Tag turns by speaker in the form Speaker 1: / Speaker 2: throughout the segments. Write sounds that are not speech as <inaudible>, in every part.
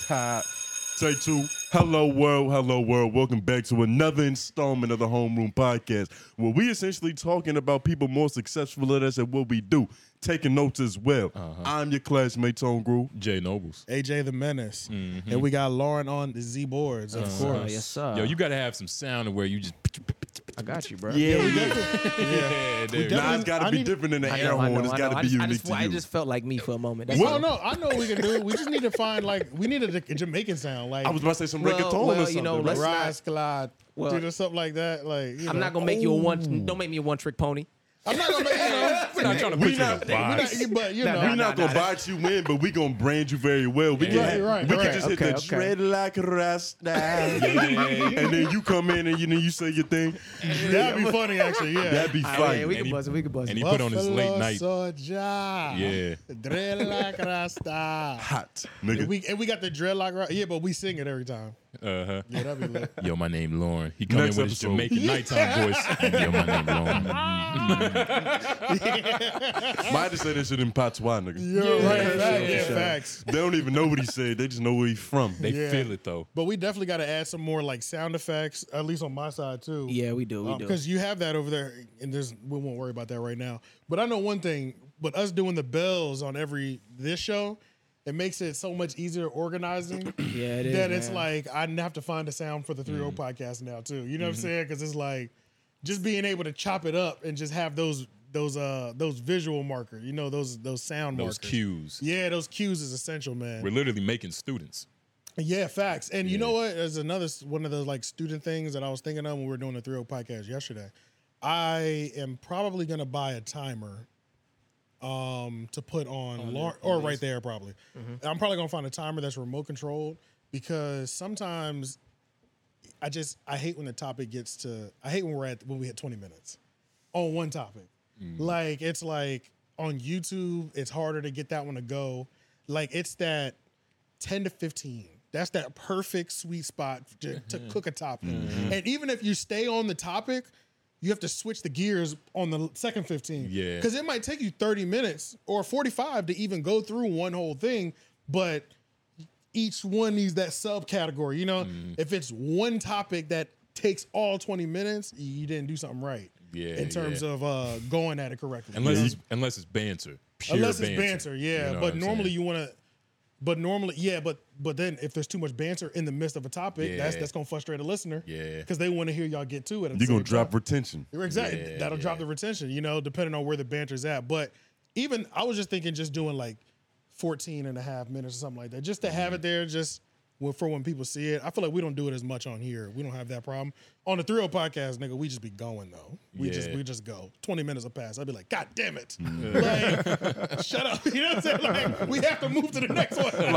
Speaker 1: Tide. Take two. Hello, world. Hello, world. Welcome back to another installment of the Homeroom Podcast, where we essentially talking about people more successful than us at what we do, taking notes as well. I'm your classmate, Tone Groove.
Speaker 2: Uh-huh. Jay Nobles.
Speaker 3: AJ the Menace,
Speaker 1: Mm-hmm.
Speaker 3: and we got Lauren on the Z boards, of
Speaker 4: Yes, sir.
Speaker 1: Uh-huh.
Speaker 3: course.
Speaker 4: Yes, sir.
Speaker 2: Yo, you gotta have some sound where you just.
Speaker 4: I got you, bro.
Speaker 2: Yeah, there you go.
Speaker 1: Nah, it's got to
Speaker 3: I
Speaker 1: be
Speaker 3: need-
Speaker 1: different than the
Speaker 4: I
Speaker 1: air
Speaker 4: know, I
Speaker 1: horn.
Speaker 4: know,
Speaker 1: it's
Speaker 4: I
Speaker 1: got
Speaker 4: know.
Speaker 1: to
Speaker 4: I
Speaker 1: be
Speaker 4: just- I
Speaker 1: unique
Speaker 4: just,
Speaker 1: to
Speaker 4: I
Speaker 1: you.
Speaker 4: just felt like me for a moment. That's
Speaker 3: Well,
Speaker 4: all.
Speaker 3: no, I know we can do it. We just need to find like we need a, a Jamaican sound, like
Speaker 1: I was about to say some
Speaker 4: Well,
Speaker 1: reggaeton or
Speaker 4: well, you
Speaker 1: something.
Speaker 4: know,
Speaker 1: bro.
Speaker 4: let's-
Speaker 3: Rise Glide,
Speaker 4: Well-
Speaker 3: dude, or something like that. Like you
Speaker 4: I'm
Speaker 3: know.
Speaker 4: not gonna make you a one. Don't make me a one trick pony.
Speaker 3: Oh. I'm not gonna make you
Speaker 4: <laughs>
Speaker 3: know,
Speaker 2: We're not trying to
Speaker 1: We
Speaker 2: put you in a
Speaker 1: not- we
Speaker 3: we're
Speaker 2: box.
Speaker 3: not, but you know,
Speaker 1: we're not
Speaker 4: nah,
Speaker 1: gonna box you in, but we gonna brand you very well. We can,
Speaker 2: Right,
Speaker 1: have-
Speaker 3: right,
Speaker 1: we can
Speaker 3: right.
Speaker 1: just
Speaker 4: Okay,
Speaker 1: hit the
Speaker 4: okay.
Speaker 1: dread like Rasta, and then you come in and you then you say your thing.
Speaker 3: that'd be funny actually. Yeah,
Speaker 4: <laughs>
Speaker 1: That'd be
Speaker 4: All right,
Speaker 1: fire.
Speaker 4: we can
Speaker 2: And he-
Speaker 4: buzz it. We can buzz
Speaker 2: and
Speaker 4: it.
Speaker 2: he put on his
Speaker 3: Buffalo
Speaker 2: late night.
Speaker 3: Soldier,
Speaker 2: Yeah.
Speaker 3: dreadlock rasta.
Speaker 1: hot,
Speaker 3: And
Speaker 1: nigga.
Speaker 3: we and we got the dreadlock, Ra- yeah, but we sing it every time.
Speaker 2: Uh huh.
Speaker 3: Yeah, that'd be lit.
Speaker 2: Yo, my name Lauren. He come
Speaker 1: Next
Speaker 2: in with his
Speaker 1: episode.
Speaker 2: Jamaican nighttime
Speaker 1: <laughs>
Speaker 2: voice. Yo, my name Lauren.
Speaker 1: Might have said that shit in Patois, nigga.
Speaker 3: You're right. fact,
Speaker 4: sure,
Speaker 3: yeah,
Speaker 4: sure.
Speaker 3: facts.
Speaker 1: They don't even know what he said. They just know where he from.
Speaker 2: They
Speaker 3: Yeah.
Speaker 2: feel it though.
Speaker 3: But we definitely got to add some more like sound effects, at least on my side too.
Speaker 4: Yeah, we do. We do.
Speaker 3: Because you have that over there, and there's we won't worry about that right now. But I know one thing. But us doing the bells on every this show, it makes it so much easier organizing.
Speaker 4: <clears throat> Yeah, it is.
Speaker 3: that it's
Speaker 4: man.
Speaker 3: like I have to find a sound for the three
Speaker 2: Mm-hmm.
Speaker 3: O podcast now too. You know what I'm saying? Because it's like just being able to chop it up and just have those those uh those visual marker. You know those those sound
Speaker 2: Those
Speaker 3: markers.
Speaker 2: cues.
Speaker 3: Yeah, those cues is essential, man.
Speaker 2: We're literally making students.
Speaker 3: Yeah, facts. And you know what? There's another s- one of those like student things that I was thinking of when we were doing the 3 podcast yesterday. I am probably gonna buy a timer um to put on lar- or right there probably. I'm probably gonna find a timer that's remote controlled because sometimes I just I hate when the topic gets to I hate when we're at when we hit 20 minutes on one topic. Like it's like on YouTube, it's harder to get that one to go. Like it's that 10 to 15. That's that perfect sweet spot to, to cook a topic.
Speaker 2: Mm-hmm.
Speaker 3: And even if you stay on the topic, you have to switch the gears on the second 15.
Speaker 2: Yeah.
Speaker 3: Because it might take you 30 minutes or 45 to even go through one whole thing, but each one needs that subcategory. You know,
Speaker 2: Mm-hmm.
Speaker 3: if it's one topic that takes all 20 minutes, you didn't do something right.
Speaker 2: Yeah,
Speaker 3: In terms
Speaker 2: yeah.
Speaker 3: of uh, going at it correctly.
Speaker 2: Unless
Speaker 3: You know?
Speaker 2: it's unless it's banter. Pure
Speaker 3: unless it's banter, yeah.
Speaker 2: You know what
Speaker 3: but
Speaker 2: I'm
Speaker 3: normally
Speaker 2: saying?
Speaker 3: you want to. But normally, yeah. But but then if there's too much banter in the midst of a topic, that's
Speaker 2: Yeah.
Speaker 3: that's gonna frustrate a listener.
Speaker 2: Yeah.
Speaker 3: Because they want to hear y'all get to it. at the
Speaker 1: You're gonna
Speaker 3: same
Speaker 1: drop
Speaker 3: time.
Speaker 1: retention.
Speaker 3: Exactly.
Speaker 2: Yeah,
Speaker 3: That'll drop
Speaker 2: yeah.
Speaker 3: the retention, you know, depending on where the banter's at. But even I was just thinking just doing like 14 and a half minutes or something like that, just to have
Speaker 2: Mm-hmm.
Speaker 3: it there, just when- for when people see it. I feel like we don't do it as much on here. We don't have that problem. On the 3 podcast, nigga, we just be going though. We just
Speaker 2: Yeah.
Speaker 3: we just go. 20 minutes will pass. I'd be like, God damn
Speaker 2: <laughs>
Speaker 3: it. like, shut up. <laughs> You know what I'm saying? Like, we have to move to the next one.
Speaker 1: Like, all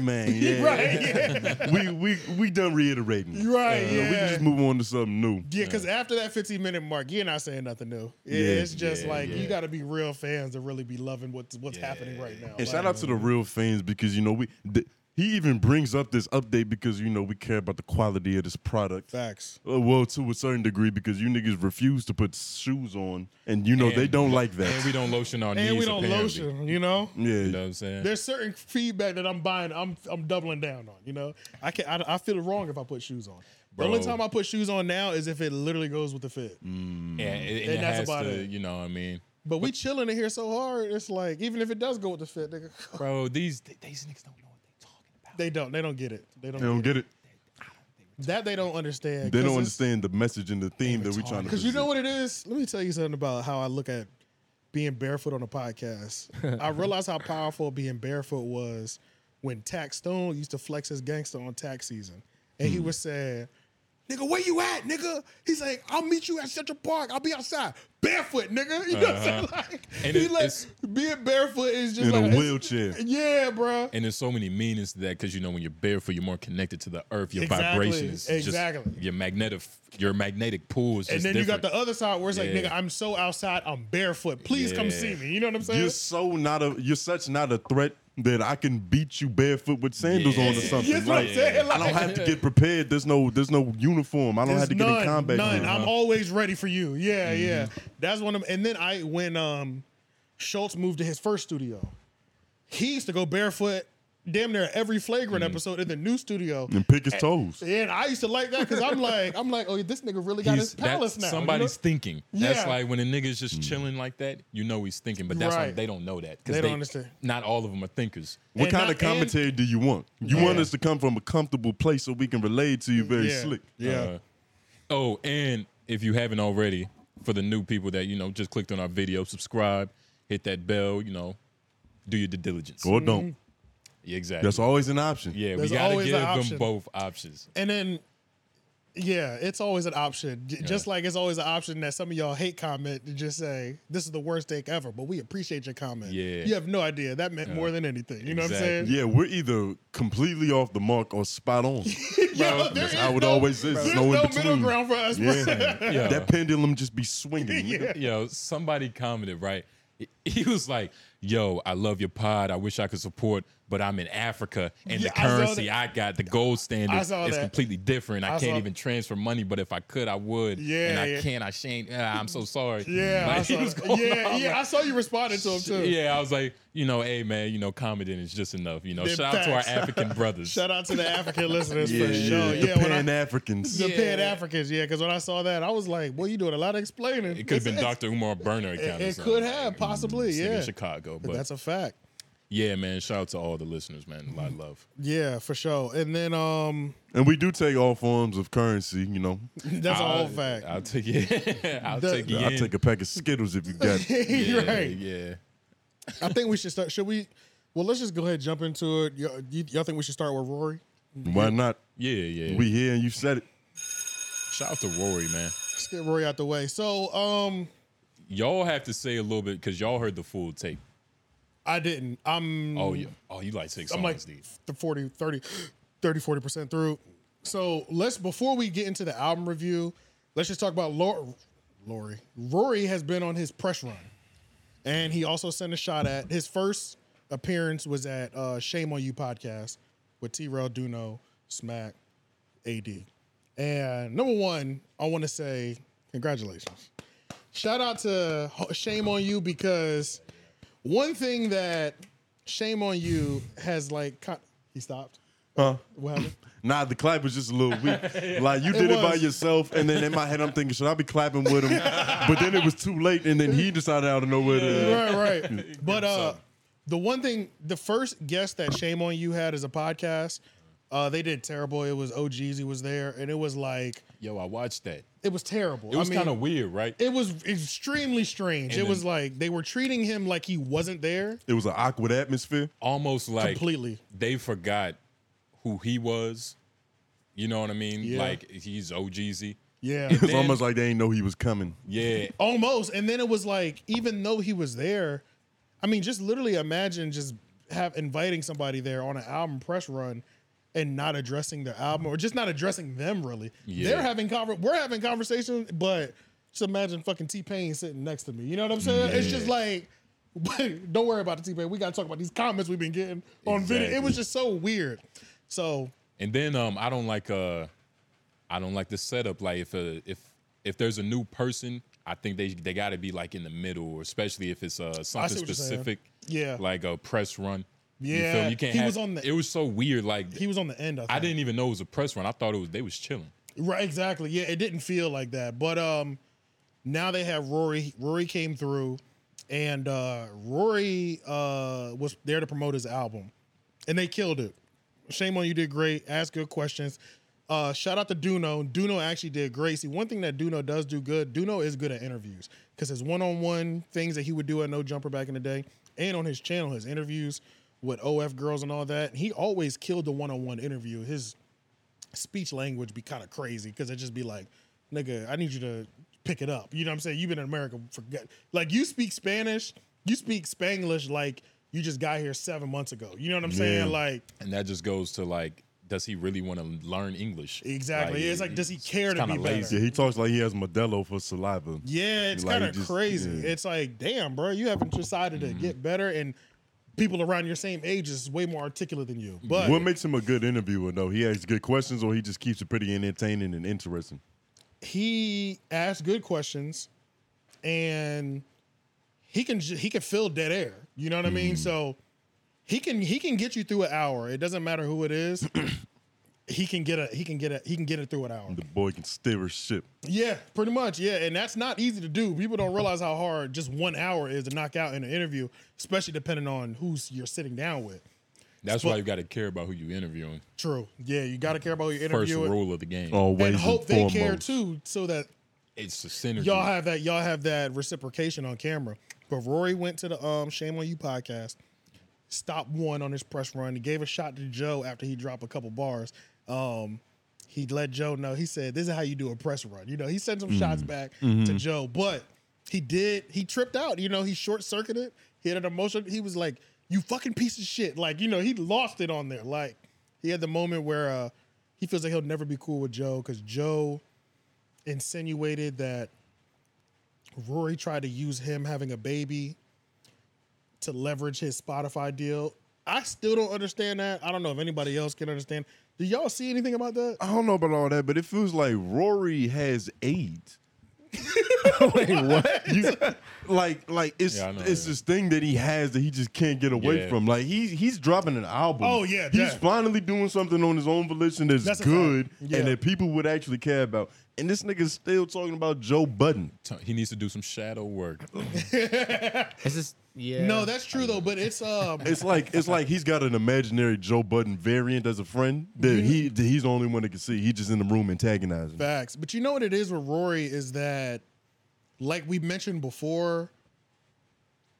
Speaker 3: <laughs>
Speaker 1: man. Yeah.
Speaker 3: right, yeah.
Speaker 1: We we we done reiterating.
Speaker 3: Right,
Speaker 1: So
Speaker 3: yeah.
Speaker 1: we can just move on to something new.
Speaker 3: Yeah, because after that 15 minute mark, you're not saying nothing new. Yeah,
Speaker 1: Yeah,
Speaker 3: it's just
Speaker 2: yeah,
Speaker 3: like
Speaker 2: yeah.
Speaker 3: you got to be real fans to really be loving what's what's happening right now.
Speaker 1: And
Speaker 3: Like, mm-hmm.
Speaker 1: shout out to the real fans because you know we th- he even brings up this update because you know we care about the quality of this product.
Speaker 3: facts.
Speaker 1: Uh, well, to a certain degree, because you niggas refuse to put shoes on, and you know they
Speaker 2: And-
Speaker 1: don't like
Speaker 2: And
Speaker 1: that.
Speaker 2: we don't lotion our knees.
Speaker 3: And we don't
Speaker 2: apparently.
Speaker 3: lotion, you know.
Speaker 2: You know
Speaker 1: Yeah,
Speaker 2: what I'm saying?
Speaker 3: There's certain feedback that I'm buying. I'm I'm doubling down on. You know, I can I, I feel wrong if I put shoes on. The only
Speaker 2: Bro.
Speaker 3: time I put shoes on now is if it literally goes with the fit.
Speaker 2: Yeah, and, and
Speaker 3: And
Speaker 2: it
Speaker 3: that's
Speaker 2: has
Speaker 3: about
Speaker 2: to,
Speaker 3: it.
Speaker 2: you know what I mean?
Speaker 3: But we chilling in here so hard. It's like even if it does go with the fit, nigga, <laughs>
Speaker 2: Bro, these these niggas don't know what they talking about.
Speaker 3: they don't. They don't get it. They don't.
Speaker 1: they don't
Speaker 3: get
Speaker 1: get it.
Speaker 3: it. That they don't understand.
Speaker 1: They
Speaker 3: 'cause
Speaker 1: don't
Speaker 3: it's-
Speaker 1: understand the message and the theme that we're trying to.
Speaker 3: Because you know
Speaker 1: present.
Speaker 3: what it is? Let me tell you something about how I look at being barefoot on a
Speaker 2: <laughs>
Speaker 3: podcast. I realized how powerful being barefoot was when Tax Stone used to flex his gangster on tax season. And
Speaker 2: Hmm.
Speaker 3: he was saying, Nigga, where you at, nigga? He's like, I'll meet you at Central Park. I'll be outside. Barefoot, nigga. <laughs> You know what I'm
Speaker 2: Uh-huh.
Speaker 3: saying? Like,
Speaker 2: And
Speaker 3: he
Speaker 2: it-
Speaker 3: like
Speaker 2: it's-
Speaker 3: being barefoot is just
Speaker 1: in
Speaker 3: like
Speaker 1: a wheelchair.
Speaker 3: Yeah, bro.
Speaker 2: And there's so many meanings to that because you know when you're barefoot, you're more connected to the earth. Your
Speaker 3: Exactly,
Speaker 2: vibration is
Speaker 3: exactly.
Speaker 2: just your magnetic your magnetic pull is
Speaker 3: And
Speaker 2: just
Speaker 3: then you got
Speaker 2: different.
Speaker 3: the other side where it's like,
Speaker 2: Yeah.
Speaker 3: nigga, I'm so outside, I'm barefoot. Please come
Speaker 2: Yeah.
Speaker 3: see me. You know what I'm saying?
Speaker 1: You're so not a. You're such not a threat that I can beat you barefoot with sandals on or
Speaker 2: Yeah.
Speaker 1: something.
Speaker 3: That's what I'm
Speaker 1: Like,
Speaker 3: saying.
Speaker 1: I don't have to get prepared. There's no. There's no uniform. I don't have to
Speaker 3: There's
Speaker 1: get in combat.
Speaker 3: None.
Speaker 1: gear. Mm-hmm.
Speaker 3: I'm always ready for you. Yeah, yeah. That's one of. And then I when um, Schultz moved to his first studio, he used to go barefoot damn near every flagrant episode in the new studio.
Speaker 1: Mm-hmm. and pick his toes.
Speaker 3: And I used to like that because I'm like, I'm like, oh, this nigga really got his
Speaker 2: He's- that-
Speaker 3: palace now. you know?
Speaker 2: Somebody's thinking. That's
Speaker 3: Yeah.
Speaker 2: like when a nigga's
Speaker 1: Hmm.
Speaker 2: just chilling like that, you know he's thinking, but that's why
Speaker 3: Right.
Speaker 2: they don't know that. 'cause
Speaker 3: They don't understand.
Speaker 2: Not all of them are thinkers.
Speaker 1: What
Speaker 3: And
Speaker 1: kind
Speaker 3: not-
Speaker 1: of commentary do you want? You want us to come from a comfortable place so we can relate to you very
Speaker 3: yeah.
Speaker 1: slick.
Speaker 3: Yeah.
Speaker 2: Uh, oh, and if you haven't already, for the new people that, you know, just clicked on our video, subscribe, hit that bell, you know, do your due diligence.
Speaker 1: Or don't.
Speaker 2: Yeah, exactly.
Speaker 1: That's always an option.
Speaker 2: yeah, we
Speaker 3: Mm-hmm. There's
Speaker 2: got to
Speaker 3: always
Speaker 2: give
Speaker 3: an option.
Speaker 2: them both options.
Speaker 3: and then, yeah, it's always an option. J- Just like it's always an option that some of y'all hate comment to just say, this is the worst take ever, but we appreciate your comment.
Speaker 2: Yeah.
Speaker 3: You have no idea. That meant more than anything. You know what I'm saying?
Speaker 1: Yeah, we're either completely off the mark or spot
Speaker 3: <laughs> Yo,
Speaker 1: on.
Speaker 3: there
Speaker 1: That's
Speaker 3: is
Speaker 1: how it
Speaker 3: no-
Speaker 1: always is.
Speaker 3: There's
Speaker 1: There's
Speaker 3: no,
Speaker 1: no in
Speaker 3: middle
Speaker 1: between.
Speaker 3: ground for us. bro.
Speaker 1: Yeah.
Speaker 3: <laughs>
Speaker 2: Yeah.
Speaker 1: That pendulum just be swinging. nigga.
Speaker 3: Yeah.
Speaker 2: Yo, somebody commented, right? He- He was like, Yo, I love your pod. I wish I could support, but I'm in Africa and
Speaker 3: Yeah,
Speaker 2: the
Speaker 3: I saw
Speaker 2: currency I, got, the gold standard
Speaker 3: I
Speaker 2: is
Speaker 3: saw that.
Speaker 2: completely different. I,
Speaker 3: I
Speaker 2: can't
Speaker 3: saw-
Speaker 2: even transfer money, but if I could, I would.
Speaker 3: Yeah,
Speaker 2: And I
Speaker 3: yeah.
Speaker 2: can't, I shan't. Ah, I'm so sorry.
Speaker 3: Yeah,
Speaker 2: Like, <laughs>
Speaker 3: I
Speaker 2: he
Speaker 3: saw
Speaker 2: was
Speaker 3: that. <laughs>
Speaker 2: going
Speaker 3: yeah,
Speaker 2: off,
Speaker 3: yeah. I
Speaker 2: like,
Speaker 3: saw you responded to him too.
Speaker 2: yeah, I was like, you know, hey man, you know, commenting is just enough. You know,
Speaker 3: Them
Speaker 2: shout out to our
Speaker 3: facts. <laughs>
Speaker 2: African brothers.
Speaker 3: Shout out to the African listeners
Speaker 2: <laughs>
Speaker 3: for sure.
Speaker 1: The
Speaker 3: Yeah, when I,
Speaker 1: Pan Africans.
Speaker 3: the
Speaker 2: Yeah.
Speaker 3: Pan Africans. Yeah, because when I saw that, I was like, "Boy, you doing a lot of explaining."
Speaker 2: It could have been
Speaker 3: It's-
Speaker 2: Dr. Umar Burner account. or
Speaker 3: It
Speaker 2: something,
Speaker 3: could
Speaker 2: like,
Speaker 3: have possibly.
Speaker 2: sick
Speaker 3: Yeah,
Speaker 2: in Chicago. But
Speaker 3: that's a fact.
Speaker 2: yeah, man, shout out to all the listeners, man. A lot of love.
Speaker 3: Yeah, for sure. And then um,
Speaker 1: And we do take all forms of currency, you know.
Speaker 3: that's a
Speaker 2: I'll-
Speaker 3: whole fact.
Speaker 2: I'll take it. <laughs> I'll
Speaker 3: The-
Speaker 2: take it.
Speaker 1: I'll take a pack of Skittles if you got it.
Speaker 2: Yeah,
Speaker 3: <laughs> right.
Speaker 2: Yeah.
Speaker 3: I think we should start. Should we? Well, let's just go ahead and jump into it. Y'all, you, y'all think we should start with Rory?
Speaker 1: Why not?
Speaker 2: Yeah, yeah.
Speaker 1: We here and you said it.
Speaker 2: Shout out to Rory, man.
Speaker 3: Let's get Rory out the way. So um,
Speaker 2: Y'all have to say a little bit because y'all heard the full tape.
Speaker 3: I didn't. I'm.
Speaker 2: Oh, yeah. Oh, you like six
Speaker 3: I'm like
Speaker 2: songs, dude.
Speaker 3: the 40, 30, 30, 40% through. So let's, before we get into the album review, let's just talk about Lori. Lori. Rory has been on his press run. And he also sent a shot at his first appearance was at uh, Shame on You podcast with T Rel Duno, Smack, AD. And number one, I want to say congratulations. Shout out to Ho- Shame on You because one thing that Shame on You has like co- he
Speaker 2: <laughs>
Speaker 3: stopped.
Speaker 1: Huh?
Speaker 3: What happened?
Speaker 1: <laughs> Nah, the clap was just a little
Speaker 3: <laughs>
Speaker 1: weak. Like you did it, by
Speaker 3: was.
Speaker 1: yourself, and then in my head I'm thinking, should I be clapping
Speaker 3: <laughs>
Speaker 1: with him? but then it was too late, and then he decided out of nowhere to.
Speaker 3: right,
Speaker 2: <laughs>
Speaker 3: right. But uh, the one thing, the first guest that Shame on You had as a podcast, uh, they did terrible. It was OGZ was there, and it was like
Speaker 2: Yo, I watched that.
Speaker 3: it was terrible.
Speaker 2: It was
Speaker 3: I mean,
Speaker 2: kind of weird, right?
Speaker 3: It was extremely strange.
Speaker 2: And
Speaker 3: it was
Speaker 2: then-
Speaker 3: like they were treating him like he wasn't there.
Speaker 1: <laughs> It was an awkward atmosphere.
Speaker 2: Almost like
Speaker 3: Completely.
Speaker 2: they forgot who he was. You know what I mean?
Speaker 3: Yeah.
Speaker 2: Like he's OGZ.
Speaker 1: <laughs>
Speaker 3: Yeah.
Speaker 1: It was
Speaker 2: Then-
Speaker 1: almost like they didn't know he was coming.
Speaker 2: Yeah.
Speaker 3: Almost. And then it was like, even though he was there, I mean, just literally imagine just have inviting somebody there on an album press run and not addressing their album or just not addressing them really.
Speaker 2: Yeah.
Speaker 3: They're having conver- we're having conversations, but just imagine fucking T Pain sitting next to me. You know what I'm saying? It's just like <laughs> but don't worry about the T Pain. We gotta talk about these comments we've been getting on video. It
Speaker 2: Exactly.
Speaker 3: was just so weird. So
Speaker 2: And then um, I don't like uh, I don't like the setup. Like if uh, if if there's a new person, I think they they got to be like in the middle, or especially if it's uh something
Speaker 3: what you're saying.
Speaker 2: specific.
Speaker 3: Yeah.
Speaker 2: like a press run. You feel
Speaker 3: Yeah,
Speaker 2: me? you can't.
Speaker 3: he
Speaker 2: have-
Speaker 3: was on the-
Speaker 2: It was so weird. Like
Speaker 3: he was on the end, I think.
Speaker 2: I didn't even know it was a press run. I thought it was they was chilling.
Speaker 3: Right, exactly. Yeah, it didn't feel like that. But um now they have Rory. Rory came through and uh Rory uh was there to promote his album. And they killed it. Shame on you did great. Ask good questions. Uh shout out to Duno. Duno actually did great. See, one thing that Duno does do good, Duno is good at interviews. Because his one-on-one things that he would do at No Jumper back in the day, and on his channel, his interviews with OF girls and all that, he always killed the one-on-one interview. His speech language be kind of crazy because it just be like, nigga, I need you to pick it up. You know what I'm saying? You've been in America for good. Like you speak Spanish, you speak Spanglish like you just got here seven months ago. You know what I'm saying? Like
Speaker 2: And that just goes to like, does he really want to learn English?
Speaker 3: exactly. it's like, does he care
Speaker 2: it's
Speaker 3: to be
Speaker 2: kinda
Speaker 3: lazy?
Speaker 1: Yeah, he talks like he has Modelo for saliva.
Speaker 3: Yeah, it's
Speaker 1: Like,
Speaker 3: kind
Speaker 1: it
Speaker 3: of
Speaker 1: just-
Speaker 3: crazy.
Speaker 1: yeah. Mm-hmm.
Speaker 3: It's like, damn, bro, you haven't decided to get better, and people around your same age is way more articulate than you. But
Speaker 1: What makes him a good interviewer though? He asks good questions, or he just keeps it pretty entertaining and interesting.
Speaker 3: he asks good questions
Speaker 2: Mm-hmm.
Speaker 3: and he can ju- he can fill dead air you know what i mean so He can he can get you through an hour. It doesn't matter who it
Speaker 2: <clears throat>
Speaker 3: is. he can get a he can get a he can get it through an
Speaker 2: Mm-hmm.
Speaker 3: hour.
Speaker 1: The boy can steer his ship.
Speaker 3: Yeah, pretty much. Yeah, and that's not easy to do. People don't realize how hard just one hour is to knock out in an interview, especially depending on who's you're sitting down with.
Speaker 2: That's why you got to care about who you interviewing.
Speaker 3: True. Yeah, you got to care about your
Speaker 2: First
Speaker 3: interview
Speaker 2: rule of the game.
Speaker 1: Always
Speaker 3: and
Speaker 1: and
Speaker 3: hope they
Speaker 1: Oh, foremost.
Speaker 3: care too, so that
Speaker 2: It's the synergy.
Speaker 3: y'all have that y'all have that reciprocation on camera. But Rory went to the um Shame on You podcast, stopped one on his press run. He gave a shot to Joe after he dropped a couple bars. Um, he let Joe know. He said, "This is how you do a press run." You know, he sent some shots back
Speaker 1: Mm-hmm.
Speaker 3: to Joe, but he did. He tripped out. You know, he short circuited. He had an emotion. He was like, "You fucking piece of shit!" Like, you know, he lost it on there. Like, he had the moment where uh, he feels like he'll never be cool with Joe because Joe insinuated that Rory tried to use him having a baby to leverage his Spotify deal. I still don't understand that. I don't know if anybody else can understand. Do y'all see anything about that?
Speaker 1: I don't know about all that, but it feels like Rory has AIDS.
Speaker 3: <laughs>
Speaker 1: Wait, what? You, <laughs> like, like it's
Speaker 2: Yeah, I know,
Speaker 1: it's
Speaker 2: yeah.
Speaker 1: this thing that he has that he just can't get away
Speaker 2: Yeah.
Speaker 1: from. Like he's he's dropping an album.
Speaker 3: Oh, yeah,
Speaker 1: he's
Speaker 3: that.
Speaker 1: finally doing something on his own volition that's,
Speaker 3: That's a fact.
Speaker 1: good
Speaker 3: Yeah.
Speaker 1: and that people would actually care about. And this nigga's still talking about Joe Budden.
Speaker 2: T- He needs to do some
Speaker 3: <laughs>
Speaker 2: shadow work.
Speaker 4: It's just yeah.
Speaker 3: No, that's true though. But it's um,
Speaker 1: <laughs> It's like it's like he's got an imaginary Joe Budden variant as a friend that he that he's the only one that can see. He's just in the room antagonizing.
Speaker 3: Facts. But you know what it is with Rory is that, like we mentioned before,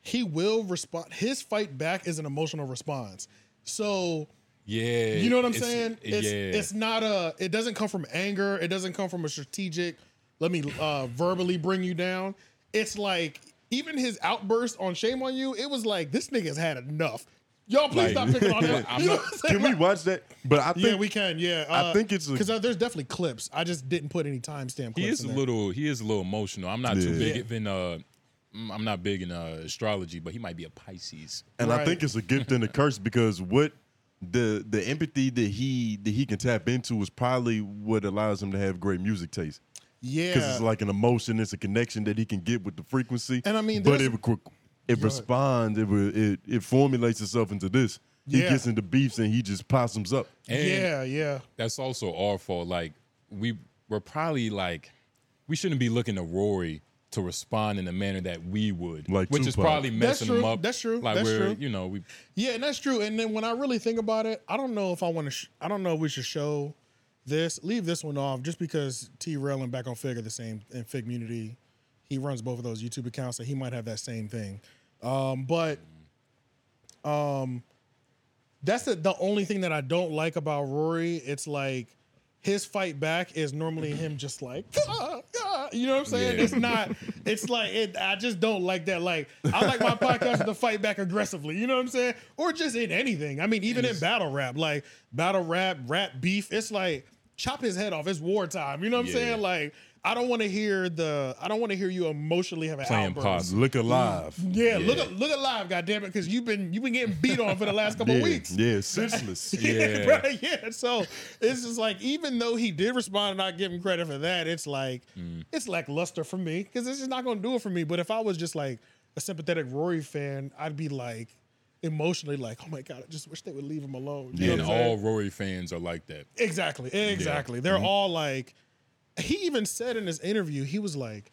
Speaker 3: he will respond. His fight back is an emotional response. So
Speaker 2: Yeah.
Speaker 3: you know what I'm
Speaker 2: it's-
Speaker 3: saying? It's
Speaker 2: yeah.
Speaker 3: it's not a. It doesn't come from anger. It doesn't come from a strategic. Let me uh, verbally bring you down. It's like even his outburst on "Shame on You." It was like this nigga's had enough. Y'all please stop
Speaker 2: Like-
Speaker 3: picking
Speaker 1: <laughs>
Speaker 3: on him.
Speaker 2: <laughs> I'm
Speaker 3: You know
Speaker 2: not-
Speaker 3: what I'm saying?
Speaker 1: Can we watch that? But I think
Speaker 3: Yeah, we can. Yeah,
Speaker 1: I think it's a-
Speaker 3: because there's definitely clips. I just didn't put any timestamp.
Speaker 2: he
Speaker 3: clips
Speaker 2: is
Speaker 3: in
Speaker 2: a
Speaker 3: there.
Speaker 2: little he is a little emotional. I'm not too
Speaker 1: Yeah.
Speaker 2: big
Speaker 3: Yeah.
Speaker 2: in uh mm, I'm not big in uh, astrology, but he might be a Pisces.
Speaker 1: And I
Speaker 3: Right.
Speaker 1: think it's a gift
Speaker 3: <laughs>
Speaker 1: and a curse because what the the empathy that he that he can tap into is probably what allows him to have great music taste.
Speaker 3: Yeah,
Speaker 1: Because it's like an emotion, it's a connection that he can get with the frequency.
Speaker 3: And I mean,
Speaker 1: but
Speaker 3: there's-
Speaker 1: it requ- it responds, it, re- it it formulates itself into this. He
Speaker 3: Yeah.
Speaker 1: gets into beefs and he just possums up.
Speaker 2: And
Speaker 3: yeah, yeah.
Speaker 2: that's also our fault. Like we we're probably like we shouldn't be looking to Rory to respond in the manner that we would.
Speaker 1: Like
Speaker 2: which is
Speaker 1: Tupac.
Speaker 2: probably
Speaker 3: That's
Speaker 2: messing him
Speaker 3: true.
Speaker 2: up.
Speaker 3: That's true.
Speaker 2: Like
Speaker 3: That's
Speaker 2: we're
Speaker 3: true.
Speaker 2: you know, we
Speaker 3: Yeah, and that's true. And then when I really think about it, I don't know if I want to. Sh- I don't know if we should show this. Leave this one off just because T Rail and Back on Fig are the same in Fig Community. He runs both of those YouTube accounts, so he might have that same thing. Um, but um, that's the, the only thing that I don't like about Rory. It's like his fight back is normally him just like, "Ah, ah," you know what I'm saying?
Speaker 2: Yeah.
Speaker 3: It's
Speaker 2: <laughs>
Speaker 3: not. It's like it, I just don't like that. Like I like my podcast to fight back aggressively. You know what I'm saying? Or just in anything. I mean, even in battle rap, like battle rap, rap beef. It's like chop his head off. It's wartime. You know what I'm
Speaker 2: Yeah.
Speaker 3: saying? Like I don't want to hear the. I don't want to hear you emotionally have an
Speaker 2: Playing
Speaker 3: outburst.
Speaker 2: possum.
Speaker 1: Look alive.
Speaker 3: Yeah,
Speaker 2: Yeah.
Speaker 3: look look look alive, goddamn it, because you've been you've been getting beat on for the last couple
Speaker 1: Yeah,
Speaker 3: weeks.
Speaker 1: yeah, senseless.
Speaker 2: <laughs> Yeah.
Speaker 3: right, <laughs> yeah. So it's just like, even though he did respond, and I give him credit for that. It's like, it's lackluster for me because this is not going to do it for me. But if I was just like a sympathetic Rory fan, I'd be like emotionally like, oh my god, I just wish they would leave him alone. You know
Speaker 2: and
Speaker 3: what I'm saying?
Speaker 2: all Rory fans are like that. Mm-hmm.
Speaker 3: Exactly. Exactly. They're all like, he even said in his interview, he was like,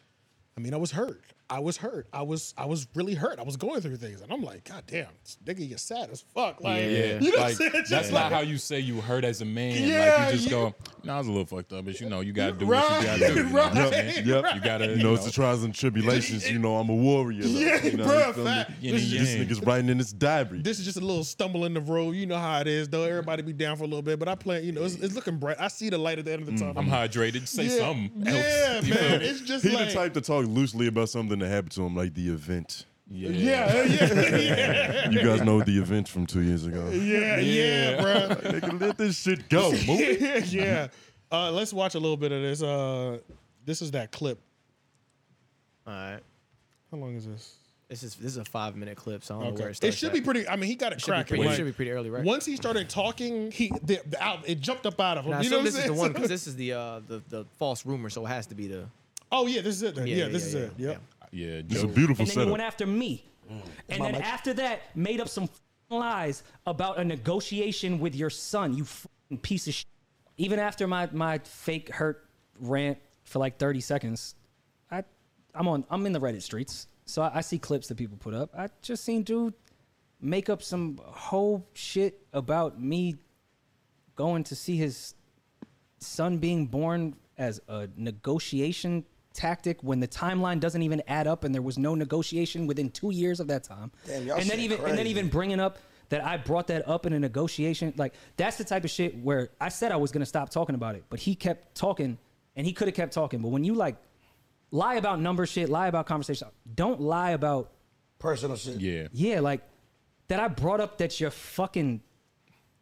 Speaker 3: I mean, I was hurt. I was hurt. I was I was really hurt. I was going through things. And I'm like, God damn, this nigga, you're sad as fuck. Like,
Speaker 2: Yeah,
Speaker 3: you know
Speaker 2: like
Speaker 3: what I'm saying?
Speaker 2: that's
Speaker 3: Just
Speaker 2: not
Speaker 3: like-
Speaker 2: how you say you hurt as a man.
Speaker 3: Yeah,
Speaker 2: like you just
Speaker 3: you-
Speaker 2: go, "Nah, I was a little fucked up, but you know, you gotta do what
Speaker 3: Right,
Speaker 2: you gotta do." You know what I'm
Speaker 3: <laughs>
Speaker 2: saying?
Speaker 3: right,
Speaker 1: Yep.
Speaker 2: You gotta,
Speaker 1: You know, it's the trials and tribulations. You know, I'm a warrior. though.
Speaker 3: Yeah,
Speaker 1: you know,
Speaker 3: bruh,
Speaker 1: you feel me?
Speaker 3: fact.
Speaker 2: Yin
Speaker 1: This,
Speaker 2: and
Speaker 1: this
Speaker 2: yang.
Speaker 1: nigga's writing in his diary.
Speaker 3: This is just a little stumble in the road. You know how it is, though. Everybody be down for a little bit, but I plan, you know, it's, it's looking bright. I see the light at the
Speaker 4: Mm.
Speaker 3: end of the tunnel.
Speaker 2: I'm hydrated. Say
Speaker 3: yeah,
Speaker 2: something. else.
Speaker 3: Yeah,
Speaker 2: You
Speaker 3: man.
Speaker 2: know?
Speaker 3: It's just
Speaker 1: he
Speaker 3: like
Speaker 1: the type to talk loosely about something that happened to him, like the event.
Speaker 3: Yeah, yeah, yeah,
Speaker 1: <laughs> You guys know the event from two years ago.
Speaker 3: yeah, yeah, bro.
Speaker 1: <laughs> Nigga, let this shit
Speaker 3: <laughs>
Speaker 1: go. Move.
Speaker 3: yeah. Uh, let's watch a little bit of this. Uh, this is that clip.
Speaker 4: All right.
Speaker 3: How long is this?
Speaker 4: This is this is a five minute clip, so I don't know
Speaker 3: Okay.
Speaker 4: where it
Speaker 3: It,
Speaker 4: starts.
Speaker 3: should
Speaker 4: at.
Speaker 3: be pretty. I mean, he got it
Speaker 4: should be
Speaker 3: cracking.
Speaker 4: pretty.
Speaker 3: like,
Speaker 4: It should be pretty early, right?
Speaker 3: Once he started talking, he the, the out, it jumped up out of him.
Speaker 4: Nah, I
Speaker 3: you know
Speaker 4: assume
Speaker 3: what I'm
Speaker 4: this is the
Speaker 3: saying? <laughs>
Speaker 4: one because this is the uh the, the false rumor, so it has to be the
Speaker 3: oh yeah, this is it. then. Yeah,
Speaker 4: yeah,
Speaker 3: this is
Speaker 4: yeah,
Speaker 3: it.
Speaker 4: yeah,
Speaker 3: Yep.
Speaker 2: Yeah,
Speaker 1: It's a
Speaker 2: Joe.
Speaker 1: beautiful
Speaker 5: and then he
Speaker 3: Mm.
Speaker 1: setup.
Speaker 5: went after me. And then after that, made up some lies about a negotiation with your son, you fucking piece of shit. Even after my, my fake hurt rant for like 30 seconds, I, I'm on, I'm in the Reddit streets. So I, I see clips that people put up. I just seen dude make up some whole shit about me going to see his son being born as a negotiation tactic when the timeline doesn't even add up and there was no negotiation within two years of that time.
Speaker 6: Damn, y'all
Speaker 5: and then
Speaker 6: shit
Speaker 5: even and then
Speaker 6: crazy.
Speaker 5: even bringing up that I brought that up in a negotiation, like that's the type of shit where I said I was gonna stop talking about it, but he kept talking and he could have kept talking. But when you like lie about number shit, lie about conversation, don't lie about
Speaker 6: Personal shit.
Speaker 2: Yeah.
Speaker 5: yeah, like that I brought up that your fucking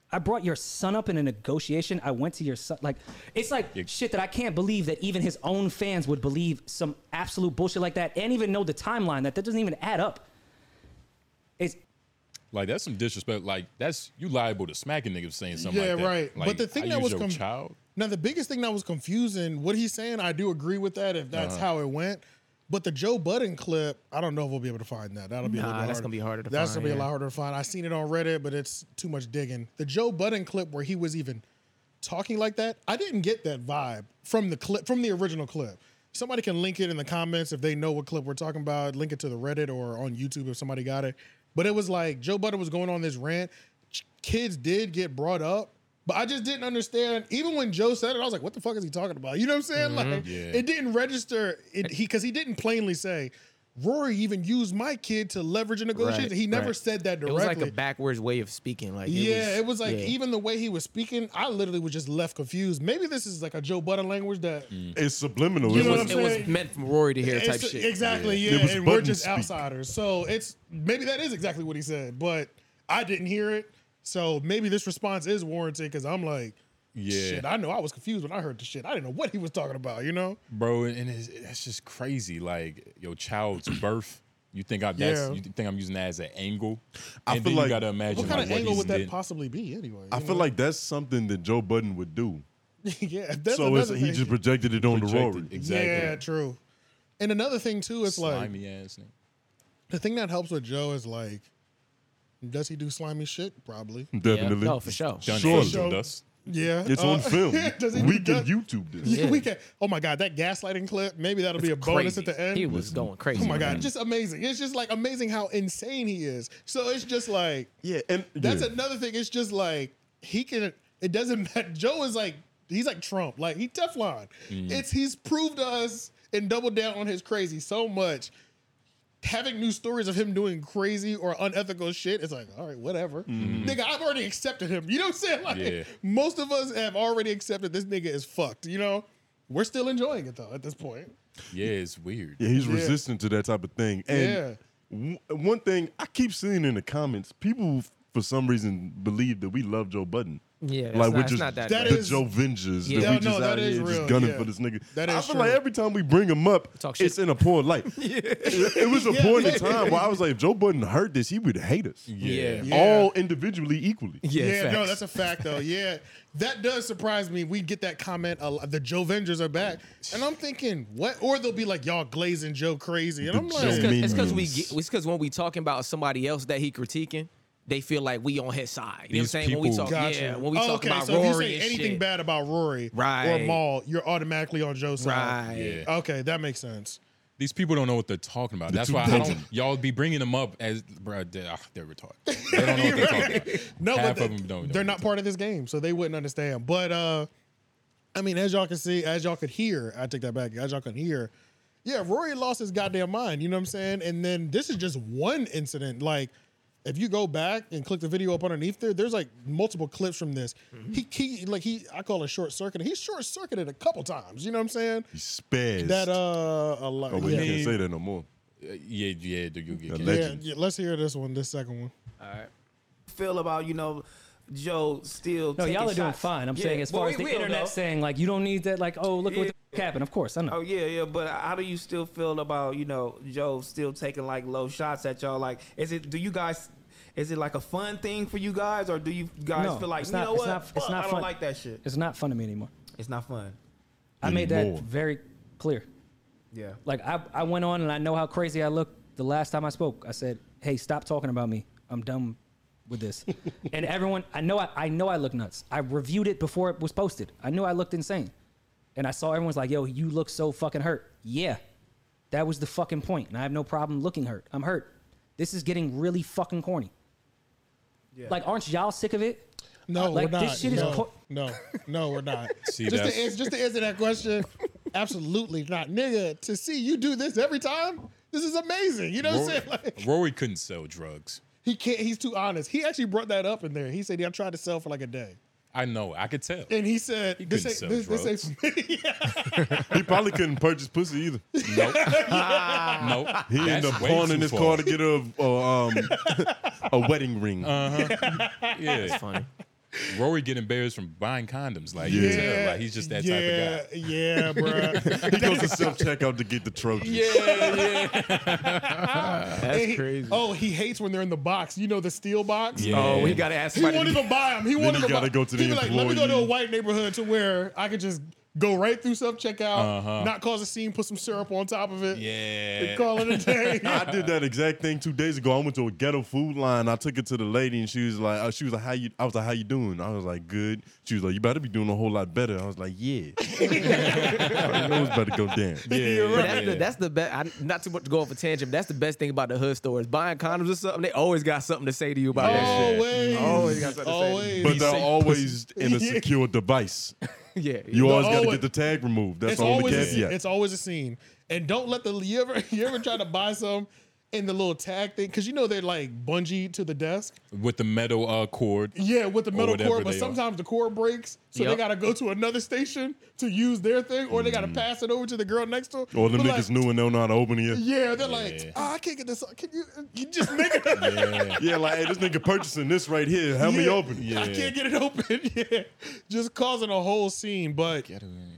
Speaker 5: I brought your son up in a negotiation. I went to your son like it's like shit that I can't believe that even his own fans would believe some absolute bullshit like that and even know the timeline that that doesn't even add up. It's
Speaker 2: Like that's some disrespect. Like that's you liable to smack a nigga for saying something
Speaker 3: yeah,
Speaker 2: like that.
Speaker 3: right.
Speaker 2: Like,
Speaker 3: but the thing
Speaker 2: I
Speaker 3: that
Speaker 2: use
Speaker 3: was
Speaker 2: your
Speaker 3: com-
Speaker 2: child.
Speaker 3: now the biggest thing that was confusing, what he's saying, I do agree with that if
Speaker 2: Uh-huh.
Speaker 3: that's how it went. But the Joe Budden clip, I don't know if we'll be able to find that. That'll be a
Speaker 4: Nah,
Speaker 3: little bit
Speaker 4: that's
Speaker 3: harder.
Speaker 4: gonna be harder to
Speaker 3: That's
Speaker 4: find,
Speaker 3: gonna be a
Speaker 4: yeah.
Speaker 3: lot harder to find. I seen it on Reddit, but it's too much digging. The Joe Budden clip where he was even talking like that, I didn't get that vibe from the clip from the original clip. Somebody can link it in the comments if they know what clip we're talking about. Link it to the Reddit or on YouTube if somebody got it. But it was like Joe Budden was going on this rant. Ch- Kids did get brought up, but I just didn't understand. Even when Joe said it, I was like, "What the fuck is he talking about?" You know what I'm saying?
Speaker 4: Mm-hmm.
Speaker 3: Like, it didn't register. It, he because he didn't plainly say. Rory even used my kid to leverage a negotiation.
Speaker 4: Right,
Speaker 3: he never
Speaker 4: right.
Speaker 3: said that
Speaker 4: It
Speaker 3: directly.
Speaker 4: was like a backwards way of speaking. Like
Speaker 3: Yeah, it was like
Speaker 4: yeah.
Speaker 3: even the way he was speaking, I literally was just left confused. Maybe this is like a Joe Butter language that
Speaker 1: It's subliminal.
Speaker 3: You
Speaker 1: It
Speaker 3: know
Speaker 1: was-
Speaker 3: what I'm
Speaker 4: it was
Speaker 3: saying?
Speaker 4: meant for Rory to hear type
Speaker 3: It's-
Speaker 4: shit.
Speaker 3: exactly. Yeah,
Speaker 1: It was
Speaker 3: and we're
Speaker 1: button
Speaker 3: just
Speaker 1: speak.
Speaker 3: outsiders, so it's maybe that is exactly what he said, but I didn't hear it. So maybe this response is warranted because I'm like,
Speaker 2: Yeah.
Speaker 3: shit, I know I was confused when I heard the shit. I didn't know what he was talking about. You know,
Speaker 2: bro, and, and it's, that's just crazy. Like your
Speaker 3: <clears throat>
Speaker 2: child's birth. You think I that's
Speaker 3: Yeah.
Speaker 2: you think I'm using that as an angle?
Speaker 1: I
Speaker 2: and
Speaker 1: feel
Speaker 2: then
Speaker 1: like-
Speaker 2: you gotta imagine
Speaker 3: what kind
Speaker 2: like,
Speaker 3: of angle
Speaker 2: he's
Speaker 3: would that
Speaker 2: did-
Speaker 3: possibly be anyway?
Speaker 1: I
Speaker 3: you
Speaker 1: feel
Speaker 3: know?
Speaker 1: like that's something that Joe Budden would do.
Speaker 3: <laughs> yeah, that's
Speaker 1: so it's,
Speaker 3: another
Speaker 1: he
Speaker 3: thing.
Speaker 1: just projected it on
Speaker 2: projected.
Speaker 1: the Rory.
Speaker 2: Exactly.
Speaker 3: Yeah, true. And another thing too is like
Speaker 2: Slimy ass nigga.
Speaker 3: the thing that helps with Joe is like, does he do slimy shit? Probably.
Speaker 4: Yeah.
Speaker 1: Definitely.
Speaker 4: No, for sure.
Speaker 2: Done
Speaker 1: Surely.
Speaker 2: fucked us.
Speaker 3: Yeah, Uh,
Speaker 1: It's
Speaker 3: <laughs>
Speaker 1: on film.
Speaker 3: does he
Speaker 1: we
Speaker 3: do-
Speaker 1: can YouTube this.
Speaker 3: Yeah,
Speaker 4: Yeah.
Speaker 3: we can. Oh my god, that gaslighting clip. Maybe that'll be a bonus at the end.
Speaker 4: He was going crazy.
Speaker 3: oh my god, just amazing. It's just like amazing how insane he is. So it's just like
Speaker 1: Yeah, and
Speaker 3: that's
Speaker 1: yeah.
Speaker 3: another thing. It's just like he can. It doesn't matter. <laughs> Joe is like he's like Trump. Like he Teflon.
Speaker 1: Mm.
Speaker 3: It's he's proved us and doubled down on his crazy so much. Having new stories of him doing crazy or unethical shit, it's like, all right, whatever.
Speaker 1: Mm.
Speaker 3: Nigga, I've already accepted him. You know what I'm saying? Like,
Speaker 2: Yeah.
Speaker 3: most of us have already accepted this nigga is fucked. You know, we're still enjoying it though at this point.
Speaker 2: Yeah,
Speaker 3: <laughs>
Speaker 2: it's weird.
Speaker 1: Yeah, he's resistant to that type of thing. And w- one thing I keep seeing in the comments, people f- for some reason believe that we love Joe Budden.
Speaker 4: Yeah, that's
Speaker 1: like
Speaker 4: not-
Speaker 1: we're
Speaker 4: it's
Speaker 1: just
Speaker 4: not that
Speaker 1: the
Speaker 3: bad. That is-
Speaker 1: Joe Vengers.
Speaker 4: Yeah.
Speaker 1: That
Speaker 4: No,
Speaker 1: we just
Speaker 3: no, that
Speaker 1: out
Speaker 3: is
Speaker 1: here
Speaker 3: real,
Speaker 1: just gunning
Speaker 3: yeah.
Speaker 1: for this nigga.
Speaker 3: That
Speaker 1: I
Speaker 3: is
Speaker 1: feel like
Speaker 3: true.
Speaker 1: every time we bring him up,
Speaker 4: Talk
Speaker 1: it's
Speaker 4: shit.
Speaker 1: in a poor
Speaker 3: <laughs>
Speaker 1: light. it, it was a point in time where I was like, if Joe Budden heard this, he would hate us.
Speaker 4: Yeah.
Speaker 3: Yeah.
Speaker 1: All individually equally.
Speaker 4: Yeah,
Speaker 3: Yeah, no,
Speaker 4: facts.
Speaker 3: that's a fact though. Yeah, that does surprise me. We get that comment a lot. The Joe Vengers are back, and I'm thinking what? Or they'll be like, "Y'all glazing Joe crazy," and I'm
Speaker 1: The
Speaker 3: like,
Speaker 1: Joe
Speaker 4: It's because we
Speaker 1: Minions.
Speaker 4: get, it's because when we talking about somebody else that he critiquing, they feel like we on his side. You know what I'm
Speaker 2: These
Speaker 4: saying? When we
Speaker 2: people-
Speaker 4: talk,
Speaker 3: Gotcha.
Speaker 4: yeah, when we
Speaker 3: Oh,
Speaker 4: talk
Speaker 3: okay,
Speaker 4: about
Speaker 3: so
Speaker 4: Rory
Speaker 3: if you say
Speaker 4: and
Speaker 3: anything
Speaker 4: shit,
Speaker 3: bad about Rory or
Speaker 4: Right.
Speaker 3: Maul, you're automatically on Joe's side.
Speaker 4: right?
Speaker 2: Yeah.
Speaker 3: Okay, that makes sense.
Speaker 2: These people don't know what they're talking about. That's
Speaker 1: two
Speaker 2: why I don't,
Speaker 1: thousand.
Speaker 2: y'all be bringing them up as bro. They're, ah, they're retarded.
Speaker 3: <laughs>
Speaker 2: They don't know what they're talking about.
Speaker 3: No,
Speaker 2: Half
Speaker 3: but
Speaker 2: of them don't.
Speaker 3: They're not part of this game, so they wouldn't understand. But uh, I mean, as y'all can see, as y'all could hear, I take that back. As y'all can hear, yeah, Rory lost his goddamn mind. You know what I'm saying? And then this is just one incident. Like, if you go back and click the video up underneath there, there's like multiple clips from this.
Speaker 2: Mm-hmm.
Speaker 3: He, he, like he, I call it short circuiting. He short circuited a couple times. You know what I'm saying?
Speaker 1: He's spazzed.
Speaker 3: That uh, a lot.
Speaker 1: oh, but
Speaker 3: yeah.
Speaker 1: you can't say that no more.
Speaker 2: Uh, yeah, yeah. You'll get
Speaker 1: The
Speaker 2: kicked.
Speaker 3: yeah,
Speaker 1: legend.
Speaker 3: yeah, let's hear this one, this second one.
Speaker 7: feel about you know Joe still.
Speaker 5: no,
Speaker 7: taking
Speaker 5: y'all are doing
Speaker 7: shots.
Speaker 5: fine. I'm
Speaker 7: Yeah,
Speaker 5: saying as
Speaker 7: but
Speaker 5: far
Speaker 7: we
Speaker 5: as the
Speaker 7: will,
Speaker 5: internet
Speaker 7: though.
Speaker 5: saying like you don't need that. Like oh look what the f- happened. Of course I know.
Speaker 7: Oh yeah, yeah, but how do you still feel about you know Joe still taking like low shots at y'all? Like, is it do you guys? Is it like a fun thing for you guys, or do you guys
Speaker 5: No,
Speaker 7: feel like
Speaker 5: it's
Speaker 7: you
Speaker 5: not-
Speaker 7: know
Speaker 5: it's
Speaker 7: what?
Speaker 5: not- it's
Speaker 7: Fuck,
Speaker 5: not
Speaker 7: I don't
Speaker 5: fun.
Speaker 7: like that shit.
Speaker 5: It's not fun to me anymore.
Speaker 7: It's not fun.
Speaker 5: I made that
Speaker 1: Anymore.
Speaker 5: very clear.
Speaker 7: Yeah.
Speaker 5: Like I, I went on and I know how crazy I looked the last time I spoke. I said, "Hey, stop talking about me. I'm done with this. and everyone, I know I, I know I look nuts. I reviewed it before it was posted. I knew I looked insane. And I saw everyone's like, yo, you look so fucking hurt. Yeah. That was the fucking point. And I have no problem looking hurt. I'm hurt. This is getting really fucking corny. Like, aren't y'all sick of it?
Speaker 3: No,
Speaker 5: Like,
Speaker 3: Oh, we're not.
Speaker 5: this shit is
Speaker 3: no,
Speaker 5: po-
Speaker 3: no, no, we're not.
Speaker 2: <laughs> See,
Speaker 3: just, to
Speaker 2: that's-
Speaker 3: answer, just to answer that question, absolutely not, nigga. To see you do this every time, this is amazing. You know what I'm
Speaker 2: Rory,
Speaker 3: saying? Like,
Speaker 2: Rory couldn't sell drugs.
Speaker 3: he can't. He's too honest. He actually brought that up in there. He said, "Yeah, I tried to sell for like a day,"
Speaker 2: I know. I could tell.
Speaker 3: and he said, "This
Speaker 2: couldn't
Speaker 3: ain't
Speaker 2: sell
Speaker 3: this, this ain't for me." <laughs>
Speaker 1: He probably couldn't purchase pussy either. <laughs>
Speaker 2: Nope. nope.
Speaker 1: He ended up pawning his car to get a
Speaker 2: <laughs>
Speaker 1: uh, um, a wedding ring.
Speaker 2: Uh-huh.
Speaker 3: <laughs>
Speaker 1: <laughs>
Speaker 2: Yeah.
Speaker 4: Funny.
Speaker 2: Rory get embarrassed from buying condoms. Like, you can tell. Like, he's just that
Speaker 3: yeah,
Speaker 2: type of guy. <laughs>
Speaker 3: Yeah, bro.
Speaker 1: he goes to self checkout to get the Trojans.
Speaker 3: <laughs>
Speaker 2: <laughs>
Speaker 4: That's crazy.
Speaker 3: Oh, he hates when they're in the box. You know the steel box.
Speaker 2: Yeah.
Speaker 4: Oh, he gotta ask
Speaker 3: He
Speaker 4: somebody.
Speaker 3: wanted to buy them. He wanted
Speaker 1: he
Speaker 3: to
Speaker 1: gotta
Speaker 3: buy-
Speaker 1: go to
Speaker 3: he
Speaker 1: the
Speaker 3: was like, let me go to a
Speaker 1: employee."
Speaker 3: white neighborhood to where I could just go right through self checkout,
Speaker 1: Uh-huh.
Speaker 3: not cause a scene, put some syrup on top of it,
Speaker 2: Yeah.
Speaker 3: and call it a day.
Speaker 1: <laughs> I did that exact thing two days ago. I went to a ghetto food line. I took it to the lady, and she was like, uh, "She was like, how you?" I was like, "How you doing?" I was like, "Good." She was like, "You better be doing a whole lot better." I was like,
Speaker 3: <laughs>
Speaker 1: "Yeah." I know it's about to go down.
Speaker 2: Yeah,
Speaker 4: But
Speaker 2: yeah,
Speaker 4: that's, the,
Speaker 2: yeah.
Speaker 4: that's the best. Not too much to go off a tangent. But that's the best thing about the hood stores. Buying condoms or something, they always got something to say to you about that
Speaker 3: <laughs> Always,
Speaker 4: shit. Always got something to say to
Speaker 3: always. <laughs>
Speaker 1: But they're always in a secure device.
Speaker 4: <laughs> Yeah,
Speaker 1: You
Speaker 4: yeah.
Speaker 1: always got to
Speaker 3: always-
Speaker 1: get the tag removed. That's
Speaker 3: it's
Speaker 1: the only
Speaker 3: always a,
Speaker 1: caveat.
Speaker 3: it's always a scene. And don't let the you ever <laughs> you ever try to buy some in the little tag thing because you know they're like bungee to the desk.
Speaker 2: With the metal uh, cord.
Speaker 3: Yeah, with the metal
Speaker 2: whatever
Speaker 3: cord, but
Speaker 2: they are.
Speaker 3: sometimes the cord breaks, so they
Speaker 4: Yep.
Speaker 3: gotta go <laughs> to another station to use their thing, or they
Speaker 2: Mm-hmm.
Speaker 3: gotta pass it over to the girl next to them.
Speaker 1: All them
Speaker 3: But, like,
Speaker 1: niggas knew and they don't know how to open it. Yeah.
Speaker 3: Yeah, they're like,
Speaker 2: Yeah.
Speaker 3: "Ah, I can't get this. Can you? You just make it.
Speaker 2: Yeah.
Speaker 1: like, hey, this nigga purchasing this right here. Help me
Speaker 3: Yeah.
Speaker 1: open it.
Speaker 2: Yeah.
Speaker 3: I can't get it open. <laughs> yeah, just causing a whole scene. But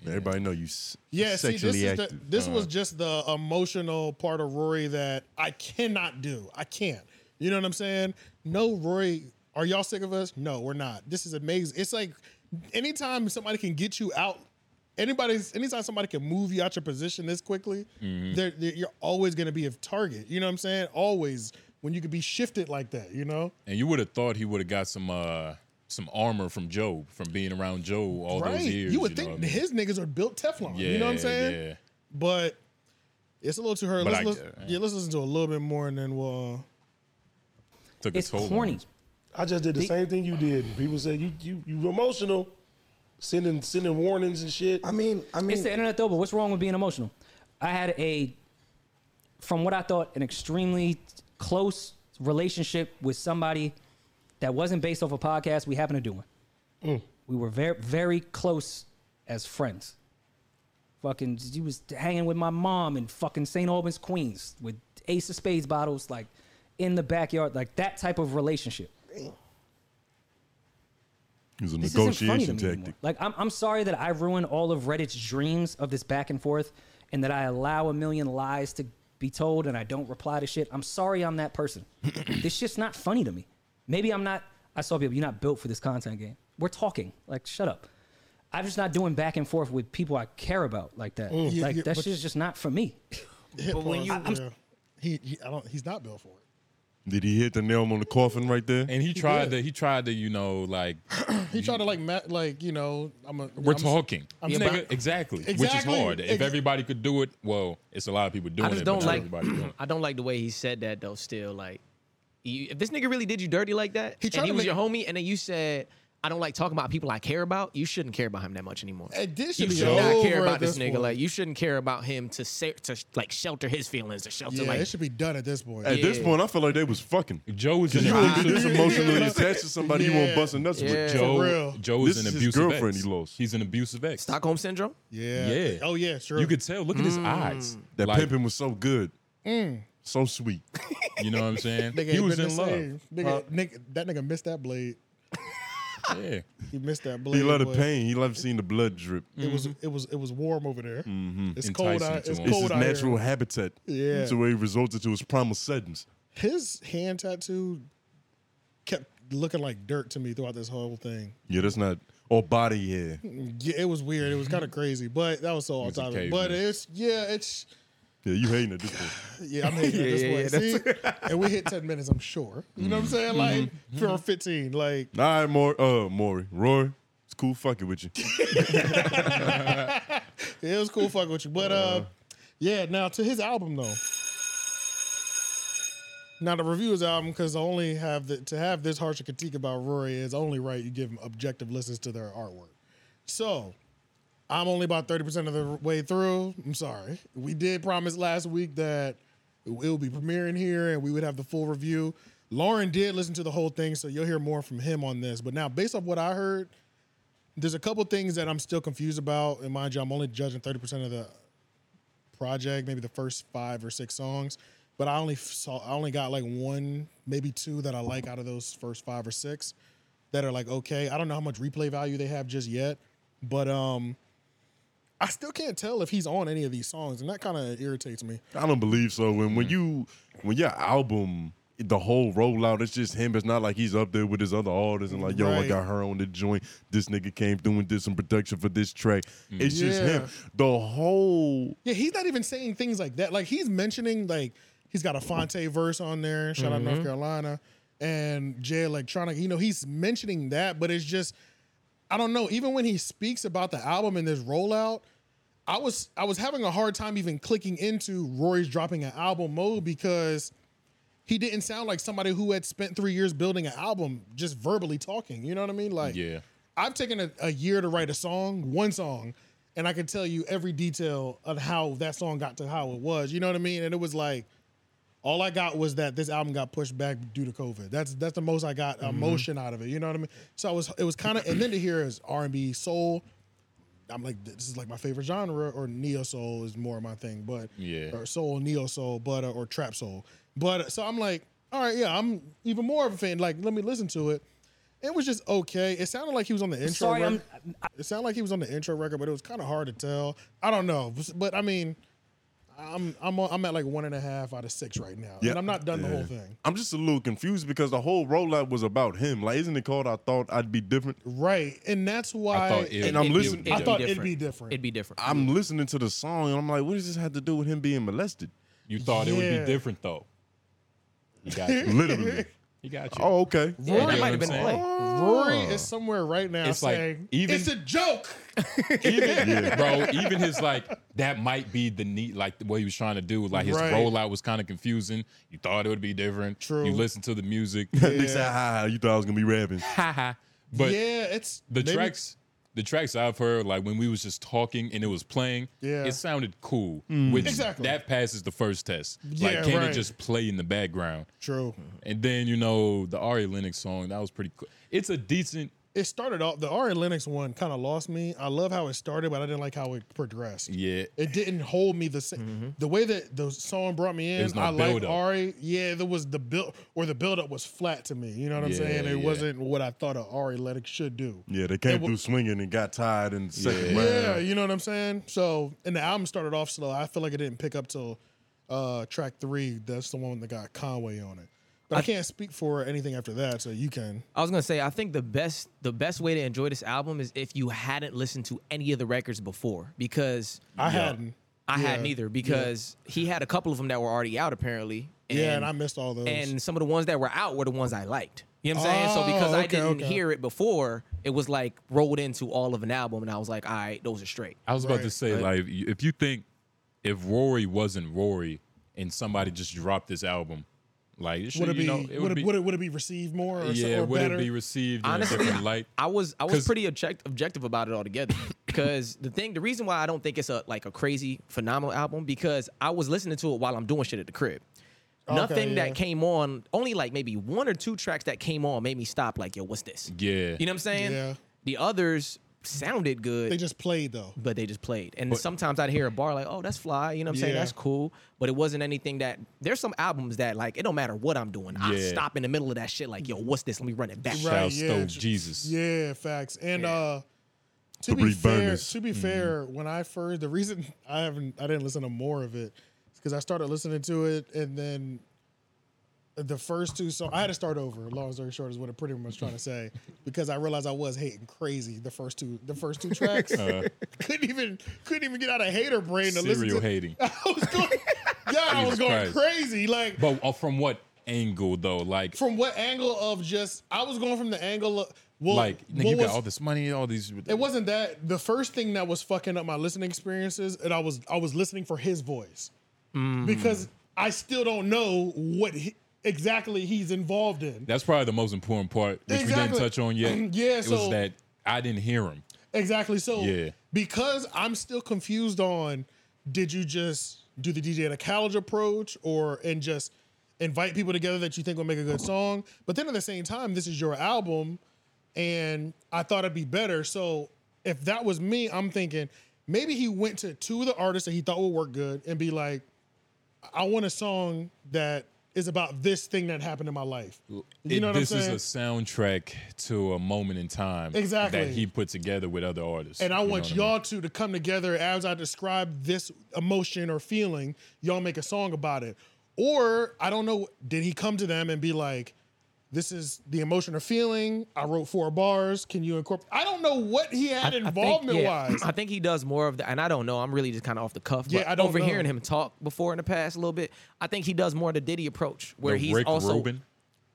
Speaker 1: Everybody know you s-
Speaker 3: yeah, see, this,
Speaker 1: sexually
Speaker 3: is the,
Speaker 1: active. Uh, Uh-huh.
Speaker 3: this was just the emotional part of Rory that I cannot do. I can't. You know what I'm saying? No, Rory, are y'all sick of us? No, we're not. This is amazing. It's like anytime somebody can get you out, anybody's anytime somebody can move you out your position this quickly,
Speaker 1: Mm-hmm.
Speaker 3: they're, they're- you're always gonna be a target. You know what I'm saying? Always when you could be shifted like that. You know?
Speaker 2: And you would have thought he would have got some uh, some armor from Job from being around Job all
Speaker 3: right.
Speaker 2: those years.
Speaker 3: you would
Speaker 2: know
Speaker 3: think
Speaker 2: what I mean?
Speaker 3: his niggas are built Teflon. you know what I'm
Speaker 2: Yeah,
Speaker 3: saying?
Speaker 2: Yeah.
Speaker 3: but it's a little too hard.
Speaker 2: But
Speaker 3: Let's
Speaker 2: I-
Speaker 3: listen, yeah, let's listen to a little bit more and then we'll. uh,
Speaker 2: Took
Speaker 5: It's
Speaker 2: a toll on
Speaker 5: corny.
Speaker 2: him.
Speaker 6: I just did the same thing you did. People say you you you emotional, sending sending warnings and shit.
Speaker 8: I mean, I mean,
Speaker 5: It's the internet though, but what's wrong with being emotional? I had a, from what I thought, an extremely close relationship with somebody that wasn't based off a podcast. We happened to do one.
Speaker 8: Mm.
Speaker 5: We were very, very close as friends. Fucking, she was hanging with my mom in fucking St. Albans, Queens, with Ace of Spades bottles, like in the backyard, like that type of relationship.
Speaker 1: It was a
Speaker 5: This isn't funny to
Speaker 1: negotiation
Speaker 5: me
Speaker 1: tactic.
Speaker 5: anymore. Like I'm, I'm sorry that I ruin all of Reddit's dreams of this back and forth, and that I allow a million lies to be told, and I don't reply to shit. I'm sorry I'm that
Speaker 1: <clears throat>
Speaker 5: person. this shit's not funny to me. Maybe I'm not. I saw people. You're not built for this content game. We're talking. Like shut up. I'm just not doing back and forth with people I care about like that.
Speaker 3: Yeah,
Speaker 5: like
Speaker 3: Mm. yeah,
Speaker 5: that
Speaker 3: but-
Speaker 5: shit's just not for me.
Speaker 7: But when you,
Speaker 3: Yeah. he, he, I don't. He's not built for it.
Speaker 1: Did he hit the nail on the coffin right there?
Speaker 2: And he tried to he tried to, you know, like
Speaker 3: He tried to like, ma- like you know, I'm a.
Speaker 2: we're
Speaker 3: I'm-
Speaker 2: talking. Nigga, exactly, Which is
Speaker 3: Exactly.
Speaker 2: hard. If
Speaker 3: Ex-
Speaker 2: everybody could do it, well, it's a lot of people doing
Speaker 4: I just
Speaker 2: it,
Speaker 4: don't
Speaker 2: but
Speaker 4: like.
Speaker 2: not everybody
Speaker 4: <clears throat>
Speaker 2: doing it.
Speaker 4: I don't like the way he said that though. Still, like, you, if this nigga really did you dirty like that, he
Speaker 3: tried
Speaker 4: and he
Speaker 3: to
Speaker 4: was
Speaker 3: make-
Speaker 4: your homie, and then you said, "I don't like talking about people I care about." You shouldn't care about him that much anymore.
Speaker 3: Hey, this
Speaker 4: You
Speaker 3: should be
Speaker 4: should not care
Speaker 3: over
Speaker 4: about
Speaker 3: at
Speaker 4: this
Speaker 3: this
Speaker 4: nigga.
Speaker 3: point.
Speaker 4: Like, you shouldn't care about him to sa- to like shelter his feelings or shelter
Speaker 3: Yeah,
Speaker 4: like
Speaker 3: it should be done at this point.
Speaker 1: At this
Speaker 4: Yeah.
Speaker 1: point, I feel like they was fucking.
Speaker 2: Joe was an
Speaker 1: You
Speaker 2: abusive.
Speaker 1: really this emotionally
Speaker 3: Yeah.
Speaker 1: attached to <laughs> somebody you
Speaker 3: Yeah.
Speaker 1: want busting nuts with.
Speaker 4: Yeah.
Speaker 3: For
Speaker 2: Joe,
Speaker 3: real.
Speaker 2: Joe
Speaker 1: This
Speaker 2: is an
Speaker 1: is his
Speaker 2: abusive
Speaker 1: girlfriend
Speaker 2: ex.
Speaker 1: he lost.
Speaker 2: He's an abusive ex.
Speaker 4: Stockholm syndrome.
Speaker 3: yeah.
Speaker 2: Yeah.
Speaker 3: Oh yeah. Sure. Mm.
Speaker 2: You could tell. Look at
Speaker 4: Mm.
Speaker 2: his eyes.
Speaker 1: That
Speaker 2: Like, Mm.
Speaker 1: pimping was so good, so sweet.
Speaker 2: You know what
Speaker 3: <laughs>
Speaker 2: I'm saying?
Speaker 3: Nigga
Speaker 2: he
Speaker 3: ain't
Speaker 2: was
Speaker 3: been
Speaker 2: in
Speaker 3: the
Speaker 2: love.
Speaker 3: same. Nigga, nigga, that nigga missed that blade.
Speaker 2: Yeah.
Speaker 3: He missed that blade.
Speaker 1: He loved the
Speaker 3: but
Speaker 1: pain. He loved seeing the blood drip.
Speaker 3: It was it was it was warm over there.
Speaker 1: Mm-hmm.
Speaker 3: It's cold
Speaker 2: Mm-hmm. Enticing
Speaker 3: out.
Speaker 2: to
Speaker 3: It's
Speaker 2: him.
Speaker 1: It's
Speaker 3: cold
Speaker 1: his
Speaker 3: out here.
Speaker 1: natural habitat.
Speaker 3: Yeah.
Speaker 1: So it resulted to his primal settings.
Speaker 3: His hand tattoo kept looking like dirt to me throughout this whole thing.
Speaker 1: Yeah, that's not or body hair.
Speaker 3: Yeah, it was weird. It was kind of crazy, but that was so on
Speaker 2: was a
Speaker 3: topic. But
Speaker 2: caveman.
Speaker 3: it's yeah, it's
Speaker 1: Yeah, you hating at this
Speaker 2: <laughs>
Speaker 1: point.
Speaker 3: Yeah, I'm hating
Speaker 4: Yeah, yeah,
Speaker 3: at this point. See? and we hit 10 minutes, I'm sure. You know what I'm saying? Like, for 15, like,
Speaker 1: All right, Maury. Uh, Maury. Roy. It's cool fucking
Speaker 2: <laughs>
Speaker 1: with you.
Speaker 3: <laughs> it was cool fuck with you. But, uh, yeah, now to his album, though. Now, to review his album, because only have the, to have this harsh a critique about Rory is only right you give him objective listens to their artwork. So, I'm only about 30% of the way through. I'm sorry. We did promise last week that it will be premiering here and we would have the full review. Lauren did listen to the whole thing, so you'll hear more from him on this. But now, based off what I heard, there's a couple things that I'm still confused about. And mind you, I'm only judging 30% of the project, maybe the first five or six songs. But I only saw, I only got like one, maybe two that I like out of those first five or six that are like okay. I don't know how much replay value they have just yet, but um, I still can't tell if he's on any of these songs, and that kind of irritates me.
Speaker 1: I don't believe so. And when you when your album the whole rollout, it's just him. It's not like he's up there with his other artists and like, yo, I
Speaker 3: Right.
Speaker 1: got her on the joint. This nigga came through and did some production for this track. It's just him.
Speaker 3: Yeah.
Speaker 1: The whole
Speaker 3: Yeah, he's not even saying things like that. Like he's mentioning like he's got a Fonte verse on there, shout out North Carolina, and Jay Electronic. You know, he's mentioning that, but it's just I don't know. Even when he speaks about the album and this rollout, I was I was having a hard time even clicking into Rory's dropping an album mode because he didn't sound like somebody who had spent three years building an album just verbally talking. You know what I mean? Like
Speaker 2: Yeah.
Speaker 3: I've taken a, a year to write a song, one song, and I can tell you every detail of how that song got to how it was. You know what I mean? And it was like, all I got was that this album got pushed back due to COVID. That's that's the most I got emotion out of it. You know what I mean? So I was it was kind of and then to hear is R and B soul. I'm like this is like my favorite genre or neo soul is more my thing, but
Speaker 2: Yeah.
Speaker 3: or soul neo soul, but uh, or trap soul, but uh, so I'm like, all right, yeah, I'm even more of a fan. Like, let me listen to it. It was just okay. It sounded like he was on the intro.
Speaker 5: Sorry,
Speaker 3: rec-
Speaker 5: I'm,
Speaker 3: it sounded like he was on the intro record, but it was kind of hard to tell. I don't know, but I mean, I'm I'm I'm at like one and a half out of six right now,
Speaker 1: Yeah.
Speaker 3: and I'm not done the whole
Speaker 1: Yeah.
Speaker 3: thing.
Speaker 1: I'm just a little confused because the whole rollout was about him. Like, isn't it called I Thought I'd Be Different?
Speaker 3: Right, and that's why.
Speaker 2: I thought it,
Speaker 1: and I'm
Speaker 2: it-
Speaker 1: listening-
Speaker 3: I
Speaker 2: it-
Speaker 3: thought it'd be different.
Speaker 4: It'd be different.
Speaker 1: I'm listening to the song and I'm like, what does this have to do with him being molested?
Speaker 2: you thought it would
Speaker 3: Yeah.
Speaker 2: be different though. He got you.
Speaker 1: <laughs>
Speaker 3: <laughs>
Speaker 1: Literally.
Speaker 2: He got you.
Speaker 1: oh, okay.
Speaker 4: yeah,
Speaker 2: you
Speaker 4: that
Speaker 2: know
Speaker 4: might have
Speaker 2: what
Speaker 4: been
Speaker 2: I'm
Speaker 4: a play.
Speaker 3: Rory is somewhere right now
Speaker 2: Uh, It's like,
Speaker 3: saying
Speaker 2: even-
Speaker 3: it's a joke.
Speaker 2: <laughs> even
Speaker 1: <laughs>
Speaker 2: bro, even his like that might be the neat like what he was trying to do. Like his
Speaker 3: Right.
Speaker 2: rollout was kind of confusing. You thought it would be different.
Speaker 3: True.
Speaker 2: You listen to the music,
Speaker 1: <laughs> They said, ha, ha, you thought I was gonna be rapping.
Speaker 2: but
Speaker 3: yeah, it's
Speaker 2: the
Speaker 3: maybe-
Speaker 2: tracks, the tracks I've heard like when we was just talking and it was playing,
Speaker 3: Yeah.
Speaker 2: it sounded cool.
Speaker 1: Mm.
Speaker 2: Which
Speaker 3: Exactly.
Speaker 2: that passes the first test.
Speaker 3: Yeah,
Speaker 2: like can
Speaker 3: right.
Speaker 2: it just play in the background?
Speaker 3: True.
Speaker 2: And then you know the Ari Lennox song that was pretty cool. It's a decent.
Speaker 3: It started off the R and Linux one kind of lost me. I love how it started, but I didn't like how it progressed.
Speaker 2: Yeah,
Speaker 3: It didn't hold me the same. The way that the song brought me in,
Speaker 2: Mm-hmm. was no
Speaker 3: I like
Speaker 2: build-up.
Speaker 3: Ari. Yeah, there was the build or the build up was flat to me. You know what I'm
Speaker 2: Yeah,
Speaker 3: saying? It
Speaker 2: yeah.
Speaker 3: wasn't what I thought a Ari Lennox should do.
Speaker 1: Yeah, they came
Speaker 3: wa-
Speaker 1: through swinging and got tired in the second
Speaker 3: Yeah,
Speaker 1: round.
Speaker 3: you know what I'm saying? So, and the album started off slow. I feel like it didn't pick up till uh, track three. That's the one that got Conway on it. But I, can't speak for anything after that, so you can.
Speaker 4: I was gonna say I think the best the best way to enjoy this album is if you hadn't listened to any of the records before because
Speaker 3: I hadn't.
Speaker 4: I
Speaker 3: Yeah.
Speaker 4: hadn't either because he had a couple of them that were already out apparently.
Speaker 3: Yeah, and I missed all those.
Speaker 4: And some of the ones that were out were the ones I liked. You know what I'm saying? so
Speaker 3: Oh,
Speaker 4: because I
Speaker 3: okay,
Speaker 4: didn't
Speaker 3: okay.
Speaker 4: hear it before, it was like rolled into all of an album, and I was like, all right, those are straight.
Speaker 2: I was about to
Speaker 3: Right.
Speaker 2: say, like, you- if you think if Rory wasn't Rory and somebody just dropped this album, like, it should,
Speaker 3: would it
Speaker 2: you
Speaker 3: be,
Speaker 2: know,
Speaker 3: would, it, would it would it be received more? Or, so-
Speaker 2: yeah,
Speaker 3: or
Speaker 2: would
Speaker 3: better?
Speaker 2: it be received in
Speaker 4: Honestly,
Speaker 2: a different light?
Speaker 4: I was I was
Speaker 2: 'Cause-
Speaker 4: pretty object, objective about it
Speaker 2: <laughs>
Speaker 4: altogether because the thing, the reason why I don't think it's a like a crazy phenomenal album because I was listening to it while I'm doing shit at the crib. Nothing
Speaker 3: yeah.
Speaker 4: that came on, only like maybe one or two tracks that came on made me stop. Like, yo, what's this?
Speaker 2: yeah,
Speaker 4: You know what I'm saying?
Speaker 3: Yeah.
Speaker 4: The others sounded good.
Speaker 3: they just played though.
Speaker 4: but they just played. And sometimes I'd hear a bar like, "Oh, that's fly," you know what I'm saying?
Speaker 3: Yeah.
Speaker 4: That's cool. But it wasn't anything that. There's some albums that like it don't matter what I'm doing. I
Speaker 2: Yeah.
Speaker 4: stop in the middle of that shit like, "Yo, what's this? Let me run it back."
Speaker 3: Right,
Speaker 2: Shout
Speaker 3: yeah,
Speaker 2: Stoke
Speaker 3: j-
Speaker 2: Jesus.
Speaker 3: Yeah, facts. And uh to
Speaker 1: The
Speaker 3: be
Speaker 1: brief
Speaker 3: fair,
Speaker 1: burners.
Speaker 3: to be fair, when I first the reason I haven't I didn't listen to more of it is because I started listening to it and then the first two songs. I had to start over. Long story short is what I'm pretty much trying to say because I realized I was hating crazy the first two the first two tracks. couldn't even couldn't even get out of hater brain to listen
Speaker 2: Serial
Speaker 3: to. <laughs>
Speaker 2: hating.
Speaker 3: I was going, yeah, I was
Speaker 2: Jesus
Speaker 3: going
Speaker 2: Christ.
Speaker 3: crazy. Like
Speaker 2: But uh, from what angle though? Like,
Speaker 3: from what angle of just I was going from the angle of well,
Speaker 2: like nigga,
Speaker 3: what
Speaker 2: you
Speaker 3: was-
Speaker 2: got all this money, all these.
Speaker 3: it wasn't that the first thing that was fucking up my listening experiences, and I was I was listening for his voice
Speaker 2: Mm-hmm. mm.
Speaker 3: because I still don't know what he, exactly he's involved in.
Speaker 2: That's probably the most important part, which we didn't
Speaker 3: Exactly.
Speaker 2: touch on
Speaker 3: <clears throat>
Speaker 2: yet.
Speaker 3: Yeah,
Speaker 2: it was
Speaker 3: so-
Speaker 2: that I didn't hear him.
Speaker 3: Exactly. So
Speaker 2: Yeah.
Speaker 3: because I'm still confused on did you just do the DJ at a college approach or and just invite people together that you think will make a good song? But then at the same time, this is your album and I thought it'd be better. So if that was me, I'm thinking maybe he went to two of the artists that he thought would work good and be like, I want a song that is about this thing that happened in my life. You
Speaker 2: It-
Speaker 3: know what I'm
Speaker 2: this
Speaker 3: saying?
Speaker 2: is a soundtrack to a moment in time
Speaker 3: Exactly.
Speaker 2: that he put together with other artists.
Speaker 3: And I
Speaker 2: You know
Speaker 3: want
Speaker 2: what mean?
Speaker 3: y'all two to come together as I describe this emotion or feeling. Y'all make a song about it. Or I don't know, did he come to them and be like, this is the emotion or feeling? I wrote four bars. Can you incorporate? I don't know what he had
Speaker 4: I think-
Speaker 3: involvement
Speaker 4: yeah,
Speaker 3: wise.
Speaker 4: <clears throat> I think he does more of that, and I don't know. I'm really just kind of off the cuff.
Speaker 3: Yeah,
Speaker 4: but
Speaker 3: I don't
Speaker 4: overhearing
Speaker 3: know.
Speaker 4: him talk before in the past a little bit, I think he does more of the Diddy approach, where
Speaker 2: The
Speaker 4: he's
Speaker 2: Rick
Speaker 4: also
Speaker 2: Rubin?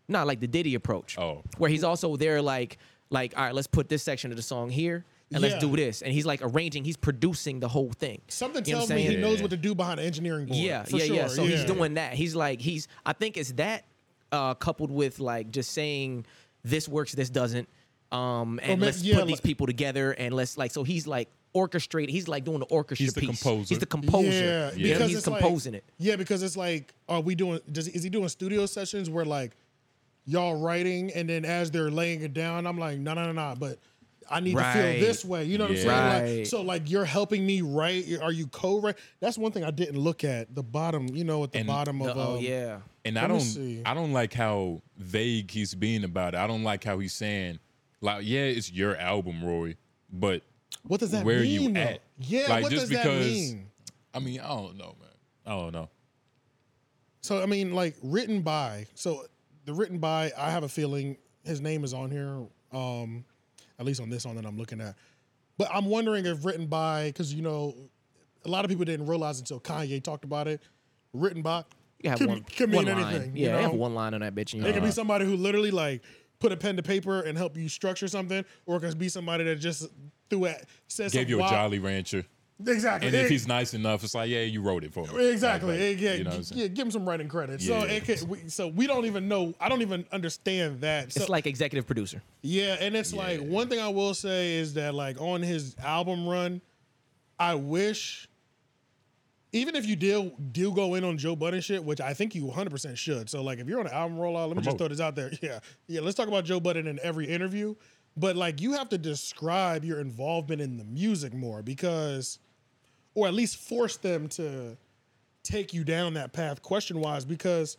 Speaker 4: not like the Diddy approach.
Speaker 2: Oh.
Speaker 4: where he's also there, like like all right, let's put this section of the song here. And let's
Speaker 3: Yeah.
Speaker 4: do this. And he's like arranging, he's producing the whole thing.
Speaker 3: Something
Speaker 4: You know what
Speaker 3: tells
Speaker 4: I'm
Speaker 3: me he
Speaker 4: saying?
Speaker 3: knows what to do behind the engineering board.
Speaker 4: Yeah,
Speaker 3: for
Speaker 4: yeah,
Speaker 3: sure.
Speaker 4: yeah. So he's doing that. He's like he's. I think it's that uh, coupled with like just saying this works, this doesn't, um, and
Speaker 3: ma-
Speaker 4: let's
Speaker 3: yeah,
Speaker 4: put these
Speaker 3: like-
Speaker 4: people together and let's like. So he's like orchestrating. He's like doing the orchestra
Speaker 2: He's the
Speaker 4: piece.
Speaker 2: composer.
Speaker 4: He's the composer.
Speaker 3: Yeah,
Speaker 4: You know,
Speaker 3: because
Speaker 4: he's
Speaker 3: it's like-
Speaker 4: composing it.
Speaker 3: Yeah, because it's like, are we doing? Does is he doing studio sessions where like y'all writing and then as they're laying it down, I'm like, no, no, no, no, but I need to
Speaker 4: Right.
Speaker 3: feel this way. You know what I'm
Speaker 4: Yeah.
Speaker 3: saying? Like,
Speaker 4: Right.
Speaker 3: so like you're helping me write. Are you co-write? That's one thing I didn't look at the bottom. You know, at the
Speaker 2: And
Speaker 3: bottom
Speaker 4: The-
Speaker 3: of
Speaker 4: oh
Speaker 3: um,
Speaker 4: yeah.
Speaker 2: and
Speaker 3: Let
Speaker 2: I
Speaker 3: me
Speaker 2: don't
Speaker 3: see.
Speaker 2: I don't like how vague he's being about it. I don't like how he's saying like yeah, it's your album, Roy, but
Speaker 3: What does that
Speaker 2: where
Speaker 3: mean?
Speaker 2: you
Speaker 3: though?
Speaker 2: at?
Speaker 3: Yeah,
Speaker 2: like
Speaker 3: what does
Speaker 2: just because
Speaker 3: that mean?
Speaker 2: I mean, I don't know, man. I don't know.
Speaker 3: So I mean, like written by. So the written by, I have a feeling his name is on here. Um, at least on this one that I'm looking at. But I'm wondering if written by, because you know, a lot of people didn't realize until Kanye talked about it. Written by
Speaker 4: You have
Speaker 3: can,
Speaker 4: one,
Speaker 3: can
Speaker 4: one
Speaker 3: mean
Speaker 4: line.
Speaker 3: anything.
Speaker 4: yeah,
Speaker 3: you know?
Speaker 4: they have one line on that bitch. and
Speaker 3: It
Speaker 4: you're
Speaker 3: could
Speaker 4: like,
Speaker 3: be somebody who literally like put a pen to paper and help you structure something, or it could be somebody that just threw at says
Speaker 2: Gave you a
Speaker 3: something wild-
Speaker 2: Jolly Rancher.
Speaker 3: Exactly.
Speaker 2: And if
Speaker 3: It-
Speaker 2: he's nice enough, it's like, yeah, you wrote it for me.
Speaker 3: Exactly.
Speaker 2: Like,
Speaker 3: yeah,
Speaker 2: you know what I'm
Speaker 3: yeah,
Speaker 2: saying?
Speaker 3: give him some writing credit.
Speaker 2: Yeah.
Speaker 3: So it could, we, so we don't even know. I don't even understand that. So,
Speaker 4: It's like executive producer.
Speaker 3: yeah, and it's like one thing I will say is that like on his album run, I wish even if you do do go in on Joe Budden shit, which I think you 100 percent should. So like if you're on an album rollout, let me just
Speaker 2: Promote.
Speaker 3: throw this out there. <laughs> Yeah, yeah. Let's talk about Joe Budden in every interview, but like you have to describe your involvement in the music more because, or at least force them to take you down that path question wise because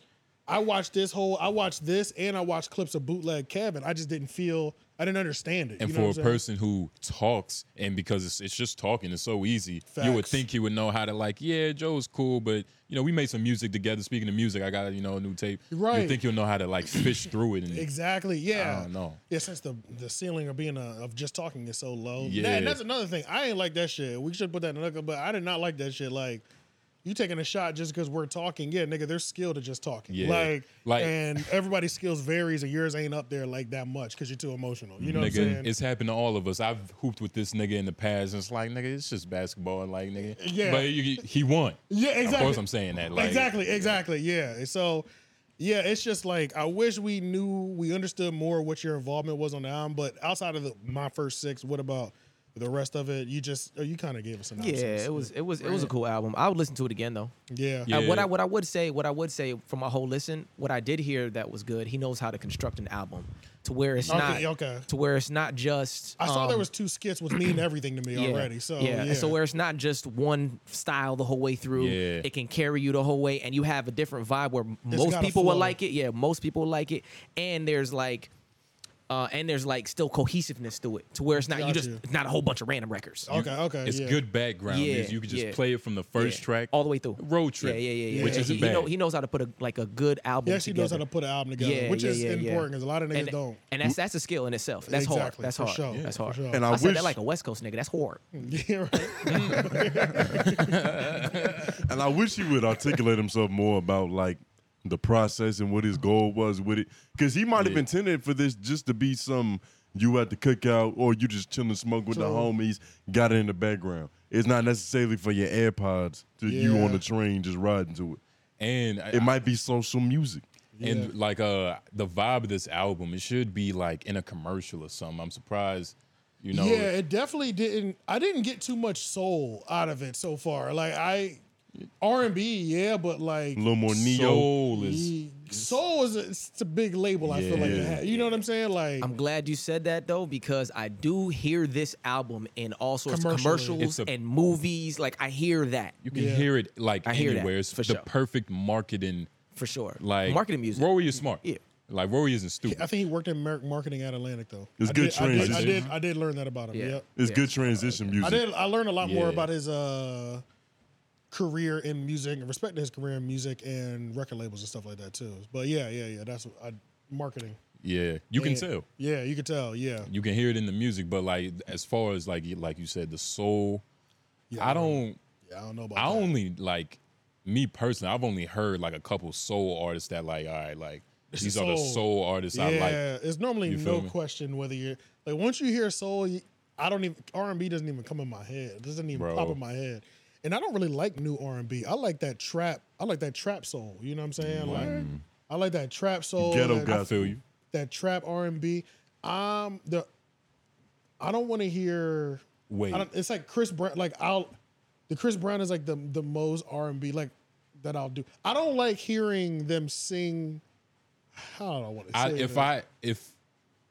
Speaker 3: I watched this whole I watched this and I watched clips of bootleg Kevin. I just didn't feel I didn't understand it.
Speaker 2: And
Speaker 3: you know what I'm
Speaker 2: for a
Speaker 3: saying?
Speaker 2: person who talks, and because it's, it's just talking, it's so easy. You would
Speaker 3: Facts.
Speaker 2: think he would know how to like, yeah, Joe's cool, but you know, we made some music together. Speaking of music, I got you know a new tape. You
Speaker 3: Right.
Speaker 2: think you'll know how to like fish through it and
Speaker 3: Exactly. Yeah.
Speaker 2: don't know.
Speaker 3: Yeah, since the the ceiling of being a, of just talking is so low. Yeah.
Speaker 2: Yeah.
Speaker 3: and that's another thing. I ain't like that shit. We should put that in another. But I did not like that shit. Like you taking a shot just because we're talking. Yeah, nigga, they're skilled at just talking.
Speaker 2: Yeah.
Speaker 3: Like,
Speaker 2: Like-
Speaker 3: and everybody's skills varies, and yours ain't up there like that much because you're too emotional. You know what I'm
Speaker 2: nigga,
Speaker 3: saying?
Speaker 2: it's happened to all of us. I've hooped with this nigga in the past, and it's like, nigga, it's just basketball, and like, nigga,
Speaker 3: Yeah.
Speaker 2: But you, he won.
Speaker 3: yeah, exactly.
Speaker 2: Of course, I'm saying that. Mm, Like,
Speaker 3: exactly, exactly. Yeah. So, yeah, it's just like I wish we knew, we understood more what your involvement was on the album. But outside of the, my first six, what about the rest of it? You just, oh, you kind of gave us an
Speaker 4: Yeah, it was it was it was a cool album. I would listen to it again though.
Speaker 3: Yeah.
Speaker 2: Yeah.
Speaker 4: Uh, what I what I would say, what I would say from my whole listen, what I did hear that was good. He knows how to construct an album to where it's
Speaker 3: Okay,
Speaker 4: not
Speaker 3: okay.
Speaker 4: to where it's not just.
Speaker 3: I saw
Speaker 4: um,
Speaker 3: there was two skits, which mean everything to me
Speaker 4: <clears throat> yeah,
Speaker 3: already. So
Speaker 4: yeah.
Speaker 3: yeah,
Speaker 4: so where it's not just one style the whole way through.
Speaker 2: Yeah.
Speaker 4: It can carry you the whole way, and you have a different vibe where most
Speaker 3: got a
Speaker 4: people will
Speaker 3: flow.
Speaker 4: like it. Yeah, most people will like it, and there's like Uh, and there's like still cohesiveness to it, to where it's not you
Speaker 3: Got
Speaker 4: just
Speaker 3: you.
Speaker 4: it's not a whole bunch of random records.
Speaker 3: Okay, okay.
Speaker 2: It's
Speaker 3: yeah.
Speaker 2: good background
Speaker 4: Yeah,
Speaker 2: music. You can just
Speaker 4: yeah.
Speaker 2: play it from the first
Speaker 4: Yeah.
Speaker 2: track
Speaker 4: all the way through.
Speaker 2: Road trip,
Speaker 4: Yeah, yeah, yeah. yeah.
Speaker 2: which
Speaker 4: Yeah,
Speaker 2: isn't
Speaker 4: he,
Speaker 2: bad.
Speaker 4: He, know, he knows how to put a like a good album.
Speaker 3: He actually knows how
Speaker 4: together.
Speaker 3: to put an album together,
Speaker 4: Yeah,
Speaker 3: which
Speaker 4: yeah,
Speaker 3: is
Speaker 4: yeah, yeah.
Speaker 3: important because a lot of niggas
Speaker 4: and,
Speaker 3: don't.
Speaker 4: And that's that's a skill in itself. That's hard.
Speaker 3: Exactly,
Speaker 4: That's
Speaker 3: for
Speaker 4: hard.
Speaker 3: sure, yeah,
Speaker 4: That's
Speaker 3: for
Speaker 4: hard.
Speaker 3: sure.
Speaker 1: And I
Speaker 4: I, said
Speaker 1: wish-
Speaker 4: that like a West Coast nigga. That's hard.
Speaker 3: Yeah, right.
Speaker 1: And I wish he would articulate himself more about like the process and what his goal was with it, because he might have intended for this just to be some you at the cookout or you just chilling, smoke with the homies, got it in the background. It's not necessarily for your AirPods to you on
Speaker 3: Yeah.
Speaker 1: the train just riding to it.
Speaker 2: and I-
Speaker 1: It might be social music.
Speaker 2: and like uh the vibe of this album it should be like in a commercial or something i'm surprised you know
Speaker 3: yeah, it definitely didn't. I didn't get too much soul out of it so far. Like I, R and B, yeah, but like
Speaker 1: A little more neo.
Speaker 2: soul is
Speaker 3: soul is a, it's a big label. I feel like it ha- you know what I'm saying. Like
Speaker 4: I'm glad you said that though, because I do hear this album in all sorts of
Speaker 3: Commercially.
Speaker 4: commercials
Speaker 2: It's a-
Speaker 4: and movies. Like I hear that
Speaker 2: you can
Speaker 3: Yeah.
Speaker 2: hear it like
Speaker 4: I hear that,
Speaker 2: anywhere it's
Speaker 4: for
Speaker 2: the
Speaker 4: sure.
Speaker 2: perfect marketing
Speaker 4: for sure.
Speaker 2: like
Speaker 4: marketing music.
Speaker 2: rory is smart
Speaker 4: Yeah.
Speaker 2: like rory isn't stupid
Speaker 3: I think he worked in mar- marketing at Atlantic though.
Speaker 1: It's
Speaker 3: I
Speaker 1: good
Speaker 3: did, I did, I
Speaker 1: transition.
Speaker 3: did. I did learn that about him.
Speaker 4: Yeah.
Speaker 3: Yep.
Speaker 1: It's
Speaker 4: Yeah.
Speaker 1: good transition music.
Speaker 3: I did. I learned a lot more
Speaker 2: Yeah.
Speaker 3: about his uh, career in music, and respect to his career in music and record labels and stuff like that too. But yeah, yeah, yeah. That's what I, marketing.
Speaker 2: yeah you can
Speaker 3: And-
Speaker 2: tell
Speaker 3: Yeah, you can tell. Yeah,
Speaker 2: you can hear it in the music but like as far as like you- like you said the soul i don't
Speaker 3: yeah. I don't know about.
Speaker 2: I
Speaker 3: that.
Speaker 2: only like me personally. I've only heard like a couple soul artists that like, all right, like
Speaker 3: This
Speaker 2: these
Speaker 3: is
Speaker 2: are the
Speaker 3: soul.
Speaker 2: soul artists I
Speaker 3: Yeah,
Speaker 2: like.
Speaker 3: it's normally
Speaker 2: You feel
Speaker 3: no
Speaker 2: me?
Speaker 3: question whether you're like once you hear soul, you- I don't even R and B doesn't even come in my head. It doesn't even
Speaker 2: Bro.
Speaker 3: pop in my head. And I don't really like new R and B. I like that trap. I like that trap soul. You know what I'm saying? Like I like that trap soul.
Speaker 1: Ghetto
Speaker 3: that,
Speaker 1: guy.
Speaker 2: I feel you.
Speaker 3: that trap R and B. Um, the I don't want to hear.
Speaker 2: Wait.
Speaker 3: I don't, it's like Chris Brown. Like I'll, the Chris Brown is like the the most R and B like that I'll do. I don't like hearing them sing. How do I want to say
Speaker 2: I, if
Speaker 3: this?
Speaker 2: I if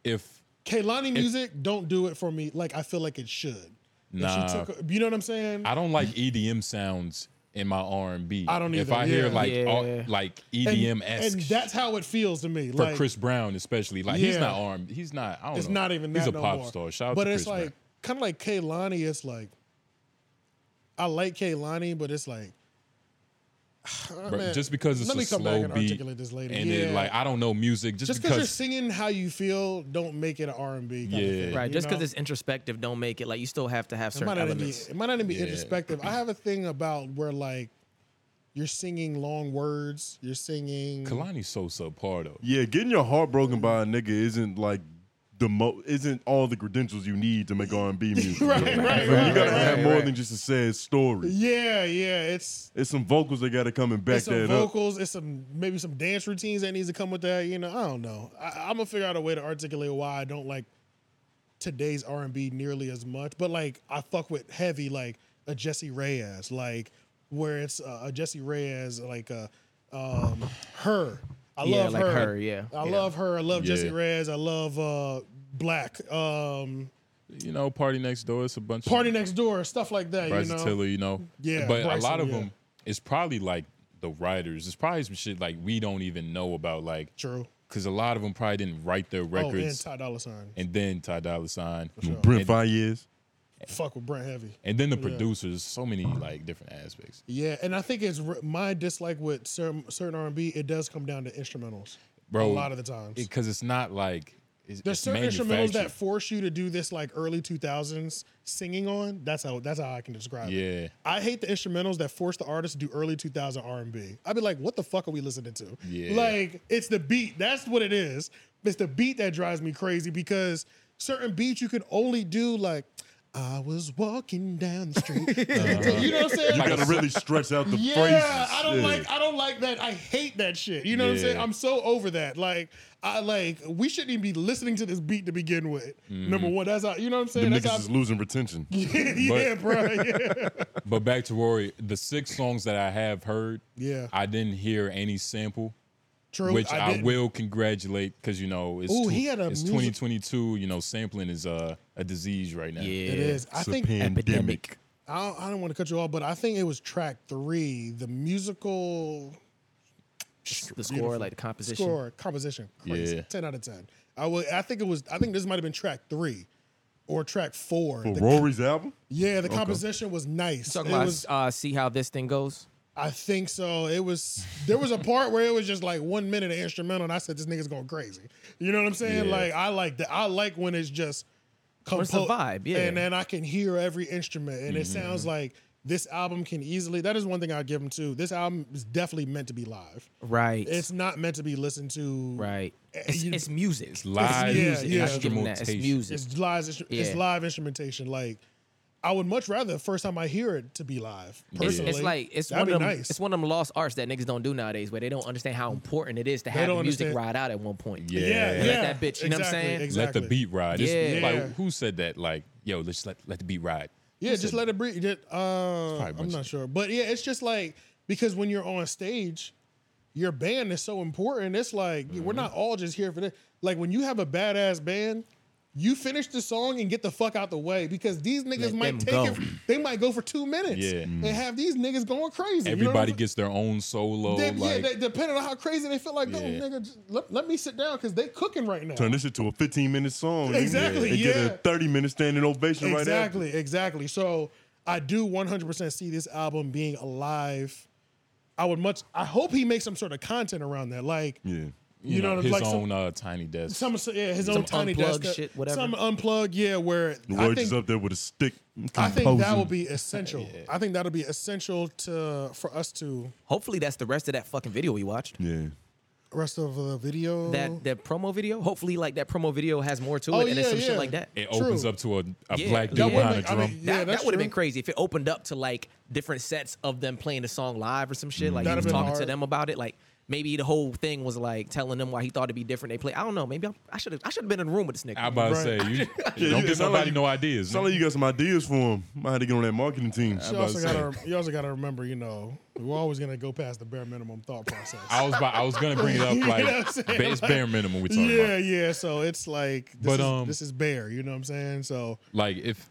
Speaker 2: if
Speaker 3: Kehlani music don't do it for me like I feel like it should. If she
Speaker 2: Nah.
Speaker 3: took- you know what I'm saying?
Speaker 2: I don't like EDM sounds in my R and B.
Speaker 3: I don't
Speaker 2: If
Speaker 3: either,
Speaker 2: I hear
Speaker 3: yeah.
Speaker 2: like
Speaker 4: Yeah.
Speaker 2: all, like EDM
Speaker 3: and
Speaker 2: E esque
Speaker 3: that's how it feels to me.
Speaker 2: for
Speaker 3: like
Speaker 2: Chris Brown especially, like he's
Speaker 3: Yeah.
Speaker 2: not R and he's not. I don't
Speaker 3: it's
Speaker 2: know.
Speaker 3: not even that.
Speaker 2: He's a
Speaker 3: no
Speaker 2: pop
Speaker 3: more.
Speaker 2: star. Shout out
Speaker 3: but
Speaker 2: to
Speaker 3: it's
Speaker 2: Chris
Speaker 3: like kind of like Kaylani. It's like I like Kaylani, but it's like
Speaker 2: Brown. Bro,
Speaker 3: uh, man,
Speaker 2: just because it's
Speaker 3: let
Speaker 2: a
Speaker 3: me come back
Speaker 2: slow
Speaker 3: and
Speaker 2: beat
Speaker 3: articulate this later.
Speaker 2: and then
Speaker 3: Yeah.
Speaker 2: like I don't know music just,
Speaker 3: just because you're
Speaker 2: because
Speaker 3: singing how you feel, don't make it an R and B.
Speaker 2: Yeah.
Speaker 4: Right, just because it's introspective, don't make it like you still have to have
Speaker 3: it might
Speaker 4: certain
Speaker 3: not even be
Speaker 4: elements.
Speaker 3: it might not even be introspective. I have a thing about where like you're singing long words, you're singing.
Speaker 2: Kalani's so subpar though.
Speaker 1: Yeah, getting your heart broken by a nigga isn't like the mo isn't all the credentials you need to make R and B music.
Speaker 3: <laughs> Right,
Speaker 1: You
Speaker 3: right,
Speaker 1: know?
Speaker 3: right,
Speaker 1: you gotta
Speaker 3: right,
Speaker 1: have
Speaker 4: right,
Speaker 1: more
Speaker 4: right.
Speaker 1: than just a sad story.
Speaker 3: Yeah, yeah, it's
Speaker 1: It's some vocals that gotta come and back
Speaker 3: it's some
Speaker 1: that up.
Speaker 3: vocals, it's some maybe some dance routines that needs to come with that. You know, I don't know. I, I'm gonna figure out a way to articulate why I don't like today's R and B nearly as much, but like I fuck with heavy like a Jesse Reyes, like where it's uh, a Jesse Reyes, like uh, um, her. I
Speaker 4: Yeah,
Speaker 3: love
Speaker 4: like
Speaker 3: her.
Speaker 4: her, yeah,
Speaker 3: I
Speaker 4: yeah.
Speaker 3: love her. I love Jesse
Speaker 2: Yeah.
Speaker 3: Reyes. I love uh, Black. Um,
Speaker 2: You know, party next door. It's a bunch. of
Speaker 3: Party Next Door, stuff like that.
Speaker 2: Bryson
Speaker 3: you know,
Speaker 2: Tiller, you know.
Speaker 3: Yeah,
Speaker 2: But
Speaker 3: Bryson,
Speaker 2: a lot of
Speaker 3: yeah.
Speaker 2: them, it's probably like the writers. It's probably some shit like we don't even know about, like,
Speaker 3: true.
Speaker 2: because a lot of them probably didn't write their
Speaker 3: Oh, and
Speaker 2: records.
Speaker 3: Ty Dolla Sign.
Speaker 2: and then Ty Dolla Sign,
Speaker 1: Brent Fayez.
Speaker 3: Fuck with Brent Heavy.
Speaker 2: and then the producers. So many like different aspects.
Speaker 3: Yeah, and I think it's r- my dislike with certain certain R and B. It does come down to instrumentals,
Speaker 2: Bro,
Speaker 3: A lot of the times,
Speaker 2: Because it's not like it's,
Speaker 3: there's
Speaker 2: it's
Speaker 3: certain instrumentals
Speaker 2: manufactured.
Speaker 3: that force you to do this like early 2000s singing on. That's how that's how I can describe it.
Speaker 2: yeah,
Speaker 3: I hate the instrumentals that force the artist to do early 2000 R&B. I'd be like, what the fuck are we listening to?
Speaker 2: Yeah.
Speaker 3: Like, it's the beat. That's what it is. It's the beat that drives me crazy because certain beats you can only do like, I was walking down the street. You know what I'm saying?
Speaker 1: You gotta really stretch out the
Speaker 3: <laughs> yeah,
Speaker 1: phrases.
Speaker 3: I don't
Speaker 1: Yeah.
Speaker 3: like I don't like that. I hate that shit. You know what I'm
Speaker 2: Yeah.
Speaker 3: saying? I'm so over that. Like I like we shouldn't even be listening to this beat to begin with. Number one, that's how you know what I'm
Speaker 1: Mm. the
Speaker 3: saying. That's
Speaker 1: niggas
Speaker 3: how,
Speaker 1: is losing retention.
Speaker 3: <laughs> yeah, bro. Yeah.
Speaker 2: <laughs> but back to Rory. The six songs that I have heard,
Speaker 3: Yeah.
Speaker 2: I didn't hear any sample.
Speaker 3: True.
Speaker 2: which I,
Speaker 3: didn't-
Speaker 2: will congratulate because you know it's,
Speaker 3: Ooh,
Speaker 2: tw-
Speaker 3: he had a
Speaker 2: it's
Speaker 3: music-
Speaker 2: 2022. You know, sampling is uh, a disease right now.
Speaker 4: Yeah,
Speaker 3: It is. I
Speaker 1: It's a
Speaker 3: think
Speaker 1: pandemic.
Speaker 3: I don't, I don't want to cut you off, but I think it was track three, the musical
Speaker 4: the score, like the composition.
Speaker 3: score composition. Crazy.
Speaker 2: Yeah.
Speaker 3: Ten out of ten. I would. I think it was. I think this might have been track three, or track four.
Speaker 1: For
Speaker 3: The-
Speaker 1: Rory's album?
Speaker 3: yeah, the composition was nice.
Speaker 4: Talking
Speaker 3: It
Speaker 4: about
Speaker 3: was-
Speaker 4: uh, see how this thing goes.
Speaker 3: I think so. It was there was a part where it was just like one minute of instrumental, and I said this nigga's going crazy. You know what I'm saying?
Speaker 2: Yeah.
Speaker 3: Like I like that. I like when it's just
Speaker 4: it's the
Speaker 3: compo-
Speaker 4: vibe, yeah. Mm-hmm.
Speaker 3: And then I can hear every instrument, and it sounds like this album can easily. That is one thing I give him too. This album is definitely meant to be live.
Speaker 4: Right.
Speaker 3: It's not meant to be listened to.
Speaker 4: right.
Speaker 3: Eh,
Speaker 4: It's,
Speaker 3: you-
Speaker 4: it's music. It's
Speaker 2: live
Speaker 4: music.
Speaker 3: yeah.
Speaker 4: I should give him that. It's
Speaker 2: instrumentation.
Speaker 4: music.
Speaker 3: It's live. instru- It's
Speaker 4: Yeah.
Speaker 3: live instrumentation. Like I would much rather the first time I hear it to be live.
Speaker 4: It's,
Speaker 3: Personally,
Speaker 4: it's like it's
Speaker 3: that'd
Speaker 4: one of
Speaker 3: be
Speaker 4: them.
Speaker 3: nice.
Speaker 4: It's one of them lost arts that niggas don't do nowadays, where they don't understand how important it is to have
Speaker 3: don't
Speaker 4: the music
Speaker 3: understand.
Speaker 4: ride out at one point.
Speaker 2: Yeah.
Speaker 3: yeah, yeah,
Speaker 2: Let
Speaker 4: that bitch, you know what I'm
Speaker 3: exactly,
Speaker 4: saying? Let the
Speaker 2: Let the
Speaker 3: exactly.
Speaker 2: beat ride. It's-
Speaker 4: Yeah.
Speaker 2: Like who said that? Like, yo, let's let, let the beat ride.
Speaker 3: Yeah, just let it breathe. It- uh,
Speaker 2: probably
Speaker 3: I'm
Speaker 2: much-
Speaker 3: not sure, but yeah, it's just like because when you're on stage, your band is so important. It's like we're
Speaker 4: Mm-hmm.
Speaker 3: not all just here for this. Like when you have a badass band, you finish the song and get the fuck out the way because these niggas
Speaker 4: Let them
Speaker 3: might take
Speaker 4: go.
Speaker 3: it. They might go for two minutes
Speaker 2: Yeah.
Speaker 3: and have these niggas going crazy. you know what I'm
Speaker 2: Everybody
Speaker 3: saying?
Speaker 2: gets their own solo.
Speaker 3: They,
Speaker 2: like,
Speaker 3: yeah, they, depending on how crazy they feel like, no,
Speaker 2: Yeah.
Speaker 3: nigga, just let, let me sit down because they cooking right now.
Speaker 1: Turn this into a 15 minute song. nigga,
Speaker 3: Exactly,
Speaker 1: And get
Speaker 3: yeah.
Speaker 1: a 30 minute standing ovation right after.
Speaker 3: exactly, exactly. So I do 100% see this album being alive. I would much. I hope he makes some sort of content around that, like
Speaker 1: Yeah.
Speaker 2: you, know,
Speaker 3: know,
Speaker 2: his
Speaker 3: like some-
Speaker 2: own uh, tiny desk.
Speaker 3: some yeah, his
Speaker 4: Some
Speaker 3: own tiny
Speaker 4: unplugged
Speaker 3: desk, uh,
Speaker 4: shit, whatever.
Speaker 3: Some unplug, yeah. Where I
Speaker 1: Roy's
Speaker 3: think
Speaker 1: just up there with a stick.
Speaker 3: I think that
Speaker 1: composing.
Speaker 3: will be essential. I think that'll be essential to for us to
Speaker 4: Hopefully, that's the rest of that fucking video we watched.
Speaker 1: Yeah.
Speaker 3: rest of the video.
Speaker 4: That that promo video. Hopefully, like that promo video has more to it,
Speaker 3: Oh,
Speaker 4: and it's
Speaker 3: yeah,
Speaker 4: some
Speaker 3: yeah.
Speaker 4: shit like that.
Speaker 2: it
Speaker 3: True.
Speaker 2: opens up to a, a
Speaker 4: Yeah.
Speaker 2: black
Speaker 4: That
Speaker 2: dude
Speaker 4: would
Speaker 2: behind
Speaker 3: make-
Speaker 2: a
Speaker 3: I
Speaker 2: drum.
Speaker 3: mean, <laughs> Yeah,
Speaker 4: that,
Speaker 3: that's
Speaker 4: that would have been
Speaker 3: true.
Speaker 4: crazy if it opened up to like different sets of them playing the song live or some shit. Like
Speaker 3: That'd
Speaker 4: he was
Speaker 3: have been
Speaker 4: talking to
Speaker 3: hard.
Speaker 4: them about it. Like maybe the whole thing was like telling them why he thought it'd be different. They play. I don't know. Maybe I, I should have. I should have been in the room with this nigga.
Speaker 2: I about to say
Speaker 1: <laughs>
Speaker 2: you <laughs>
Speaker 1: you-
Speaker 2: don't
Speaker 1: it
Speaker 2: give
Speaker 1: sound
Speaker 2: nobody
Speaker 1: like-
Speaker 2: no ideas.
Speaker 1: Sound like you got some ideas for him. Might have to get on that marketing team.
Speaker 3: you
Speaker 2: about
Speaker 3: also
Speaker 2: to
Speaker 3: gotta you also gotta remember, you know, we're always gonna go past the bare minimum thought process.
Speaker 2: I was about, I was gonna bring it up
Speaker 3: know
Speaker 2: like
Speaker 3: what I'm saying?
Speaker 2: bare- it's bare minimum we talking
Speaker 3: yeah,
Speaker 2: about.
Speaker 3: yeah. So it's like, this
Speaker 2: But,
Speaker 3: is,
Speaker 2: um,
Speaker 3: this is bare. You know what I'm saying? So
Speaker 2: Like if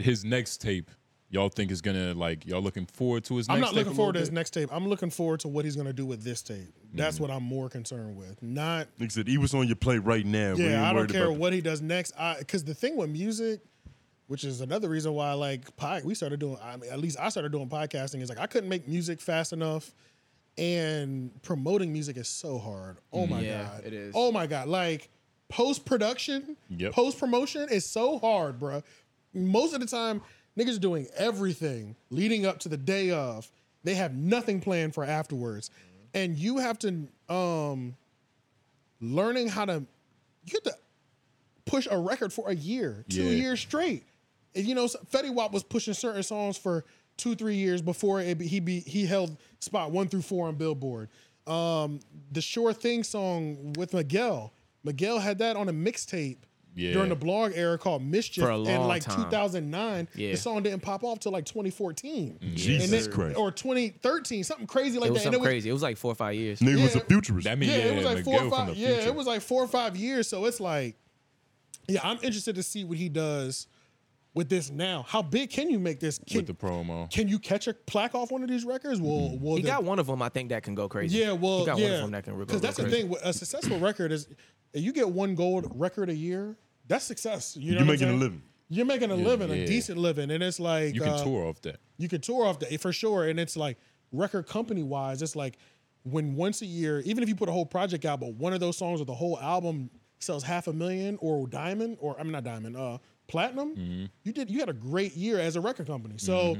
Speaker 2: his next tape, y'all think is gonna like y'all looking forward to his.
Speaker 3: I'm
Speaker 2: next
Speaker 3: not
Speaker 2: tape
Speaker 3: looking
Speaker 2: a
Speaker 3: forward to
Speaker 2: little
Speaker 3: his
Speaker 2: bit? Mm-hmm.
Speaker 3: next tape. I'm looking forward to what he's gonna do with this tape. That's what I'm more concerned with. Not
Speaker 1: Like I said, he was on your plate right now. We ain't
Speaker 3: yeah. I don't
Speaker 1: worried
Speaker 3: care
Speaker 1: about
Speaker 3: what he does next. I because the thing with music, which is another reason why I like pod, we started doing. I mean, at least I started doing podcasting. Is like I couldn't make music fast enough, and promoting music is so hard. <laughs> Oh my
Speaker 4: Yeah,
Speaker 3: god,
Speaker 4: it is.
Speaker 3: Oh my god, like post production,
Speaker 2: Yep.
Speaker 3: post promotion is so hard, bruh. Most of the time, niggas are doing everything leading up to the day of. They have nothing planned for afterwards, and you have to um learning how to you have to push a record for a year, two
Speaker 2: Yeah.
Speaker 3: years straight. And you know, so- Fetty Wap was pushing certain songs for two, three years before it be, he be he held spot one through four on Billboard. Um, the Sure Thing song with Miguel, Miguel had that on a mixtape
Speaker 2: Yeah.
Speaker 3: during the blog era called Mischief
Speaker 4: For a
Speaker 3: in
Speaker 4: long
Speaker 3: like
Speaker 4: time.
Speaker 3: 2009.
Speaker 4: Yeah.
Speaker 3: The song didn't pop off till like 2014.
Speaker 1: Jesus
Speaker 3: And then-
Speaker 1: Christ.
Speaker 3: Or 2013, something crazy like
Speaker 4: it was
Speaker 3: that. And
Speaker 4: something crazy. It was like four or five years.
Speaker 1: Nigga was a
Speaker 3: Yeah.
Speaker 1: futurist.
Speaker 2: That mean yeah,
Speaker 3: yeah, it was like
Speaker 2: Miguel
Speaker 3: four or
Speaker 2: from
Speaker 3: five.
Speaker 2: the
Speaker 3: Yeah,
Speaker 2: future.
Speaker 3: it was like four or five years. So it's like, yeah, I'm interested to see what he does with this now. How big can you make this? Can,
Speaker 2: with the promo. Mm-hmm.
Speaker 3: can you catch a plaque off one of these records? Well, well,
Speaker 4: He
Speaker 3: the-
Speaker 4: got one of them. I think that can go crazy.
Speaker 3: yeah, well,
Speaker 4: he got
Speaker 3: yeah,
Speaker 4: one of them that can go
Speaker 3: because that's the
Speaker 4: crazy.
Speaker 3: thing. with A successful record is if you get one gold record a year. That's success. You know
Speaker 1: You're
Speaker 3: what I'm
Speaker 1: making a
Speaker 3: saying?
Speaker 1: living.
Speaker 3: You're making a living,
Speaker 2: yeah.
Speaker 3: a decent living, and it's like
Speaker 2: You can
Speaker 3: uh,
Speaker 2: tour off that.
Speaker 3: you can tour off that for sure. And it's like record company wise, it's like when once a year, even if you put a whole project out, but one of those songs or the whole album sells half a million or diamond or I'm not diamond, uh, platinum,
Speaker 2: Mm-hmm.
Speaker 3: you did you had a great year as a record company. So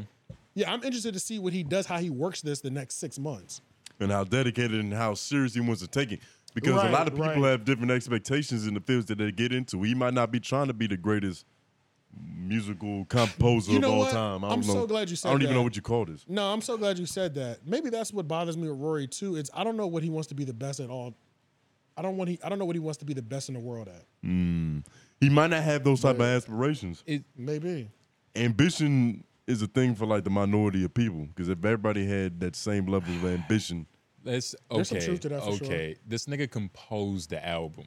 Speaker 3: yeah, I'm interested to see what he does, how he works this the next six months.
Speaker 1: and how dedicated and how serious he wants to take it. Because a
Speaker 3: Right,
Speaker 1: lot of people
Speaker 3: right.
Speaker 1: have different expectations in the fields that they get into. He might not be trying to be the greatest musical composer
Speaker 3: You know
Speaker 1: of all
Speaker 3: what?
Speaker 1: time. I don't
Speaker 3: I'm
Speaker 1: know.
Speaker 3: so glad you said
Speaker 1: I don't even
Speaker 3: that.
Speaker 1: know what you call this.
Speaker 3: No, I'm so glad you said that. Maybe that's what bothers me with Rory too. Is I don't know what he wants to be the best at all. I don't want he I don't know what he wants to be the best in the world at.
Speaker 1: Mm. He might not have those type of aspirations.
Speaker 3: Maybe.
Speaker 1: ambition is a thing for like the minority of people. Because if everybody had that same level of ambition,
Speaker 2: That's okay.
Speaker 3: There's some truth to that for sure.
Speaker 2: okay, this nigga composed the album.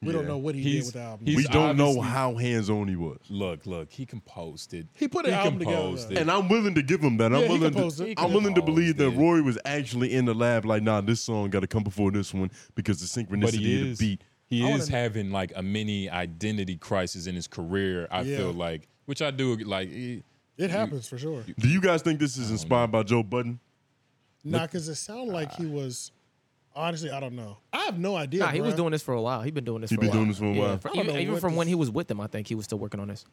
Speaker 3: We don't
Speaker 1: Yeah.
Speaker 3: know what he did
Speaker 2: He's-
Speaker 3: with the album.
Speaker 2: he's-
Speaker 1: we don't know
Speaker 2: obviously-
Speaker 1: how hands on he was.
Speaker 2: Look, look, he composed it.
Speaker 3: He put an album together,
Speaker 2: composed
Speaker 3: though.
Speaker 2: It.
Speaker 1: And I'm willing to give him that. I'm
Speaker 3: Yeah, he
Speaker 1: willing.
Speaker 3: composed
Speaker 1: To,
Speaker 3: it. He
Speaker 1: I'm willing to
Speaker 2: composed
Speaker 1: believe that
Speaker 2: it.
Speaker 1: Rory was actually in the lab. Like, nah, this song got to come before this one because the synchronicity
Speaker 2: but
Speaker 1: of
Speaker 2: he
Speaker 1: the
Speaker 2: is
Speaker 1: beat.
Speaker 2: he he
Speaker 3: I wanna-
Speaker 2: is having like a mini identity crisis in his career. I
Speaker 3: Yeah.
Speaker 2: feel like, which I do like. eh,
Speaker 3: It happens for sure.
Speaker 1: Do you guys think this is inspired by Joe Budden?
Speaker 3: Nah, because it sounded like
Speaker 1: Ah.
Speaker 3: he was. Honestly, I don't know. I have no idea.
Speaker 4: Nah, he was
Speaker 3: bruh.
Speaker 4: doing this for a while. He been doing this.
Speaker 1: He
Speaker 4: for
Speaker 1: been
Speaker 4: a while.
Speaker 1: doing this for a
Speaker 4: Yeah,
Speaker 1: while.
Speaker 4: fr-
Speaker 3: I don't
Speaker 4: even
Speaker 3: know
Speaker 4: even
Speaker 3: what
Speaker 4: from when
Speaker 3: this-
Speaker 4: he was with them, I think he was still working on this.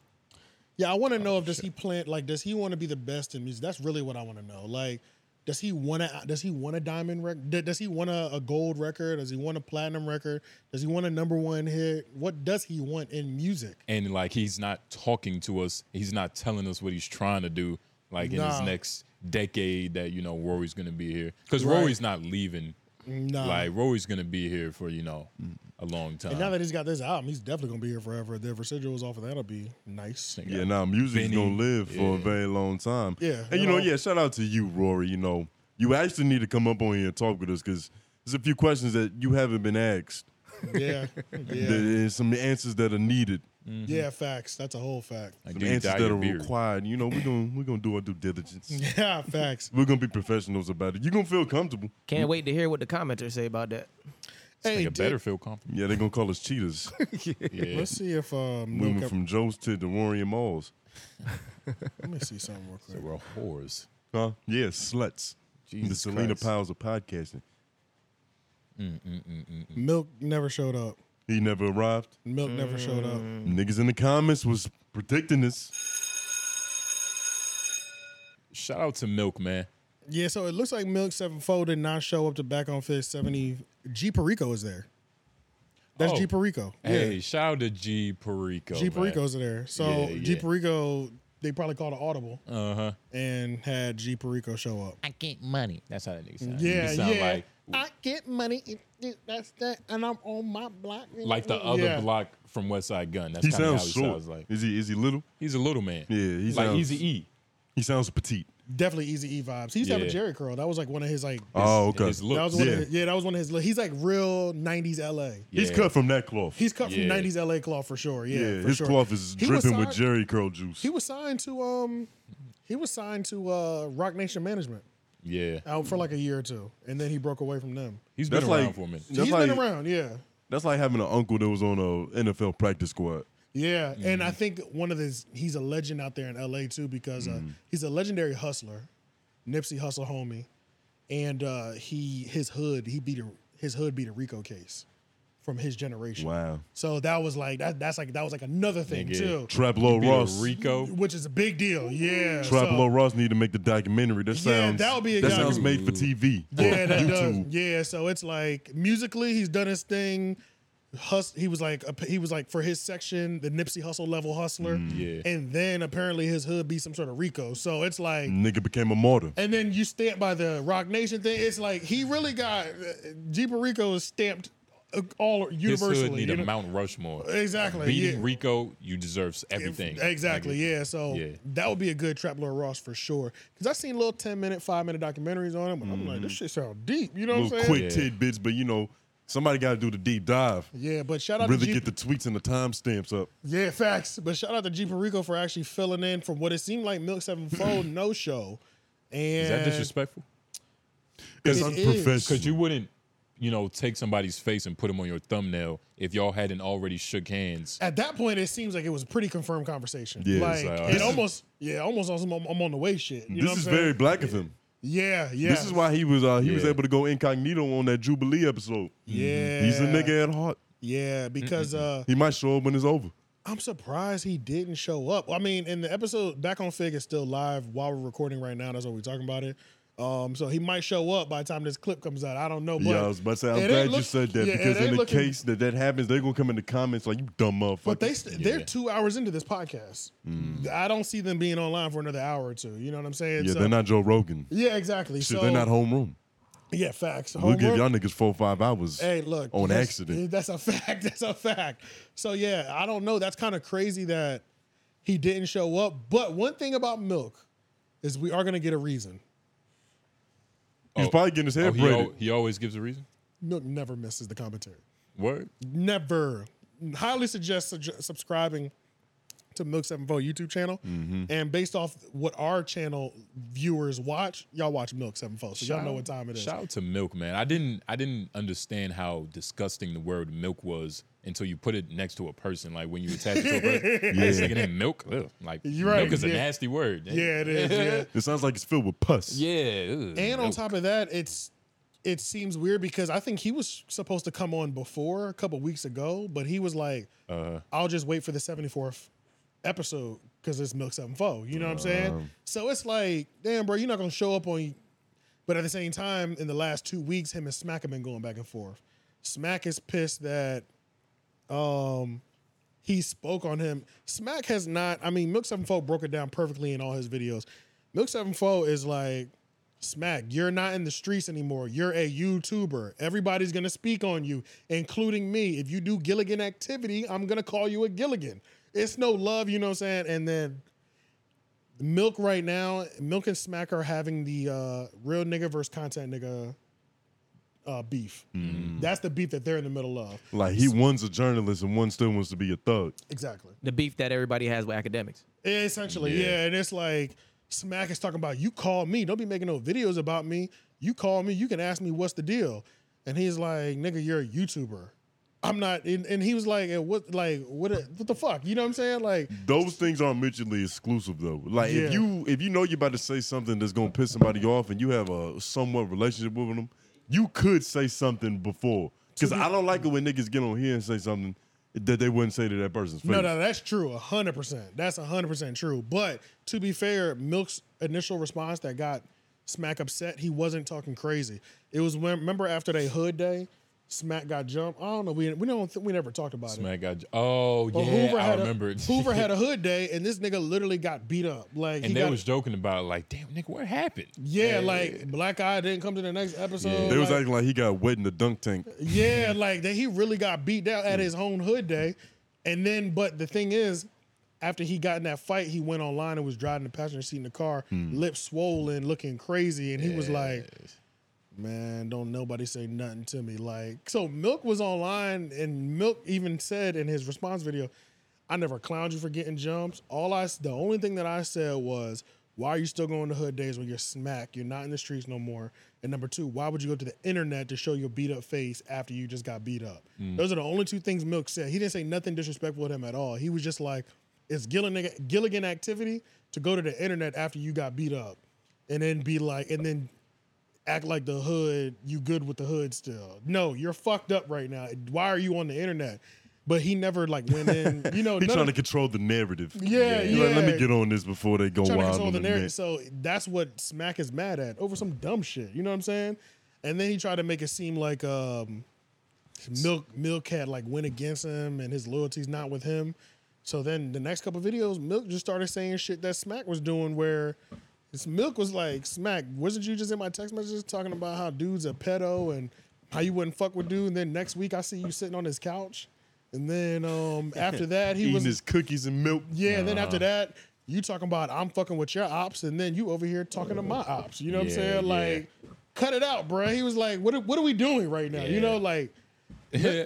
Speaker 3: Yeah, I
Speaker 1: Oh,
Speaker 3: want to know if does he plan like does he want to be the best in music? That's really what I want to know. Like, does he want to? Does he want a diamond record? Does he want a, a gold record? Does he want a platinum record? Does he want a number one hit? What does he want in music?
Speaker 2: and like he's not talking to us. He's not telling us what he's trying to do. Like in his
Speaker 3: Nah.
Speaker 2: next decade, that you know Rory's gonna be here because Rory's not leaving.
Speaker 3: Nah.
Speaker 2: Like Rory's gonna be here for you know a long time.
Speaker 3: And now that he's got this album, he's definitely gonna be here forever. The residuals off of that'll be nice.
Speaker 1: Yeah, nah, music's
Speaker 2: Benny.
Speaker 1: gonna live for a very long time.
Speaker 3: Yeah,
Speaker 1: and you
Speaker 3: you
Speaker 1: know,
Speaker 3: know.
Speaker 1: yeah, shout out to you, Rory. You know, you actually need to come up on here and talk with us because there's a few questions that you haven't
Speaker 2: <laughs>
Speaker 1: been asked.
Speaker 3: Yeah, yeah,
Speaker 1: There's some answers that are needed,
Speaker 3: yeah. Facts. That's a whole fact.
Speaker 2: Mm-hmm.
Speaker 3: <laughs>
Speaker 2: Like,
Speaker 1: some
Speaker 2: do you
Speaker 1: answers
Speaker 2: dye
Speaker 1: that
Speaker 2: your
Speaker 1: are
Speaker 2: beard?
Speaker 1: required. You know, we're gonna we're gonna do our
Speaker 2: <laughs>
Speaker 1: due diligence.
Speaker 3: Yeah,
Speaker 1: <laughs>
Speaker 3: facts.
Speaker 1: We're gonna be professionals about it. You're gonna feel comfortable.
Speaker 4: Can't wait to hear what the commenters say about that.
Speaker 3: Hey,
Speaker 2: Make it
Speaker 3: did-
Speaker 2: better feel comfortable.
Speaker 1: Yeah, they're gonna call us cheaters.
Speaker 2: <laughs> Yeah.
Speaker 3: let's see if um,
Speaker 1: we
Speaker 3: Lil
Speaker 1: went
Speaker 3: Cap-
Speaker 1: from Joe's to the
Speaker 2: <laughs>
Speaker 1: Warrior Malls.
Speaker 3: let me see something real quick.
Speaker 2: We're whores.
Speaker 1: Huh? Yeah, sluts. the
Speaker 2: Jesus
Speaker 1: Selena
Speaker 2: Christ. Mm,
Speaker 1: Piles of podcasting.
Speaker 3: Milk never showed up.
Speaker 1: He never arrived.
Speaker 3: Milk never showed up.
Speaker 2: Mm.
Speaker 1: Niggas in the comments was predicting this.
Speaker 2: Shout out to Milk, man.
Speaker 3: Yeah, so it looks like Milk Seven Four did not show up to back on Fist Seventy. G Perico is there. That's
Speaker 2: Oh.
Speaker 3: G Perico.
Speaker 2: Hey,
Speaker 3: yeah,
Speaker 2: shout out to G Perico.
Speaker 3: G
Speaker 2: man.
Speaker 3: Perico's there. So
Speaker 2: Yeah,
Speaker 3: G
Speaker 2: yeah. Uh-huh.
Speaker 3: Perico, they probably called an audible and had G Perico show up.
Speaker 8: I get money. That's how that nigga sounds.
Speaker 3: Yeah,
Speaker 2: It sound
Speaker 3: yeah.
Speaker 2: like-
Speaker 3: I get money. if you- That's that, and I'm on my block.
Speaker 2: Like the other
Speaker 3: Yeah.
Speaker 2: block from West Side Gun. That's
Speaker 1: He
Speaker 2: kind of
Speaker 1: sounds
Speaker 2: how he
Speaker 1: short.
Speaker 2: sounds like.
Speaker 1: Is he is he little?
Speaker 2: He's a little man.
Speaker 1: Yeah, he
Speaker 2: like
Speaker 1: sounds-
Speaker 2: Easy E.
Speaker 1: He sounds petite.
Speaker 3: Definitely Easy E vibes. He used to have a
Speaker 2: Yeah.
Speaker 3: Jerry curl. That was like one of his like.
Speaker 1: oh, okay.
Speaker 2: His
Speaker 3: that
Speaker 2: looks.
Speaker 3: was one
Speaker 1: yeah.
Speaker 3: Of his, yeah, that was one of his. He's like real '90s LA.
Speaker 1: He's
Speaker 2: Yeah.
Speaker 1: cut from that cloth.
Speaker 3: He's cut
Speaker 2: Yeah.
Speaker 3: from '90s LA cloth for sure. Yeah,
Speaker 1: yeah,
Speaker 3: for
Speaker 1: his
Speaker 3: sure.
Speaker 1: cloth is
Speaker 3: He was
Speaker 1: dripping with
Speaker 3: signed-
Speaker 1: Jerry Curl juice.
Speaker 3: He was signed to um, he was signed to uh Rock Nation Management
Speaker 2: Yeah.
Speaker 3: out for like a year or two, and then he broke away from them.
Speaker 2: He's been
Speaker 1: That's
Speaker 2: around
Speaker 1: like
Speaker 2: for a minute.
Speaker 1: that's
Speaker 3: He's
Speaker 1: like
Speaker 3: been around, yeah,
Speaker 1: that's like having an uncle that was on a NFL practice squad.
Speaker 3: yeah. And I think one of his he's a legend out there in LA too because uh, he's a legendary hustler, Nipsey Hustle homie, and uh, he his hood he beat a, his hood beat a Rico case from his generation.
Speaker 1: Wow.
Speaker 3: So that was like that. That's like that was like another thing
Speaker 2: Nigga.
Speaker 3: too.
Speaker 1: Trap Low
Speaker 2: Beat a
Speaker 1: Ross.
Speaker 2: Rico.
Speaker 3: which is a big deal, yeah.
Speaker 1: Trap
Speaker 3: so-
Speaker 1: Low Ross need to make the documentary. That
Speaker 3: Yeah,
Speaker 1: sounds
Speaker 3: that would be a
Speaker 1: that
Speaker 3: good-
Speaker 1: sounds made for TV.
Speaker 3: Yeah, that
Speaker 1: YouTube.
Speaker 3: does. Yeah, so it's like musically, he's done his thing. Hus- he was like a, he was like for his section, the Nipsey Hustle level hustler.
Speaker 2: Mm. yeah.
Speaker 3: And then apparently his hood be some sort of Rico. So it's like,
Speaker 1: Nigga became a martyr.
Speaker 3: and then you stamp by the Rock Nation thing. It's like he really got G Rico is stamped uh, all
Speaker 2: This hood
Speaker 3: universally.
Speaker 2: need
Speaker 3: you
Speaker 2: a
Speaker 3: know?
Speaker 2: Mount Rushmore.
Speaker 3: Exactly,
Speaker 2: Beating
Speaker 3: yeah.
Speaker 2: Rico, you deserves everything.
Speaker 3: Exactly.
Speaker 2: Like,
Speaker 3: yeah. So
Speaker 2: yeah.
Speaker 3: that would be a good Trap Lord Ross for sure. Because I seen little ten minute, five minute documentaries on him, and I'm
Speaker 2: Mm-hmm.
Speaker 3: like, this shit sound deep. You know what I'm
Speaker 1: Little
Speaker 3: saying?
Speaker 1: quick
Speaker 2: Yeah.
Speaker 1: tidbits, but you know, somebody gotta do the deep dive.
Speaker 3: Yeah, but shout out
Speaker 1: Really
Speaker 3: to G-
Speaker 1: get the tweets and the timestamps up.
Speaker 3: Yeah, facts. But shout out to G Perico for actually filling in from what it seemed like Milk
Speaker 1: <laughs>
Speaker 3: Sevenfold no show. And
Speaker 2: Is that disrespectful?
Speaker 3: It
Speaker 1: It's
Speaker 3: is.
Speaker 1: unprofessional.
Speaker 2: Because you wouldn't, you know, take somebody's face and put them on your thumbnail if y'all hadn't already shook hands.
Speaker 3: at that point, it seems like it was a pretty confirmed conversation.
Speaker 1: Yeah,
Speaker 3: like
Speaker 1: it's
Speaker 2: like, all
Speaker 3: it
Speaker 2: right.
Speaker 3: almost, yeah, almost on some I'm, I'm on the way shit. You know what
Speaker 1: this is
Speaker 3: I'm saying?
Speaker 1: very black of him.
Speaker 3: yeah, yeah.
Speaker 1: This is why he was uh, he was
Speaker 2: Yeah.
Speaker 1: able to go incognito on that Jubilee episode.
Speaker 3: yeah,
Speaker 1: He's a nigga at heart.
Speaker 3: Yeah, because uh,
Speaker 1: He might show up when it's over.
Speaker 3: I'm surprised he didn't show up. I mean, in the episode back on Fig is still live while we're recording right now. That's what we're talking about it. Um, so he might show up by the time this clip comes out. I don't know, but
Speaker 1: yeah, I was about to say, I'm
Speaker 3: it ain't
Speaker 1: glad you
Speaker 3: look-
Speaker 1: said that
Speaker 3: yeah, it
Speaker 1: because in
Speaker 3: ain't
Speaker 1: the
Speaker 3: looking-
Speaker 1: case that that happens, they're gonna come in the comments like you dumb motherfucker.
Speaker 3: But they st- they're
Speaker 2: Yeah.
Speaker 3: two hours into this podcast. I don't see them being online for another hour or two. You know what I'm saying?
Speaker 1: yeah,
Speaker 3: So-
Speaker 1: they're not Joe Rogan.
Speaker 3: Yeah, exactly.
Speaker 1: Shit,
Speaker 3: so
Speaker 1: they're not homeroom.
Speaker 3: Yeah, facts.
Speaker 1: We'll give
Speaker 3: Homework-
Speaker 1: y'all niggas four or five hours.
Speaker 3: Hey, look.
Speaker 1: on
Speaker 3: that's- <laughs>
Speaker 1: accident.
Speaker 3: That's a fact. That's a fact. So yeah, I don't know. That's kind of crazy that he didn't show up. But one thing about Milk is we are gonna get a reason.
Speaker 1: He's probably getting his hair
Speaker 2: Oh, he,
Speaker 1: braided.
Speaker 2: al- he always gives a reason.
Speaker 3: Milk never misses the commentary.
Speaker 2: Word.
Speaker 3: never highly suggest sug- subscribing to Milk Seven Four YouTube channel,
Speaker 2: Mm-hmm.
Speaker 3: and based off what our channel viewers watch, y'all watch Milk Seven Four, so y'all know what time it is.
Speaker 2: Shout out to Milk, man. I didn't I didn't understand how disgusting the word milk was until you put it next to a person. Like when you attach it to a
Speaker 1: <laughs>
Speaker 2: person, yeah. this nigga named Milk. Ugh. Like
Speaker 3: You're right,
Speaker 2: milk is
Speaker 3: yeah.
Speaker 2: a nasty word.
Speaker 3: Yeah, it is. Yeah.
Speaker 1: It sounds like it's filled with
Speaker 2: <laughs>
Speaker 1: pus.
Speaker 2: Yeah. ugh,
Speaker 3: And on
Speaker 2: milk.
Speaker 3: top of that, it's it seems weird because I think he was supposed to come on before a couple weeks ago, but he was like, "I'll just wait for the seventy fourth episode because it's Milk Seven Four. You know what I'm saying? So it's like, damn, bro, you're not gonna show up on. But at the same time, in the last two weeks, him and Smack have been going back and forth. Smack is pissed that um he spoke on him. Smack has not. I mean, Milk Seven Four broke it down perfectly in all his videos. Milk Seven Four is like. Smack, you're not in the streets anymore. You're a YouTuber. Everybody's gonna speak on you, including me. If you do Gilligan activity, I'm gonna call you a Gilligan. It's no love, you know what I'm saying? And then Milk right now, Milk and Smack are having the uh, real nigga versus content nigga uh, beef. That's the beef that they're in the middle of.
Speaker 1: Mm. Like he one's a journalist and one still wants to be a thug.
Speaker 3: Exactly.
Speaker 4: The beef that everybody has with academics.
Speaker 3: Essentially, yeah. And it's like Smack is talking about you call me. Don't be making no videos about me. You call me. You can ask me what's the deal. And he's like, nigga, you're a YouTuber. I'm not. And, and he was like, "And what like what what the fuck? You know what I'm saying? Like
Speaker 1: Those things aren't mutually exclusive though. Like
Speaker 3: Yeah.
Speaker 1: if you if you know you're about to say something that's gonna piss somebody off and you have a somewhat relationship with them, you could say something before. Because I don't like it when niggas get on here and say something that they wouldn't say to that person's face.
Speaker 3: No, no, that's true. 100%. That's 100% true. But to be fair, Milk's initial response that got Smack upset, he wasn't talking crazy. It was when, remember after they hood day, Smack got jumped. I don't know. We, we don't think we never talked about it.
Speaker 2: Smack got. j- Oh
Speaker 3: But
Speaker 2: yeah, I
Speaker 3: had
Speaker 2: remember
Speaker 3: a,
Speaker 2: it. <laughs>
Speaker 3: Hoover had a hood day and this nigga literally got beat up. Like he
Speaker 2: and they
Speaker 3: got,
Speaker 2: was joking about it, like, damn nigga, what happened?
Speaker 3: yeah, like Black Eye didn't come to the next episode.
Speaker 1: They was
Speaker 3: like-
Speaker 1: acting like he got wet in the dunk tank.
Speaker 3: Yeah, like that he really got beat down at his own hood day. And then, but the thing is, after he got in that fight, he went online and was driving the passenger seat in the car,
Speaker 2: Hmm.
Speaker 3: lips swollen, looking crazy. And he was like, Man, don't nobody say nothing to me. Like, so Milk was online, and Milk even said in his response video, I never clowned you for getting jumps. All I, the only thing that I said was, why are you still going to hood days when you're smack? You're not in the streets no more. And number two, why would you go to the internet to show your beat up face after you just got beat up? Those are the only two things Milk said. He didn't say nothing disrespectful to him at all. He was just like, it's Gilligan, Gilligan activity to go to the internet after you got beat up, and then be like, and then act like the hood, you good with the hood still. No, you're fucked up right now. Why are you on the internet? But he never like went in, you know.
Speaker 1: <laughs> He
Speaker 3: none
Speaker 1: trying
Speaker 3: of-
Speaker 1: to control the narrative.
Speaker 3: Yeah,
Speaker 1: He like, Let
Speaker 3: yeah.
Speaker 1: me get on this before they go
Speaker 3: trying to
Speaker 1: wild
Speaker 3: control
Speaker 1: on
Speaker 3: the
Speaker 1: the
Speaker 3: narrative.
Speaker 1: net.
Speaker 3: So that's what Smack is mad at over some dumb shit. You know what I'm saying? And then he tried to make it seem like um, Milk Milk had like went against him and his loyalty's not with him. So then the next couple videos, Milk just started saying shit that Smack was doing where. It's Milk was like, Smack, wasn't you just in my text messages talking about how dude's a pedo and how you wouldn't fuck with dude? And then next week I see you sitting on his couch. And then um,
Speaker 1: <laughs>
Speaker 3: after that, he
Speaker 1: Eating
Speaker 3: was
Speaker 1: his cookies and milk.
Speaker 3: yeah, and then after that, you talking about I'm fucking with your ops, and then you over here talking to my ops. You know what I'm
Speaker 2: Yeah,
Speaker 3: saying?
Speaker 2: yeah.
Speaker 3: Like, cut it out, bruh. He was like, "What? Are, what are we doing right now?" You know, like.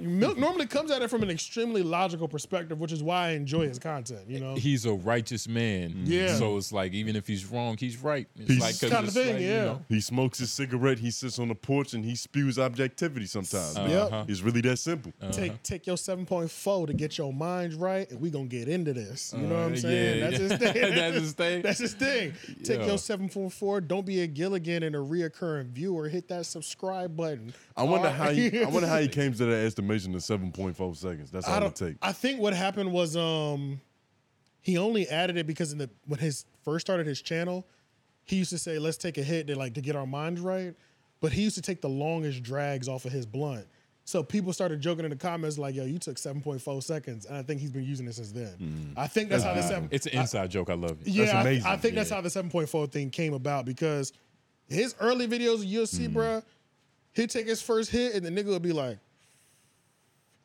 Speaker 3: Milk normally comes at it from an extremely logical perspective, which is why I enjoy his content. You know,
Speaker 2: He's a righteous man.
Speaker 3: Oh. Yeah.
Speaker 2: So it's like even if he's wrong, he's right. It's
Speaker 1: He's-
Speaker 2: like 'cause
Speaker 3: Kinda
Speaker 2: it's
Speaker 3: thing,
Speaker 2: like, you
Speaker 3: yeah.
Speaker 2: know,
Speaker 1: He smokes his cigarette. He sits on the porch and he spews objectivity sometimes.
Speaker 3: Uh-huh.
Speaker 1: It's really that simple.
Speaker 3: take take your seven point four to get your mind right, and we gonna get into this. You know what I'm
Speaker 2: yeah,
Speaker 3: saying? That's
Speaker 2: <laughs>
Speaker 3: his
Speaker 2: yeah.
Speaker 3: thing.
Speaker 2: That's his thing.
Speaker 3: That's his thing. Take
Speaker 2: Yeah.
Speaker 3: your seven point four. Don't be a Gilligan and a reoccurring viewer. Hit that subscribe button.
Speaker 1: I wonder
Speaker 3: All
Speaker 1: how he, I
Speaker 3: right? <laughs>
Speaker 1: wonder how he came to that estimation of seven point four seconds. That's all
Speaker 3: I
Speaker 1: it
Speaker 3: don't.
Speaker 1: takes.
Speaker 3: I think what happened was um, he only added it because in the when his first started his channel, he used to say, "Let's take a hit to like to get our minds right," but he used to take the longest drags off of his blunt. So people started joking in the comments like, "Yo, you took seven point four seconds," and I think he's been using it since then.
Speaker 1: Mm.
Speaker 3: I think that's how the seven.
Speaker 2: It's an inside joke. I love it.
Speaker 3: Yeah, I-
Speaker 1: amazing.
Speaker 3: I, think that's how the 7.4 thing came about because his early videos you'll
Speaker 1: Mm.
Speaker 3: see, bruh, he'd take his first hit and the nigga would be like,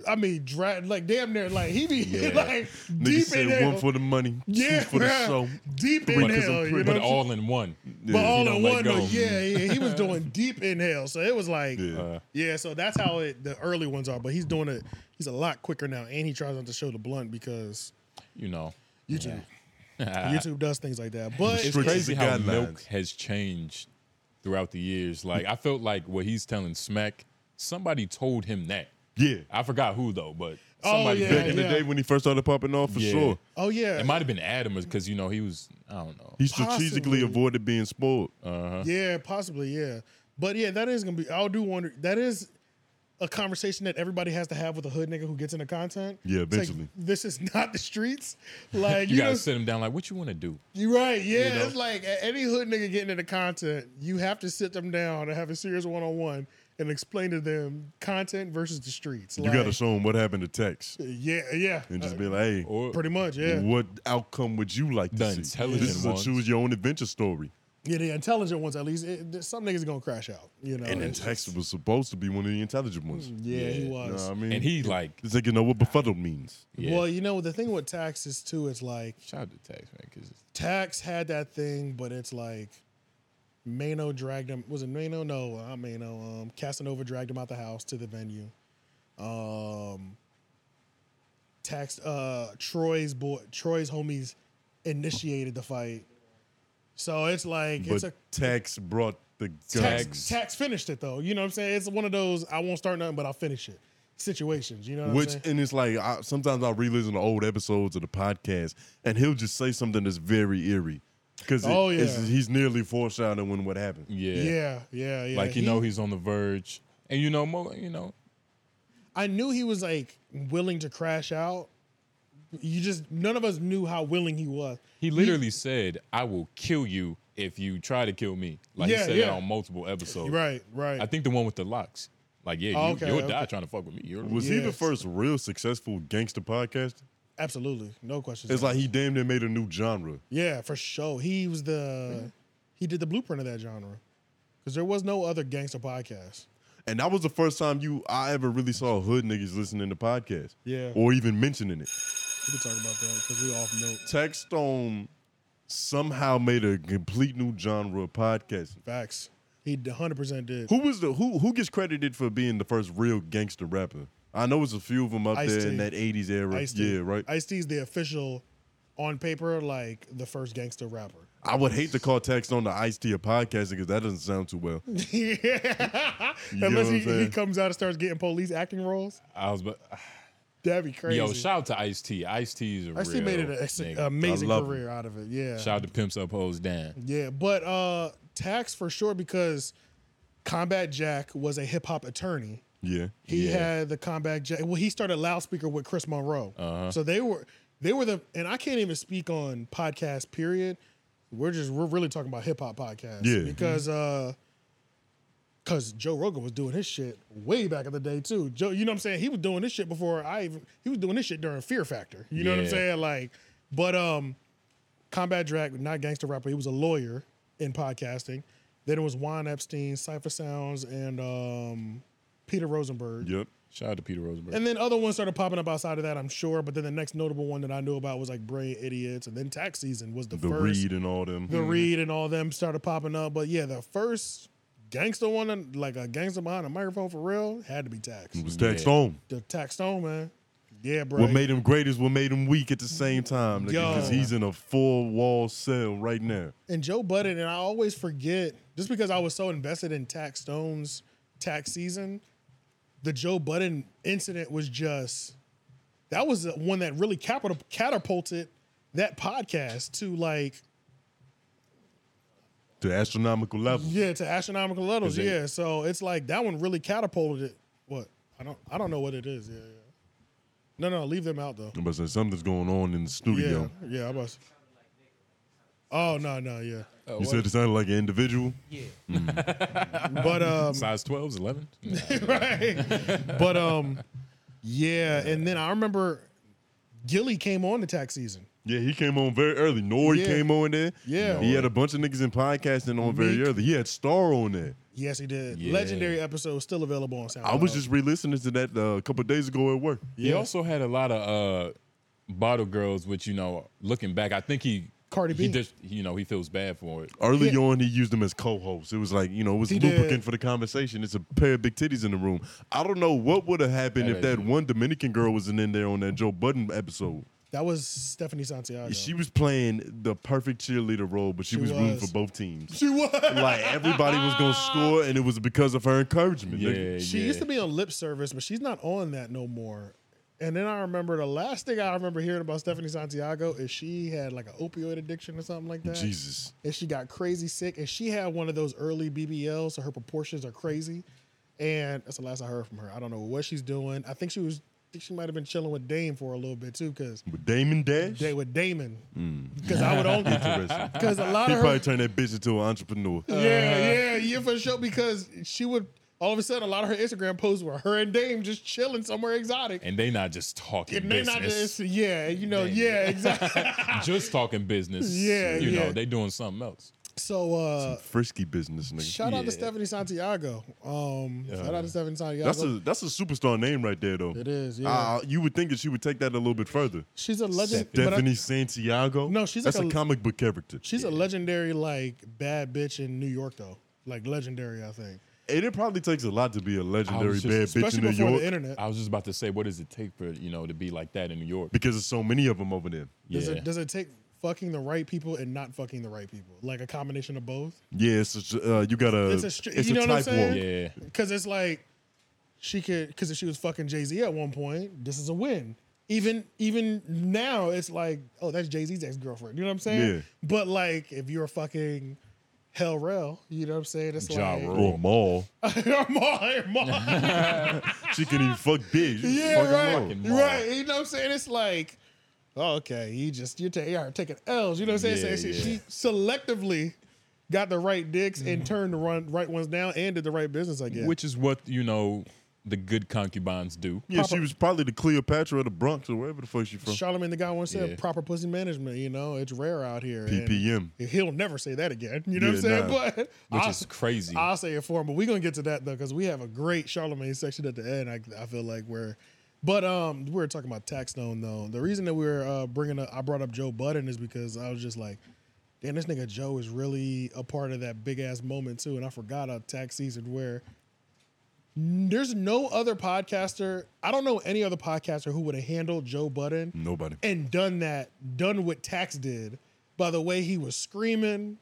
Speaker 3: I mean, dra- like damn near, like he be <laughs> like
Speaker 1: Nigga
Speaker 3: deep in
Speaker 1: said
Speaker 3: there.
Speaker 1: one for the money,
Speaker 3: yeah,
Speaker 1: two for
Speaker 3: bruh,
Speaker 1: the show.
Speaker 3: deep
Speaker 1: three
Speaker 3: in
Speaker 1: 'cause I'm
Speaker 3: hell,
Speaker 1: pretty.
Speaker 3: you know
Speaker 2: But
Speaker 3: what I'm
Speaker 2: all in one.
Speaker 3: but all
Speaker 2: He
Speaker 3: in
Speaker 2: don't let
Speaker 3: one,
Speaker 2: go.
Speaker 3: though, yeah, yeah, he
Speaker 2: <laughs>
Speaker 3: was doing deep inhale, so it was like, yeah.
Speaker 1: Uh.
Speaker 3: so that's how it, the early ones are. But he's doing it, he's a lot quicker now, and he tries not to show the blunt because
Speaker 2: You
Speaker 1: <laughs>
Speaker 2: know.
Speaker 3: YouTube, YouTube does things like that. But
Speaker 2: it's
Speaker 1: Restrictions
Speaker 2: crazy
Speaker 1: and
Speaker 2: how
Speaker 1: guidelines.
Speaker 2: milk has changed throughout the years. Like I felt like what he's telling Smack, somebody told him that.
Speaker 1: Yeah.
Speaker 2: I forgot who though, but
Speaker 3: Oh,
Speaker 2: Somebody
Speaker 3: yeah,
Speaker 2: big
Speaker 1: Back in the
Speaker 3: yeah.
Speaker 1: day when he first started popping off, for
Speaker 2: Yeah.
Speaker 1: sure.
Speaker 3: Oh yeah,
Speaker 2: It might have been Adam because you know he was. I don't know. Uh-huh.
Speaker 1: He strategically
Speaker 3: Possibly.
Speaker 1: avoided being spoiled.
Speaker 2: uh,
Speaker 3: Yeah, possibly. Yeah, but yeah, that is gonna be. I do wonder. That is a conversation that everybody has to have with a hood nigga who gets into content. It's
Speaker 1: Yeah,
Speaker 3: like,
Speaker 1: eventually.
Speaker 3: this is not the streets. Like
Speaker 2: <laughs> You,
Speaker 3: you,
Speaker 2: gotta
Speaker 3: know,
Speaker 2: sit him down like, what you want to do?
Speaker 3: you're right. Yeah,
Speaker 2: know?
Speaker 3: it's like a- any hood nigga getting into content, you have to sit them down and have a serious one on one and explain to them content versus the streets.
Speaker 1: You got to
Speaker 3: Like,
Speaker 1: show him what happened to Tex
Speaker 3: Yeah, yeah.
Speaker 1: and just
Speaker 3: Uh,
Speaker 1: be like, hey,
Speaker 2: Or
Speaker 3: pretty much. Yeah.
Speaker 1: what outcome would you like to
Speaker 2: The
Speaker 1: see?
Speaker 2: intelligent
Speaker 1: this is
Speaker 2: ones.
Speaker 1: a choose your own adventure story.
Speaker 3: Yeah, the intelligent ones at least. It, some niggas gonna crash out. You know.
Speaker 1: And then Tex was supposed to be one of the intelligent ones.
Speaker 3: Mm, yeah, he
Speaker 1: You know
Speaker 3: was.
Speaker 1: what I mean?
Speaker 2: and he like,
Speaker 1: He's like, you know what befuddled means.
Speaker 2: yeah.
Speaker 3: Well, you know the thing with taxes too is like
Speaker 2: shout out to Tax man because
Speaker 3: Tax had that thing, but it's like Mano dragged him. Was it Mano? No, not Mano. Um, Casanova dragged him out the house to the venue. Um, Tax uh, Troy's boy, Troy's homies initiated the fight. So it's like
Speaker 1: But
Speaker 3: it's a
Speaker 1: Tex brought the gun.
Speaker 3: tax, tax finished it though. You know what I'm saying? It's one of those I won't start nothing, but I'll finish it situations. You know what
Speaker 1: Which
Speaker 3: I'm saying?
Speaker 1: and it's like I, sometimes I'll re-listen to old episodes of the podcast, and he'll just say something that's very eerie because
Speaker 3: Oh, yeah.
Speaker 1: he's nearly foreshadowing what happened.
Speaker 2: yeah.
Speaker 3: Yeah, yeah, yeah.
Speaker 2: like you
Speaker 3: He-
Speaker 2: know he's on the verge, and you know more, you know,
Speaker 3: I knew he was like willing to crash out. You just none of us knew how willing he was.
Speaker 2: he literally said, "I will kill you if you try to kill me." Like
Speaker 3: Yeah,
Speaker 2: he said
Speaker 3: yeah.
Speaker 2: that on multiple episodes.
Speaker 3: Right, right.
Speaker 2: I think the one with the locks. Like yeah, you,
Speaker 3: Oh, okay,
Speaker 2: you'll
Speaker 3: okay.
Speaker 2: die trying to fuck with me. You're,
Speaker 1: Was he the
Speaker 3: Yes.
Speaker 1: first real successful gangster podcast?
Speaker 3: Absolutely, no questions.
Speaker 1: It's like he damn near made a new genre.
Speaker 3: yeah, for sure. He was the he did the blueprint of that genre because there was no other gangster podcast.
Speaker 1: And that was the first time you I ever really saw hood niggas listening to podcasts.
Speaker 3: Yeah.
Speaker 1: Or even mentioning it.
Speaker 3: We could talk about that because we off note.
Speaker 1: Tech Stone somehow made a complete new genre of podcasting.
Speaker 3: Facts. He 100 percent did.
Speaker 1: Who was the who who gets credited for being the first real gangster rapper? I know it's a few of them up there
Speaker 3: Ice-T.
Speaker 1: in that 80s era.
Speaker 3: Ice-T.
Speaker 1: Yeah, right. I,
Speaker 3: Ice T's the official, on paper, like the first gangster rapper.
Speaker 1: would hate to call Tech Stone the Ice T of podcasting because that doesn't sound too well.
Speaker 3: yeah.
Speaker 1: know
Speaker 3: Unless
Speaker 1: what
Speaker 3: he,
Speaker 1: I'm saying?
Speaker 3: he comes out and starts getting police acting roles,
Speaker 2: I <sighs> was, but
Speaker 3: that'd be crazy.
Speaker 2: yo, shout out to Ice T. Ice T is a
Speaker 3: I
Speaker 2: real.
Speaker 3: still made it an ex-
Speaker 2: nigga.
Speaker 3: amazing
Speaker 1: I love
Speaker 3: career out of it. Yeah.
Speaker 2: Shout out to Pimps Up Hoes Down.
Speaker 3: Yeah. But uh tax for sure because Combat Jack was a hip hop attorney.
Speaker 1: Yeah.
Speaker 3: He
Speaker 2: Yeah.
Speaker 3: had the Combat Jack. Well, he started loudspeaker with Chris Monroe.
Speaker 2: Uh-huh.
Speaker 3: So they were they were the and I can't even speak on podcast period. We're just we're really talking about hip hop podcasts.
Speaker 1: Yeah.
Speaker 3: Because uh Cause Joe Rogan was doing his shit way back in the day too. Joe, you know what I'm saying? He was doing this shit before I even. He was doing this shit during Fear Factor. You know what I'm
Speaker 2: Yeah.
Speaker 3: saying? Like, but um, Combat Jack, not gangster rapper. He was a lawyer in podcasting. Then it was Juan Epstein, Cipher Sounds, and um, Peter Rosenberg.
Speaker 1: Yep.
Speaker 2: Shout out to Peter Rosenberg.
Speaker 3: And then other ones started popping up outside of that, I'm sure. But then the next notable one that I knew about was like Brilliant Idiots, and then Tax Season was the,
Speaker 1: The
Speaker 3: first.
Speaker 1: Reed and Mhm. all them.
Speaker 3: The Reed and all them started popping up. But yeah, the first gangster one, like a gangster behind a microphone for real, had to be Tax.
Speaker 1: It was Tech Stone.
Speaker 3: The Tax Stone, man. Yeah, bro.
Speaker 1: What made him great is what made him weak at the same time.
Speaker 3: Yo.
Speaker 1: Because he's in a four wall cell right now.
Speaker 3: and Joe Budden, and I always forget just because I was so invested in Tax Stone's tax season, the Joe Budden incident was just that was the one that really capital, catapulted that podcast to like
Speaker 1: To astronomical levels.
Speaker 3: yeah to astronomical levels.
Speaker 2: they-
Speaker 3: yeah, so it's like that one really catapulted it. What I don't I don't know what it is. Yeah, yeah. No, no, leave them out though.
Speaker 1: I'm about to say something's going on in the
Speaker 3: Yeah,
Speaker 1: studio.
Speaker 3: yeah. I was. Oh no, no, yeah.
Speaker 1: You said it sounded like an individual.
Speaker 3: But um,
Speaker 2: Mm. size 12s,
Speaker 3: <laughs>
Speaker 2: 11?
Speaker 3: right? But um, yeah. And then I remember Gilly came on the tax season.
Speaker 1: Yeah, he came on very early. Nori
Speaker 3: Yeah.
Speaker 1: came on there.
Speaker 3: Yeah.
Speaker 1: He had a bunch of niggas in podcasting on very
Speaker 3: Meek.
Speaker 1: early. He had Star on there.
Speaker 3: Yes, he did.
Speaker 2: Yeah.
Speaker 3: Legendary episode still available on SoundCloud.
Speaker 1: I was just re listening to that uh, a couple days ago at work.
Speaker 2: He also had a lot of uh, bottle girls, which, you know, looking back, I think he.
Speaker 3: Cardi
Speaker 2: He
Speaker 3: B.
Speaker 2: just, you know, he feels bad for it.
Speaker 1: Early
Speaker 3: Yeah.
Speaker 1: on, he used them as co hosts. It was like, you know, it was
Speaker 3: He did.
Speaker 1: lubricant for the conversation. It's a pair of big titties in the room. I don't know what would have happened
Speaker 2: That
Speaker 1: if that
Speaker 2: is-
Speaker 1: one Dominican girl wasn't in there on that Joe Budden episode.
Speaker 3: that was Stephanie Santiago.
Speaker 1: She was playing the perfect cheerleader role, but she,
Speaker 3: She
Speaker 1: was, rooting
Speaker 3: was.
Speaker 1: for both teams.
Speaker 3: She was.
Speaker 1: like everybody was gonna score, and it was because of her encouragement.
Speaker 2: Yeah,
Speaker 1: nigga.
Speaker 3: She
Speaker 2: yeah.
Speaker 3: used to be on lip service, but she's not on that no more. And then I remember the last thing I remember hearing about Stephanie Santiago is she had like an opioid addiction or something like that.
Speaker 1: Jesus.
Speaker 3: And she got crazy sick, and she had one of those early BBLs, so her proportions are crazy. And that's the last I heard from her. I don't know what she's doing. I think she was, I think she might have been chilling with Dame for a little bit too, because
Speaker 1: With Damon Dash? Mm.
Speaker 3: they with Damon. Because I would only,
Speaker 1: Interesting.
Speaker 3: because a lot
Speaker 1: He
Speaker 3: of her,
Speaker 1: probably turned that bitch into an entrepreneur.
Speaker 3: Uh, yeah, yeah, yeah, for sure. Because she would all of a sudden, a lot of her Instagram posts were her and Dame just chilling somewhere exotic.
Speaker 2: And they not just talking
Speaker 3: It may
Speaker 2: business.
Speaker 3: not just, yeah, you know, yeah, exactly. <laughs>
Speaker 2: <laughs> just talking business.
Speaker 3: Yeah,
Speaker 2: you
Speaker 3: yeah.
Speaker 2: know they doing something else.
Speaker 3: So, uh,
Speaker 1: Frisky business nigga.
Speaker 3: shout out to Stephanie Santiago. Um, shout out to Stephanie Santiago.
Speaker 1: That's a that's a superstar name right there though.
Speaker 3: it is, yeah.
Speaker 1: Uh, you would think that she would take that a little bit further.
Speaker 3: she's a legend. but I-
Speaker 1: Stephanie Santiago.
Speaker 3: No, she's
Speaker 1: that's
Speaker 3: like
Speaker 1: a,
Speaker 3: a-
Speaker 1: comic book character.
Speaker 3: she's a legendary, like, bad bitch in New York, though. Like, legendary, I think.
Speaker 1: and it probably takes a lot to be a legendary
Speaker 2: just-
Speaker 1: bad bitch in
Speaker 3: Especially
Speaker 1: New
Speaker 3: before
Speaker 1: York
Speaker 3: the internet.
Speaker 2: I was just about to say, what does it take for you know to be like that in New York?
Speaker 1: because there's so many of them over there.
Speaker 3: Does,
Speaker 2: Yeah,
Speaker 3: it, does it take fucking the right people and not fucking the right people? Like, a combination of both?
Speaker 1: Yeah, it's a, uh, you gotta.
Speaker 3: It's a str- you know what I'm
Speaker 1: type
Speaker 3: saying?
Speaker 1: walk.
Speaker 2: yeah.
Speaker 3: Because it's like she could. Because if she was fucking Jay Z at one point, this is a win. Even even now, it's like, oh, that's Jay Z's ex girlfriend. You know what I'm saying?
Speaker 1: Yeah.
Speaker 3: But like, if you're fucking Hell Rel, you know what I'm saying? It's
Speaker 2: Ja
Speaker 3: like,
Speaker 2: Rule.
Speaker 3: <laughs>
Speaker 1: Or Maul.
Speaker 3: I'm all-
Speaker 2: <laughs>
Speaker 3: I'm all-
Speaker 1: She can even fuck bitch.
Speaker 3: yeah, right,
Speaker 2: fucking Maul.
Speaker 3: right. You know what I'm saying? It's like, oh, okay, you just you're, ta- you're taking L's. You know what I'm saying?
Speaker 2: Yeah,
Speaker 3: so she,
Speaker 2: yeah. Mm-hmm.
Speaker 3: she selectively got the right dicks and turned the run, right ones down and did the right business. I guess.
Speaker 2: which is what you know the good concubines do.
Speaker 1: Yeah, she was probably the Cleopatra of the Bronx or wherever the fuck she from.
Speaker 3: Charlemagne the guy once said,
Speaker 2: Yeah.
Speaker 3: "Proper pussy management." You know, it's rare out here. and
Speaker 1: PPM.
Speaker 3: He'll never say that again. You know what I'm
Speaker 1: Yeah,
Speaker 3: saying?
Speaker 1: nah.
Speaker 3: But
Speaker 2: Which
Speaker 3: I'll,
Speaker 2: is crazy.
Speaker 3: I'll say it for him. But we're gonna get to that though, because we have a great Charlemagne section at the end. I, I feel like we're, but um, we were talking about Tax Stone though. The reason that we were uh, bringing up, I brought up Joe Budden is because I was just like, damn, this nigga Joe is really a part of that big ass moment too. And I forgot a tax season where there's no other podcaster. I don't know any other podcaster who would have handled Joe Budden
Speaker 1: Nobody.
Speaker 3: and done that, done what Tax did by the way he was screaming.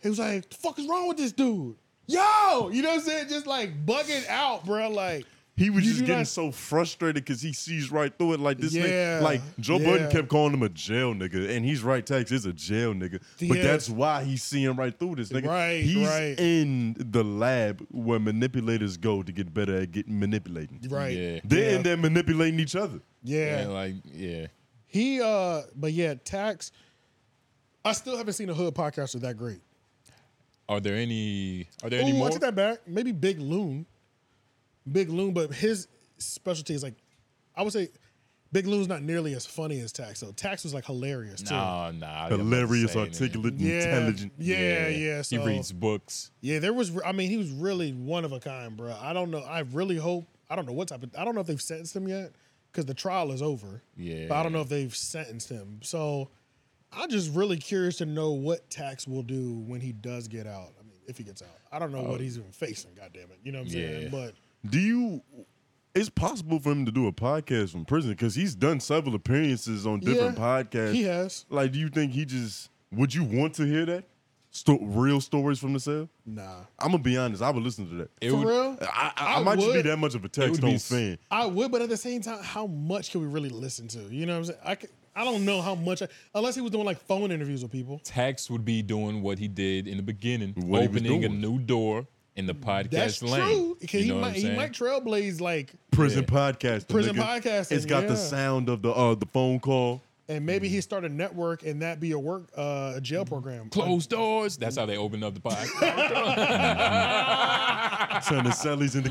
Speaker 3: He was like, the fuck is wrong with this dude? Yo, you know what I'm saying? Just like bugging out, bro. Like,
Speaker 1: He was
Speaker 3: You
Speaker 1: just
Speaker 3: do
Speaker 1: getting
Speaker 3: not-
Speaker 1: so frustrated because he sees right through it. Like this
Speaker 3: Yeah,
Speaker 1: nigga, like Joe Budden
Speaker 3: yeah.
Speaker 1: kept calling him a jail nigga, and he's right. Tax is a jail nigga, but
Speaker 3: Yeah.
Speaker 1: that's why he's seeing right through this nigga.
Speaker 3: Right,
Speaker 1: he's
Speaker 3: right.
Speaker 1: in the lab where manipulators go to get better at getting manipulating.
Speaker 3: right.
Speaker 2: Yeah.
Speaker 1: They're in
Speaker 3: Yeah.
Speaker 1: there manipulating each other.
Speaker 3: yeah.
Speaker 2: Yeah, like yeah.
Speaker 3: He, uh, but yeah, Tax, I still haven't seen a hood podcaster that great.
Speaker 2: Are there any? Are there any
Speaker 3: Ooh, I
Speaker 2: more?
Speaker 3: take that back. Maybe Big Loon. Big Loon, but his specialty is like, I would say Big Loon's not nearly as funny as Tax. So Tax was like hilarious too.
Speaker 2: Nah, nah. I was about to
Speaker 1: Hilarious,
Speaker 2: say, man.
Speaker 1: articulate,
Speaker 3: Yeah,
Speaker 1: intelligent.
Speaker 3: Yeah, yeah. so,
Speaker 2: He reads books.
Speaker 3: Yeah, there was. I mean, he was really one of a kind, bro. I don't know. I really hope. I don't know what type of. I don't know if they've sentenced him yet because the trial is over.
Speaker 2: Yeah.
Speaker 3: But I don't know if they've sentenced him. So I'm just really curious to know what Tax will do when he does get out. I mean, if he gets out, I don't know what he's even facing. God damn it, you know what I'm saying?
Speaker 2: Oh. Yeah.
Speaker 3: But
Speaker 1: Do you? It's possible for him to do a podcast from prison because he's done several appearances on different
Speaker 3: Yeah,
Speaker 1: podcasts.
Speaker 3: he has.
Speaker 1: Like, do you think he just? Would you want to hear that? Sto- real stories from the cell?
Speaker 3: nah,
Speaker 1: I'm gonna be honest. I would listen to that.
Speaker 2: It
Speaker 3: for
Speaker 2: would-
Speaker 3: real,
Speaker 1: I, I, I might just be
Speaker 3: would.
Speaker 1: that much of a text
Speaker 2: would be
Speaker 1: on
Speaker 2: s-
Speaker 1: fan.
Speaker 3: I would, but at the same time, how much can we really listen to? You know what I'm saying? I c- I don't know how much, I, unless he was doing like phone interviews with people.
Speaker 2: Tax would be doing what he did in the beginning,
Speaker 1: What he was
Speaker 2: opening a
Speaker 1: doing.
Speaker 2: new door in the podcast
Speaker 3: That's
Speaker 2: lane.
Speaker 3: true. He
Speaker 2: You know what
Speaker 3: might,
Speaker 2: I'm
Speaker 3: he
Speaker 2: saying?
Speaker 3: might trailblaze like,
Speaker 1: Prison podcast.
Speaker 3: Prison
Speaker 1: nigga.
Speaker 3: podcasting,
Speaker 1: It's got the
Speaker 3: yeah.
Speaker 1: sound of the uh, the phone call.
Speaker 3: and maybe
Speaker 1: Mm-hmm.
Speaker 3: he start a network and that be a work uh, a jail program.
Speaker 2: Closed doors. That's how they
Speaker 3: <laughs>
Speaker 2: opened up the podcast.
Speaker 1: Turn the cellies into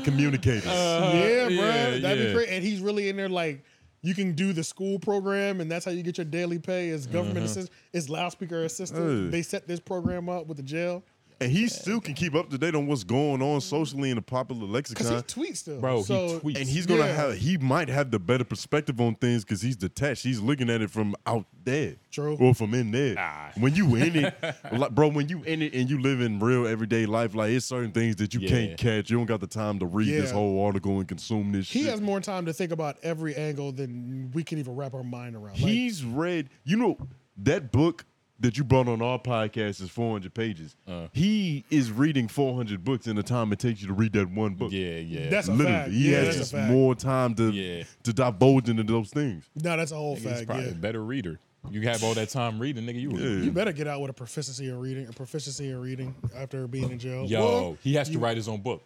Speaker 3: <laughs>
Speaker 1: communicators.
Speaker 3: yeah, bro,
Speaker 2: yeah,
Speaker 3: that'd be
Speaker 2: yeah.
Speaker 3: great. And he's really in there like. You can do the school program, and that's how you get your daily pay. Is government assist, is loudspeaker assistance.
Speaker 1: Uh-huh. Hey.
Speaker 3: They set this program up with the jail
Speaker 1: and he still can keep up to date on what's going on socially in the popular
Speaker 3: because he
Speaker 1: lexicon.
Speaker 3: tweets still,
Speaker 2: Bro, he
Speaker 3: So-
Speaker 2: tweets.
Speaker 1: and he's gonna
Speaker 3: Yeah.
Speaker 1: have he might have the better perspective on things because he's detached. He's looking at it from out there.
Speaker 3: True.
Speaker 1: Or from in there. When you
Speaker 2: <laughs>
Speaker 1: in it, like, bro, when you in it and you live in real everyday life, like it's certain things that you
Speaker 2: Yeah.
Speaker 1: can't catch. You don't got the time to read this
Speaker 3: Yeah.
Speaker 1: whole article and consume this
Speaker 3: He
Speaker 1: shit.
Speaker 3: has more time to think about every angle than we can even wrap our mind around. Like,
Speaker 1: he's read, you know, that book that you brought on our podcast is 400 pages.
Speaker 2: Uh.
Speaker 1: he is reading 400 books in the time it takes you to read that one book.
Speaker 2: Yeah, yeah.
Speaker 3: That's a
Speaker 1: Literally,
Speaker 3: fact.
Speaker 1: he
Speaker 3: yeah,
Speaker 1: has
Speaker 3: that's a
Speaker 1: just
Speaker 3: fact.
Speaker 1: more time to
Speaker 2: Yeah.
Speaker 1: to divulge into those things.
Speaker 3: No, that's a whole
Speaker 2: Nigga, he's
Speaker 3: fact.
Speaker 2: probably
Speaker 3: Yeah.
Speaker 2: a better reader. You have all that time reading, nigga. You,
Speaker 3: You better get out with a proficiency in reading, a proficiency in reading after being in jail.
Speaker 2: yo,
Speaker 3: Well,
Speaker 2: he has to write his own book.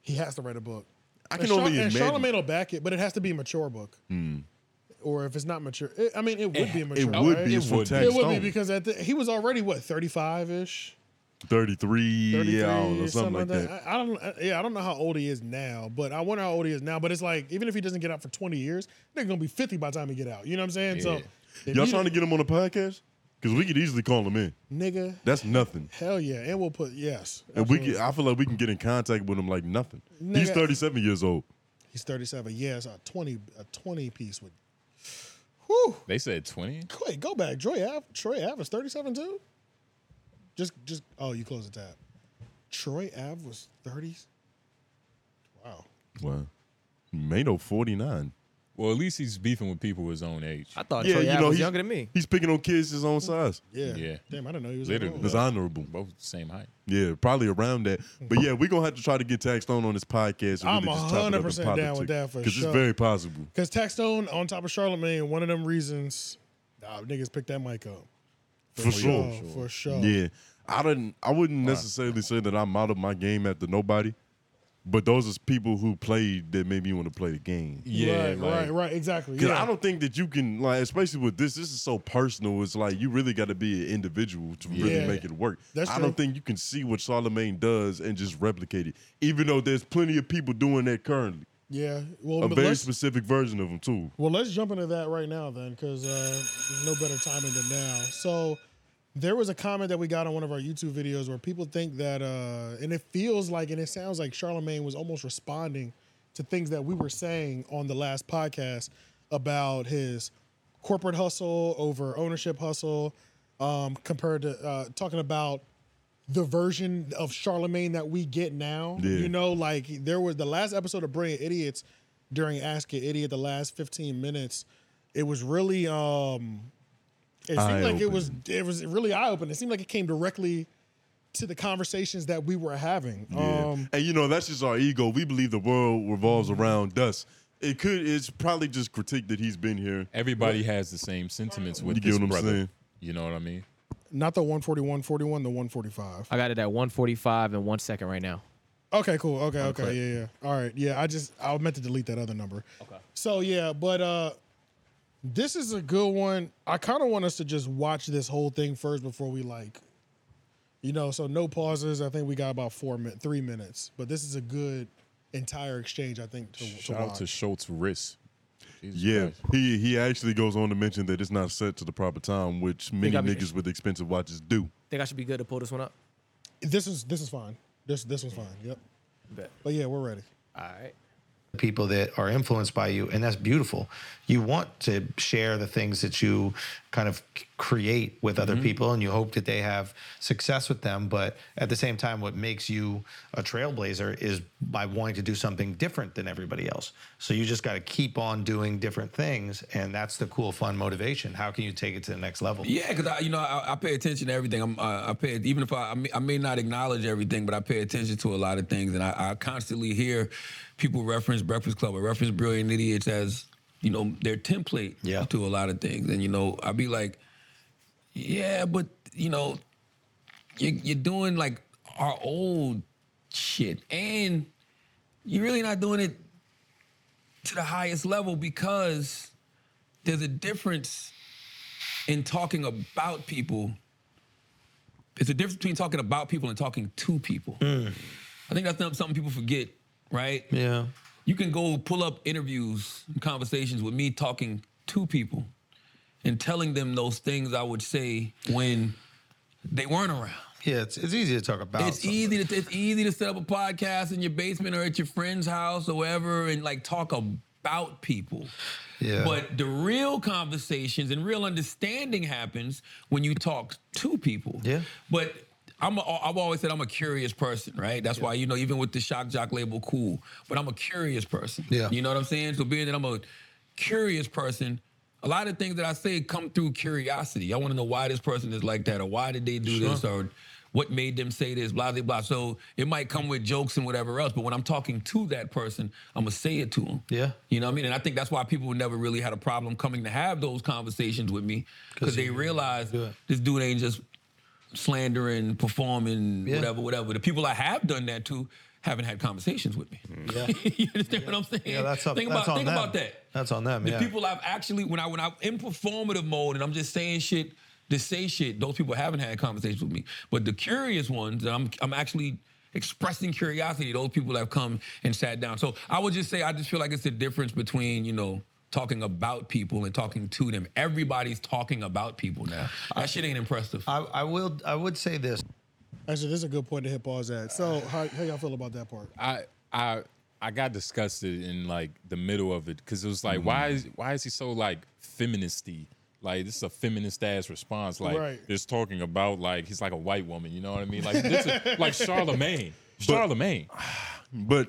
Speaker 3: he has to write a book.
Speaker 1: I
Speaker 3: And
Speaker 1: can only
Speaker 3: Char- and
Speaker 1: imagine.
Speaker 3: Charlemagne will back it, but it has to be a mature book.
Speaker 1: Hmm.
Speaker 3: Or if it's not mature, it, I mean, it would be a mature.
Speaker 1: it would
Speaker 3: right?
Speaker 1: be
Speaker 2: It
Speaker 1: from
Speaker 2: would be.
Speaker 1: Tag
Speaker 3: It would be
Speaker 1: Stone.
Speaker 3: because at the, he was already what thirty five ish,
Speaker 1: 33, yeah, I don't know,
Speaker 3: or
Speaker 1: something, like that.
Speaker 3: I, I don't, I- yeah, I don't know how old he is now, but I wonder how old he is now. But it's like even if he doesn't get out for twenty years, they're gonna be fifty by the time he get out. You know what I'm saying? So
Speaker 2: Yeah.
Speaker 3: if
Speaker 1: Y'all
Speaker 3: you-
Speaker 1: trying to get him on the podcast? Because we could easily call him in.
Speaker 3: nigga,
Speaker 1: That's nothing.
Speaker 3: hell yeah, and we'll put yes.
Speaker 1: And we
Speaker 3: absolutely.
Speaker 1: can, I feel like we can get in contact with him like nothing. He's
Speaker 3: Nigga.
Speaker 1: 37 years old.
Speaker 3: He's 37. Yes, a 20 a 20 piece would.
Speaker 2: They said twenty.
Speaker 3: Wait, go back. Troy Av- Troy Av was 37 too. Just just oh, you close the tab. Troy Av was 30s. Wow.
Speaker 1: Wow. Mano 49.
Speaker 2: Well, at least he's beefing with people his own age.
Speaker 4: I thought Troy Ave was younger than me.
Speaker 1: He's picking on kids his own size.
Speaker 3: Yeah.
Speaker 2: Yeah.
Speaker 3: Damn, I didn't know he was
Speaker 2: Literally.
Speaker 1: That's
Speaker 3: Literally.
Speaker 1: honorable.
Speaker 2: Both same height.
Speaker 1: Yeah, probably around that. But yeah, we're gonna have to try to get Tax Stone on this podcast. And
Speaker 3: I'm
Speaker 1: really just chop it up in
Speaker 3: 100% down
Speaker 1: politics,
Speaker 3: with that for
Speaker 1: Because
Speaker 3: sure.
Speaker 1: it's very possible.
Speaker 3: Because Taxstone on top of Charlemagne, one of them reasons. Nah, niggas picked that mic up.
Speaker 1: For sure.
Speaker 3: Oh, For sure.
Speaker 1: Yeah. I didn't I wouldn't necessarily say that I'm out of my game after nobody. But those is people who played that made me want to play the game.
Speaker 2: Yeah,
Speaker 3: right,
Speaker 2: like,
Speaker 3: right, right, exactly.
Speaker 1: Because
Speaker 3: Yeah.
Speaker 1: I don't think that you can like, especially with this. This is so personal. It's like you really got to be an individual to really
Speaker 3: Yeah.
Speaker 1: make it work.
Speaker 3: That's
Speaker 1: I
Speaker 3: true.
Speaker 1: don't think you can see what Charlemagne does and just replicate it. Even though there's plenty of people doing that currently,
Speaker 3: yeah. Well,
Speaker 1: a
Speaker 3: but
Speaker 1: very
Speaker 3: let's,
Speaker 1: specific version of them too.
Speaker 3: Well, let's jump into that right now then, because uh, there's no better timing than now. So there was a comment that we got on one of our YouTube videos where people think that, uh, and it feels like, and it sounds like Charlemagne was almost responding to things that we were saying on the last podcast about his corporate hustle over ownership hustle, um, compared to uh, talking about the version of Charlemagne that we get now.
Speaker 1: Yeah.
Speaker 3: You know, like there was the last episode of Brilliant Idiots during Ask An Idiot, the last 15 minutes, it was really um it seemed like it was it was really eye opening. It seemed like it came directly to the conversations that we were having.
Speaker 1: Yeah.
Speaker 3: Um
Speaker 1: and you know that's just our ego. We believe the world revolves around us. It could. It's probably just critique that he's been here.
Speaker 2: Everybody has the same sentiments with
Speaker 1: You get
Speaker 2: this
Speaker 1: what I'm
Speaker 2: brother.
Speaker 1: saying?
Speaker 2: You know what I mean?
Speaker 3: not the 141 41, the 145.
Speaker 4: I got it at 145 and one second right now.
Speaker 3: Okay, cool. Okay, okay, yeah, yeah. All right, yeah. I just I meant to delete that other number. Okay. So yeah, but uh this is a good one. I kind of want us to just watch this whole thing first before we like, you know. So no pauses. I think we got about four min, three minutes. But this is a good entire exchange. I think to, to
Speaker 2: Shout out
Speaker 3: watch.
Speaker 2: to Schultz wrist. Jesus
Speaker 1: Yeah,
Speaker 2: Christ.
Speaker 1: he he actually goes on to mention that it's not set to the proper time, which many
Speaker 4: gotta be-
Speaker 1: niggas with expensive watches do.
Speaker 4: Think I should be good to pull this one up?
Speaker 3: this is this is fine. This this one's fine. Yep.
Speaker 4: Bet.
Speaker 3: But yeah, we're ready.
Speaker 4: All right.
Speaker 9: people that are influenced by you and that's beautiful you want to share the things that you kind of c- create with other
Speaker 10: Mm-hmm.
Speaker 9: people and you hope that they have success with them but at the same time what makes you a trailblazer is by wanting to do something different than everybody else so you just got to keep on doing different things and that's the cool fun motivation how can you take it to the next level
Speaker 10: Yeah, because I, you know, I, I pay attention to everything. I'm, uh, I pay even if I, I may, I may not acknowledge everything, but I pay attention to a lot of things, and I, I constantly hear people reference Breakfast Club or reference Brilliant Idiots as, you know, their template
Speaker 9: Yeah.
Speaker 10: to a lot of things, and you know, I'd be like, yeah, but you know, you, you're doing like our old shit, and you're really not doing it to the highest level because there's a difference in talking about people. It's a difference between talking about people and talking to people.
Speaker 9: Mm.
Speaker 10: I think that's not- something people forget, right?
Speaker 9: yeah
Speaker 10: You can go pull up interviews and conversations with me talking to people and telling them those things I would say when they weren't around.
Speaker 9: yeah it's, it's easy to talk about
Speaker 10: It's e-,
Speaker 9: something.
Speaker 10: easy to it's easy to set up a podcast in your basement or at your friend's house or wherever and like talk about people.
Speaker 9: Yeah.
Speaker 10: But the real conversations and real understanding happens when you talk to people.
Speaker 9: Yeah.
Speaker 10: But I'm a, I've always said I'm a curious person, right? That's why you know even with the shock jock label cool, but I'm a curious person.
Speaker 9: Yeah.
Speaker 10: You know what I'm saying? So being that I'm a curious person, a lot of things that I say come through curiosity. I want to know why this person is like that, or why did they do this, or what made them say this, blah blah blah. So it might come with jokes and whatever else, but when I'm talking to that person, I'm gonna say it to them.
Speaker 9: Yeah.
Speaker 10: You know what I mean? And I think that's why people never really had a problem coming to have those conversations with me because they realize this dude ain't just slandering, performing,
Speaker 9: Yeah.
Speaker 10: whatever, whatever. The people I have done that to haven't had conversations with me.
Speaker 9: Yeah.
Speaker 10: <laughs> you understand what I'm saying?
Speaker 9: Yeah, that's up.
Speaker 10: Think
Speaker 9: that's
Speaker 10: about
Speaker 9: on
Speaker 10: think
Speaker 9: them.
Speaker 10: about that.
Speaker 9: That's on them.
Speaker 10: The
Speaker 9: yeah.
Speaker 10: people I've actually when I when I'm in performative mode and I'm just saying shit to say shit, those people haven't had conversations with me. But the curious ones, that I'm I'm actually expressing curiosity. Those people have come and sat down. So I would just say I just feel like it's a difference between you know talking about people and talking to them. Everybody's talking about people now. That shit ain't impressive.
Speaker 9: I, I will. I would say this.
Speaker 3: Actually, this is a good point to hit pause at. So, how, how y'all feel about that part?
Speaker 2: I I I got disgusted in like the middle of it because it was like, why
Speaker 1: Mm-hmm.
Speaker 2: is why is he so like feministy? Like this is a feminist ass response. Like
Speaker 3: Right.
Speaker 2: it's talking about like he's like a white woman. You know what I mean? Like this
Speaker 1: <laughs>
Speaker 2: is, like Charlemagne. Charlemagne.
Speaker 1: <sighs> But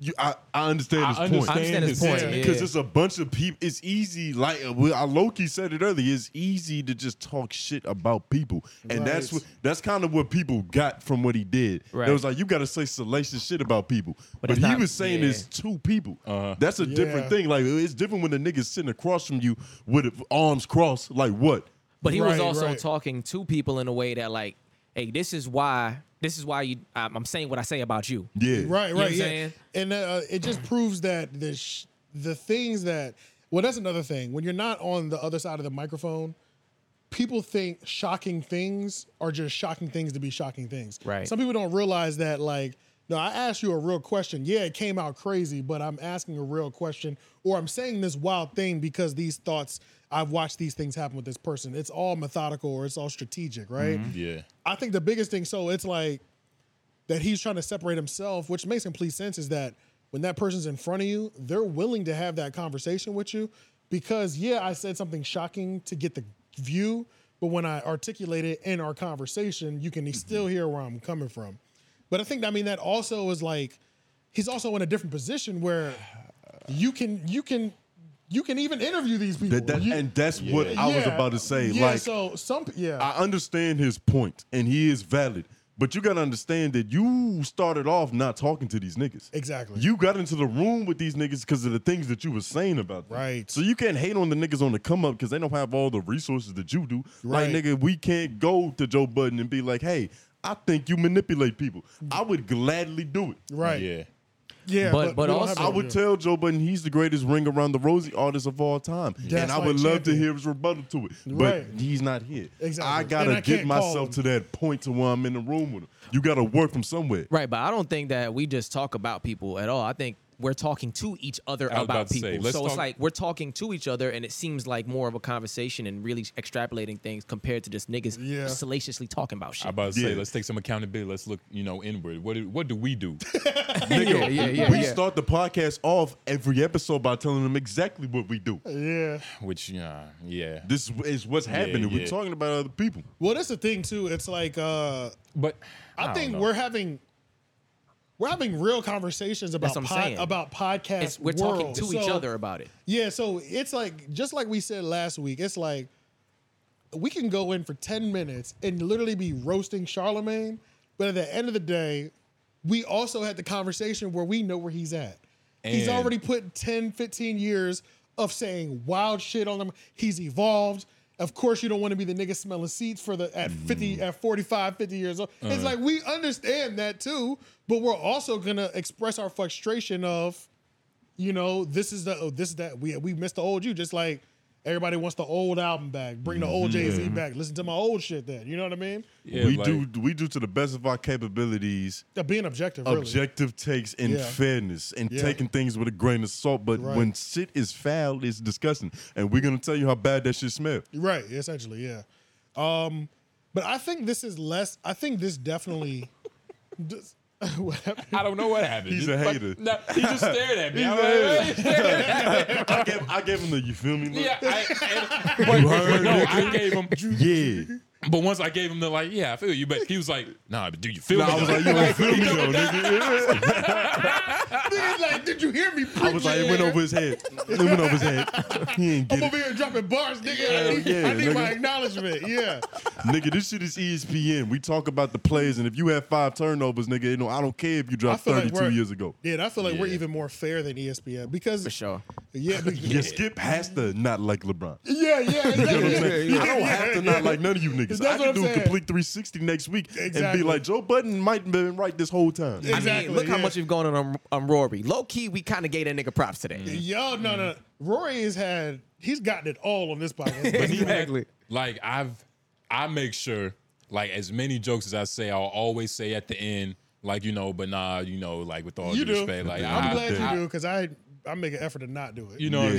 Speaker 1: you, I, I understand
Speaker 2: I
Speaker 1: his point.
Speaker 2: understand I
Speaker 4: understand his his point, point, yeah.
Speaker 1: Because it's a bunch of people. It's easy, like uh, well, I Loki said it earlier. It's easy to just talk shit about people, and that's
Speaker 3: Right.
Speaker 1: what that's kind of what people got from what he did.
Speaker 4: Right.
Speaker 1: It was like you got to say salacious shit about people, but,
Speaker 4: it's
Speaker 1: he
Speaker 4: not-
Speaker 1: was saying
Speaker 4: yeah.
Speaker 1: it's two people.
Speaker 4: Uh-huh.
Speaker 1: That's a different
Speaker 3: Yeah.
Speaker 1: thing. Like uh, it's different when the nigga's sitting across from you with arms crossed. Like what?
Speaker 4: But he was
Speaker 3: Right,
Speaker 4: also
Speaker 3: right.
Speaker 4: talking to people in a way that like, hey, this is why this is why you I'm, I'm saying what I say about you.
Speaker 1: Yeah,
Speaker 3: Right,
Speaker 4: what
Speaker 3: right,
Speaker 4: I'm
Speaker 3: yeah.
Speaker 4: saying?
Speaker 3: And uh, it just proves that the sh- the things that well, that's another thing. When you're not on the other side of the microphone, people think shocking things are just shocking things to be shocking things.
Speaker 4: Right.
Speaker 3: Some people don't realize that. Like, no, I asked you a real question. Yeah, it came out crazy, but I'm asking a real question, or I'm saying this wild thing because these thoughts. I've watched these things happen with this person. It's all methodical or it's all strategic, right?
Speaker 4: Mm-hmm.
Speaker 2: Mm-hmm. Yeah.
Speaker 3: I think the biggest thing, so it's like that he's trying to separate himself, which makes complete sense, is that when that person's in front of you, they're willing to have that conversation with you because, yeah, I said something shocking to get the view, but when I articulate it in our conversation, you can still
Speaker 1: Mm-hmm.
Speaker 3: hear where I'm coming from. But I think, I mean, that also is like, he's also in a different position where you can, you can, you can even interview these people.
Speaker 1: That, that,
Speaker 3: You-
Speaker 1: and that's what I was
Speaker 3: Yeah.
Speaker 1: about to say.
Speaker 3: Yeah,
Speaker 1: like
Speaker 3: so some, yeah.
Speaker 1: I understand his point, and he is valid. But you gotta understand that you started off not talking to these niggas.
Speaker 3: Exactly.
Speaker 1: You got into the room with these niggas because of the things that you were saying about them.
Speaker 3: Right.
Speaker 1: So you can't hate on the niggas on the come up because they don't have all the resources that you do.
Speaker 3: Right.
Speaker 1: Like nigga, we can't go to Joe Budden and be like, "Hey, I think you manipulate people." I would gladly do it.
Speaker 3: right.
Speaker 2: Yeah.
Speaker 3: Yeah,
Speaker 4: But- but
Speaker 3: we don't
Speaker 4: also-
Speaker 3: have
Speaker 1: I
Speaker 3: to-
Speaker 1: would tell Joe Budden he's the greatest ring around the Rosie artist of all time, and I
Speaker 3: like
Speaker 1: would love to
Speaker 3: champion.
Speaker 1: hear his rebuttal to it.
Speaker 3: Right.
Speaker 1: But he's not here.
Speaker 3: Exactly.
Speaker 1: I
Speaker 3: And
Speaker 1: gotta
Speaker 3: I
Speaker 1: get
Speaker 3: can't call
Speaker 1: myself
Speaker 3: him.
Speaker 1: to that point to where I'm in the room with him. You gotta work from somewhere.
Speaker 4: Right, but I don't think that we just talk about people at all. I think we're talking to each other
Speaker 2: I was
Speaker 4: about,
Speaker 2: about to say,
Speaker 4: people.
Speaker 2: let's
Speaker 4: so it's
Speaker 2: talk-
Speaker 4: like we're talking to each other, and it seems like more of a conversation and really extrapolating things compared to just niggas
Speaker 3: Yeah.
Speaker 4: salaciously talking about shit.
Speaker 2: I about to say,
Speaker 1: Yeah.
Speaker 2: let's take some accountability. Let's look, you know, inward. What do, what do we
Speaker 1: <laughs>
Speaker 2: do?
Speaker 1: Nigga,
Speaker 4: yeah, yeah,
Speaker 1: we
Speaker 4: yeah.
Speaker 1: start the podcast off every episode by telling them exactly what we do.
Speaker 3: Yeah.
Speaker 2: Which yeah, yeah.
Speaker 1: This is what's happening.
Speaker 2: yeah.
Speaker 1: We're talking about other people.
Speaker 3: Well, that's the thing too. It's like uh
Speaker 2: But
Speaker 3: I,
Speaker 2: don't
Speaker 3: think
Speaker 2: know.
Speaker 3: we're having we're having real conversations about
Speaker 4: what I'm
Speaker 3: pod,
Speaker 4: saying.
Speaker 3: about podcast.
Speaker 4: It's- we're talking
Speaker 3: world.
Speaker 4: to each
Speaker 3: So,
Speaker 4: other about it.
Speaker 3: Yeah, so it's like just like we said last week. It's like we can go in for ten minutes and literally be roasting Charlemagne, but at the end of the day, we also had the conversation where we know where he's at. he's
Speaker 2: And-
Speaker 3: already put 10, 15 years of saying wild shit on him. He's evolved. Of course, you don't want to be the nigga smelling seats for the at 50,
Speaker 4: Mm.
Speaker 3: at 45, 50 years old.
Speaker 4: Uh-huh.
Speaker 3: It's like we understand that too, but we're also gonna express our frustration of, you know, this is the oh, this is that we we missed the old you, just like everybody wants the old album back. Bring the old
Speaker 1: Mm-hmm.
Speaker 3: Jay-Z back. Listen to my old shit then. You know what I mean?
Speaker 2: Yeah,
Speaker 1: we
Speaker 2: like-
Speaker 1: do we do to the best of our capabilities
Speaker 3: Uh, Being objective, really.
Speaker 1: objective takes and
Speaker 3: Yeah.
Speaker 1: fairness and
Speaker 3: Yeah.
Speaker 1: taking things with a grain of salt. But
Speaker 3: Right.
Speaker 1: when shit is foul, it's disgusting. And we're gonna tell you how bad that shit smelled.
Speaker 3: Right, essentially, yeah. Um, but I think this is less. I think this
Speaker 1: <laughs>
Speaker 3: definitely. does- what happened?
Speaker 2: I don't know what happened.
Speaker 1: He's
Speaker 2: Just
Speaker 1: a
Speaker 2: fuck-
Speaker 1: hater.
Speaker 2: no, he
Speaker 1: <laughs>
Speaker 2: just stared at me.
Speaker 1: He's
Speaker 2: I'm
Speaker 1: a
Speaker 2: like,
Speaker 1: hater. I gave I gave him the <laughs> you feel me look.
Speaker 2: Yeah, I, and- but,
Speaker 1: heard,
Speaker 2: but no, I
Speaker 1: nigga?
Speaker 2: gave him.
Speaker 1: <laughs> Yeah.
Speaker 2: But once I gave him the like, yeah, I feel you, but he was like, nah, but do you feel
Speaker 1: Nah,
Speaker 2: me?
Speaker 1: I was
Speaker 2: though? <laughs>
Speaker 1: like, you don't feel me though, nigga.
Speaker 6: Niggas like, did you hear me?
Speaker 1: I was like, it went over his head. It went over his head. He ain't
Speaker 6: I'm
Speaker 1: get it.
Speaker 6: over here dropping bars, nigga. I
Speaker 1: Hell
Speaker 6: need,
Speaker 1: yeah,
Speaker 6: I need my
Speaker 1: nigga.
Speaker 6: acknowledgement.
Speaker 1: <laughs>
Speaker 6: Yeah.
Speaker 1: Nigga, this shit is E ESPN. We talk about the plays, and if you have five turnovers, nigga, you know, I don't care if you dropped
Speaker 3: feel like
Speaker 1: 32
Speaker 3: we're-
Speaker 1: years ago.
Speaker 3: Yeah, and I feel like we're
Speaker 2: Yeah.
Speaker 3: even more fair than E ESPN because
Speaker 4: for sure.
Speaker 3: yeah, be-
Speaker 1: Yeah, Skip has to not like LeBron.
Speaker 6: Yeah, yeah,
Speaker 1: You know
Speaker 6: yeah,
Speaker 1: what I'm saying?
Speaker 6: yeah,
Speaker 1: I don't
Speaker 6: yeah,
Speaker 1: have to
Speaker 6: yeah.
Speaker 1: not like none of you niggas.
Speaker 6: That's
Speaker 1: I
Speaker 6: what
Speaker 1: can
Speaker 6: I'm
Speaker 1: do a
Speaker 6: saying.
Speaker 1: complete 360 next week and
Speaker 6: Exactly.
Speaker 1: be like, Joe Budden might have been right this whole time.
Speaker 6: Yeah.
Speaker 4: I mean,
Speaker 6: Exactly,
Speaker 4: look how
Speaker 6: yeah.
Speaker 4: much you've gone on um, um, Rory. Low key, we kind of gave that nigga props today.
Speaker 2: Mm-hmm.
Speaker 3: Yo, no,
Speaker 2: Mm.
Speaker 3: no. Rory has had he's gotten it all on this
Speaker 2: But <laughs>
Speaker 3: podcast.
Speaker 2: even at-
Speaker 4: Exactly.
Speaker 2: like I've, I make sure, like as many jokes as I say, I'll always say at the end, like you know, but nah, you know, like with all
Speaker 3: You
Speaker 2: due
Speaker 3: do.
Speaker 2: respect, like
Speaker 3: I'm
Speaker 2: I-
Speaker 3: glad
Speaker 2: I-
Speaker 3: you do because I I make an effort to not do it.
Speaker 2: You know what I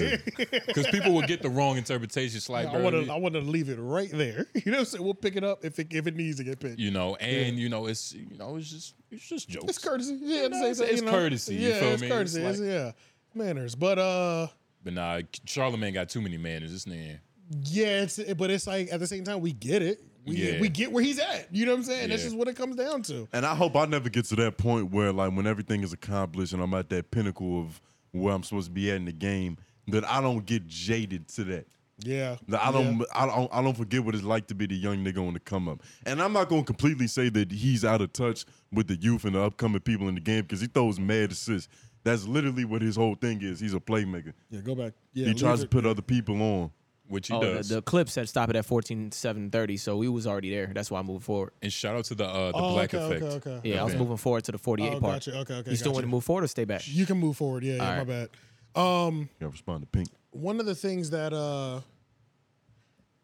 Speaker 3: <laughs>
Speaker 2: mean? Because people will get the wrong interpretation. It's like,
Speaker 3: I
Speaker 2: bro,
Speaker 3: want to I want to leave it right there. <laughs> You know what I'm saying? We'll pick it up if it if it needs to get picked.
Speaker 2: you know, and you know, it's you know, it's just it's just jokes.
Speaker 3: It's courtesy. Yeah,
Speaker 2: You
Speaker 3: at the
Speaker 2: know,
Speaker 3: same
Speaker 2: it's-
Speaker 3: time,
Speaker 2: it's
Speaker 3: you know?
Speaker 2: courtesy, you
Speaker 3: Yeah,
Speaker 2: feel
Speaker 3: it's
Speaker 2: me?
Speaker 3: courtesy.
Speaker 2: It's
Speaker 3: It's yeah, manners. But uh,
Speaker 2: But nah, Charlemagne got too many manners. This nigga,
Speaker 3: yeah, it's but it's like at the same time we get it. We
Speaker 2: Yeah.
Speaker 3: we get where he's at. You know what I'm saying? That's
Speaker 2: Yeah.
Speaker 3: just what it comes down to.
Speaker 1: And I hope I never get to that point where, like, when everything is accomplished and I'm at that pinnacle of where I'm supposed to be at in the game, that I don't get jaded to that.
Speaker 3: Yeah,
Speaker 1: That I
Speaker 3: Yeah.
Speaker 1: don't, I don't, I don't forget what it's like to be the young nigga on the come up. And I'm not gonna completely say that he's out of touch with the youth and the upcoming people in the game because he throws mad assists. That's literally what his whole thing is. He's a playmaker.
Speaker 3: Yeah, go back. Yeah,
Speaker 1: he
Speaker 3: leave
Speaker 1: tries
Speaker 3: it.
Speaker 1: to put other people on.
Speaker 2: which he
Speaker 4: Oh, the,
Speaker 2: does.
Speaker 4: the clip said stop it at 14, so we was already there. That's why I moved forward.
Speaker 2: and shout out to the uh, the
Speaker 3: Oh,
Speaker 2: black
Speaker 3: okay,
Speaker 2: effect.
Speaker 3: okay, okay.
Speaker 4: Yeah, I was
Speaker 2: Okay.
Speaker 4: moving forward to the 48
Speaker 3: Oh,
Speaker 4: part.
Speaker 3: gotcha. Okay, okay,
Speaker 4: You still want
Speaker 3: gotcha.
Speaker 4: to move forward or stay back?
Speaker 3: You can move forward. Yeah, yeah, my bad. Um,
Speaker 1: Got to respond to Pink.
Speaker 3: one of the things that uh,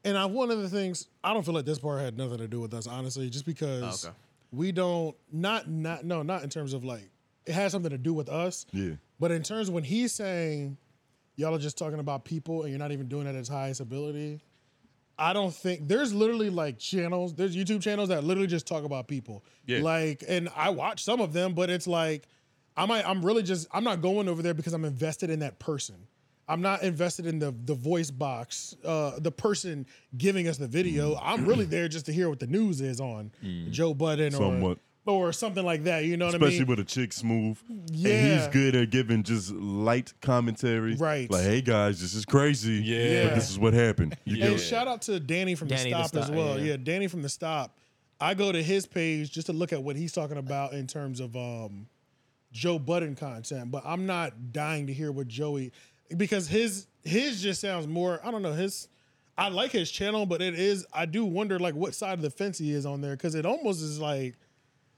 Speaker 3: and I one of the things I don't feel like this part had nothing to do with us, honestly, just because
Speaker 4: Okay.
Speaker 3: we don't not not no not in terms of like it has something to do with us.
Speaker 1: Yeah.
Speaker 3: But in terms when he's saying y'all are just talking about people and you're not even doing it at its highest ability, I don't think there's literally like channels, there's YouTube channels that literally just talk about people.
Speaker 2: Yeah.
Speaker 3: Like, and I watch some of them, but it's like I might I'm really just I'm not going over there because I'm invested in that person. I'm not invested in the the voice box, uh, the person giving us the
Speaker 1: Mm.
Speaker 3: video. I'm really there just to hear what the news is on Joe Budden
Speaker 1: Somewhat.
Speaker 3: or or something like that. You know what
Speaker 1: Especially
Speaker 3: I mean?
Speaker 1: with a chick smooth. And he's
Speaker 3: Yeah.
Speaker 1: good at giving just light commentary.
Speaker 3: Right.
Speaker 1: Like, hey guys, this is crazy.
Speaker 2: Yeah.
Speaker 1: But this is what happened. You
Speaker 2: Yeah.
Speaker 1: get
Speaker 3: And shout out to Danny from
Speaker 4: Danny the
Speaker 3: the stop as
Speaker 4: Stop,
Speaker 3: well.
Speaker 4: yeah.
Speaker 3: Yeah. Danny from the stop. I go to his page just to look at what he's talking about in terms of um, Joe Budden content, but I'm not dying to hear what Joey because his his just sounds more. I don't know his. I like his channel, but it is. I do wonder like what side of the fence he is on there because it almost is like.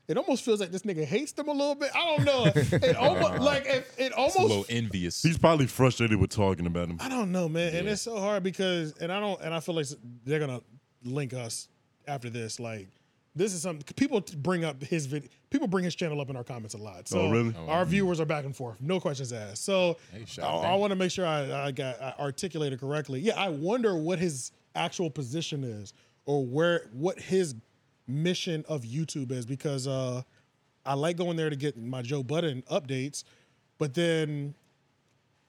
Speaker 3: It almost feels like this nigga hates them a little bit. I don't
Speaker 4: <laughs>
Speaker 3: know. It almost like it, it
Speaker 2: It's a little
Speaker 3: almost
Speaker 2: envious.
Speaker 1: He's probably frustrated with talking about him.
Speaker 3: I don't know, man. And it's so hard because, and I don't, and I feel like they're gonna link us after this. Like, this is something people t- bring up his video. People bring his channel up in our comments a lot. So
Speaker 1: Oh, really?
Speaker 3: our viewers are back and forth, no questions asked. So
Speaker 2: shout
Speaker 3: I,
Speaker 2: out.
Speaker 3: want to make sure I, I got I articulated correctly. Yeah, I wonder what his actual position is, or where what his mission of YouTube is, because uh, I like going there to get my Joe Budden updates, but then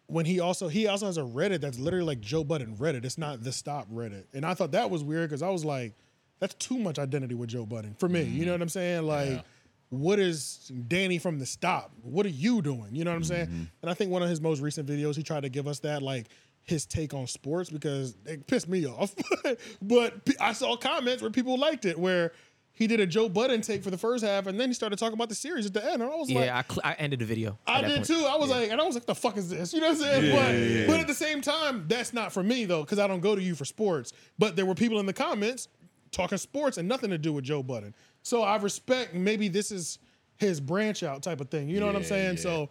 Speaker 3: when he also he also has a Reddit that's literally like Joe Budden Reddit. It's not the Stop Reddit, and I thought that was weird because I was like, that's too much identity with Joe Budden for me. You know what I'm saying? Like, what is Danny from the Stop? What are you doing? You know what I'm saying? And I think one of his most recent videos, he tried to give us that like his take on sports because it pissed me off. <laughs> but p- I saw comments where people liked it where. He did a Joe Budden take for the first half, and then he started talking about the series at the end. And I was like,
Speaker 4: yeah, I, cl- I ended the video. at
Speaker 3: I
Speaker 4: that
Speaker 3: did
Speaker 4: point.
Speaker 3: too. I was like, and I was like, the fuck is this? You know what I'm saying?
Speaker 1: Yeah,
Speaker 3: but,
Speaker 1: yeah, yeah.
Speaker 3: but at the same time, that's not for me though, because I don't go to you for sports. But there were people in the comments talking sports and nothing to do with Joe Budden. So I respect maybe this is his branch out type of thing. You know what I'm
Speaker 2: Yeah,
Speaker 3: saying?
Speaker 2: yeah.
Speaker 3: So,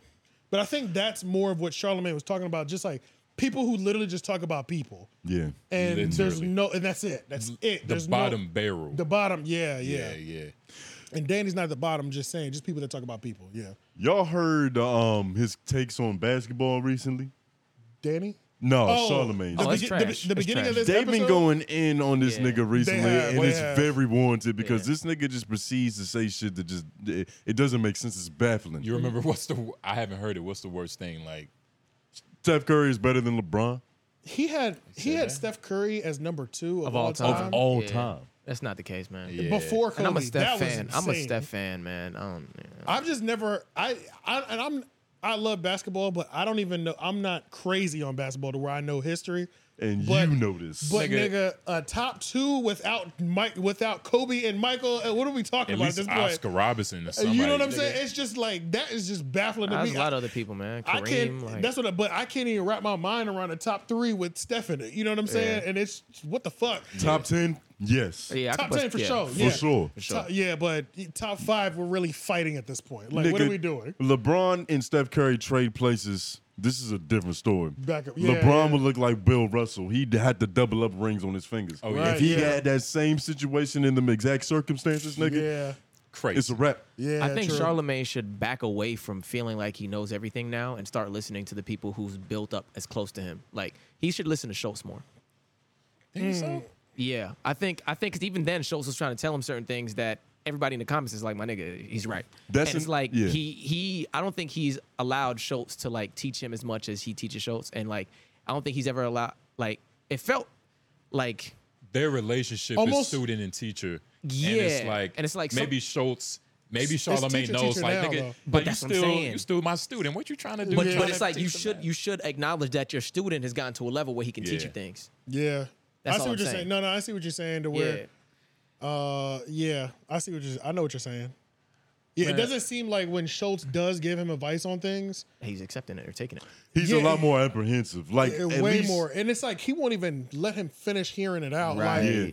Speaker 3: but I think that's more of what Charlemagne was talking about, just like people who literally just talk about people.
Speaker 1: Yeah.
Speaker 3: And there's
Speaker 2: Literally.
Speaker 3: no, and that's it. That's it.
Speaker 2: the
Speaker 3: there's
Speaker 2: bottom
Speaker 3: No,
Speaker 2: barrel.
Speaker 3: the bottom, yeah, yeah,
Speaker 2: yeah, yeah.
Speaker 3: And Danny's not at the bottom. Just saying, just people that talk about people. Yeah,
Speaker 1: Y'all heard um his takes on basketball recently?
Speaker 3: Danny.
Speaker 1: No,
Speaker 3: Oh,
Speaker 1: Charlemagne.
Speaker 3: The,
Speaker 4: Oh, it's
Speaker 3: begin-
Speaker 4: trash.
Speaker 3: the, be- the
Speaker 4: It's
Speaker 3: beginning
Speaker 4: trash.
Speaker 3: of this
Speaker 1: They've been
Speaker 3: episode-
Speaker 1: going in on this
Speaker 4: Yeah.
Speaker 1: nigga recently,
Speaker 3: have,
Speaker 1: and
Speaker 3: they
Speaker 1: it's
Speaker 3: have.
Speaker 1: very warranted because
Speaker 4: Yeah.
Speaker 1: this nigga just proceeds to say shit that just it, it doesn't make sense. It's baffling.
Speaker 2: You
Speaker 3: Mm-hmm.
Speaker 2: remember what's the? I haven't heard it. What's the worst thing? Like,
Speaker 1: Steph Curry is better than LeBron.
Speaker 3: He had he had Steph Curry as number two of,
Speaker 4: of
Speaker 3: all, time.
Speaker 4: Of
Speaker 11: all
Speaker 4: Yeah.
Speaker 11: time.
Speaker 4: That's not the case, man.
Speaker 3: Yeah. Before
Speaker 4: And I'm a
Speaker 3: Kobe.
Speaker 4: Steph
Speaker 3: That was
Speaker 4: fan. I'm a
Speaker 3: insane.
Speaker 4: Steph fan, man. I don't. yeah.
Speaker 3: I've just never I, I and I'm I love basketball, but I don't even know I'm not crazy on basketball to where I know history.
Speaker 1: And
Speaker 3: But-
Speaker 1: you know this.
Speaker 3: But nigga, a top two without Mike without Kobe and Michael. uh, What are we talking
Speaker 2: At
Speaker 3: about at
Speaker 2: least
Speaker 3: this
Speaker 2: Oscar
Speaker 3: point?
Speaker 2: Robinson or
Speaker 3: Uh,
Speaker 2: somebody.
Speaker 3: You know what I'm saying? It's just like that is just baffling to
Speaker 4: There's
Speaker 3: me.
Speaker 4: a lot of other people, man.
Speaker 3: I
Speaker 4: Kareem.
Speaker 3: can't.
Speaker 4: Like,
Speaker 3: that's what. I, but I can't even wrap my mind around the top three with Steph in it. You know what I'm saying?
Speaker 1: Yeah.
Speaker 3: And it's what the fuck.
Speaker 1: Top ten, yes.
Speaker 3: top ten for sure.
Speaker 1: For
Speaker 3: yeah.
Speaker 1: sure.
Speaker 3: Top- yeah, but top five, we're really fighting at this point. Like, what are
Speaker 1: Nigga,
Speaker 3: we doing?
Speaker 1: LeBron and Steph Curry trade places. This is a different story.
Speaker 3: Back up- yeah,
Speaker 1: LeBron
Speaker 3: yeah.
Speaker 1: would look like Bill Russell. He had to double up rings on his fingers.
Speaker 2: Oh, yeah.
Speaker 1: If he
Speaker 2: Right, yeah.
Speaker 1: had that same situation in them exact circumstances, nigga,
Speaker 3: Yeah.
Speaker 2: Crazy.
Speaker 1: It's a wrap.
Speaker 4: I think Charlemagne should back away from feeling like he knows everything now and start listening to the people who's built up as close to him. Like he should listen to Schultz more.
Speaker 2: Think so?
Speaker 3: Mm.
Speaker 4: Yeah, I think I think 'cause even then Schultz was trying to tell him certain things that everybody in the comments is like, my nigga, he's right.
Speaker 1: That's
Speaker 4: and it's
Speaker 1: an-
Speaker 4: like
Speaker 1: yeah.
Speaker 4: he he I don't think he's allowed Schultz to like teach him as much as he teaches Schultz, and like I don't think he's ever allowed like it felt like
Speaker 2: Their relationship
Speaker 4: Almost-
Speaker 2: is student and teacher. And it's
Speaker 4: Yeah.
Speaker 2: like,
Speaker 4: And it's like some-
Speaker 2: maybe Schultz, maybe
Speaker 4: It's
Speaker 2: Charlemagne
Speaker 4: teacher,
Speaker 2: knows,
Speaker 4: teacher
Speaker 2: like,
Speaker 4: now,
Speaker 2: nigga,
Speaker 4: though. But
Speaker 2: but you
Speaker 4: that's what I'm
Speaker 2: still,
Speaker 4: saying.
Speaker 2: you still my student. What you trying to do?
Speaker 4: But,
Speaker 2: Trying
Speaker 4: but
Speaker 2: to
Speaker 4: it's like you
Speaker 2: teach him
Speaker 4: should you should acknowledge that your student has gotten to a level where he can teach
Speaker 2: Yeah.
Speaker 4: you things.
Speaker 3: Yeah.
Speaker 4: That's
Speaker 3: I see
Speaker 4: all
Speaker 3: what
Speaker 4: I'm
Speaker 3: you're
Speaker 4: saying.
Speaker 3: No, no, I see what you're saying to where uh yeah, I see what you're I know what you're saying. Yeah,
Speaker 4: Man.
Speaker 3: it doesn't seem like when Schultz does give him advice on things,
Speaker 4: He's accepting it or taking it.
Speaker 1: He's a
Speaker 3: Yeah.
Speaker 1: lot more apprehensive. Like
Speaker 3: eh,
Speaker 1: at
Speaker 3: way
Speaker 1: least-
Speaker 3: more. And it's like he won't even let him finish hearing it out.
Speaker 1: Right.
Speaker 3: Like
Speaker 1: Yeah.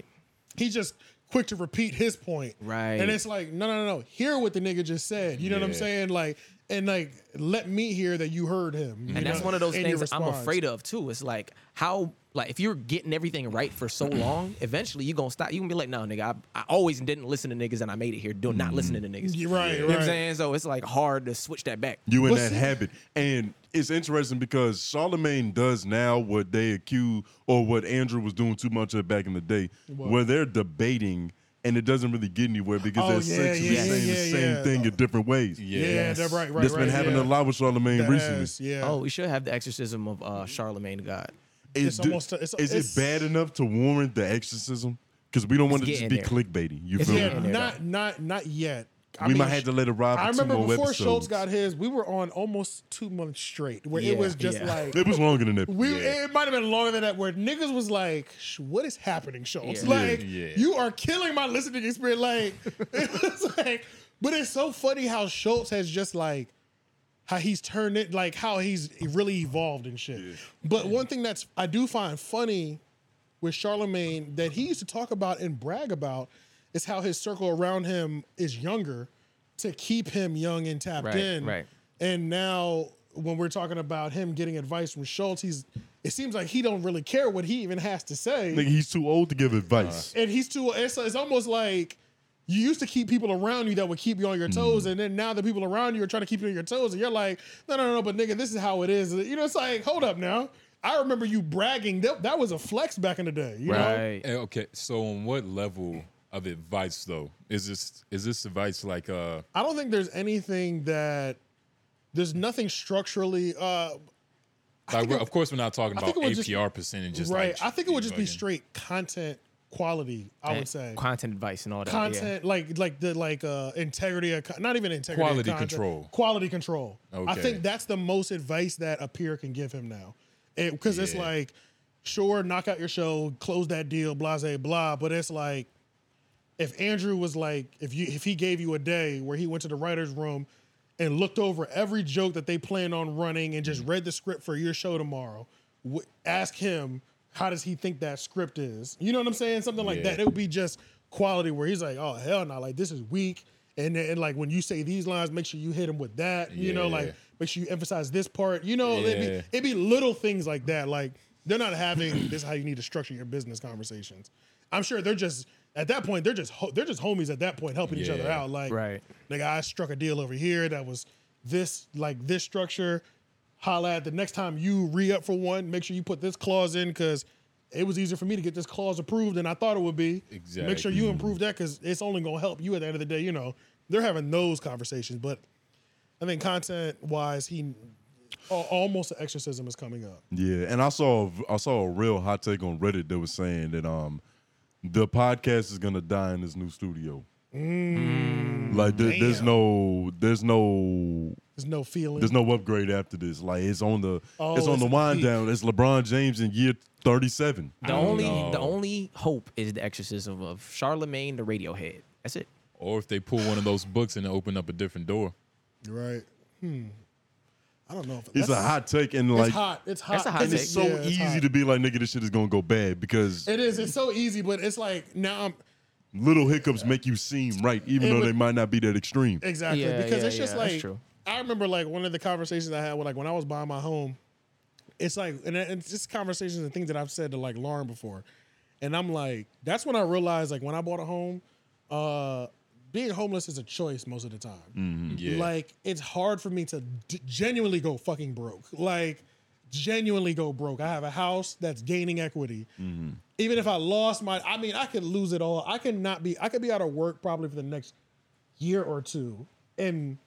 Speaker 3: he's just quick to repeat his point.
Speaker 4: Right.
Speaker 3: And it's like, no, no, no, no. Hear what the nigga just said. You know what I'm
Speaker 4: Yeah.
Speaker 3: saying? Like, and like, let me hear that you heard him.
Speaker 1: Mm-hmm.
Speaker 3: you
Speaker 4: And that's
Speaker 3: know,
Speaker 4: one of those
Speaker 3: in your
Speaker 4: things I'm
Speaker 3: response.
Speaker 4: afraid of too. It's like how like if you're getting everything right
Speaker 3: <clears throat>
Speaker 4: for so long, eventually you're gonna stop. you gonna be like, no, nigga, I, I always didn't listen to niggas and I made it here doing not listening to niggas.
Speaker 3: Yeah, right,
Speaker 4: You know what I'm
Speaker 3: right.
Speaker 4: saying? So it's like hard to switch that back.
Speaker 1: You in that habit. And it's interesting because Charlemagne does now what they accuse or what Andrew was doing too much of back in the day,
Speaker 2: What?
Speaker 1: where they're debating and it doesn't really get anywhere because
Speaker 2: Oh,
Speaker 1: they're
Speaker 2: yeah,
Speaker 1: sexually
Speaker 2: yeah,
Speaker 1: saying
Speaker 2: yeah,
Speaker 1: the
Speaker 2: yeah,
Speaker 1: same
Speaker 2: yeah.
Speaker 1: thing in different ways.
Speaker 2: Yeah, Yes.
Speaker 3: they're right, right,
Speaker 1: That's been
Speaker 3: right,
Speaker 1: happening
Speaker 3: yeah.
Speaker 1: a lot with Charlemagne
Speaker 3: That
Speaker 1: recently.
Speaker 3: ass, yeah.
Speaker 4: Oh, we should have the exorcism of uh, Charlemagne God.
Speaker 1: Is,
Speaker 3: It's
Speaker 1: do-
Speaker 3: almost- it's-
Speaker 1: is
Speaker 3: it's-
Speaker 1: it bad enough to warrant the exorcism? Because we don't
Speaker 3: It's
Speaker 1: want it to just be
Speaker 3: getting there.
Speaker 1: clickbaity. You feel
Speaker 3: Yeah,
Speaker 1: me?
Speaker 3: not not not yet. I
Speaker 1: We
Speaker 3: mean,
Speaker 1: might have to let it ride for
Speaker 3: I
Speaker 1: two
Speaker 3: remember
Speaker 1: more
Speaker 3: before
Speaker 1: episodes.
Speaker 3: Schultz got his, we were on almost two months straight, where it was just like
Speaker 1: it was longer than that.
Speaker 3: We
Speaker 1: Yeah.
Speaker 3: it might have been longer than that. Where niggas was like, "Sh- "What is happening, Schultz?
Speaker 1: Yeah.
Speaker 3: Like,
Speaker 1: Yeah.
Speaker 3: you are killing my listening experience." Like, <laughs> it was like, but it's so funny how Schultz has just like how he's turned it, like how he's really evolved and shit. But one thing that's I do find funny with Charlemagne that he used to talk about and brag about is how his circle around him is younger to keep him young and tapped
Speaker 4: Right,
Speaker 3: in.
Speaker 4: right.
Speaker 3: And now when we're talking about him getting advice from Schultz, he's it seems like he don't really care what he even has to say.
Speaker 1: Nigga, he's too old to give advice.
Speaker 3: and he's too it's, it's almost like you used to keep people around you that would keep you on your
Speaker 2: Hmm.
Speaker 3: toes, and then now the people around you are trying to keep you on your toes, and you're like, no, no, no, no, but nigga, this is how it is. You know, it's like, hold up now. I remember you bragging. That, that was a flex back in the day. You Know?
Speaker 2: Eh, Okay. So on what level of advice though? Is this is this advice like uh
Speaker 3: I don't think there's anything that there's nothing structurally. Uh,
Speaker 2: like we're- of course we're not talking
Speaker 3: I
Speaker 2: about
Speaker 3: think it would
Speaker 2: APR
Speaker 3: just-
Speaker 2: percentages
Speaker 3: right.
Speaker 2: like
Speaker 3: I think it would just be straight content quality. I would say
Speaker 4: content advice and all that. yeah.
Speaker 3: content like like the like uh integrity of co- not even integrity of
Speaker 2: Quality
Speaker 3: content,
Speaker 2: control.
Speaker 3: quality control i
Speaker 2: Okay.
Speaker 3: think that's the most advice that a peer can give him now because it's
Speaker 2: Yeah.
Speaker 3: like sure knock out your show close that deal blah blah blah but it's like if andrew was like if you if he gave you a day where he went to the writer's room and looked over every joke that they plan on running and just read the script for your show tomorrow w- ask him how does he think that script is you know what i'm saying something like
Speaker 2: Yeah.
Speaker 3: that it would be just quality where he's like oh hell no like this is weak and then and like when you say these lines make sure you hit him with that you know
Speaker 2: Yeah.
Speaker 3: like make sure you emphasize this part you know
Speaker 2: Yeah.
Speaker 3: it'd, be, it'd be little things like that like they're not having this is how you need to structure your business conversations i'm sure they're just at that point they're just ho- they're just homies at that point helping each other
Speaker 2: Yeah.
Speaker 3: out like
Speaker 2: Right.
Speaker 3: like i struck a deal over here that was this like this structure holla at the next time you re-up for one make sure you put this clause in because it was easier for me to get this clause approved than i thought it would be make sure you
Speaker 2: Exactly.
Speaker 3: improve that because it's only going to help you at the end of the day you know they're having those conversations but i think content wise he Al- almost an exorcism is coming up.
Speaker 1: Yeah, and I saw a v- I saw a real hot take on Reddit that was saying that um the podcast is gonna die in this new studio. Like there- there's
Speaker 3: Mm. Damn.
Speaker 1: no there's no
Speaker 3: There's no feeling.
Speaker 1: there's no upgrade after this. Like it's on the
Speaker 3: Oh,
Speaker 1: it's on
Speaker 3: it's
Speaker 1: the
Speaker 3: at the
Speaker 1: wind
Speaker 3: peak.
Speaker 1: down. It's LeBron James in year thirty seven.
Speaker 4: The only the
Speaker 1: Oh.
Speaker 4: only hope is the exorcism of Charlemagne the Radiohead. That's it.
Speaker 2: Or if they pull one of those books and open up a different door.
Speaker 3: Right. Hmm. I don't know if
Speaker 1: It's a
Speaker 3: that's-
Speaker 1: hot take and
Speaker 3: it's
Speaker 1: like
Speaker 3: hot. It's hot.
Speaker 4: That's a hot
Speaker 1: and it's
Speaker 4: take.
Speaker 1: so
Speaker 3: Yeah, it's
Speaker 1: easy
Speaker 3: hot.
Speaker 1: to be like nigga this shit is gonna go bad because
Speaker 3: It is. It's so easy, but it's like now I'm
Speaker 1: little hiccups make you seem right even
Speaker 3: It
Speaker 1: though
Speaker 3: would-
Speaker 1: they might not be that extreme.
Speaker 3: exactly
Speaker 4: Yeah,
Speaker 3: because
Speaker 4: yeah,
Speaker 3: it's just
Speaker 4: yeah, that's
Speaker 3: like
Speaker 4: true.
Speaker 3: I remember like one of the conversations I had when like when I was buying my home. It's like and it- it's just conversations and things that I've said to like Lauren before, and I'm like that's when I realized like when I bought a home, uh, being homeless is a choice most of the time.
Speaker 2: Mm-hmm. Yeah.
Speaker 3: Like it's hard for me to d- genuinely go fucking broke. Like genuinely go broke. I have a house that's gaining equity.
Speaker 11: Mm-hmm.
Speaker 3: Even if I lost my, I mean, I could lose it all. I could not be. I could be out of work probably for the next year or two. And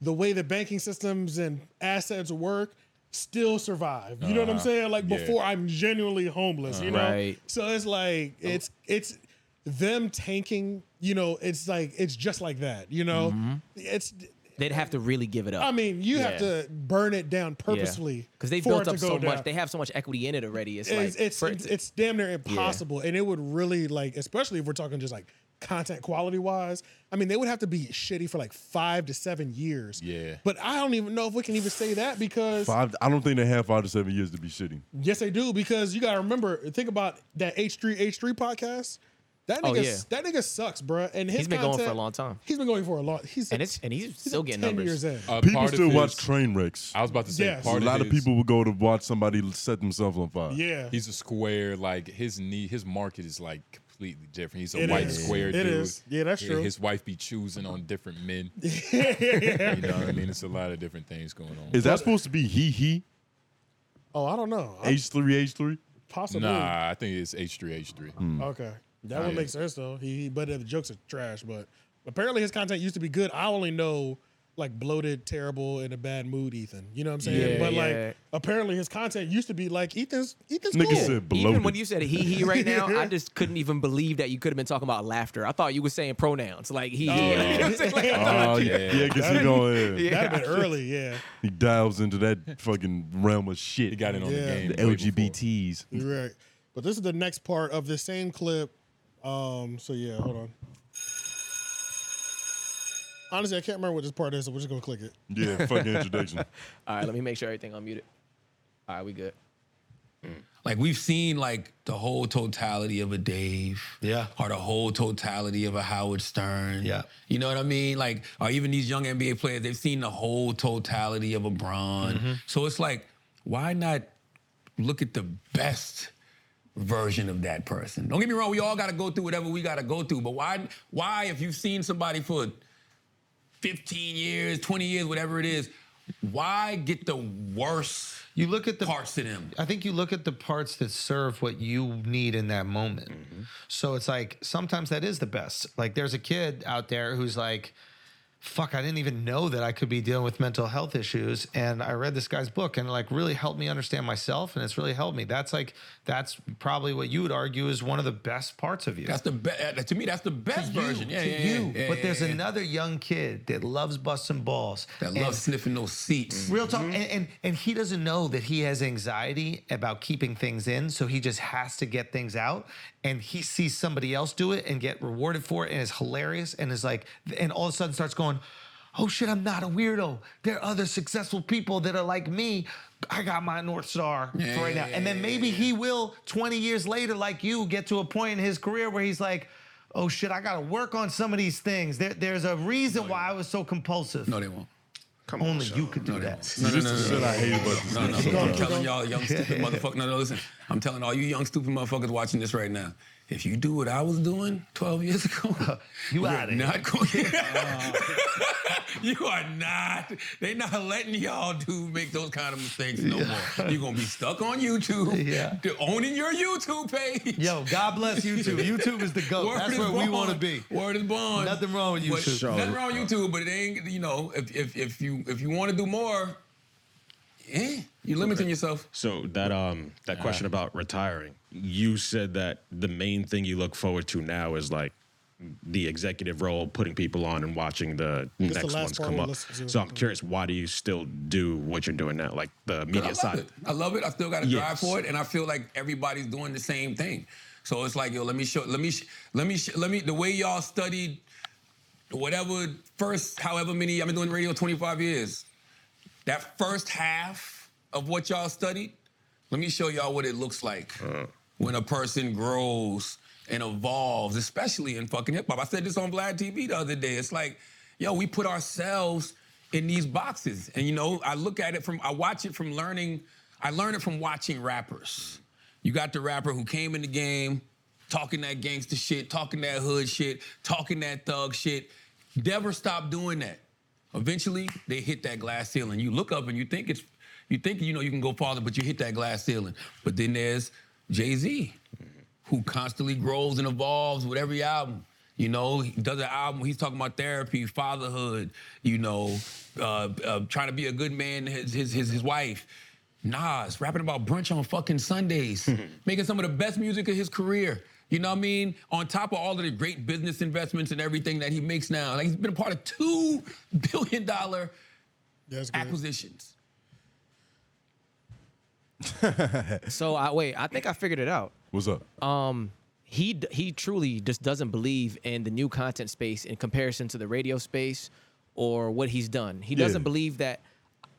Speaker 3: the way the banking systems and assets work, still survive. You know what I'm saying? Like
Speaker 2: yeah.
Speaker 3: before, I'm genuinely homeless. You know.
Speaker 4: Right.
Speaker 3: So it's like it's it's them tanking. You know, it's like it's just like that. You know,
Speaker 4: Mm-hmm.
Speaker 3: it's
Speaker 4: They'd have to really give it up.
Speaker 3: I mean, you have
Speaker 4: Yeah.
Speaker 3: to burn it down purposely
Speaker 4: because they
Speaker 3: for
Speaker 4: built
Speaker 3: it
Speaker 4: up
Speaker 3: to go
Speaker 4: so
Speaker 3: down.
Speaker 4: much. They have so much equity in it already. It's,
Speaker 3: it's
Speaker 4: like
Speaker 3: it's,
Speaker 4: for-
Speaker 3: it's, it's damn near impossible, and it would really like, especially if we're talking just like content quality wise. I mean, they would have to be shitty for like five to seven years.
Speaker 2: Yeah.
Speaker 3: but I don't even know if we can even say that because
Speaker 1: Five, I don't think they have five to seven years to be shitty.
Speaker 3: yes, they do. Because you gotta remember, think about that H three H three podcast. That
Speaker 4: Oh,
Speaker 3: nigga,
Speaker 4: yeah.
Speaker 3: that nigga sucks, bruh. And his
Speaker 4: He's been going for a
Speaker 3: content-
Speaker 4: long time.
Speaker 3: He's been going for a long. He's
Speaker 4: And it's- and he's still
Speaker 3: like
Speaker 4: getting
Speaker 3: 10 Years
Speaker 4: numbers.
Speaker 3: in.
Speaker 2: Uh,
Speaker 1: People
Speaker 2: part of
Speaker 1: still watch
Speaker 2: his-
Speaker 1: train wrecks.
Speaker 2: I was about to say
Speaker 3: Yes.
Speaker 1: a
Speaker 2: part
Speaker 1: lot of
Speaker 2: his-
Speaker 1: people would go to watch somebody set themselves on fire.
Speaker 3: yeah,
Speaker 2: Uh, He's a square, like his knee, his market is like completely different. He's a
Speaker 3: It
Speaker 2: white
Speaker 3: is.
Speaker 2: square
Speaker 3: It
Speaker 2: dude.
Speaker 3: is. Yeah, that's
Speaker 2: Hi-
Speaker 3: true.
Speaker 2: His wife be choosing on different
Speaker 3: <laughs>
Speaker 2: men. You know what I mean? It's a lot of different things going on.
Speaker 1: Is that supposed to be he he
Speaker 3: Oh, I don't know. I-
Speaker 1: H three H three?
Speaker 3: Possibly.
Speaker 2: nah, I think it's H three H three.
Speaker 1: Hmm.
Speaker 3: Okay. That would make sense though. He, he- but the jokes are trash. But apparently his content used to be good. I only know like bloated, terrible, in a bad mood, Ethan. You know what I'm saying?
Speaker 4: Yeah,
Speaker 3: but
Speaker 4: yeah.
Speaker 3: like apparently his content used to be like Ethan's Ethan's
Speaker 1: Nigga
Speaker 3: cool.
Speaker 1: said
Speaker 4: even when
Speaker 1: bloated.
Speaker 4: you said he he right now,
Speaker 3: <laughs>
Speaker 4: I just couldn't even believe that you could have been talking about laughter. I thought you were saying pronouns like he.
Speaker 3: Oh,
Speaker 4: he <laughs> you know what I'm saying? Like, I thought- <laughs>
Speaker 1: Oh yeah,
Speaker 2: yeah.
Speaker 1: yeah, because he going yeah.
Speaker 3: That'd been early, yeah.
Speaker 1: he dials into that fucking realm of shit.
Speaker 2: He got in on
Speaker 3: Yeah.
Speaker 2: the game.
Speaker 1: the
Speaker 2: way before.
Speaker 1: LGBTs.
Speaker 3: You're right. But this is the next part of the same clip. Um, so yeah, hold on. Honestly, I can't remember what this part is, so we're just gonna click it.
Speaker 1: Yeah, fucking
Speaker 3: <laughs>
Speaker 1: introduction.
Speaker 4: <laughs> All right, let me make sure everything unmuted. All right, we
Speaker 1: <laughs>
Speaker 4: good.
Speaker 10: Like we've seen like the whole totality of a Dave,
Speaker 9: Yeah.
Speaker 10: or the whole totality of a Howard Stern,
Speaker 9: Yeah.
Speaker 10: You know what I mean? Like, or even these young NBA players, they've seen the whole totality of a Bron.
Speaker 9: Mm-hmm.
Speaker 10: So it's like, why not look at the best version of that person? Don't get me wrong, we all got to go through whatever we got to go through, but why? Why if you've seen somebody for 15 years, 20 years, whatever it is, why get the worst
Speaker 9: You look at the
Speaker 10: parts of them?
Speaker 9: I think you look at the parts that serve what you need in that moment.
Speaker 10: Mm-hmm.
Speaker 9: So it's like sometimes that is the best. Like there's a kid out there who's like, fuck, I didn't even know that I could be dealing with mental health issues. And I read this guy's book and it, like really helped me understand myself. And it's really helped me. That's like, that's probably what you would argue is one of the best parts of you.
Speaker 10: That's the best. To me, that's the best
Speaker 9: you,
Speaker 10: version. Yeah,
Speaker 9: to
Speaker 10: yeah,
Speaker 9: you.
Speaker 10: yeah, yeah,
Speaker 9: but
Speaker 10: yeah,
Speaker 9: there's
Speaker 10: yeah.
Speaker 9: another young kid that loves busting balls.
Speaker 10: that
Speaker 9: and Mm-hmm.
Speaker 10: love sniffing those seats.
Speaker 9: Real talk, and, and and he doesn't know that he has anxiety about keeping things in, so he just has to get things out. And he sees somebody else do it and get rewarded for it, and is hilarious, and is like, and all of a sudden starts going, "Oh shit, I'm not a weirdo. There are other successful people that are like me. I got my north star for right now." And then maybe he will, 20 years later, like you, get to a point in his career where he's like. Oh shit! I gotta work on some of these things. There, there's a reason why I was so compulsive.
Speaker 10: No, they won't.
Speaker 9: Only you could do that.
Speaker 10: No, no, no, no, no,
Speaker 1: Shit I hate about this.
Speaker 10: no, no. I'm telling y'all, young stupid motherfucker. No, no, listen. I'm telling all you young stupid motherfuckers watching this right now. If you do what I was doing 12 years ago,
Speaker 9: <laughs> you
Speaker 10: you're
Speaker 9: outta here. Oh.
Speaker 10: not going. <laughs> you are not. They not letting y'all do make those kind of mistakes no more. You're gonna be stuck on YouTube.
Speaker 9: Yeah.
Speaker 10: Owning your YouTube page.
Speaker 9: Yo, God bless YouTube. YouTube is the goat.
Speaker 10: Word
Speaker 9: That's
Speaker 10: is
Speaker 9: where we
Speaker 10: born.
Speaker 9: want to be.
Speaker 10: Word is born.
Speaker 9: Nothing wrong with
Speaker 10: But-
Speaker 9: YouTube.
Speaker 10: Nothing wrong with YouTube, but it ain't. You know, if if if you if you want to do more, eh, you're limiting yourself. Uh-huh.
Speaker 11: So that um that question about retiring, you said that the main thing you look forward to now is like the executive role, putting people on and watching the
Speaker 3: That's the last
Speaker 11: next ones
Speaker 3: part
Speaker 11: come
Speaker 3: we
Speaker 11: up.
Speaker 3: listened to.
Speaker 11: So I'm curious, why do you still do what you're doing now, like the
Speaker 10: But I
Speaker 11: media
Speaker 10: love
Speaker 11: side?
Speaker 10: it. I love it. I still got to drive
Speaker 11: Yes.
Speaker 10: for it, and I feel like everybody's doing the same thing. So it's like, yo, let me show, let me, sh- let me, sh- let me. The way y'all studied, whatever first, however many I've been doing radio 25 years, that first half of what y'all studied, let me show y'all what it looks like when a person grows and evolves, especially in fucking hip hop. I said this on Vlad TV the other day. It's like, yo, we put ourselves in these boxes. And you know, I look at it from, I watch it from learning, I learn it from watching rappers. You got the rapper who came in the game, talking that gangster shit, talking that hood shit, talking that thug shit. Never stop doing that. Eventually, they hit that glass ceiling. You look up and you think it's, you think you know you can go farther, but you hit that glass ceiling. But then there's Jay Z, who constantly grows and evolves with every album. You know, he does an album. He's talking about therapy, fatherhood. You know, uh, uh, trying to be a good man. to His his his, his wife. Nas rapping about brunch on fucking Sundays, making some of the best music of his career. You know what I mean? On top of all of the great business investments and everything that he makes now, like he's been a part of two <laughs> billion dollar acquisitions.
Speaker 4: so I wait. I think I figured it out.
Speaker 1: What's up?
Speaker 4: Um, he d- he truly just doesn't believe in the new content space in comparison to the radio space or what he's done. He
Speaker 1: Yeah.
Speaker 4: doesn't believe that.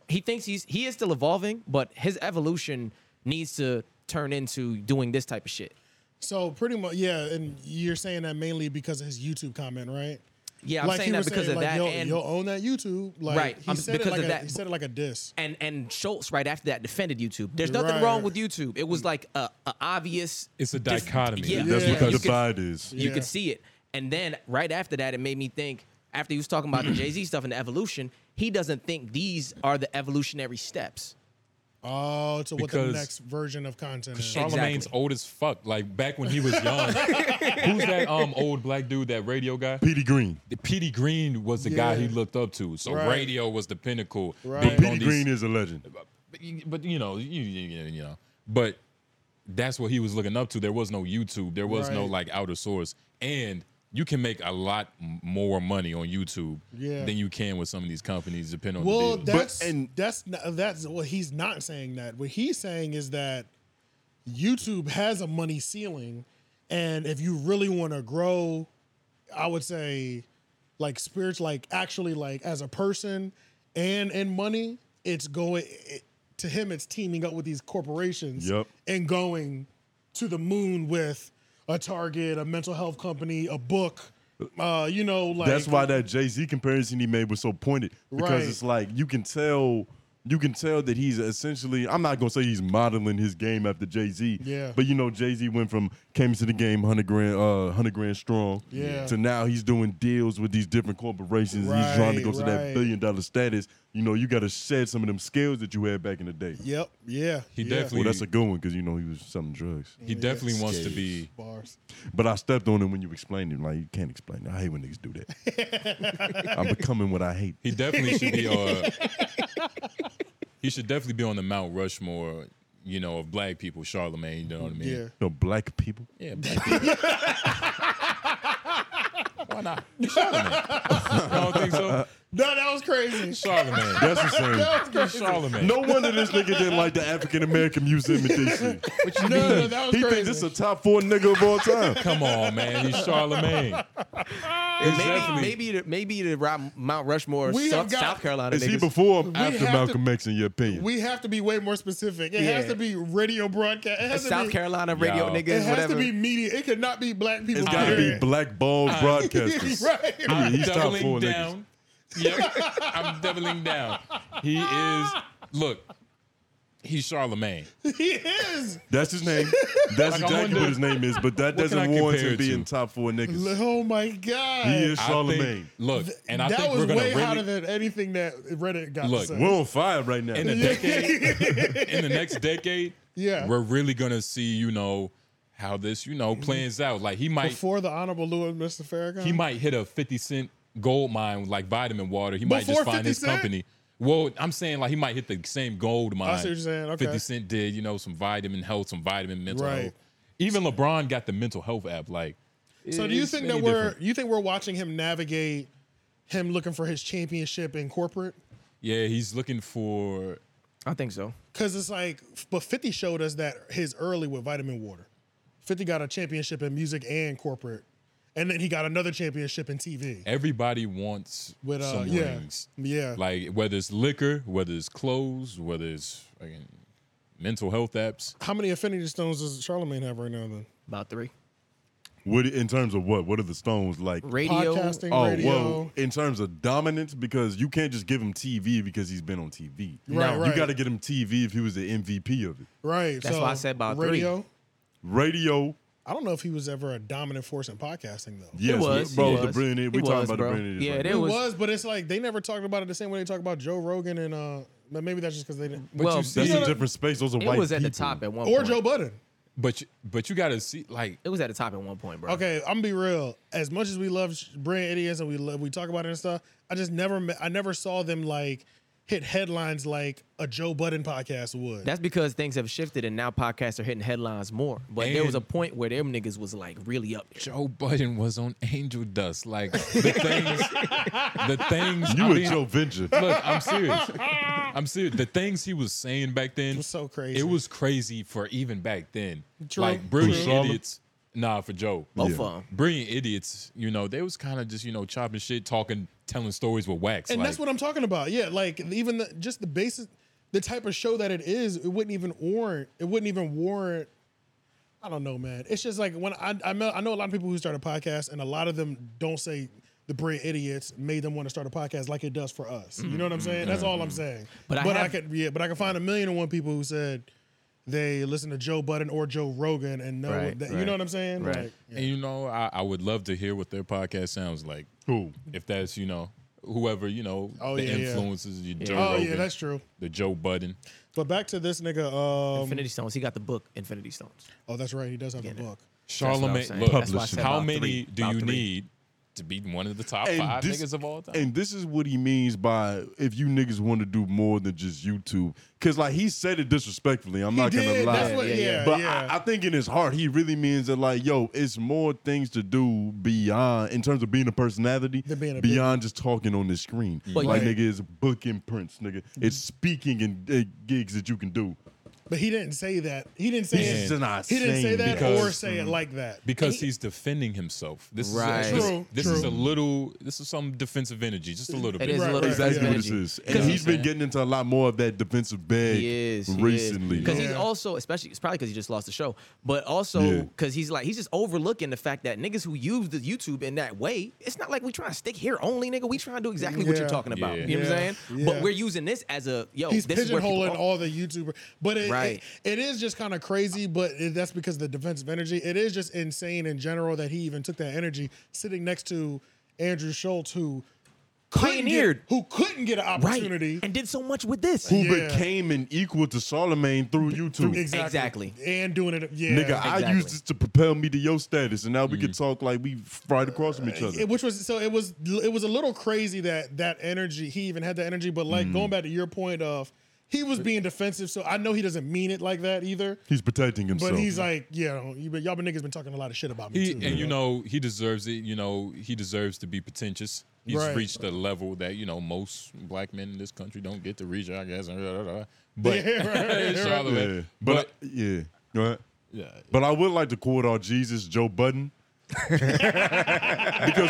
Speaker 4: He thinks he's he is still evolving, but his evolution needs to turn into doing this type of shit.
Speaker 3: So pretty much, yeah. And you're saying that mainly because of his YouTube comment, right?
Speaker 4: Yeah, I'm saying
Speaker 3: he
Speaker 4: that
Speaker 3: was
Speaker 4: because of
Speaker 3: like,
Speaker 4: that
Speaker 3: You'll,
Speaker 4: and-
Speaker 3: you'll own that YouTube, like,
Speaker 4: right.
Speaker 3: He
Speaker 4: I'm-
Speaker 3: said it
Speaker 4: because
Speaker 3: like
Speaker 4: of
Speaker 3: a,
Speaker 4: that.
Speaker 3: He said it like a diss.
Speaker 4: And and Schultz right after that defended YouTube. There's nothing wrong
Speaker 3: Right.
Speaker 4: with YouTube. It was like a, a obvious.
Speaker 2: It's a
Speaker 4: dis-
Speaker 2: dichotomy.
Speaker 1: That's
Speaker 2: Yeah.
Speaker 1: what the
Speaker 2: You could-
Speaker 1: divide is.
Speaker 4: You could see it. And then right after that, it made me think. After he was talking about the Jay
Speaker 3: <clears throat>
Speaker 4: Z stuff and the evolution, he doesn't think these are the evolutionary steps.
Speaker 3: Oh, to what the
Speaker 2: Because-
Speaker 3: next version of content is.
Speaker 2: Charlemagne's old as fuck. Like back when he was
Speaker 3: <laughs>
Speaker 2: young. Who's that um old black dude, that radio guy?
Speaker 1: Petey Green.
Speaker 2: The Petey Green was the guy he
Speaker 1: Yeah.
Speaker 2: looked up to. So
Speaker 1: Right.
Speaker 2: radio was the pinnacle.
Speaker 1: But
Speaker 2: Big on
Speaker 1: Petey
Speaker 2: these-
Speaker 1: Green is a legend.
Speaker 2: but, you- but you know, you, you, you know, but that's what he was looking up to. There was no YouTube. There was no
Speaker 1: Right.
Speaker 2: like outer source, and you can make a lot m- more money on YouTube
Speaker 3: Yeah.
Speaker 2: than you can with some of these companies, depending on
Speaker 3: well,
Speaker 2: the deal.
Speaker 3: that's that's not- that's what he's not saying. That what he's saying is that YouTube has a money ceiling, and if you really want to grow, I would say, like spirits, like actually, like as a person, and in money, it's going. It, to him, it's teaming up with these corporations
Speaker 1: Yep.
Speaker 3: and going to the moon with a Target, a mental health company, a book. Uh, you know, like
Speaker 1: That's why that Jay Z comparison he made was so pointed because
Speaker 3: Right.
Speaker 1: it's like you can tell. You can tell that he's essentially. I'm not gonna say he's modeling his game after Jay Z.
Speaker 3: Yeah.
Speaker 1: But you know, Jay Z went from came into the game hundred grand, uh, hundred grand strong.
Speaker 3: Yeah.
Speaker 1: To now he's doing deals with these different corporations. and he's trying to go
Speaker 3: Right,
Speaker 1: to that
Speaker 3: right.
Speaker 1: billion dollar status. You know, you got to shed some of them skills that you had back in the day.
Speaker 3: Yep. Yeah.
Speaker 2: He
Speaker 3: yeah.
Speaker 2: definitely-
Speaker 1: Well, that's a good one because you know he was selling drugs.
Speaker 2: He definitely wants to be.
Speaker 3: Bars.
Speaker 1: But I stepped on him when you explained it. Like you can't explain it. I hate when niggas do that.
Speaker 3: <laughs>
Speaker 1: I'm becoming what I hate.
Speaker 2: He definitely should be. Uh, he should definitely be on the Mount Rushmore. You know, of black people, Charlemagne. You know what I mean?
Speaker 3: Yeah.
Speaker 1: No black people.
Speaker 2: Yeah, black people.
Speaker 4: <laughs>
Speaker 2: Why
Speaker 1: <laughs>
Speaker 2: not? Charlemagne. I don't think so.
Speaker 3: No, that was crazy.
Speaker 2: Charlemagne.
Speaker 3: <laughs>
Speaker 1: That's insane.
Speaker 3: That was crazy.
Speaker 2: Charlemagne.
Speaker 1: No wonder this nigga didn't like the African American Museum
Speaker 3: <laughs>
Speaker 1: in DC.
Speaker 3: What you no, no, that was
Speaker 1: He
Speaker 3: crazy.
Speaker 1: thinks this a top four nigga of all time.
Speaker 2: Come on, man. He's Charlemagne.
Speaker 4: And
Speaker 2: Exactly.
Speaker 4: Maybe maybe the, maybe the Ro- Mount Rushmore
Speaker 3: We have
Speaker 4: South,
Speaker 3: got-
Speaker 4: South Carolina
Speaker 1: Is he
Speaker 4: niggas.
Speaker 1: before or
Speaker 3: We
Speaker 1: after
Speaker 3: have
Speaker 1: Malcolm X in your opinion?
Speaker 3: we have to be way more specific. It has
Speaker 4: Yeah.
Speaker 3: to be radio broadcast. It has to
Speaker 4: South
Speaker 3: be,
Speaker 4: Carolina radio
Speaker 2: Y'all.
Speaker 4: niggas,
Speaker 3: It has
Speaker 4: whatever.
Speaker 3: to be media. It could not be black people.
Speaker 1: It's got to be
Speaker 3: <laughs> period.
Speaker 1: black ball broadcasters.
Speaker 3: <laughs> right.
Speaker 1: Yeah, he's top
Speaker 2: doubling
Speaker 1: four niggas.
Speaker 2: down. Yep. I'm doubling down. He is. Look, he's Charlemagne.
Speaker 3: He is.
Speaker 1: That's his name. That's
Speaker 2: Like, I
Speaker 1: exactly
Speaker 2: wonder-
Speaker 1: what his name is, but that
Speaker 2: What can I
Speaker 1: doesn't warrant
Speaker 2: compare
Speaker 1: him
Speaker 2: it to?
Speaker 1: being top four niggas.
Speaker 3: Oh my god.
Speaker 1: He is
Speaker 2: I
Speaker 1: Charlemagne.
Speaker 2: think, look, and I
Speaker 3: that
Speaker 2: think
Speaker 3: was
Speaker 2: we're gonna
Speaker 3: way hotter
Speaker 2: really,
Speaker 3: than anything that Reddit got.
Speaker 2: Look,
Speaker 3: to say.
Speaker 1: We're on fire right now.
Speaker 3: <laughs>
Speaker 2: in the decade, in the next decade,
Speaker 3: Yeah.
Speaker 2: we're really gonna see, you know, how this, you know, plans out. Like he might,
Speaker 3: Mm-hmm. before the honorable Louis Mr. Farrakhan.
Speaker 2: he might hit a fifty cent gold mine with, like vitamin water. He might
Speaker 3: Before
Speaker 2: just find
Speaker 3: 50
Speaker 2: his
Speaker 3: Cent?
Speaker 2: company. Well, I'm saying like he might hit the same gold mine.
Speaker 3: I see what you're saying. Okay.
Speaker 2: 50 Cent did, you know, some vitamin health, some vitamin mental
Speaker 3: Right.
Speaker 2: health. Even LeBron got the mental health app. Like,
Speaker 3: So do you
Speaker 2: it's
Speaker 3: think
Speaker 2: any
Speaker 3: that we're
Speaker 2: different.
Speaker 3: you think we're watching him navigate him looking for his championship in corporate?
Speaker 2: Yeah, he's looking for.
Speaker 4: I think so.
Speaker 3: Because it's like, but 50 showed us that his early with Vitamin Water. 50 got a championship in music and corporate. And then he got another championship in TV.
Speaker 2: Everybody wants
Speaker 3: With, uh,
Speaker 2: some
Speaker 3: yeah.
Speaker 2: rings.
Speaker 3: Yeah.
Speaker 2: Like whether it's liquor, whether it's clothes, whether it's fucking mental health apps.
Speaker 3: How many affinity stones does Charlemagne have right now, then?
Speaker 4: About three.
Speaker 1: What in terms of what? What are the Stones like?
Speaker 4: Radio. Podcasting,
Speaker 1: oh,
Speaker 4: radio.
Speaker 1: well, in terms of dominance, because you can't just give him TV because he's been on TV.
Speaker 3: Right,
Speaker 1: you
Speaker 3: right.
Speaker 1: got to get him TV if he was the MVP of it.
Speaker 3: Right.
Speaker 4: That's
Speaker 3: so
Speaker 4: why I said about three.
Speaker 3: radio.
Speaker 1: Radio,
Speaker 3: I don't know if he was ever a dominant force in podcasting, though.
Speaker 1: yes,
Speaker 4: was,
Speaker 1: bro,
Speaker 4: he
Speaker 1: the
Speaker 4: was.
Speaker 1: brilliant.
Speaker 4: He
Speaker 1: We talking
Speaker 4: was,
Speaker 1: about
Speaker 4: bro.
Speaker 1: the brilliant.
Speaker 4: Yeah,
Speaker 1: right
Speaker 4: they
Speaker 1: now.
Speaker 3: It
Speaker 4: was-
Speaker 3: was, but it's like they never talked about it the same way they talk about Joe Rogan and uh but maybe that's just because they didn't.
Speaker 2: But
Speaker 4: Well,
Speaker 2: you
Speaker 1: That's
Speaker 2: see,
Speaker 1: a different space. Those are
Speaker 4: It
Speaker 1: white
Speaker 4: was at the
Speaker 1: people.
Speaker 4: top at one
Speaker 3: Or
Speaker 4: point.
Speaker 3: Joe Budden.
Speaker 2: but you, but you gotta see like
Speaker 4: It was at the top at one point, bro.
Speaker 3: Okay, I'm gonna be real. As much as we love brand idiots and we love, we talk about it and stuff, I just never me- I never saw them like hit headlines like a Joe Budden podcast would.
Speaker 4: That's because things have shifted and now podcasts are hitting headlines more. But there was a
Speaker 2: And-
Speaker 4: point where them niggas was like really up there.
Speaker 2: Joe Budden was on angel
Speaker 4: <laughs>
Speaker 2: dust. Like the things, the things.
Speaker 1: You
Speaker 2: I
Speaker 1: a
Speaker 2: mean,
Speaker 1: Joe Venture.
Speaker 2: Look,
Speaker 3: <laughs>
Speaker 2: I'm serious. I'm serious. The things he was saying back then. It
Speaker 3: was so crazy.
Speaker 2: It was crazy for even back then.
Speaker 3: True.
Speaker 2: Like brilliant
Speaker 1: For Charlotte?
Speaker 2: idiots. Nah, for Joe.
Speaker 4: Both of 'em.
Speaker 2: Brilliant idiots. You know, they was kind of just you know chopping shit, talking, telling stories with wax.
Speaker 3: and
Speaker 2: like,
Speaker 3: that's what I'm talking about. Yeah, like even the just the basic the type of show that it is, it wouldn't even warrant it wouldn't even warrant I don't know, man. It's just like when I I know, I know a lot of people who start a podcast, and a lot of them don't say the brand idiots made them want to start a podcast like it does for us. You know what I'm saying? That's all I'm saying.
Speaker 4: Mm-hmm. But I have-
Speaker 3: could yeah, but I could find a million and one people who said they listen to Joe Budden or Joe Rogan and know
Speaker 4: Right,
Speaker 3: that, you
Speaker 4: right,
Speaker 3: know what I'm saying?
Speaker 4: right.
Speaker 3: Like, yeah.
Speaker 2: And you know, I, I would love to hear what their podcast sounds like.
Speaker 1: Who?
Speaker 2: If that's you know whoever you know
Speaker 3: Oh,
Speaker 2: the
Speaker 3: yeah, yeah.
Speaker 2: influences you Joe
Speaker 3: Oh yeah,
Speaker 2: Rogan,
Speaker 3: that's true.
Speaker 2: the Joe Budden.
Speaker 3: But back to this nigga. Um,
Speaker 4: Infinity Stones. He got the book Infinity Stones.
Speaker 3: oh, that's right. He does have a book.
Speaker 4: That's what I'm
Speaker 2: Charlemagne,
Speaker 4: saying.
Speaker 2: look,
Speaker 4: That's why I said
Speaker 2: how
Speaker 4: about
Speaker 2: many
Speaker 4: three.
Speaker 2: do
Speaker 4: About
Speaker 2: you
Speaker 4: three.
Speaker 2: need to be one of the top five niggas of all time?
Speaker 1: And this is what he means by if you niggas want to do more than just YouTube. Cause like he said it disrespectfully. I'm not gonna
Speaker 3: did,
Speaker 1: lie.
Speaker 3: that's what- Yeah, yeah, yeah.
Speaker 1: But
Speaker 3: yeah.
Speaker 1: I, I think in his heart, he really means that like, yo, it's more things to do beyond in terms of being a personality,
Speaker 3: Than being a
Speaker 1: beyond just talking on the screen.
Speaker 4: But
Speaker 1: like
Speaker 4: you-
Speaker 1: nigga is booking prints, nigga.
Speaker 3: Mm-hmm.
Speaker 1: It's speaking and uh, gigs that you can do.
Speaker 3: But he didn't say that. He didn't say
Speaker 1: He's
Speaker 3: it.
Speaker 1: just not
Speaker 3: he didn't say
Speaker 1: saying
Speaker 3: that
Speaker 1: because-
Speaker 3: or say it like that.
Speaker 2: because
Speaker 3: He-
Speaker 2: he's defending himself. This
Speaker 4: Right.
Speaker 2: is this,
Speaker 3: True,
Speaker 2: this
Speaker 3: true.
Speaker 2: is a little this is some defensive energy, just a little
Speaker 4: It
Speaker 2: bit.
Speaker 4: is a
Speaker 3: Right, right,
Speaker 4: little
Speaker 1: Exactly
Speaker 3: yeah.
Speaker 1: what this is. And he's been getting into a lot more of that defensive bag
Speaker 4: He is he
Speaker 1: recently.
Speaker 4: because he's
Speaker 3: Yeah.
Speaker 4: also especially it's probably because he just lost the show, but also
Speaker 1: Yeah.
Speaker 4: because he's like he's just overlooking the fact that niggas who use the YouTube in that way, it's not like we trying to stick here only, nigga. We trying to do exactly what
Speaker 3: Yeah.
Speaker 4: you're talking about.
Speaker 2: Yeah.
Speaker 4: You know what
Speaker 3: Yeah.
Speaker 4: I'm saying? But
Speaker 3: Yeah.
Speaker 4: we're using this as a yo.
Speaker 3: he's
Speaker 4: this is where people
Speaker 3: pigeonholing
Speaker 4: are.
Speaker 3: all the YouTuber. But it,
Speaker 4: Right.
Speaker 3: it, it is just kind of crazy, but it, that's because of the defensive energy. It is just insane in general that he even took that energy sitting next to Andrew Schultz, who couldn't get,
Speaker 4: Pioneered.
Speaker 3: who couldn't get an
Speaker 4: right
Speaker 3: opportunity.
Speaker 4: and did so much with this.
Speaker 1: who
Speaker 3: Yeah.
Speaker 1: became an equal to Charlemagne through YouTube.
Speaker 4: Exactly.
Speaker 3: And doing it. Yeah.
Speaker 1: Nigga, I
Speaker 4: Exactly. Mm.
Speaker 1: used this to propel me to your status, and now we can talk like we right across from each other.
Speaker 3: Uh, It- which was so it was it was a little crazy that that energy he even had that energy but
Speaker 1: Mm.
Speaker 3: like going back to your point of he was being defensive so i know he doesn't mean it like that either
Speaker 1: he's protecting
Speaker 3: but
Speaker 1: himself.
Speaker 3: he's like you know you been, y'all been niggas been talking a lot of shit about me
Speaker 2: He,
Speaker 3: too
Speaker 2: and you know he deserves it. You know he deserves to be pretentious. He's
Speaker 3: Right.
Speaker 2: reached a level that you know most black men in this country don't get to reach. I guess.
Speaker 3: <laughs>
Speaker 2: But
Speaker 3: Yeah, <laughs> right,
Speaker 2: Charlemagne-
Speaker 1: yeah.
Speaker 2: but
Speaker 1: But, I- yeah, Go ahead.
Speaker 2: Yeah.
Speaker 1: But I would like to quote our Jesus
Speaker 3: <laughs>
Speaker 1: Joe Budden. because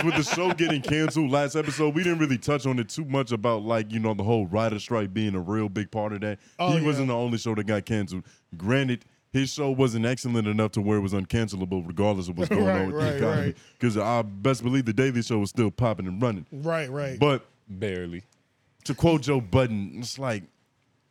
Speaker 1: with the show getting canceled last episode, we didn't really touch on it too much about like you know the whole rider strike being a real big part of that.
Speaker 3: Oh,
Speaker 1: he
Speaker 3: yeah.
Speaker 1: wasn't the only show that got canceled. Granted, his show wasn't excellent enough to where it was uncancelable,
Speaker 3: <laughs>
Speaker 1: regardless of what's going
Speaker 3: Right,
Speaker 1: on with
Speaker 3: right,
Speaker 1: the economy.
Speaker 3: right.
Speaker 1: Because I best believe the Daily Show was still popping and running.
Speaker 3: right right
Speaker 1: But
Speaker 2: barely.
Speaker 1: to quote Joe Budden, it's like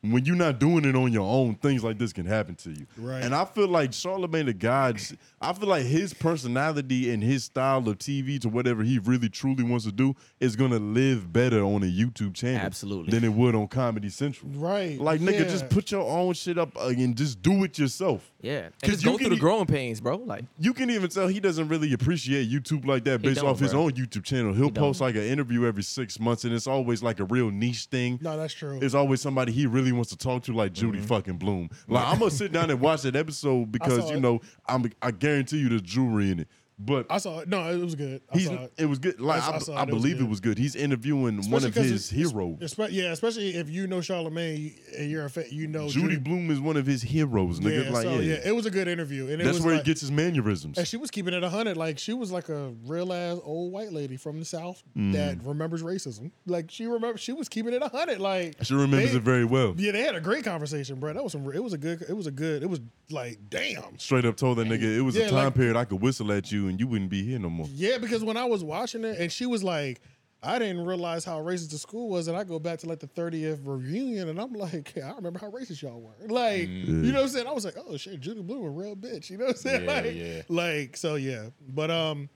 Speaker 1: when you're not doing it on your own, things like this can happen to you.
Speaker 3: Right.
Speaker 1: And I feel like Charlemagne the God's, I feel like his personality and his style of TV to whatever he really truly wants to do is gonna live better on a YouTube channel
Speaker 4: Absolutely.
Speaker 1: than it would on Comedy Central.
Speaker 3: Right.
Speaker 1: Like nigga,
Speaker 3: yeah.
Speaker 1: just put your own shit up uh, and just do it yourself.
Speaker 4: Yeah, and
Speaker 1: 'Cause
Speaker 4: just
Speaker 1: you
Speaker 4: go
Speaker 1: can
Speaker 4: through the
Speaker 1: e-
Speaker 4: growing pains, bro. Like
Speaker 1: You can even tell he doesn't really appreciate YouTube like that
Speaker 4: He
Speaker 1: based
Speaker 4: don't,
Speaker 1: off his
Speaker 4: bro.
Speaker 1: own YouTube channel. He'll
Speaker 4: He don't.
Speaker 1: post like an interview every six months, and it's always like a real niche thing.
Speaker 3: No, that's true.
Speaker 1: It's always somebody he really wants to talk to, like Judy
Speaker 4: Mm-hmm. <laughs>
Speaker 1: fucking Bloom. Like I'm gonna sit down and watch that episode because
Speaker 3: saw
Speaker 1: you
Speaker 3: it.
Speaker 1: know I'm I guarantee you there's jewelry in it. But
Speaker 3: I saw it. No, it was good. I
Speaker 1: he's
Speaker 3: saw
Speaker 1: it.
Speaker 3: it.
Speaker 1: was good. Like
Speaker 3: I
Speaker 1: I,
Speaker 3: saw
Speaker 1: I
Speaker 3: it. It was
Speaker 1: believe
Speaker 3: good.
Speaker 1: it was good. He's interviewing one
Speaker 3: Especially
Speaker 1: of
Speaker 3: 'cause
Speaker 1: his
Speaker 3: it's-
Speaker 1: heroes.
Speaker 3: Espe- yeah, especially if you know Charlemagne and you're a fa- you know
Speaker 1: Judy Bloom is one of his heroes, nigga.
Speaker 3: Yeah,
Speaker 1: like
Speaker 3: so,
Speaker 1: yeah,
Speaker 3: yeah, it was a good interview, and it
Speaker 1: that's
Speaker 3: was
Speaker 1: where
Speaker 3: like,
Speaker 1: he gets his mannerisms.
Speaker 3: And she was keeping it hundred, like she was like a real ass old white lady from the South
Speaker 1: Mm.
Speaker 3: that remembers racism. Like she remember, she was keeping it hundred. Like
Speaker 1: She remembers
Speaker 3: they-
Speaker 1: it very well.
Speaker 3: Yeah, they had a great conversation, bro. That was some. It was a good. It was a good. It was like damn.
Speaker 1: Straight up told that nigga it was
Speaker 3: Yeah,
Speaker 1: a time
Speaker 3: like-
Speaker 1: period I could whistle at you and you wouldn't be here no more.
Speaker 3: Yeah, because when I was watching it, and she was like, I didn't realize how racist the school was, and I go back to like the 30th reunion, and I'm like, <laughs> I remember how racist y'all were. Like,
Speaker 1: Mm.
Speaker 3: you know what I'm saying? I was like, oh shit, Judy Blue a real bitch. You know what I'm saying?
Speaker 2: Mm-hmm. Yeah,
Speaker 3: like,
Speaker 2: yeah.
Speaker 3: like, so yeah. But um,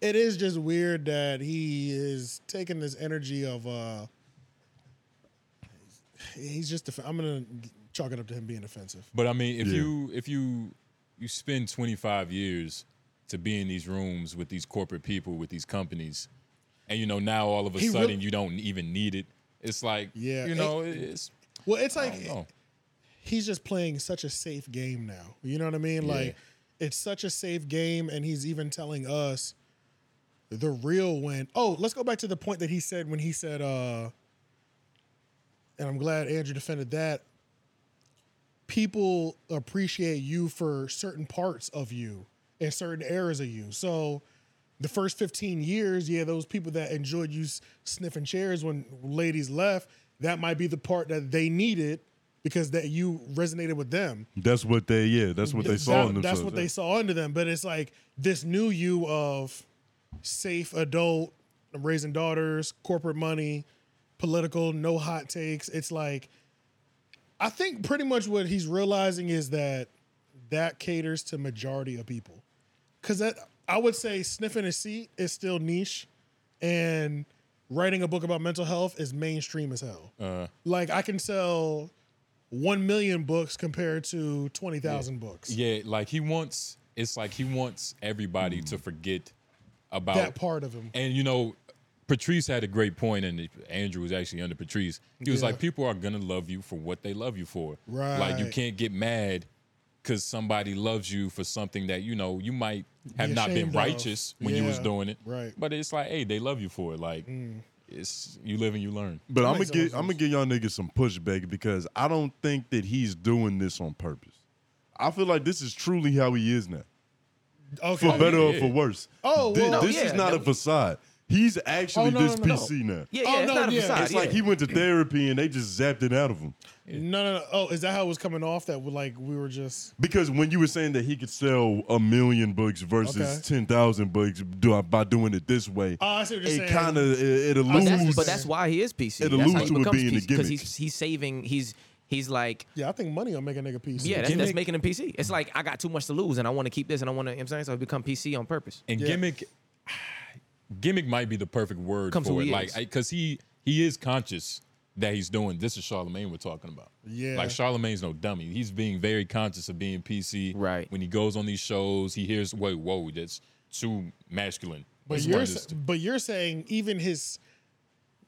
Speaker 3: it is just weird that he is taking this energy of uh he's just def- I'm gonna chalk it up to him being offensive.
Speaker 2: But I mean, if
Speaker 1: Yeah.
Speaker 2: you if you you spend 25 years to be in these rooms with these corporate people with these companies, and you know now all of a
Speaker 3: He
Speaker 2: sudden
Speaker 3: really-
Speaker 2: you don't even need it. It's like
Speaker 3: Yeah,
Speaker 2: you
Speaker 3: it-
Speaker 2: know, it's
Speaker 3: Well, it's
Speaker 2: I
Speaker 3: like
Speaker 2: don't know.
Speaker 3: he's just playing such a safe game now. You know what I mean?
Speaker 2: Yeah.
Speaker 3: Like it's such a safe game, and he's even telling us the real win. Oh, let's go back to the point that he said when he said, uh, and I'm glad Andrew defended that. People appreciate you for certain parts of you and certain eras of you. So the first 15 years, yeah, those people that enjoyed you s- sniffing chairs when ladies left, that might be the part that they needed because that you resonated with them.
Speaker 1: That's what they yeah, that's what they saw
Speaker 3: That-
Speaker 1: in themselves.
Speaker 3: That's what
Speaker 1: yeah.
Speaker 3: they saw into them. But it's like this new you of safe adult, raising daughters, corporate money, political, no hot takes. It's like I think pretty much what he's realizing is that that caters to majority of people. Cause that I would say sniffing a seat is still niche and writing a book about mental health is mainstream as hell.
Speaker 2: Uh,
Speaker 3: Like I can sell one million books compared to twenty thousand books.
Speaker 2: yeah, like he wants. It's like he wants everybody to forget about
Speaker 3: Mm. that part of him.
Speaker 2: And you know, Patrice had a great point, and Andrew was actually under Patrice. He was
Speaker 3: Yeah.
Speaker 2: like, people are gonna love you for what they love you for. Like you
Speaker 3: Right.
Speaker 2: can't get mad because somebody loves you for something that you know you might have
Speaker 3: Be
Speaker 2: not been
Speaker 3: ashamed of.
Speaker 2: righteous when you was
Speaker 3: Yeah,
Speaker 2: doing it.
Speaker 3: right. Mm.
Speaker 2: But it's like, hey, they love you for it. Like it's you live and you learn.
Speaker 1: But
Speaker 3: That
Speaker 1: I'm gonna
Speaker 3: makes a lot
Speaker 1: get
Speaker 3: of
Speaker 1: I'm gonna give y'all niggas some pushback because I don't think that he's doing this on purpose. I feel like this is truly how he is now,
Speaker 3: Okay.
Speaker 1: for better or
Speaker 2: yeah.
Speaker 1: for worse.
Speaker 3: Oh,
Speaker 1: Thi- this,
Speaker 3: well- No,
Speaker 1: is
Speaker 4: yeah,
Speaker 1: not
Speaker 4: that
Speaker 1: a facade. He's actually
Speaker 3: Oh, no,
Speaker 1: this
Speaker 3: no, no, no.
Speaker 1: PC now.
Speaker 4: yeah, yeah,
Speaker 3: Oh,
Speaker 4: it's
Speaker 3: no,
Speaker 4: not a
Speaker 3: yeah.
Speaker 4: facade.
Speaker 1: It's like
Speaker 4: yeah.
Speaker 1: he went to therapy and they just zapped it out of him.
Speaker 3: No, no, no. Oh, is that how it was coming off? That we like we were just
Speaker 1: Because when you were saying that he could sell a million books versus
Speaker 3: Okay.
Speaker 1: ten thousand books do- by doing it this way,
Speaker 3: Oh, I see what you're
Speaker 1: it
Speaker 3: saying.
Speaker 1: kind of it, it
Speaker 4: But
Speaker 1: alludes.
Speaker 4: that's, but that's why he is PC.
Speaker 1: It
Speaker 4: That's how
Speaker 1: alludes
Speaker 4: he
Speaker 1: to it
Speaker 4: becomes
Speaker 1: being a
Speaker 4: PC because
Speaker 1: gimmick.
Speaker 4: he's he's saving. He's he's like
Speaker 3: yeah. I think money will make a nigga piece.
Speaker 4: yeah, that's, that's
Speaker 2: gimmick.
Speaker 4: making him PC. It's like I got too much to lose and I want to keep this and I want to. You know what I'm saying so I become PC on purpose.
Speaker 2: and
Speaker 3: Yeah.
Speaker 2: gimmick gimmick might be the perfect word
Speaker 4: Comes who
Speaker 2: for it
Speaker 4: he
Speaker 2: like
Speaker 4: is.
Speaker 2: because he he is conscious that he's doing this is charlemagne we're talking about
Speaker 3: Yeah.
Speaker 2: like charlemagne's no dummy he's being very conscious of being pc
Speaker 4: Right.
Speaker 2: when he goes on these shows he hears wait whoa that's too masculine
Speaker 3: But
Speaker 2: Let's
Speaker 3: you're
Speaker 2: run
Speaker 3: sa-
Speaker 2: this t-
Speaker 3: but you're saying even his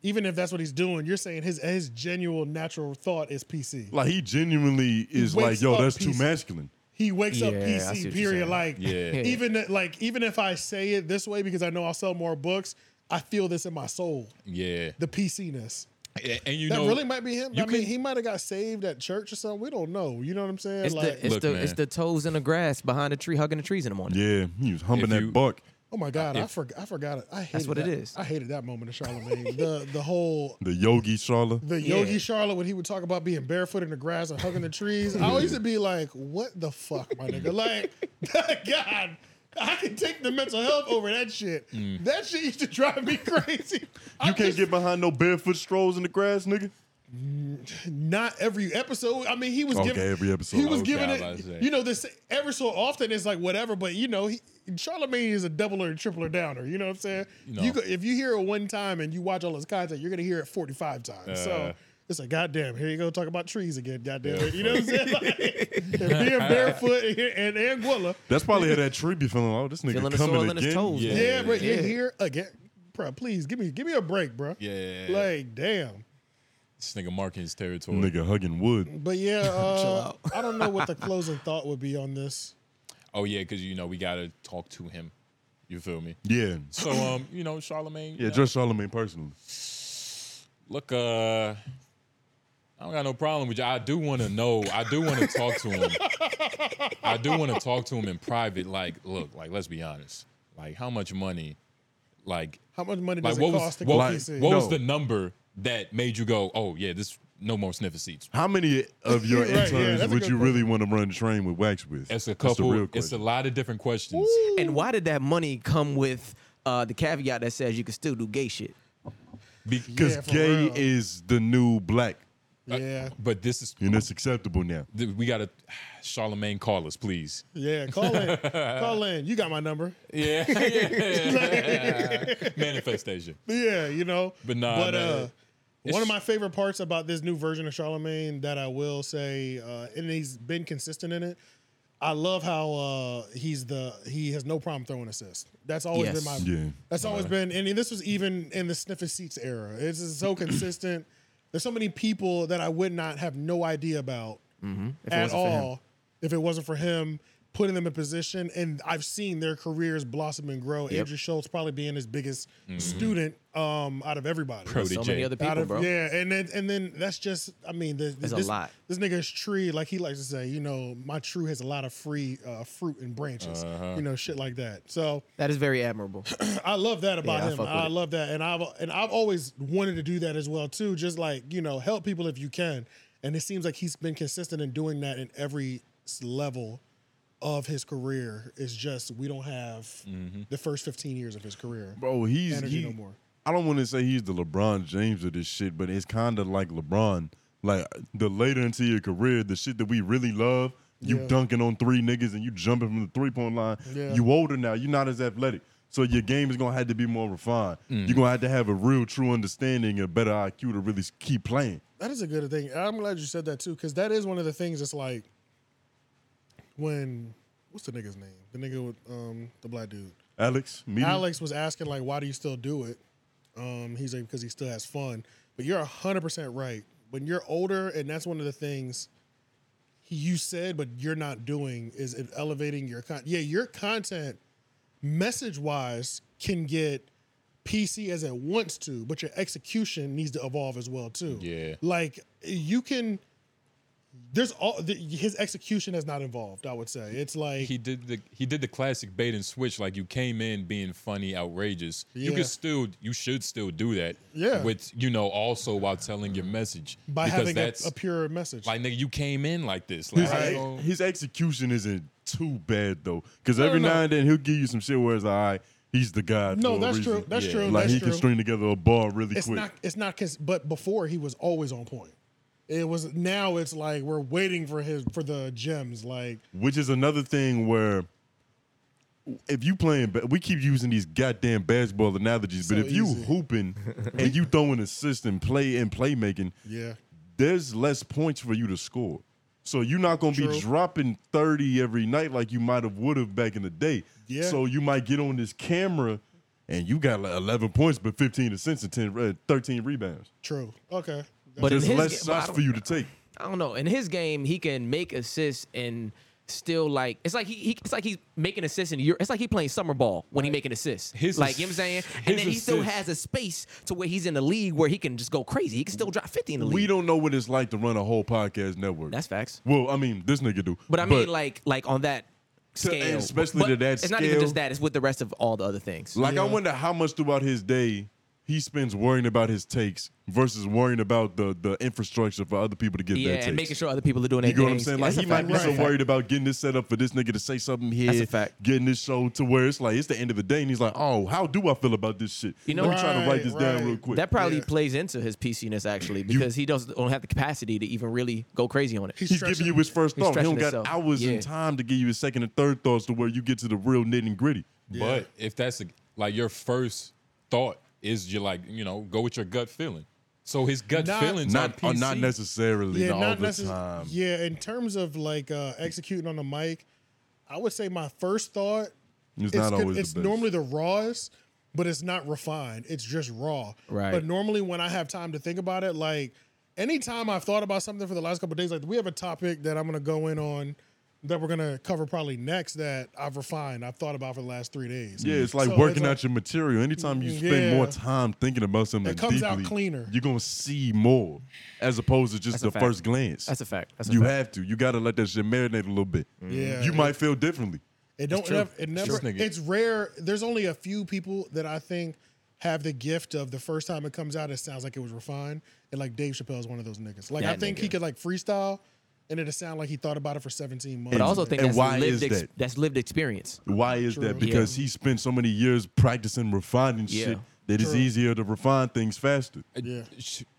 Speaker 3: even if that's what he's doing, you're saying his his genuine natural thought is PC.
Speaker 1: like he genuinely is
Speaker 3: wakes
Speaker 1: like, yo,
Speaker 3: up
Speaker 1: that's too
Speaker 3: PC.
Speaker 1: masculine.
Speaker 3: He wakes up
Speaker 4: Yeah, I see what
Speaker 3: PC.
Speaker 4: you're
Speaker 3: Period.
Speaker 4: saying.
Speaker 3: Like
Speaker 2: Yeah.
Speaker 3: even that- like even if I say it this way because I know I'll sell more books, I feel this in my soul,
Speaker 2: yeah
Speaker 3: the PC-ness.
Speaker 2: and, and you
Speaker 3: that
Speaker 2: know
Speaker 3: really might be him. I
Speaker 2: you
Speaker 3: mean,
Speaker 2: can-
Speaker 3: he might have got saved at church or something. We don't know. You know what I'm saying?
Speaker 4: It's
Speaker 3: like,
Speaker 4: the it's
Speaker 2: Look,
Speaker 4: the
Speaker 2: man.
Speaker 4: it's the toes in the grass behind the tree, hugging the trees in the morning.
Speaker 1: Yeah, he was humping
Speaker 2: If
Speaker 1: that
Speaker 2: you-
Speaker 1: buck.
Speaker 3: oh my God, I
Speaker 2: if-
Speaker 3: forgot. I forgot it. I hated
Speaker 4: what it
Speaker 3: that.
Speaker 4: is.
Speaker 3: I hated that moment of Charlemagne. the the whole
Speaker 1: The Yogi Sharla.
Speaker 3: the Yogi
Speaker 4: Yeah.
Speaker 3: Charlotte when he would talk about being barefoot in the grass and hugging the trees. I always used to be like, "What the fuck, my nigga?" Like, <laughs> God, I can take the mental health over that shit.
Speaker 1: Mm.
Speaker 3: That shit used to drive me crazy.
Speaker 1: You can't get behind no barefoot strolls in the grass, nigga.
Speaker 3: Not every episode. I mean, he was
Speaker 1: Okay,
Speaker 3: giving
Speaker 1: every episode.
Speaker 3: He was
Speaker 1: Okay,
Speaker 3: giving
Speaker 1: I was about to say.
Speaker 3: it. You know, this every so often it's like whatever, but you know, he, Charlemagne is a doubler and tripler downer. You know what I'm saying?
Speaker 2: No.
Speaker 3: You go, if you hear it one time and you watch all his content, you're gonna hear it 45 times.
Speaker 2: Uh.
Speaker 3: so it's like, goddamn, here you go talk about trees again. Goddamn,
Speaker 2: Yeah,
Speaker 3: it. you know what I'm saying? Like, and
Speaker 2: <laughs>
Speaker 3: being barefoot and, and Anguilla.
Speaker 1: That's probably how that tree be feeling. Oh, this nigga
Speaker 4: Feeling the
Speaker 1: coming
Speaker 4: soil
Speaker 1: again.
Speaker 4: in his toes,
Speaker 3: Yeah, bro. You're here again, bro. Please give me give me a break, bro.
Speaker 2: Yeah.
Speaker 3: Like, damn.
Speaker 2: This nigga marking his territory.
Speaker 1: Nigga hugging wood.
Speaker 3: But yeah, uh, I don't know what the closing thought would be on this.
Speaker 2: Oh yeah, because you know we gotta talk to him. You feel me?
Speaker 1: Yeah.
Speaker 2: So um, you know, Charlemagne.
Speaker 1: Yeah, just Charlemagne personally.
Speaker 2: Look, uh, I don't got no problem with you. I do want to know. I do want to talk to him. I do want to talk to him in private. Like, look, like let's be honest. Like, how much money? Like,
Speaker 3: How much money
Speaker 2: like
Speaker 3: does
Speaker 2: what
Speaker 3: it cost
Speaker 2: was
Speaker 3: to
Speaker 2: what,
Speaker 3: go
Speaker 2: was-
Speaker 3: PC?
Speaker 2: what was the number that made you go? Oh yeah, this no more sniffer seats.
Speaker 1: How many
Speaker 3: <laughs>
Speaker 1: of your
Speaker 2: <laughs> Right, yeah,
Speaker 1: interns
Speaker 2: that's a
Speaker 1: would
Speaker 2: good
Speaker 1: you really want to run the train with Wax with?
Speaker 2: It's a
Speaker 1: That's the
Speaker 2: couple.
Speaker 1: real
Speaker 2: it's a
Speaker 1: question.
Speaker 2: lot of different questions.
Speaker 4: And why did that money come with uh, the caveat that says you can still do gay shit?
Speaker 1: Because gay is the new black.
Speaker 3: Yeah.
Speaker 2: Uh, But this is
Speaker 1: and it's acceptable now.
Speaker 2: Th- We gotta, Charlemagne, call us, please.
Speaker 3: Yeah, call
Speaker 2: <laughs>
Speaker 3: in. call in. You got my number. <laughs>
Speaker 2: Yeah. <laughs> Manifestation.
Speaker 3: Yeah, you know.
Speaker 2: But nah,
Speaker 3: but
Speaker 2: man.
Speaker 3: uh,
Speaker 2: It's-
Speaker 3: one of my favorite parts about this new version of Charlemagne that I will say, uh, and he's been consistent in it. I love how uh, he's the he has no problem throwing assists. That's always
Speaker 1: Yes.
Speaker 3: been my.
Speaker 1: Yeah.
Speaker 3: That's always
Speaker 1: Uh,
Speaker 3: been, and this was even in the sniffer seats era. It's just so consistent. There's so many people that I would not have no idea about
Speaker 4: Mm-hmm.
Speaker 3: at all if it wasn't for him putting them in position. And I've seen their careers blossom and grow.
Speaker 4: Yep.
Speaker 3: Andrew Schultz probably being his biggest
Speaker 4: Mhm.
Speaker 3: student um, out of everybody.
Speaker 2: Protege. So many other
Speaker 3: Out
Speaker 2: people,
Speaker 3: of-
Speaker 2: bro.
Speaker 3: Yeah, and then and then that's just I mean the,
Speaker 4: There's a
Speaker 3: this,
Speaker 4: lot.
Speaker 3: This nigga's tree, like he likes to say, you know, my tree has a lot of free uh, fruit and branches,
Speaker 4: Uh-huh.
Speaker 3: you know, shit like that. So
Speaker 4: That is very admirable.
Speaker 3: <clears throat> I love that about
Speaker 4: Yeah, I
Speaker 3: him.
Speaker 4: fuck with
Speaker 3: I,
Speaker 4: it.
Speaker 3: love that, and I've and I've always wanted to do that as well too. Just like you know, help people if you can. And it seems like he's been consistent in doing that in every s- level of his career. It's just we don't have
Speaker 4: Mm-hmm.
Speaker 3: the first fifteen years of his career.
Speaker 1: Bro, he's
Speaker 3: energy
Speaker 1: he,
Speaker 3: no more.
Speaker 1: I don't want to say he's the LeBron James of this shit, but it's kind of like LeBron. Like the later into your career, the shit that we really love, you
Speaker 3: Yeah.
Speaker 1: dunking on three niggas and you jumping from the three point line.
Speaker 3: Yeah.
Speaker 1: You older now, you're not as athletic. So your game is gonna have to be more refined.
Speaker 2: Mhm.
Speaker 1: You're gonna have to have a real true understanding and a better IQ to really s- keep playing.
Speaker 3: That is a good thing. I'm glad you said that too, because that is one of the things. that's like when what's the nigga's name? The nigga with um the black dude.
Speaker 4: Uh,
Speaker 1: Alex, me.
Speaker 3: Alex was asking like, why do you still do it? Um, he's like, because he still has fun. But you're hundred percent right. When you're older, and that's one of the things you said, but you're not doing is elevating your content. Yeah, your content, message wise, can get PC as it wants to, but your execution needs to evolve as well too.
Speaker 2: Yeah.
Speaker 3: Like you can. There's all the, his execution has not involved. I would say it's like
Speaker 2: He did the he did the classic bait and switch. Like you came in being funny, outrageous. You
Speaker 3: Yeah.
Speaker 2: could still you should still do that.
Speaker 3: Yeah.
Speaker 2: With you know also while telling your message
Speaker 3: by
Speaker 2: because
Speaker 3: having a,
Speaker 2: that's
Speaker 3: a pure message.
Speaker 2: like nigga you came in like this. Like,
Speaker 1: His,
Speaker 2: oh,
Speaker 1: his execution isn't too bad though, because
Speaker 3: No,
Speaker 1: every
Speaker 3: no, no.
Speaker 1: now and then he'll give you some shit where it's like, all right, he's the guy.
Speaker 3: No,
Speaker 1: for a
Speaker 3: that's
Speaker 1: reason."
Speaker 3: true. That's Yeah. true.
Speaker 1: Like
Speaker 3: That's
Speaker 1: he can
Speaker 3: true.
Speaker 1: string together a bar really
Speaker 3: it's
Speaker 1: quick.
Speaker 3: not it's not cons- but before he was always on point it was now it's like we're waiting for his for the gems like
Speaker 1: Which is another thing where if you playing, ba- we keep using these goddamn basketball analogies,
Speaker 3: So
Speaker 1: but if you
Speaker 3: easy. <laughs>
Speaker 1: hooping and you throwing assists and play and playmaking,
Speaker 3: yeah
Speaker 1: there's less points for you to score. So you're not gonna
Speaker 3: True.
Speaker 1: be dropping 30 every night like you might have would have back in the day.
Speaker 3: Yeah.
Speaker 1: So you might get on this camera and you got like 11 points, but 15 assists and 10, uh, 13 rebounds.
Speaker 3: true okay
Speaker 1: But
Speaker 4: in
Speaker 1: there's
Speaker 4: his
Speaker 1: less
Speaker 4: ga- but I
Speaker 1: shots
Speaker 4: don't-
Speaker 1: for you to take.
Speaker 4: I don't know. In his game, he can make assists and still like it's like he, he it's like he's making assists in Europe. It's like he playing summer ball when he making assists.
Speaker 2: His
Speaker 4: like
Speaker 2: ass-
Speaker 4: you know what I'm saying, and
Speaker 2: his
Speaker 4: then he still
Speaker 2: assists.
Speaker 4: has a space to where he's in the league where he can just go crazy. He can still drop 50 in the league.
Speaker 1: We don't know what it's like to run a whole podcast network. That's
Speaker 4: facts.
Speaker 1: Well, I mean, this nigga do.
Speaker 4: But I mean, like, like on that
Speaker 1: To- and
Speaker 4: scale,
Speaker 1: especially
Speaker 4: But
Speaker 1: to that
Speaker 4: It's not even
Speaker 1: scale.
Speaker 4: just that; it's with the rest of all the other things.
Speaker 1: Like I wonder how much throughout his day he spends worrying about his takes versus worrying about the the infrastructure for other people to get
Speaker 4: Yeah,
Speaker 1: their
Speaker 4: and
Speaker 1: takes.
Speaker 4: making sure other people are doing
Speaker 1: You
Speaker 4: their
Speaker 1: know what I'm
Speaker 4: things.
Speaker 1: saying? Like
Speaker 4: That's a
Speaker 1: he might
Speaker 4: fact.
Speaker 1: be
Speaker 4: That's
Speaker 1: so
Speaker 4: a fact.
Speaker 1: worried about getting this set up for this nigga to say something here.
Speaker 4: That's a fact.
Speaker 1: Getting this show to where it's like it's the end of the day, and he's like, oh, how do I feel about this shit?
Speaker 4: You know,
Speaker 1: Let me try to write this down real quick.
Speaker 4: That probably plays into his PC-ness actually, because he doesn't don't have the capacity to even really go crazy on it.
Speaker 1: He's, giving you his first
Speaker 4: He's
Speaker 1: thought. He
Speaker 4: stretching
Speaker 1: don't got
Speaker 4: himself.
Speaker 1: hours
Speaker 4: Yeah.
Speaker 1: in time to give you his second and third thoughts to where you get to the real nitty gritty.
Speaker 2: But if that's a, like your first thought is you like you know go with your gut feeling. So his gut
Speaker 3: Not-
Speaker 2: feelings
Speaker 1: Not-
Speaker 2: on
Speaker 1: uh,
Speaker 2: PC,
Speaker 1: not necessarily
Speaker 3: yeah, not necess-
Speaker 1: time.
Speaker 3: Yeah, in terms of like uh, executing on the mic, I would say my first thought
Speaker 1: It's not
Speaker 3: good-
Speaker 1: always the
Speaker 3: it's
Speaker 1: best.
Speaker 3: normally the rawest, but it's not refined. It's just raw.
Speaker 1: Right.
Speaker 3: But normally when I have time to think about it, like anytime I've thought about something for the last couple of days, like we have a topic that I'm gonna go in on that we're gonna cover probably next that I've refined, I've thought about for the last three days.
Speaker 1: Yeah, it's like
Speaker 3: So
Speaker 1: working
Speaker 3: like-
Speaker 1: out your material. Anytime you spend
Speaker 3: Yeah.
Speaker 1: more time thinking about something
Speaker 3: It comes out
Speaker 1: deeply,
Speaker 3: cleaner.
Speaker 1: You're gonna see more, as opposed to just
Speaker 4: That's a
Speaker 1: the
Speaker 4: fact.
Speaker 1: first glance.
Speaker 4: That's a fact. That's a
Speaker 1: you
Speaker 4: fact.
Speaker 1: have to. You gotta let that shit marinate a little bit.
Speaker 3: Mm. Yeah,
Speaker 1: you
Speaker 3: it-
Speaker 1: might feel differently.
Speaker 3: It don't
Speaker 1: It's true.
Speaker 3: never. It
Speaker 1: It's
Speaker 3: never.
Speaker 1: true.
Speaker 3: It's rare. There's only a few people that I think have the gift of the first time it comes out, it sounds like it was refined. And like Dave Chappelle is one of those niggas. Like I
Speaker 4: That
Speaker 3: think
Speaker 4: nigga.
Speaker 3: he could like freestyle, and it'd sound like he thought about it for 17 months.
Speaker 4: But I also think
Speaker 1: And
Speaker 4: that's
Speaker 1: why
Speaker 4: lived
Speaker 1: is
Speaker 4: ex-
Speaker 1: that?
Speaker 4: that's lived experience.
Speaker 1: Why is
Speaker 4: True.
Speaker 1: that? Because he spent so many years practicing refining
Speaker 2: Yeah.
Speaker 1: shit that it's
Speaker 2: True.
Speaker 1: easier to refine things faster.
Speaker 3: yeah,
Speaker 2: Uh,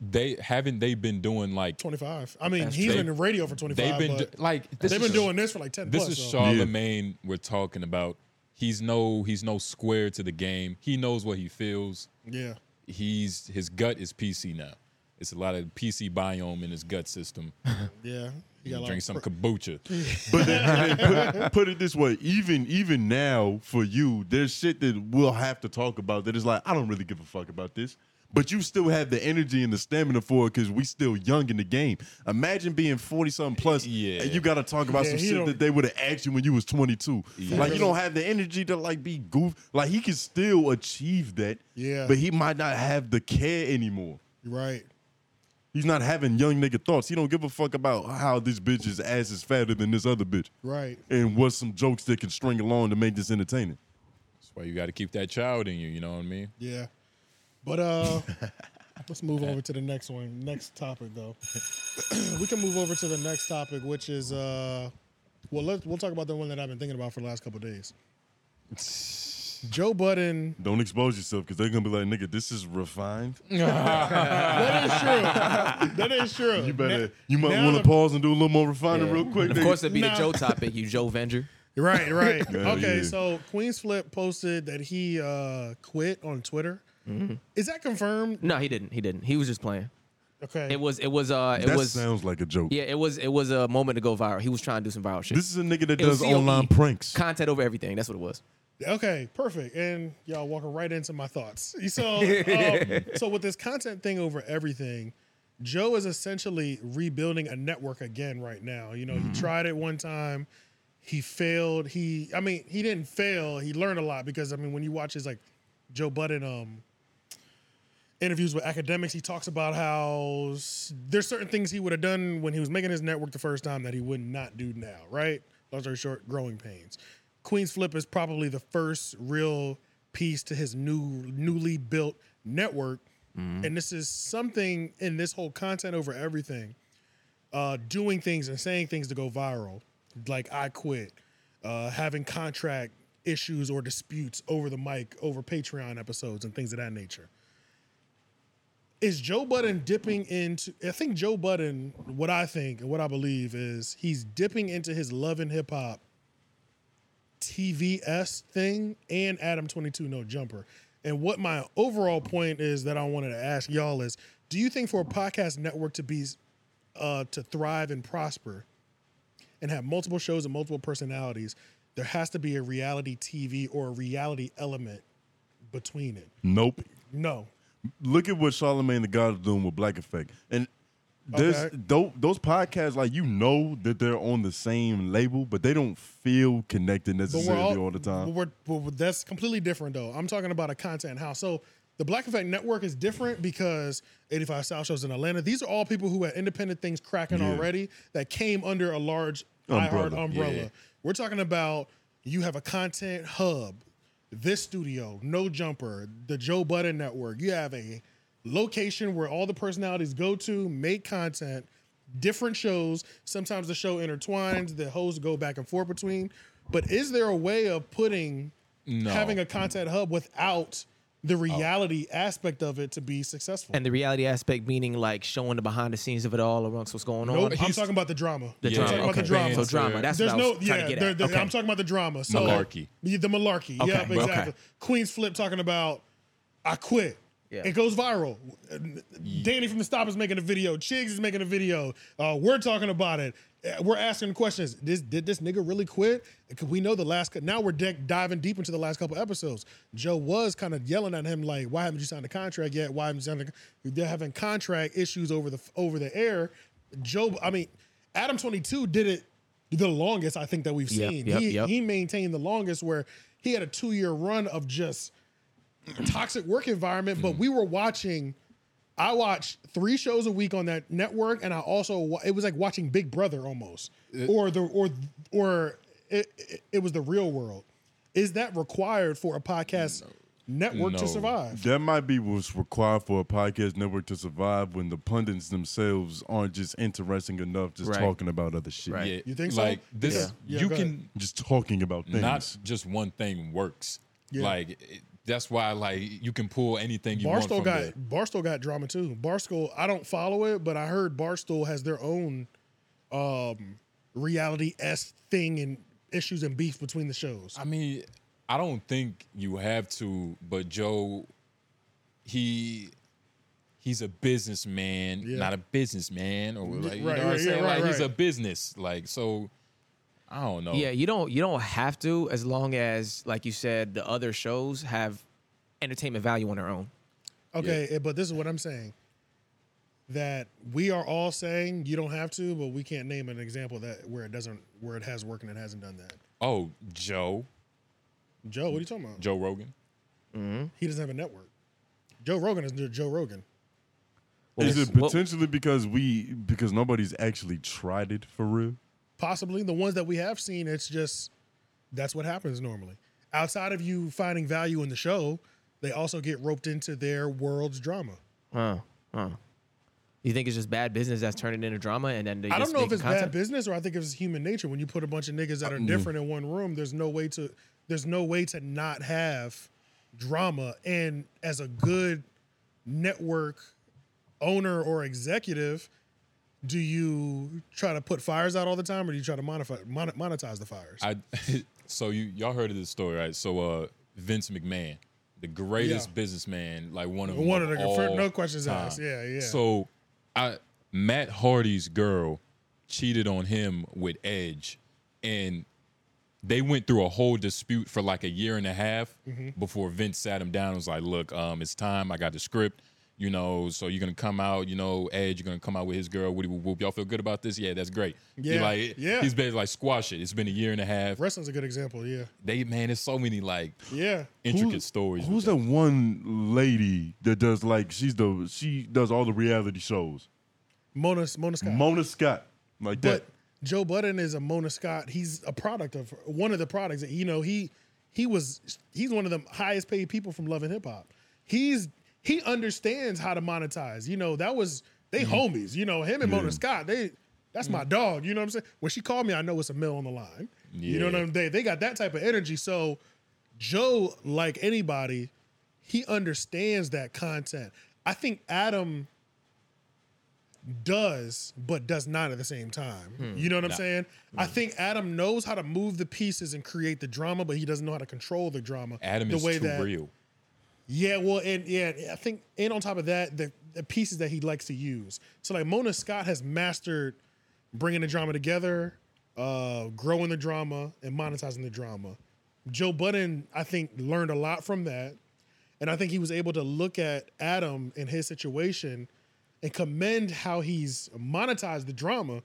Speaker 2: they haven't they been doing like
Speaker 3: 25. I mean,
Speaker 2: That's
Speaker 3: he's
Speaker 2: true.
Speaker 3: been in radio for 25.
Speaker 2: They've been
Speaker 3: but
Speaker 2: do- like this
Speaker 3: they've
Speaker 2: is-
Speaker 3: been doing this for like 10.
Speaker 2: This
Speaker 3: plus,
Speaker 2: is
Speaker 3: so.
Speaker 2: Charlemagne we're talking about. He's no he's no square to the game. He knows what he feels.
Speaker 3: Yeah.
Speaker 2: He's his gut is PC now. It's a lot of PC biome in his gut system.
Speaker 3: <laughs> Yeah, he got a
Speaker 2: You
Speaker 3: lot
Speaker 2: drink
Speaker 3: of
Speaker 2: some
Speaker 3: pro- <laughs>
Speaker 2: kombucha.
Speaker 1: <laughs> But then, and then put, put it this way, even even now for you, there's shit that we'll have to talk about that is like, I don't really give a fuck about this. But you still have the energy and the stamina for it because we still young in the game. Imagine being 40 something plus and you gotta talk about
Speaker 3: Yeah,
Speaker 1: some
Speaker 3: he
Speaker 1: shit
Speaker 3: don't-
Speaker 1: that they would have asked you when you was 22.
Speaker 2: <laughs>
Speaker 3: Yeah.
Speaker 1: Like you don't have the energy to like be goof. Like he can still achieve that.
Speaker 3: Yeah.
Speaker 1: But he might not have the care anymore.
Speaker 3: right.
Speaker 1: He's not having young nigga thoughts. He don't give a fuck about how this bitch's ass is fatter than this other bitch
Speaker 3: Right.
Speaker 1: and what's some jokes that can string along to make this entertaining.
Speaker 2: That's why you got to keep that child in you. You know what I mean?
Speaker 3: Yeah. But
Speaker 2: <laughs>
Speaker 3: uh let's move over to the next one. Next topic though. <clears throat> we can move over to the next topic, which is uh well let's we'll talk about the one that I've been thinking about for the last couple of days. Joe Budden.
Speaker 1: Don't expose yourself because they're gonna be like, nigga, this is refined.
Speaker 3: <laughs> that is true. That is true.
Speaker 1: You better, you might
Speaker 3: now
Speaker 1: want to
Speaker 3: the-
Speaker 1: pause and do a little more refining real quick.
Speaker 4: Of
Speaker 1: nigga.
Speaker 4: course, it'd be
Speaker 3: Nah.
Speaker 4: the Joe topic. You Joe Venger.
Speaker 3: Right, right.
Speaker 1: Hell
Speaker 3: okay,
Speaker 1: <laughs> yeah.
Speaker 3: so Queens Flip posted that he uh quit on Twitter.
Speaker 1: Mm-hmm.
Speaker 3: Is that confirmed?
Speaker 4: No, he didn't. He didn't. He was just playing.
Speaker 3: Okay.
Speaker 4: It was. It was. Uh. It
Speaker 1: that
Speaker 4: was.
Speaker 1: sounds like a joke.
Speaker 4: Yeah. It was. It was a moment to go viral. He was trying to do some viral shit.
Speaker 1: This is a nigga that
Speaker 4: It was
Speaker 1: does
Speaker 4: COE.
Speaker 1: online pranks.
Speaker 4: Content over everything. That's what it was.
Speaker 3: Okay, perfect. And y'all walking right into my thoughts. <laughs> So, um, so with this content thing over everything, Joe is essentially rebuilding a network again right now. You
Speaker 1: Mm-hmm.
Speaker 3: know, he tried it one time, he failed. He, I mean, he didn't fail. He learned a lot because I mean, when you watch his like Joe Budden um interviews with academics, he talks about how s- there's certain things he would have done when he was making his network the first time that he would not do now, right? Long story short, growing pains. Queen's Flip is probably the first real piece to his new newly built network. And this is something in this whole content over everything, uh, doing things and saying things to go viral, like I quit, uh, having contract issues or disputes over the mic, over Patreon episodes and things of that nature is Joe Budden dipping into? I think Joe Budden, what I think and what I believe is he's dipping into his love and hip hop TVS thing and Adam 22 No Jumper. And what my overall point is that I wanted to ask y'all is do you think for a podcast network to be uh, to thrive and prosper and have multiple shows and multiple personalities, there has to be a reality TV or a reality element between it?
Speaker 1: Nope.
Speaker 3: No.
Speaker 1: Look at what Charlemagne the God is doing with Black Effect, and there's
Speaker 3: Okay.
Speaker 1: tho- those podcasts like you know that they're on the same label, but they don't feel connected necessarily all, the time.
Speaker 3: but We're, but we're- that's completely different, though. I'm talking about a content house. So the Black Effect Network is different because 85 South shows in Atlanta. These are all people who had independent things cracking
Speaker 1: Yeah.
Speaker 3: already that came under a large
Speaker 1: Umbrella,
Speaker 3: iHeart umbrella.
Speaker 1: yeah.
Speaker 3: We're talking about you have a content hub. this studio, No Jumper, the Joe Budden Network. You have a location where all the personalities go to, make content, different shows. Sometimes the show intertwines, the hosts go back and forth between. But is there a way of putting
Speaker 2: No.
Speaker 3: having a content hub without the reality aspect of it to be successful?
Speaker 4: And the reality aspect meaning like showing the behind the scenes of it all amongst what's going
Speaker 3: Nope,
Speaker 4: on.
Speaker 3: I'm talking about the drama.
Speaker 4: The
Speaker 3: I'm
Speaker 4: drama,
Speaker 3: talking about the
Speaker 4: okay.
Speaker 3: drama.
Speaker 4: So drama, that's
Speaker 3: There's
Speaker 4: what I
Speaker 3: no,
Speaker 4: was
Speaker 3: yeah,
Speaker 4: trying to get
Speaker 3: there-
Speaker 4: at.
Speaker 3: there-
Speaker 4: Okay.
Speaker 3: I'm talking about the drama. So
Speaker 2: Malarkey.
Speaker 3: Yeah, The malarkey.
Speaker 2: Okay,
Speaker 3: Yeah,
Speaker 2: okay.
Speaker 3: exactly. Queen's Flip talking about I quit.
Speaker 2: Yeah.
Speaker 3: It goes viral. Danny from the Stop is making a video. Chiggs is making a video. Uh, we're talking about it. Uh, We're asking questions. This, did this nigga really quit? Because we know the last. cou- Now we're de- diving deep into the last couple episodes. Joe was kind of yelling at him like, "Why haven't you signed a contract yet? Why haven't you signed? A, they're having contract issues over the over the air." Joe, I mean, Adam Twenty Two did it the longest I think that we've
Speaker 4: Yep,
Speaker 3: seen.
Speaker 4: yep,
Speaker 3: he,
Speaker 4: yep.
Speaker 3: he maintained the longest where he had a two year run of just toxic work environment,
Speaker 2: Mm-hmm.
Speaker 3: but we were watching. I watched three shows a week on that network, and I also wa- it was like watching Big Brother almost, or the or or it, it, it was the Real World. Is that required for a podcast network to
Speaker 1: No.
Speaker 3: survive?
Speaker 1: That might be what's required for a podcast network to survive when the pundits themselves aren't just interesting enough just
Speaker 2: Right.
Speaker 1: talking about other shit.
Speaker 2: Right. Yeah, You think so? like, this- Yeah. you
Speaker 1: go
Speaker 2: can-
Speaker 1: ahead. just talking about things.
Speaker 2: Not just one thing works.
Speaker 3: Yeah.
Speaker 2: Like it, that's why like you can pull anything you
Speaker 3: Barstool
Speaker 2: want from
Speaker 3: got
Speaker 2: the-
Speaker 3: Barstool got drama too. Barstool, I don't follow it, but I heard Barstool has their own um, reality s thing and issues and beef between the shows.
Speaker 2: I mean, I don't think you have to, but Joe, he he's a businessman,
Speaker 3: Yeah.
Speaker 2: not a businessman, or like you
Speaker 4: right,
Speaker 2: know what
Speaker 4: right,
Speaker 2: I'm saying?
Speaker 4: yeah, right,
Speaker 2: like he's a
Speaker 4: right.
Speaker 2: business, like so. I don't know.
Speaker 4: Yeah, you don't you don't have to as long as like you said the other shows have entertainment value on their own.
Speaker 3: Okay, eh, but this is what I'm saying. That we are all saying you don't have to, but we can't name an example that where it doesn't where it has worked and it hasn't done that.
Speaker 2: Oh, Joe,
Speaker 3: Joe, what are you talking about?
Speaker 2: Joe Rogan.
Speaker 3: He doesn't have a network. Joe Rogan is Joe Rogan.
Speaker 1: Is
Speaker 3: Yes.
Speaker 1: it potentially because we because nobody's actually tried it for real?
Speaker 3: Possibly the ones that we have seen, it's just that's what happens normally. Outside of you finding value in the show, they also get roped into their world's drama.
Speaker 4: Huh. Huh. You think it's just bad business that's turning into drama and then they
Speaker 3: I
Speaker 4: just
Speaker 3: don't know if
Speaker 4: making
Speaker 3: it's
Speaker 4: content?
Speaker 3: bad business or I think it's human nature. When you put a bunch of niggas that are
Speaker 4: Mm.
Speaker 3: different in one room, there's no way to there's no way to not have drama. And as a good network owner or executive, do you try to put fires out all the time, or do you try to modify, mon- monetize the fires?
Speaker 2: I <laughs> so you y'all heard of this story, right? So uh, Vince McMahon, the greatest businessman, like one of
Speaker 3: One of the-
Speaker 2: all
Speaker 3: no questions
Speaker 2: time.
Speaker 3: asked. Yeah, yeah.
Speaker 2: So I Matt Hardy's girl cheated on him with Edge, and they went through a whole dispute for like a year and a half
Speaker 4: Mm-hmm.
Speaker 11: Mhm.
Speaker 2: before Vince sat him down and was like, "Look, um, it's time. I got the script." You know, so you're gonna come out, you know, Edge, you're gonna come out with his girl, whoop, whoop. Y'all feel good about this? Yeah, that's great. He
Speaker 3: Yeah,
Speaker 2: like,
Speaker 3: yeah.
Speaker 2: He's basically like, squash it. It's been a year and a half
Speaker 3: Wrestling's a good example. Yeah,
Speaker 2: they man, there's so many like
Speaker 3: yeah,
Speaker 2: intricate stories.
Speaker 1: Who's that one lady that does like she's the she does all the reality shows?
Speaker 3: Mona Mona Scott.
Speaker 1: Mona Scott. Like that.
Speaker 3: But Joe Budden is a Mona Scott. He's a product of one of the products. that You know, he he was he's one of the highest paid people from Love and Hip Hop. He's he understands how to monetize. You know, that was they homies. You know, him and Mona Scott. They that's my dog. You know what I'm saying? When she called me, I know it's a mill on the line. You know what
Speaker 2: Yeah.
Speaker 3: I'm they they got that type of energy. So Joe, like anybody, he understands that content. I think Adam does, but does not at the same time.
Speaker 11: Hmm.
Speaker 3: You know what I'm
Speaker 11: Nah.
Speaker 3: saying?
Speaker 2: Hmm.
Speaker 3: I think Adam knows how to move the pieces and create the drama, but he doesn't know how to control the drama.
Speaker 2: Adam
Speaker 3: the
Speaker 2: is too real.
Speaker 3: Yeah, well, and yeah, I think, and on top of that, the, the pieces that he likes to use. So like Mona Scott has mastered bringing the drama together, uh, growing the drama, and monetizing the drama. Joe Budden, I think, learned a lot from that. And I think he was able to look at Adam and his situation and commend how he's monetized the drama,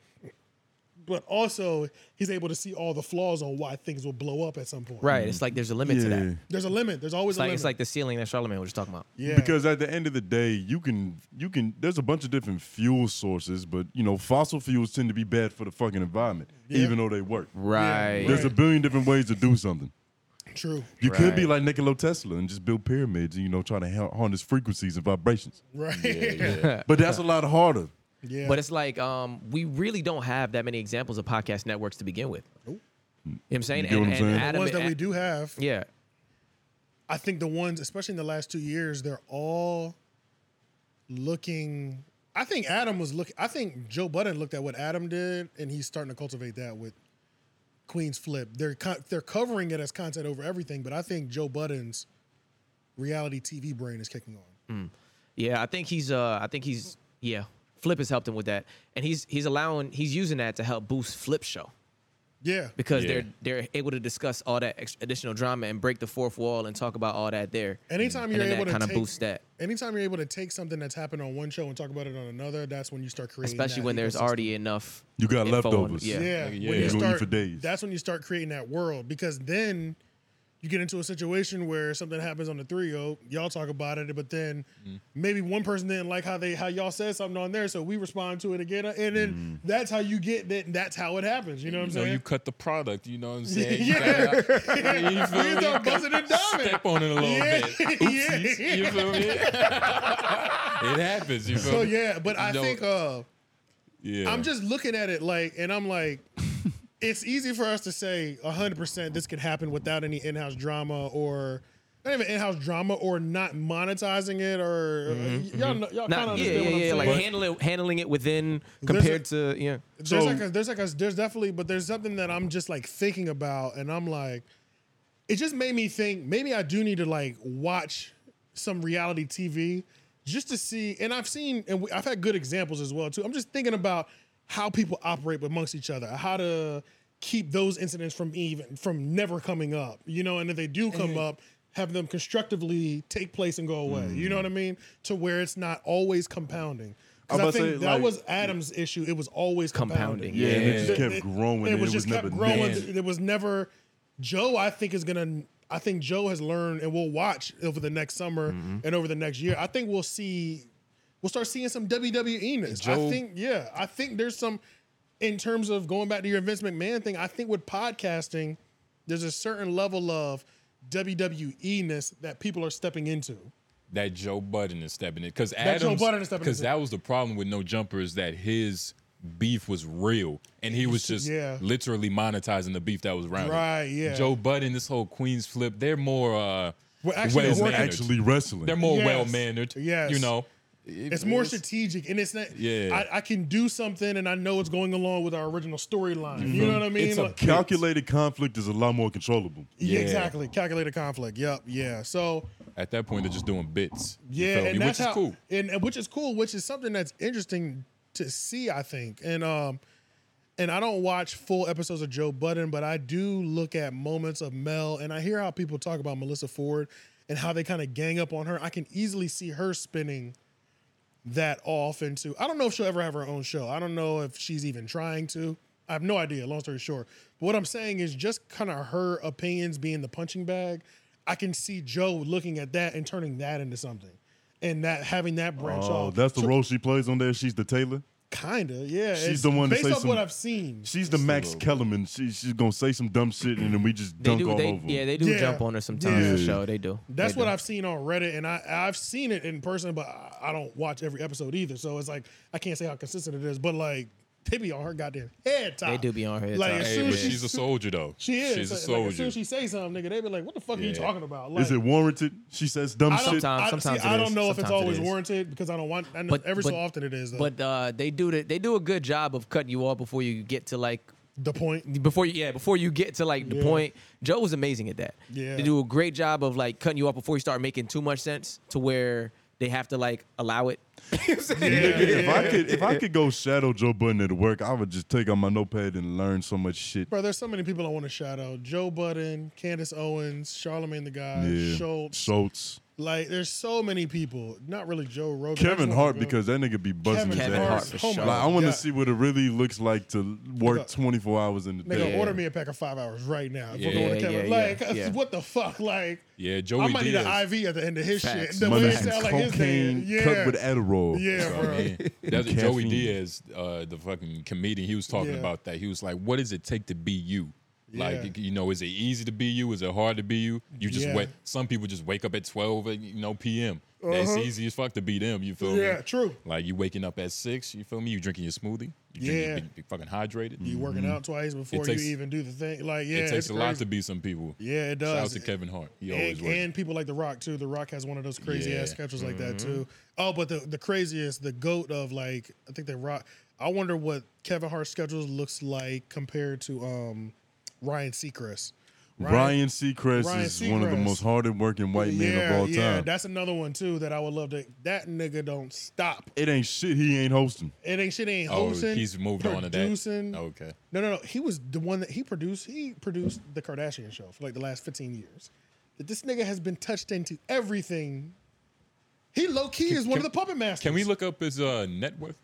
Speaker 3: but also he's able to see all the flaws on why things will blow up at some point.
Speaker 4: Right. It's like there's a limit to
Speaker 1: Yeah.
Speaker 4: that.
Speaker 3: There's a limit. There's always
Speaker 4: It's
Speaker 3: a
Speaker 4: like
Speaker 3: limit.
Speaker 4: it's like the ceiling that Charlemagne was just talking about.
Speaker 1: Because at the end of the day, you can you can there's a bunch of different fuel sources, but you know, fossil fuels tend to be bad for the fucking environment, even though they work.
Speaker 4: Right.
Speaker 1: There's a billion different ways to do something.
Speaker 3: True.
Speaker 1: You could be like Nikola Tesla and just build pyramids and you know trying to ha- harness frequencies and vibrations.
Speaker 3: Right.
Speaker 1: but that's a lot harder.
Speaker 3: Yeah.
Speaker 4: But it's like um, we really don't have that many examples of podcast networks to begin with.
Speaker 3: Nope.
Speaker 4: You know what I'm saying?
Speaker 1: You get what I'm saying? The
Speaker 3: the ones that
Speaker 4: and-
Speaker 3: we do have,
Speaker 4: Yeah.
Speaker 3: I think the ones, especially in the last two years, they're all looking. I think Adam was looking. I think Joe Budden looked at what Adam did, and he's starting to cultivate that with Queen's Flip. They're co- they're covering it as content over everything, but I think Joe Budden's reality TV brain is kicking on.
Speaker 4: Mm. Yeah, I think he's uh I think he's yeah. Flip has helped him with that. And he's he's allowing he's using that to help boost Flip show.
Speaker 3: Yeah,
Speaker 4: Because
Speaker 3: Yeah.
Speaker 4: they're they're able to discuss all that ex- additional drama and break the fourth wall and talk about all that there.
Speaker 3: Anytime you're
Speaker 4: and then
Speaker 3: able
Speaker 4: that
Speaker 3: to
Speaker 4: kind of
Speaker 3: take-
Speaker 4: boosts that,
Speaker 3: Anytime you're able to take something that's happened on one show and talk about it on another, that's when you start creating.
Speaker 4: especially
Speaker 3: that
Speaker 4: when there's
Speaker 3: ecosystem.
Speaker 4: already enough.
Speaker 1: You got
Speaker 4: info on-
Speaker 1: leftovers.
Speaker 4: Yeah,
Speaker 3: Yeah.
Speaker 1: Yeah.
Speaker 3: When
Speaker 1: You
Speaker 3: you
Speaker 1: gonna eat
Speaker 3: start,
Speaker 1: for days.
Speaker 3: That's when you start creating that world because then you get into a situation where something happens on the three o. Y'all talk about it, but then
Speaker 2: Mm-hmm.
Speaker 3: maybe one person didn't like how they how y'all said something on there, so we respond to it again, and then
Speaker 1: Mm-hmm.
Speaker 3: that's how you get that. That's how it happens. You know what I'm
Speaker 2: You know,
Speaker 3: saying?
Speaker 2: you cut the product.
Speaker 3: <laughs>
Speaker 2: You know what I'm saying? You
Speaker 3: Yeah. <laughs>
Speaker 2: gotta- you feel
Speaker 3: You
Speaker 2: me?
Speaker 3: start busting and diving.
Speaker 2: Step on it a little
Speaker 3: <laughs> Yeah.
Speaker 2: bit. Oopsies.
Speaker 3: Yeah.
Speaker 2: You feel me? it happens. You feel
Speaker 3: so
Speaker 2: me?
Speaker 3: yeah, but I
Speaker 2: You know,
Speaker 3: think uh,
Speaker 2: yeah.
Speaker 3: I'm just looking at it like, and I'm
Speaker 4: <laughs>
Speaker 3: like, it's easy for us to say 100% this could happen without any in house drama or not even in house drama or not monetizing it or y'all, know, y'all kind of
Speaker 4: Mm-hmm. Not,
Speaker 3: understand
Speaker 4: yeah, yeah,
Speaker 3: what I'm
Speaker 4: yeah.
Speaker 3: saying.
Speaker 4: Like handle it, handling it within compared to yeah.
Speaker 3: There's like a, there's like a, there's definitely, but there's something that I'm just like thinking about, and I'm like, it just made me think maybe I do need to like watch some reality TV just to see. And I've seen, and we- I've had good examples as well too. I'm just thinking about how people operate amongst each other, how to keep those incidents from even from never coming up, you know. And if they do
Speaker 1: Mm-hmm.
Speaker 3: come up, have them constructively take place and go away. You know what I mean? To where it's not always compounding. Because
Speaker 1: Mm-hmm. I'm
Speaker 3: I
Speaker 1: about to
Speaker 3: think
Speaker 1: say,
Speaker 3: that
Speaker 1: like-
Speaker 3: was Adam's issue. It was always compounding.
Speaker 4: Compounding. Yeah, and
Speaker 1: it just kept growing
Speaker 3: It
Speaker 1: and
Speaker 3: was
Speaker 1: it
Speaker 3: just
Speaker 1: was
Speaker 3: kept
Speaker 1: never
Speaker 3: growing.
Speaker 1: done.
Speaker 3: There was never. Joe, I think is gonna. I think Joe has learned, and we'll watch over the next summer
Speaker 1: Mm-hmm.
Speaker 3: and over the next year. I think we'll see. We'll start seeing some WWE ness. I
Speaker 2: Joe-
Speaker 3: think, yeah, I think there's some. In terms of going back to your Vince McMahon thing, I think with podcasting, there's a certain level of WWE ness that people are stepping into.
Speaker 2: that Joe Budden is stepping in because
Speaker 3: That Joe
Speaker 2: Adams
Speaker 3: Budden is stepping
Speaker 2: because
Speaker 3: in.
Speaker 2: that was the problem with no jumper is that his beef was real and he was just
Speaker 3: Yeah.
Speaker 2: literally monetizing the beef that was around him.
Speaker 3: Right, yeah.
Speaker 2: Joe Budden this whole Queens flip they're more uh
Speaker 3: We're actually
Speaker 2: well-mannered.
Speaker 3: working.
Speaker 1: Actually wrestling.
Speaker 2: they're more
Speaker 3: Yes.
Speaker 2: well mannered
Speaker 3: Yes.
Speaker 2: you know
Speaker 3: It's more strategic, and it's not.
Speaker 2: Yeah.
Speaker 3: I, I can do something, and I know it's going along with our original storyline. You know what I mean?
Speaker 2: Mm-hmm. It's a
Speaker 3: Like-
Speaker 1: Calculated conflict is a lot more controllable.
Speaker 3: Yeah,
Speaker 2: Yeah.
Speaker 3: exactly. Calculated conflict. Yep. Yeah. So
Speaker 2: at that point they're just doing bits You
Speaker 3: yeah,
Speaker 2: feel me?
Speaker 3: and that's
Speaker 2: which
Speaker 3: how,
Speaker 2: is cool
Speaker 3: and, and which is cool, which is something that's interesting to see, I think. And um, and I don't watch full episodes of Joe Budden, but I do look at moments of Mel, and I hear how people talk about Melissa Ford and how they kind of gang up on her. I can easily see her spinning that off into. I don't know if she'll ever have her own show. I don't know if she's even trying to. I have no idea. Long story short, but what I'm saying is just kind of her opinions being the punching bag. I can see Joe looking at that and turning that into something, and that having that branch
Speaker 1: Oh,
Speaker 3: off.
Speaker 1: that's the role she plays on there. She's the tailor.
Speaker 3: Kinda, yeah.
Speaker 1: She's
Speaker 3: it's
Speaker 1: the one to
Speaker 3: based
Speaker 1: say
Speaker 3: off
Speaker 1: some-
Speaker 3: what I've seen.
Speaker 1: She's the Max Kellerman. She, she's gonna say some dumb shit and then we just
Speaker 4: They
Speaker 1: dunk
Speaker 4: do.
Speaker 1: all
Speaker 4: They,
Speaker 1: over. 'em.
Speaker 4: yeah, they do
Speaker 3: Yeah.
Speaker 4: jump on her sometimes for
Speaker 1: Yeah.
Speaker 4: sure. They do.
Speaker 3: That's
Speaker 4: They
Speaker 3: what
Speaker 4: do.
Speaker 3: I've seen on Reddit, and I, I've seen it in person, but I, I don't watch every episode either. So it's like I can't say how consistent it is, but like they be on her goddamn head top.
Speaker 4: They do be on her.
Speaker 3: Like,
Speaker 4: Like,
Speaker 3: as
Speaker 2: hey
Speaker 3: soon
Speaker 2: but
Speaker 3: as she-
Speaker 2: she's a soldier though
Speaker 3: She is.
Speaker 2: she's
Speaker 3: like,
Speaker 2: a
Speaker 3: as soon
Speaker 2: soldier
Speaker 3: as she say something, nigga, they be like, "What the fuck are you
Speaker 2: Yeah.
Speaker 3: talking about?" Like,
Speaker 1: is it warranted? She says dumb
Speaker 3: I don't,
Speaker 1: shit.
Speaker 3: I,
Speaker 4: Sometimes- sometimes
Speaker 3: see,
Speaker 4: it
Speaker 3: I
Speaker 4: is.
Speaker 3: don't know if it's
Speaker 4: Sometimes it
Speaker 3: always
Speaker 4: is.
Speaker 3: warranted because I don't want. I know
Speaker 4: But-
Speaker 3: every so
Speaker 4: but-
Speaker 3: often it is. Though.
Speaker 4: but uh, they do the, They do a good job of cutting you off before you get to like
Speaker 3: the
Speaker 2: <laughs>
Speaker 3: point.
Speaker 4: before you yeah before you get to like the
Speaker 3: Yeah.
Speaker 4: point. Joe was amazing at that.
Speaker 3: Yeah.
Speaker 4: they do a great job of like cutting you off before you start making too much sense to where they have to like allow it.
Speaker 1: if I could, if I could go shadow Joe Budden at work, I would just take out my notepad and learn so much shit.
Speaker 3: Bro, there's so many people I want to shout out: Joe Budden, Candace Owens, Charlemagne the Guy,
Speaker 1: yeah,
Speaker 3: Uh, Schultz.
Speaker 1: Schultz.
Speaker 3: Like, there's so many people. Not really Joe Rogan. I
Speaker 1: Kevin
Speaker 3: just
Speaker 1: Hart
Speaker 3: wanna go-
Speaker 1: because that nigga be busting
Speaker 3: Kevin
Speaker 1: his
Speaker 3: Hart,
Speaker 1: ass.
Speaker 3: for Oh my sure.
Speaker 1: Like, I want to
Speaker 3: God.
Speaker 1: see what it really looks like to work 24 hours in the
Speaker 3: Nigga,
Speaker 1: day.
Speaker 3: order me a pack of five hours right now. If we're
Speaker 2: Yeah,
Speaker 3: going to Kevin,
Speaker 2: yeah, yeah,
Speaker 3: <laughs> like,
Speaker 2: yeah.
Speaker 3: what the fuck? Like,
Speaker 2: yeah Joey
Speaker 3: I might need
Speaker 2: Diaz
Speaker 3: an IV at the end of his
Speaker 2: Facts.
Speaker 3: shit. The way it sound like his name.
Speaker 1: cocaine
Speaker 3: Yeah.
Speaker 1: cut with Adderall.
Speaker 3: yeah,
Speaker 2: So,
Speaker 3: bro.
Speaker 2: <laughs> man, that's
Speaker 1: And
Speaker 2: Joey
Speaker 1: caffeine.
Speaker 2: Diaz, uh, the fucking comedian. He was talking
Speaker 3: Yeah.
Speaker 2: about that. He was like, "What does it take to be you?" Like you know, is it easy to be you? Is it hard to be you? You just
Speaker 3: Yeah.
Speaker 2: wait. Some people just wake up at twelve, uh, you know, p.m. It's
Speaker 3: Uh-huh.
Speaker 2: easy as fuck to be them. You feel me?
Speaker 3: Yeah, true.
Speaker 2: Like you waking up at six. You feel me? You drinking your smoothie. You drinking,
Speaker 3: Yeah.
Speaker 2: you be, be fucking hydrated.
Speaker 3: You working out twice before
Speaker 2: Mm-hmm. takes-
Speaker 3: you even do the thing. Like, yeah,
Speaker 2: it
Speaker 3: it's
Speaker 2: takes a lot
Speaker 3: crazy.
Speaker 2: to be some people.
Speaker 3: Yeah, it
Speaker 2: Shout out
Speaker 3: does.
Speaker 2: to Kevin Hart. He always
Speaker 3: and,
Speaker 2: works.
Speaker 3: and people like The Rock too. The Rock has one of those crazy ass
Speaker 2: Yeah.
Speaker 3: sketches like that
Speaker 2: Mhm.
Speaker 3: too. Oh, but the, the craziest, the goat of like, I think The Rock. I wonder what Kevin Hart's schedule looks like compared to um, Ryan Seacrest.
Speaker 1: Ryan Seacrest
Speaker 3: Ryan
Speaker 1: is one of the
Speaker 3: Seacrest.
Speaker 1: most hardest working white men
Speaker 3: yeah,
Speaker 1: of all time.
Speaker 3: yeah, that's another one too that I would love to. That nigga don't stop.
Speaker 1: it ain't shit. He ain't hosting.
Speaker 3: It ain't shit. Ain't
Speaker 1: Oh,
Speaker 3: hosting.
Speaker 1: he's moved on to that.
Speaker 3: producing.
Speaker 2: Okay.
Speaker 3: No, no, no. He was the one that he produced. He produced the Kardashian show for like the last 15 years. That this nigga has been touched into everything. He low key is one of the puppet masters.
Speaker 2: Can we look up his uh, net worth?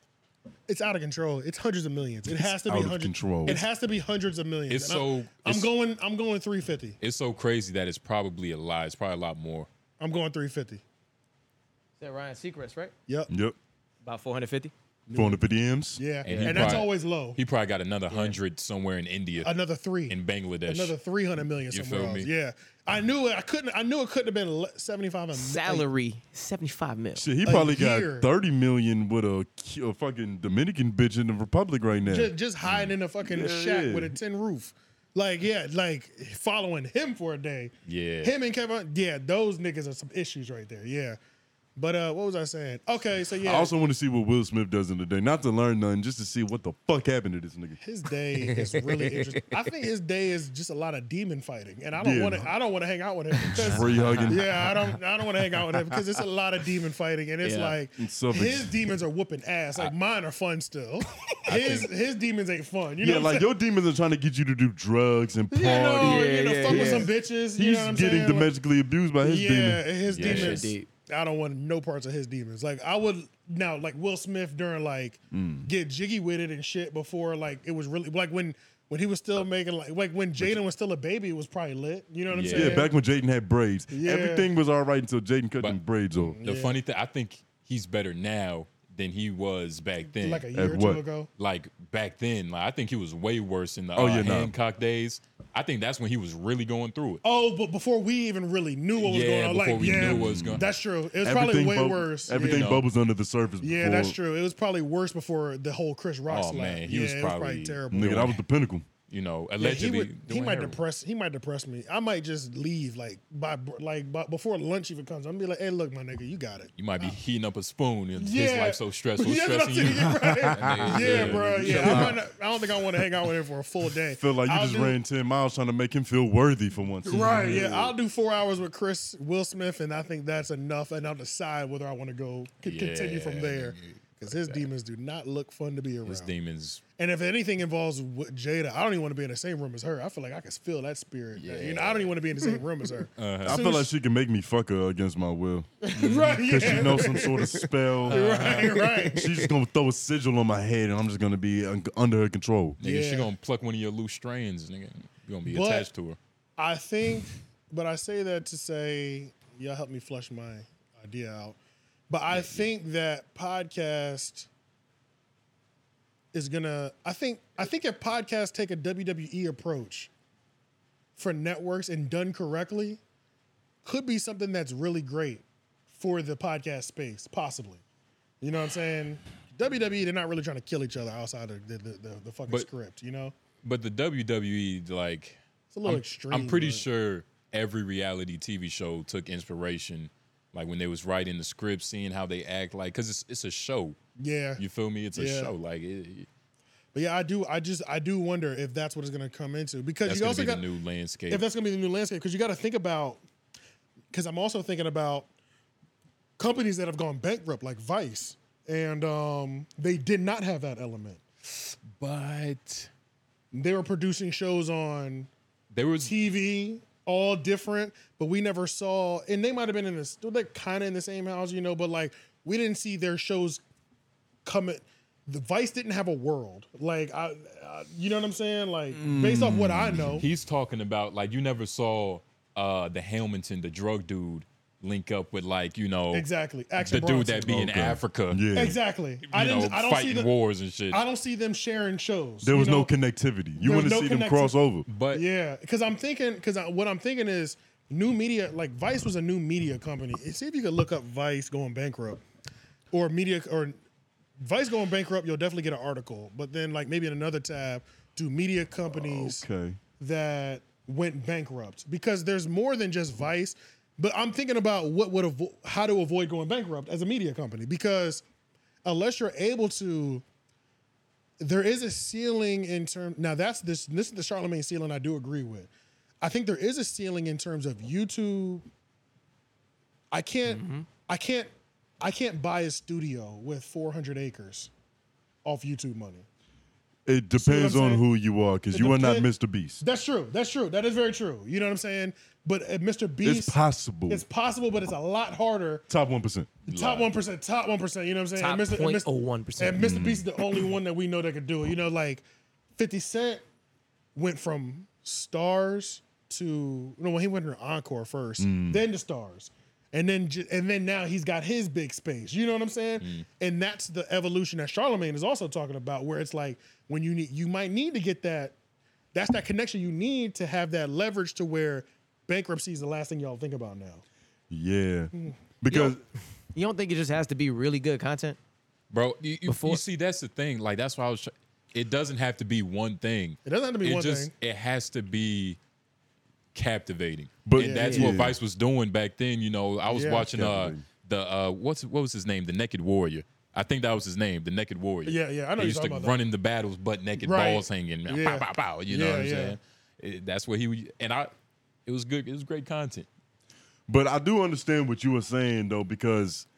Speaker 3: It's out of control. It's hundreds of millions. It has to
Speaker 2: out
Speaker 3: be
Speaker 2: of
Speaker 3: hundreds.
Speaker 2: control.
Speaker 3: It has to be hundreds of millions.
Speaker 2: It's
Speaker 3: And I'm-
Speaker 2: so-
Speaker 3: I'm,
Speaker 2: it's-
Speaker 3: going. I'm going 350.
Speaker 2: It's so crazy that it's probably a lie. It's probably a lot more.
Speaker 3: I'm going 350.
Speaker 4: that Ryan Seacrest, right?
Speaker 3: Yep.
Speaker 1: Yep.
Speaker 4: About 450.
Speaker 1: 450 M's.
Speaker 3: Yeah,
Speaker 2: And he
Speaker 3: and that's
Speaker 2: probably-
Speaker 3: always low.
Speaker 2: He probably got another hundred somewhere in India.
Speaker 3: Another three
Speaker 2: in Bangladesh.
Speaker 3: Another 300 million
Speaker 2: You
Speaker 3: somewhere
Speaker 2: feel
Speaker 3: else.
Speaker 2: me?
Speaker 3: Yeah, I knew it. I couldn't. I knew it couldn't have been le- 75 a Like,
Speaker 4: Salary, 75 mil.
Speaker 1: Shit, he
Speaker 3: A
Speaker 1: probably
Speaker 3: year.
Speaker 1: got 30 million with a, ki- a fucking Dominican bitch in the Republic right now.
Speaker 3: just, just hiding in a fucking
Speaker 1: Yeah,
Speaker 3: shack
Speaker 1: yeah.
Speaker 3: with a tin roof. Like, yeah, like following him for a day.
Speaker 2: Yeah.
Speaker 3: Him and Kevin, yeah, those niggas are some issues right there. Yeah. But uh, what was I saying? Okay, so yeah,
Speaker 1: I also want to see what Will Smith does in the day. Not to learn nothing, just to see what the fuck happened to this nigga.
Speaker 3: his day is really interesting. I think his day is just a lot of demon fighting, and I don't
Speaker 1: Yeah.
Speaker 3: want to. I don't want to hang out with him because
Speaker 1: Free
Speaker 3: <laughs>
Speaker 1: hugging.
Speaker 3: Yeah, I don't. I don't want to hang out with him because it's a lot of demon fighting, and it's
Speaker 1: Yeah.
Speaker 3: like
Speaker 1: It's so big.
Speaker 3: his demons are whooping ass. Like mine are fun
Speaker 1: <laughs>
Speaker 3: still. His his demons ain't fun. You know
Speaker 1: yeah,
Speaker 3: what I'm
Speaker 1: like your demons are trying to get you to do drugs and party.
Speaker 3: You know, you know, fuck with some bitches.
Speaker 1: He's
Speaker 3: you know what I'm
Speaker 1: getting
Speaker 3: saying? Like,
Speaker 1: domestically abused by his
Speaker 3: yeah,
Speaker 1: demon.
Speaker 3: his
Speaker 1: Yeah.
Speaker 3: demons. I don't want no parts of his demons. Like I would now, like Will Smith during like get jiggy with it and shit before like it was really like when when he was still making like like when Jaden was still a baby, it was probably lit. You know what I'm
Speaker 1: Yeah,
Speaker 3: saying?
Speaker 1: back when Jaden had braids.
Speaker 3: Yeah.
Speaker 1: Everything was all right until Jaden cut them braids off.
Speaker 2: The funny thing, I think he's better now than he was back then.
Speaker 3: Like a year At or two what? ago?
Speaker 2: Like back then, like I think he was way worse in the
Speaker 1: Oh,
Speaker 2: uh,
Speaker 1: yeah, nah.
Speaker 2: Hancock days. I think that's when he was really going through it.
Speaker 3: Oh, but before we even really knew what was
Speaker 2: Yeah,
Speaker 3: going on,
Speaker 2: before
Speaker 3: like
Speaker 2: we
Speaker 3: yeah,
Speaker 2: knew what was going-
Speaker 3: that's true. It was probably way
Speaker 1: bub-
Speaker 3: worse.
Speaker 1: Everything
Speaker 3: yeah.
Speaker 1: bubbles under the surface.
Speaker 3: Yeah,
Speaker 1: before-
Speaker 3: that's true. It was probably worse before the whole Chris Rock
Speaker 2: Oh
Speaker 3: slap.
Speaker 2: man, he
Speaker 3: yeah,
Speaker 2: was,
Speaker 3: it
Speaker 2: probably,
Speaker 3: terrible.
Speaker 1: Nigga, that was the pinnacle.
Speaker 2: You know,
Speaker 3: Yeah,
Speaker 2: allegedly.
Speaker 3: he, would, he
Speaker 2: doing
Speaker 3: might
Speaker 2: heroin.
Speaker 3: depress. He might depress me. I might just leave like by br- like by, before lunch even comes. I'm gonna be like, hey, look, my nigga, you got it.
Speaker 2: You might be heating up a spoon. And His
Speaker 3: uh, Yeah. <laughs>
Speaker 2: life's so stressful. It's
Speaker 3: Yeah, that's
Speaker 2: stressing
Speaker 3: what
Speaker 2: you.
Speaker 3: I'm saying,
Speaker 2: That <laughs>
Speaker 3: right?
Speaker 2: nigga-
Speaker 3: yeah, bro.
Speaker 2: nigga,
Speaker 3: Yeah,
Speaker 2: shut
Speaker 3: I,
Speaker 2: up.
Speaker 3: might not, I don't think I want to hang out with him for a full day.
Speaker 1: <laughs> Feel like you
Speaker 3: I'll
Speaker 1: just
Speaker 3: do-
Speaker 1: ran 10 miles trying to make him feel worthy for once.
Speaker 3: Right. Yeah, I'll do four hours with Chris Will Smith, and I think that's enough. And I'll decide whether I want to go c- continue from
Speaker 2: Yeah,
Speaker 3: there because his demons do not look fun to be around.
Speaker 2: His demons.
Speaker 3: And if anything involves w- Jada, I don't even want to be in the same room as her. I feel like I can feel that spirit. Yeah. You know, I don't even want to be in the same room as her.
Speaker 2: Uh-huh.
Speaker 1: I feel like she can make me fuck her against my will.
Speaker 3: <laughs>
Speaker 1: <laughs>
Speaker 3: Right,
Speaker 1: Because
Speaker 3: yeah.
Speaker 1: she knows some sort of
Speaker 3: <laughs>
Speaker 1: spell.
Speaker 3: Right, right.
Speaker 1: She's just going to throw a sigil on my head and I'm just going to be un- under her control.
Speaker 2: Nigga,
Speaker 3: Yeah.
Speaker 2: she gonna pluck one of your loose strands, nigga. You gonna be
Speaker 3: But-
Speaker 2: attached to her.
Speaker 3: I think, but I say that to say, y'all help me flush my idea out. But I think that podcast is gonna. I think I think if podcasts take a WWE approach for networks and done correctly, could be something that's really great for the podcast space, possibly. You know what I'm saying? WWE, they're not really trying to kill each other outside of the the, the, the fucking
Speaker 2: But-
Speaker 3: script. You know,
Speaker 2: But the WWE, like,
Speaker 3: It's a little
Speaker 2: I'm,
Speaker 3: extreme,
Speaker 2: I'm pretty
Speaker 3: but-
Speaker 2: sure every reality TV show took inspiration, like when they was writing the script, seeing how they act, like, cause it's it's a show.
Speaker 3: Yeah.
Speaker 2: you feel me? It's a
Speaker 3: Yeah.
Speaker 2: show. Like, it,
Speaker 3: But yeah, I do. I just I do wonder if that's what it's going to come into because you
Speaker 2: that's gonna
Speaker 3: also
Speaker 2: be
Speaker 3: got
Speaker 2: the new landscape.
Speaker 3: if that's going to be the new landscape because you got to think about because I'm also thinking about companies that have gone bankrupt like Vice and um, they did not have that element.
Speaker 2: But
Speaker 3: they were producing shows on
Speaker 2: they were
Speaker 3: TV all different, but we never saw and they might have been in this they're kind of in the same house, you know, but like we didn't see their shows coming. The Vice didn't have a world like I, I you know what I'm saying? Like based off
Speaker 4: Mm.
Speaker 3: what I know,
Speaker 2: he's talking about like you never saw uh the Hamilton, the drug dude, link up with like you know
Speaker 3: Exactly.
Speaker 2: the
Speaker 3: Action
Speaker 2: dude that be in
Speaker 3: Okay.
Speaker 2: Africa.
Speaker 3: Exactly.
Speaker 2: You
Speaker 3: I didn't.
Speaker 2: know,
Speaker 3: I don't
Speaker 2: fighting
Speaker 3: see the,
Speaker 2: wars and shit.
Speaker 3: I don't see them sharing shows.
Speaker 1: There
Speaker 3: you
Speaker 1: was
Speaker 3: know?
Speaker 1: no connectivity. You
Speaker 3: There was
Speaker 1: want to
Speaker 3: no
Speaker 1: see them
Speaker 3: connecti-
Speaker 1: cross over.
Speaker 2: But
Speaker 3: yeah, because I'm thinking, because what I'm thinking is new media. Like Vice was a new media company. See if you could look up Vice going bankrupt, or media, or Vice going bankrupt. You'll definitely get an article. But then, like maybe in another tab, do media companies
Speaker 1: Okay.
Speaker 3: that went bankrupt? Because there's more than just Vice. But I'm thinking about what would avo- how to avoid going bankrupt as a media company because unless you're able to there is a ceiling in terms. Now that's this. This is the Charlemagne ceiling. I do agree with. I think there is a ceiling in terms of YouTube. I can't. I can't. I can't buy a studio with 400 acres off YouTube money. See what
Speaker 1: It
Speaker 3: I'm
Speaker 1: depends on
Speaker 3: saying?
Speaker 1: who you are, because
Speaker 3: It
Speaker 1: you are not
Speaker 3: depend-
Speaker 1: Mr. Beast.
Speaker 3: That's true. That's true. That is very true. You know what I'm saying? But uh, Mr. Beast,
Speaker 1: It's possible.
Speaker 3: It's possible, but it's a lot harder.
Speaker 1: Top one percent.
Speaker 3: Top one percent, top one percent. You know what I'm saying?
Speaker 4: Top
Speaker 3: And Mr. and Mr.
Speaker 4: 0.01%.
Speaker 3: And Mr. Beast is the only one that we know that could do it. You know, like Fifty Cent went from stars to no, well, he went to Encore first,
Speaker 1: Mm.
Speaker 3: then to stars, and then ju- and then now he's got his big space. You know what I'm saying? And that's the evolution that Charlemagne is also talking about, where it's like when you need, you might need to get that. That's that connection you need to have that leverage to where bankruptcy is the last thing y'all think about now.
Speaker 1: Yeah.
Speaker 3: Hmm.
Speaker 1: Because
Speaker 4: You don't think it just has to be really good content?
Speaker 2: bro. You, you,
Speaker 4: Before-
Speaker 2: you see, that's the thing. Like that's why I was. Tr- it doesn't have to be one thing.
Speaker 3: It doesn't have to be
Speaker 2: it
Speaker 3: one
Speaker 2: just,
Speaker 3: thing.
Speaker 2: It has to be captivating.
Speaker 1: But-
Speaker 2: But and that's
Speaker 1: Yeah.
Speaker 2: what Vice was doing back then. You know, I was
Speaker 3: Yeah.
Speaker 2: watching uh
Speaker 1: Captivating.
Speaker 2: the uh what's what was his name? The Naked Warrior. I think that was his name, the Naked Warrior.
Speaker 3: Yeah, yeah, I know you're
Speaker 2: He used to
Speaker 3: talking about that.
Speaker 2: run in the battles, butt naked,
Speaker 3: Right.
Speaker 2: balls hanging, man,
Speaker 3: Yeah.
Speaker 2: pow, pow, pow. You know
Speaker 3: Yeah,
Speaker 2: what I'm
Speaker 3: yeah.
Speaker 2: saying? It- that's what he would- and I. It was good. It was great content.
Speaker 1: But I do understand what you were saying though, because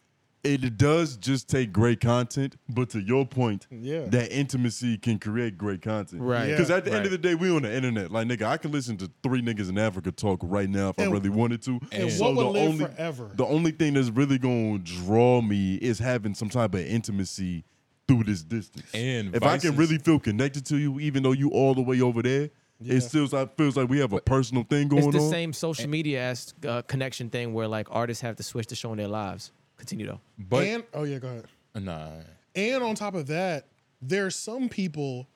Speaker 1: it does just take great content. But to your point,
Speaker 3: Yeah.
Speaker 1: that intimacy can create great content.
Speaker 4: Right.
Speaker 1: Because
Speaker 3: Yeah.
Speaker 1: at the end of the day, we on the internet. Like nigga, I can listen to three niggas in Africa talk right now if I
Speaker 3: And-
Speaker 1: really wanted to.
Speaker 3: And
Speaker 1: So
Speaker 3: what would
Speaker 1: the
Speaker 3: live
Speaker 1: only-
Speaker 3: forever?
Speaker 1: The only thing that's really gonna draw me is having some type of intimacy through this distance.
Speaker 2: And
Speaker 1: if I can
Speaker 2: Vice's-
Speaker 1: really feel connected to you, even though you all the way over there,
Speaker 3: Yeah.
Speaker 1: it still like, feels like we have a personal thing going
Speaker 4: It's the
Speaker 1: on.
Speaker 4: same social media as uh, connection thing where like artists have to switch to showing their lives. Continue though.
Speaker 2: But
Speaker 3: and oh yeah, go ahead.
Speaker 2: nah,
Speaker 3: And on top of that, there are some people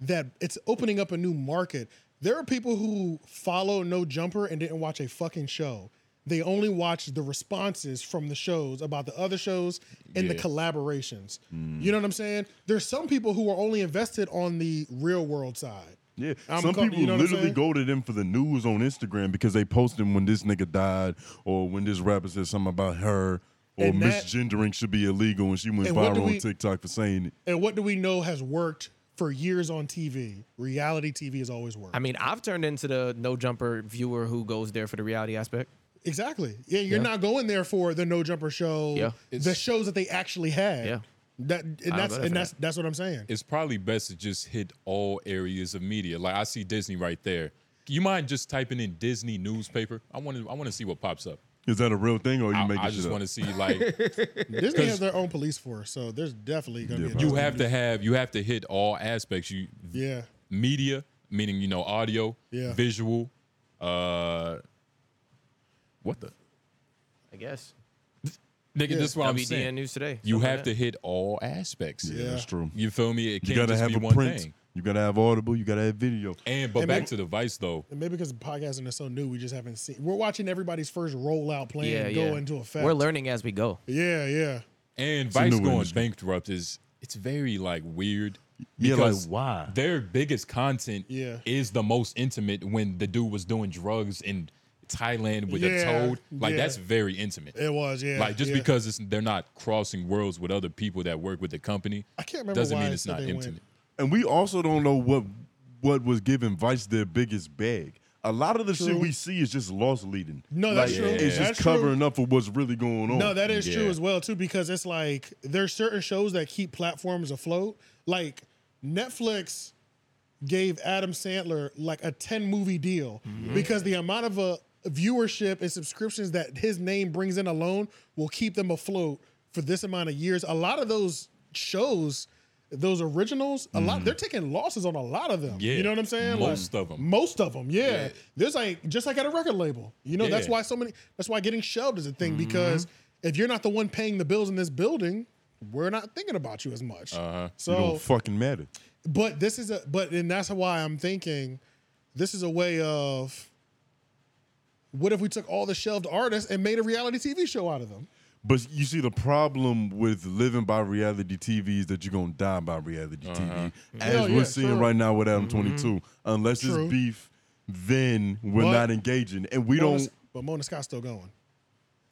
Speaker 3: that it's opening up a new market. There are people who follow No Jumper and didn't watch a fucking show. They only watched the responses from the shows about the other shows and the
Speaker 2: Yeah.
Speaker 3: collaborations.
Speaker 1: Mm.
Speaker 3: You know what I'm saying? There's some people who are only invested on the real world side.
Speaker 1: Yeah,
Speaker 3: I'm
Speaker 1: some
Speaker 3: com-
Speaker 1: people
Speaker 3: you know what I'm
Speaker 1: literally
Speaker 3: saying?
Speaker 1: go to them for the news on Instagram because they post them when this nigga died or when this rapper said something about her or
Speaker 3: And that-
Speaker 1: misgendering should be illegal and she went
Speaker 3: And what do
Speaker 1: viral
Speaker 3: we-
Speaker 1: on TikTok for saying it.
Speaker 3: And what do we know has worked for years on TV? Reality TV has always worked.
Speaker 4: I mean, I've turned into the no jumper viewer who goes there for the reality aspect.
Speaker 3: Exactly. Yeah, you're
Speaker 4: Yeah.
Speaker 3: not going there for the no jumper show.
Speaker 4: Yeah.
Speaker 3: the shows that they actually had.
Speaker 4: Yeah.
Speaker 3: That and
Speaker 4: I
Speaker 3: that's
Speaker 4: voted
Speaker 3: and
Speaker 4: for
Speaker 3: that's that's what I'm
Speaker 2: <laughs>
Speaker 3: saying.
Speaker 2: it's probably best to just hit all areas of media. Like I see Disney right there. You mind just typing in Disney newspaper? I want to. I want to see what pops up.
Speaker 1: Is that a real thing or are you
Speaker 2: I,
Speaker 1: making
Speaker 2: I
Speaker 1: shit
Speaker 2: just
Speaker 1: up?
Speaker 2: want to see <laughs>
Speaker 1: <laughs>
Speaker 2: like
Speaker 3: Disney has their own police force, so there's definitely gonna be. A
Speaker 2: you have to have you have to hit all aspects. You
Speaker 3: Yeah.
Speaker 2: media meaning you know audio,
Speaker 3: Yeah.
Speaker 2: visual, uh, what the
Speaker 4: I guess.
Speaker 2: nigga? This is what I'm
Speaker 4: WDN
Speaker 2: saying.
Speaker 4: News Today,
Speaker 2: You
Speaker 4: something
Speaker 2: have
Speaker 4: like
Speaker 2: to hit all aspects.
Speaker 1: Yeah, that's true.
Speaker 2: You feel me? It
Speaker 1: You
Speaker 2: can't
Speaker 1: gotta
Speaker 2: just
Speaker 1: have
Speaker 2: be
Speaker 1: a
Speaker 2: one
Speaker 1: print.
Speaker 2: thing.
Speaker 1: You gotta have audible. You gotta have video.
Speaker 2: And but
Speaker 3: And
Speaker 2: back
Speaker 3: maybe-
Speaker 2: to the vice though.
Speaker 3: And maybe because podcasting is so new, we just haven't seen. We're watching everybody's first rollout plan
Speaker 4: Yeah,
Speaker 3: go
Speaker 4: yeah.
Speaker 3: into effect.
Speaker 4: We're learning as we go.
Speaker 3: Yeah, yeah.
Speaker 2: and
Speaker 1: a
Speaker 2: Vice
Speaker 1: new
Speaker 2: going
Speaker 1: industry.
Speaker 2: bankrupt is it's very like weird.
Speaker 1: Yeah, like,
Speaker 2: because
Speaker 11: why?
Speaker 2: Their biggest content
Speaker 3: Yeah.
Speaker 2: is the most intimate when the dude was doing drugs in Thailand with a
Speaker 3: Yeah,
Speaker 2: toad. Like
Speaker 3: yeah.
Speaker 2: that's very intimate.
Speaker 3: It was. Yeah.
Speaker 2: like just
Speaker 3: yeah.
Speaker 2: because it's, they're not crossing worlds with other people that work with the company,
Speaker 3: I can't remember
Speaker 2: doesn't
Speaker 3: why
Speaker 2: mean
Speaker 3: I
Speaker 2: it's
Speaker 3: said
Speaker 2: not
Speaker 3: they went.
Speaker 2: intimate.
Speaker 1: And we also don't know what what was giving Vice their biggest bag. A lot of the shit
Speaker 3: True.
Speaker 1: we see is just loss leading.
Speaker 3: No, that's true.
Speaker 1: It's
Speaker 3: That's
Speaker 1: just
Speaker 3: true.
Speaker 1: covering up for what's really going on.
Speaker 3: No, that is true
Speaker 2: Yeah.
Speaker 3: as well too, because it's like there's certain shows that keep platforms afloat. Like Netflix gave Adam Sandler like a 10 movie deal
Speaker 2: Mm-hmm.
Speaker 3: because the amount of uh, viewership and subscriptions that his name brings in alone will keep them afloat for this amount of years. A lot of those shows those originals, a lot they're taking losses on a lot of them.
Speaker 2: Mm. Yeah.
Speaker 3: You know what I'm saying?
Speaker 2: Most
Speaker 3: Like,
Speaker 2: of 'em.
Speaker 3: Most of them, yeah.
Speaker 2: Yeah.
Speaker 3: There's like just like at a record label. You know, that's
Speaker 2: Yeah.
Speaker 3: why so many that's why getting shelved is a
Speaker 1: Mm-hmm.
Speaker 3: thing because if you're not the one paying the bills in this building, we're not thinking about you as much.
Speaker 1: Uh-huh.
Speaker 3: So-
Speaker 1: you don't fucking matter.
Speaker 3: But this is a but and that's why I'm thinking this is a way of what if we took all the shelved artists and made a reality TV show out of them?
Speaker 1: But you see, the problem with living by reality TV is that you're gonna die by reality TV, as
Speaker 3: Hell
Speaker 1: we're
Speaker 3: Oh, yeah,
Speaker 1: seeing
Speaker 3: true.
Speaker 1: right now with Adam 22. Unless
Speaker 3: True.
Speaker 1: it's beef, then we're
Speaker 3: But-
Speaker 1: not engaging, and we
Speaker 3: Mona-
Speaker 1: don't.
Speaker 3: but Mona Scott's still going.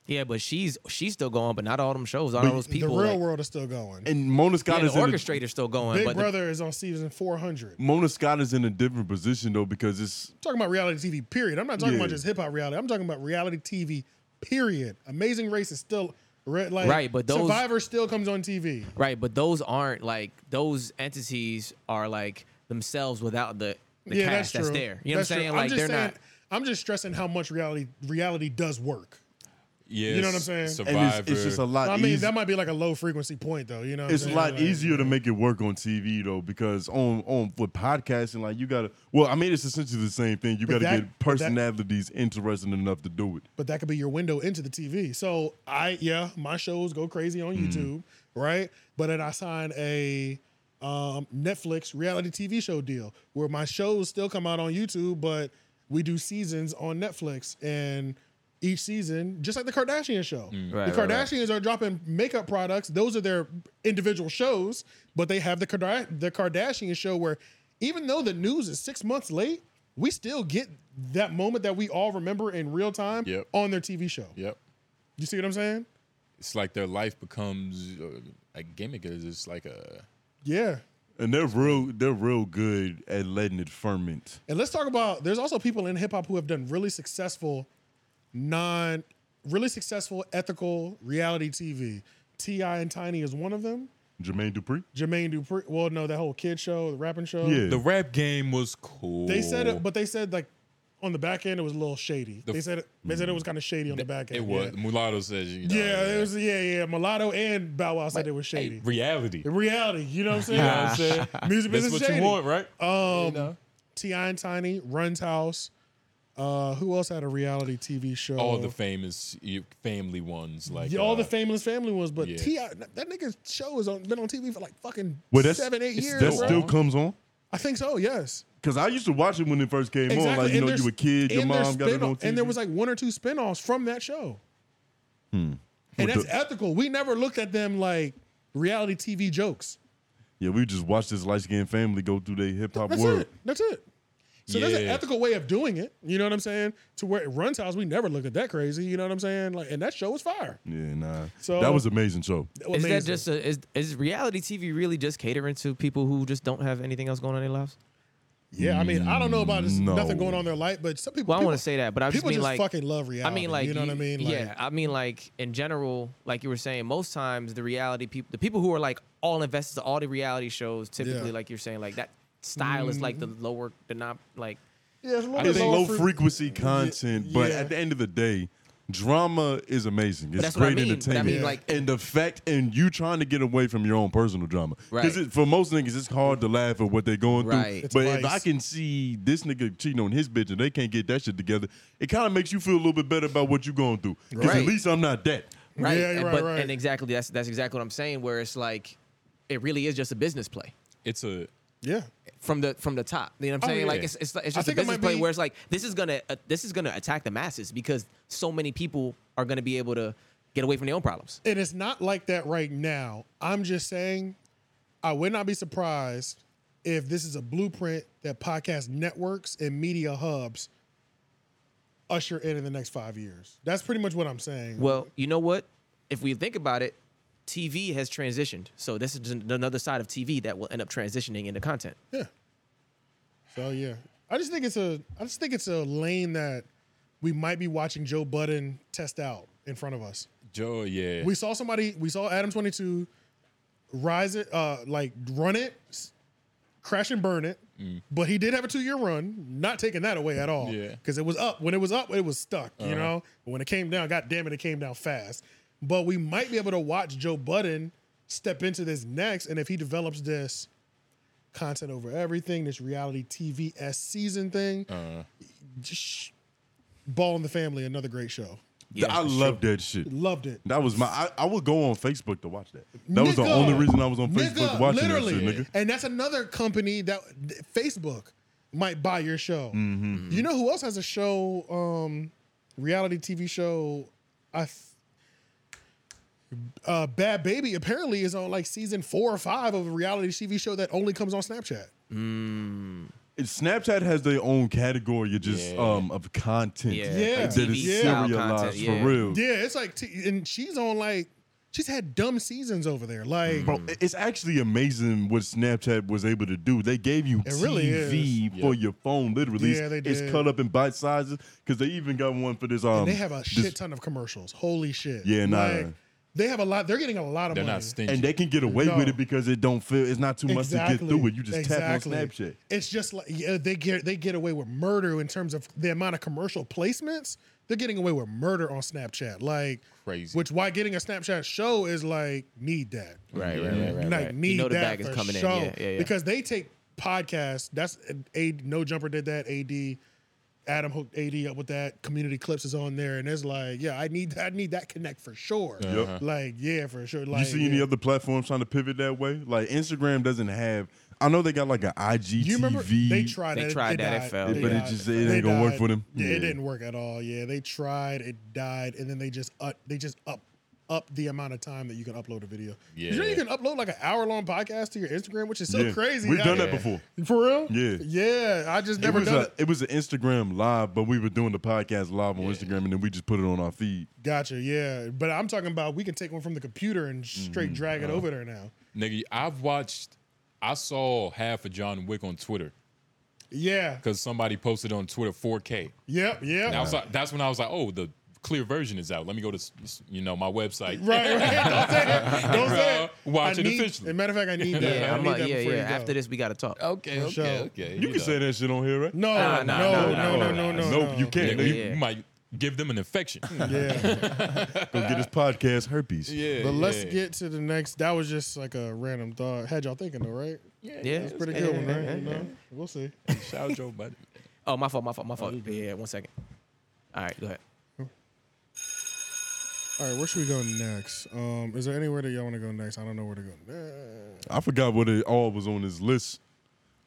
Speaker 4: Yeah, but she's she's still going, but not all them shows, all
Speaker 1: But
Speaker 4: those
Speaker 1: the
Speaker 4: people.
Speaker 3: the real
Speaker 4: like-
Speaker 3: world is still going.
Speaker 1: And Mona Scott
Speaker 4: yeah,
Speaker 1: is
Speaker 4: the
Speaker 1: in a-
Speaker 4: orchestrator's still going,
Speaker 3: Big
Speaker 4: but the-
Speaker 3: Brother is on season 400.
Speaker 1: Mona Scott is in a different position though because it's
Speaker 3: talking about reality TV, period. I'm not talking about
Speaker 1: Yeah.
Speaker 3: just hip hop reality. I'm talking about reality TV, period. Amazing Race is still re- like
Speaker 4: Right, but those-
Speaker 3: Survivor still comes on TV.
Speaker 4: right, but those aren't like those entities are like themselves without the the
Speaker 3: yeah, that's
Speaker 4: cast that's,
Speaker 3: true.
Speaker 4: there. You know
Speaker 3: That's
Speaker 4: what I'm
Speaker 3: true.
Speaker 4: saying? Like
Speaker 3: just
Speaker 4: they're
Speaker 3: saying-
Speaker 4: not.
Speaker 3: I'm just stressing how much reality reality does work.
Speaker 2: Yeah,
Speaker 3: you know what I'm saying?
Speaker 2: Survivor.
Speaker 1: it's just a lot
Speaker 3: I mean,
Speaker 1: eas-
Speaker 3: that might be like a low frequency point though. You know, what I'm
Speaker 1: it's a
Speaker 3: saying?
Speaker 1: lot
Speaker 3: Like,
Speaker 1: easier to make it work on TV though because on on with podcasting like you gotta well I mean it's essentially the same thing you
Speaker 3: But
Speaker 1: gotta
Speaker 3: that-
Speaker 1: get
Speaker 3: but that-
Speaker 1: personalities interesting enough to do it.
Speaker 3: but that could be your window into the TV. So I, yeah, my shows go crazy on YouTube, right? But then I sign a um, Netflix reality TV show deal where my shows still come out on YouTube, but we do seasons on Netflix and each season, just like the Kardashian show.
Speaker 4: Right,
Speaker 3: the
Speaker 4: right, right.
Speaker 3: Kardashians are dropping makeup products. Those are their individual shows, but they have the Karda- the Kardashian show where even though the news is 6 months late, we still get that moment that we all remember in real time
Speaker 2: Yep.
Speaker 3: on their TV show.
Speaker 2: Yep.
Speaker 3: You see what I'm saying?
Speaker 2: It's like their life becomes uh, a gimmick. Is it's like a
Speaker 3: Yeah.
Speaker 1: And they're real they're real good at letting it ferment.
Speaker 3: And let's talk about there's also people in hip hop who have done really successful, non really successful ethical reality TV. T.I. and Tiny is one of them.
Speaker 1: Jermaine Dupri.
Speaker 3: Jermaine Dupri. Well, no, that whole kid show, the rapping show.
Speaker 1: Yeah.
Speaker 2: the rap game was cool.
Speaker 3: They said it, but they said like on the back end it was a little shady.
Speaker 2: The-
Speaker 3: they said it, they said it was kind of shady on the back end.
Speaker 2: it was mulatto says you know
Speaker 3: Yeah, yeah, it was yeah, yeah. Mulatto and Bow Wow said it was shady.
Speaker 2: reality.
Speaker 3: In reality, you know what I'm
Speaker 1: <laughs>
Speaker 3: saying?
Speaker 2: You know what I'm saying?
Speaker 3: <laughs> Music
Speaker 2: That's
Speaker 3: business
Speaker 2: what
Speaker 3: is
Speaker 2: you
Speaker 3: shady.
Speaker 2: want, right?
Speaker 3: Um, Ti and Tiny runs house. Uh, who else had a reality TV show?
Speaker 2: All the famous you- family ones like
Speaker 3: Yeah, all the
Speaker 2: uh,
Speaker 3: famous family ones, but
Speaker 2: yeah.
Speaker 3: Ti that nigga's show has on, been on TV for like fucking
Speaker 1: Well, that's-
Speaker 3: seven, eight
Speaker 1: it's-
Speaker 3: years.
Speaker 1: That
Speaker 3: bro.
Speaker 1: still comes on.
Speaker 3: I think so. Yes,
Speaker 1: Cause I used to watch it when it first came on. Like you know,
Speaker 3: there's-
Speaker 1: you a kid, your
Speaker 3: and there's
Speaker 1: mom got it
Speaker 3: spin-off-
Speaker 1: on TV.
Speaker 3: and there was like one or two spinoffs from that show,
Speaker 1: Hmm.
Speaker 3: and
Speaker 1: What
Speaker 3: that's
Speaker 1: the-
Speaker 3: ethical. We never looked at them like reality TV jokes.
Speaker 1: yeah, we just watched this light skinned family go through their hip hop
Speaker 3: That's
Speaker 1: world.
Speaker 3: it. That's it. So there's an
Speaker 2: Yeah.
Speaker 3: ethical way of doing it. You know what I'm saying? To where it runs house, we never looked at that crazy. You know what I'm saying? Like, and that show was fire.
Speaker 1: Yeah, nah.
Speaker 3: So-
Speaker 1: that was amazing show.
Speaker 4: Is that
Speaker 3: Amazing.
Speaker 4: just a, is is reality TV really just catering to people who just don't have anything else going on in their lives?
Speaker 3: Yeah, I mean, I don't know about this,
Speaker 1: No.
Speaker 3: nothing going on in their life, but some people.
Speaker 4: Well, I want
Speaker 3: people-
Speaker 4: to say that, but I just
Speaker 3: people
Speaker 4: mean
Speaker 3: just
Speaker 4: like
Speaker 3: fucking love reality.
Speaker 4: I mean, like
Speaker 3: you know what I mean? Like,
Speaker 4: yeah, I mean, like in general, like you were saying, most times the reality people, the people who are like all invested to all the reality shows, typically,
Speaker 3: Yeah. Mm-hmm.
Speaker 4: like you're saying, like that style is like the lower, the not like
Speaker 3: yeah, it's a little
Speaker 1: I
Speaker 3: bit
Speaker 1: think low
Speaker 3: fre-
Speaker 1: frequency content, but
Speaker 3: yeah.
Speaker 1: at the end of the day, drama is amazing. It's
Speaker 4: that's what I
Speaker 1: great
Speaker 4: mean, but I
Speaker 1: entertainment.
Speaker 4: mean, like-
Speaker 1: and the fact, and you trying to get away from your own personal drama,
Speaker 4: Right.
Speaker 1: it, for most niggas, it's hard to laugh at what they're going
Speaker 4: Right.
Speaker 1: through.
Speaker 4: It's
Speaker 1: But if
Speaker 3: vice.
Speaker 1: I can see this nigga cheating on his bitch and they can't get that shit together, it kind of makes you feel a little bit better about what you're going through. Because
Speaker 4: Right.
Speaker 1: at least I'm not that.
Speaker 4: right,
Speaker 3: Yeah, you're
Speaker 4: and,
Speaker 3: right,
Speaker 4: but,
Speaker 3: right.
Speaker 4: and exactly that's that's exactly what I'm saying, where it's like it really is just a business play
Speaker 2: it's a
Speaker 3: Yeah,
Speaker 4: from the from the top. You know what I'm
Speaker 2: Oh,
Speaker 4: saying?
Speaker 2: yeah.
Speaker 4: Like it's it's, it's just a
Speaker 3: think it
Speaker 4: business
Speaker 3: might
Speaker 4: play
Speaker 3: be-
Speaker 4: where it's like this is gonna uh, this is gonna attack the masses because so many people are gonna be able to get away from their own problems.
Speaker 3: and it's not like that right now. I'm just saying, I would not be surprised if this is a blueprint that podcast networks and media hubs usher in in the next five years. That's pretty much what I'm saying.
Speaker 4: Well, you know what? If we think about it, TV has transitioned. So this is an- another side of TV that will end up transitioning into content.
Speaker 3: Yeah. So yeah, I just think it's a I just think it's a lane that we might be watching Joe Budden test out in front of us.
Speaker 2: Joe. Yeah,
Speaker 3: We saw somebody we saw Adam twenty two rise it uh like run it, s- crash and burn it,
Speaker 2: Mm,
Speaker 3: but he did have a two year run. Not taking that away at all.
Speaker 2: Yeah.
Speaker 3: because it was up when it was up it was stuck.
Speaker 1: Uh-huh.
Speaker 3: You know, but when it came down, god damn it, it came down fast. But we might be able to watch Joe Budden step into this next. And if he develops this content over everything, this reality TV S season thing,
Speaker 2: Uh,
Speaker 3: just sh- Ball in the Family, another great show.
Speaker 1: I loved that shit.
Speaker 3: Loved it.
Speaker 1: That was my. I, I would go on Facebook to watch that. That was the
Speaker 3: Nigga.
Speaker 1: only reason I was on Facebook
Speaker 3: Nigga,
Speaker 1: watching that shit, nigga.
Speaker 3: And that's another company that th- Facebook might buy your show.
Speaker 2: Mm-hmm.
Speaker 1: Mhm.
Speaker 3: You know who else has a show, um, reality TV show? I f- uh, Bad Baby apparently is on like season four or five of a reality TV show that only comes on Snapchat.
Speaker 1: Mm. Snapchat has their own category of just
Speaker 4: Mm-hmm. Yeah.
Speaker 1: um of content
Speaker 4: Yeah.
Speaker 3: Yeah,
Speaker 1: that is
Speaker 4: TV style
Speaker 1: serialized
Speaker 4: content, yeah.
Speaker 1: for real.
Speaker 3: Yeah, it's like, t- and she's on like, she's had dumb seasons over there. Like,
Speaker 1: Bro, it- it's actually amazing what Snapchat was able to do. They gave you
Speaker 3: It really
Speaker 1: TV
Speaker 3: is.
Speaker 1: for your phone, literally.
Speaker 3: Yeah, they did.
Speaker 1: It's cut up in bite sizes because they even got one for this. Um,
Speaker 3: and they have a
Speaker 1: this-
Speaker 3: shit ton of commercials. Holy shit.
Speaker 1: Yeah, nah.
Speaker 3: Like, they have a lot. They're getting a lot of
Speaker 2: They're
Speaker 3: money.
Speaker 2: not stingy.
Speaker 1: and they can get away with
Speaker 3: No.
Speaker 1: it because it don't feel. It's not too much to get through it. You just tap on Snapchat.
Speaker 3: It's just like yeah, they get they get away with murder in terms of the amount of commercial placements. They're getting away with murder on Snapchat, like
Speaker 2: Crazy.
Speaker 3: Which why getting a Snapchat show is like need that,
Speaker 4: Right, right, right, right,
Speaker 3: like
Speaker 4: right. You
Speaker 3: need
Speaker 4: know the
Speaker 3: that
Speaker 4: bag is
Speaker 3: for
Speaker 4: coming in.
Speaker 3: show.
Speaker 4: Yeah, yeah, yeah.
Speaker 3: Because they take podcasts. That's a no jumper did that. Ad Adam hooked Ad up with that. Community clips is on there, and it's like, yeah, I need I need that connect for sure.
Speaker 1: Yep.
Speaker 3: Like yeah, for sure. Like
Speaker 1: you see any
Speaker 3: yeah.
Speaker 1: other platforms trying to pivot that way? Like Instagram doesn't have. I know they got like an IGTV.
Speaker 3: You remember they tried
Speaker 4: They
Speaker 3: that.
Speaker 4: tried
Speaker 3: it
Speaker 4: that, it
Speaker 3: died.
Speaker 4: failed.
Speaker 1: Yeah,
Speaker 3: They
Speaker 1: but it
Speaker 3: died.
Speaker 1: just- it
Speaker 3: They
Speaker 1: ain't gonna work
Speaker 3: died.
Speaker 1: for them.
Speaker 3: Yeah,
Speaker 1: Yeah.
Speaker 3: it didn't work at all. Yeah, they tried, it died, and then they just up, they just up up the amount of time that you can upload a video. Yeah. You know you
Speaker 2: Yeah.
Speaker 3: can upload like an hour long podcast to your Instagram, which is so
Speaker 1: Yeah.
Speaker 3: crazy.
Speaker 1: We've
Speaker 3: now.
Speaker 1: done that before.
Speaker 3: For real?
Speaker 1: Yeah.
Speaker 3: Yeah, I just
Speaker 1: It
Speaker 3: never
Speaker 1: was,
Speaker 3: done
Speaker 1: a,
Speaker 3: it.
Speaker 1: it was an Instagram live, but we were doing the podcast live on Instagram, and then we just put it on our feed.
Speaker 3: Gotcha. Yeah, but I'm talking about we can take one from the computer and straight
Speaker 1: Mm-hmm.
Speaker 3: drag
Speaker 1: Uh-huh.
Speaker 3: it over there now.
Speaker 2: nigga, I've watched. I saw half of John Wick on Twitter
Speaker 3: Yeah.
Speaker 2: because somebody posted on Twitter 4K.
Speaker 3: Yep. Yeah.
Speaker 2: And I was like, that's when I was like, oh, the clear version is out. Let me go to s- s- you know my website.
Speaker 3: Right, right. <laughs> Don't say it.
Speaker 2: <laughs>
Speaker 3: Don't say it.
Speaker 2: Bro, watch
Speaker 3: I
Speaker 2: it
Speaker 3: need,
Speaker 2: officially.
Speaker 3: As a matter of fact, I need that.
Speaker 2: Yeah,
Speaker 3: I
Speaker 4: I'm
Speaker 3: need
Speaker 4: like,
Speaker 3: that
Speaker 4: yeah,
Speaker 3: before
Speaker 4: yeah.
Speaker 3: you go.
Speaker 4: After this, we gotta talk.
Speaker 2: Okay,
Speaker 3: For
Speaker 2: okay,
Speaker 3: sure.
Speaker 2: okay.
Speaker 1: You, can say that shit on here, right?
Speaker 3: No,
Speaker 4: Nah, nah,
Speaker 3: no, no,
Speaker 4: nah, nah,
Speaker 3: no, no,
Speaker 4: nah.
Speaker 3: no,
Speaker 1: Nope,
Speaker 3: no.
Speaker 1: you can't.
Speaker 2: Nigga,
Speaker 1: nigga.
Speaker 2: you
Speaker 4: Yeah.
Speaker 2: might give them an infection.
Speaker 3: <laughs> Yeah.
Speaker 1: <laughs> Go get his podcast herpes.
Speaker 2: yeah,
Speaker 3: But let's
Speaker 2: yeah.
Speaker 3: get to the next. That was just like a random thought. Had y'all thinking though, right?
Speaker 4: Yeah,
Speaker 3: That's pretty good one, right? You know? We'll see.
Speaker 2: shout out Joe Budden.
Speaker 4: Oh, my fault, my fault, my fault. Yeah, yeah, one second. All right, go ahead.
Speaker 3: All right, where should we go next? Um, is there anywhere that y'all want to go next? I don't know where to go. Next.
Speaker 1: I forgot what it all was on his list.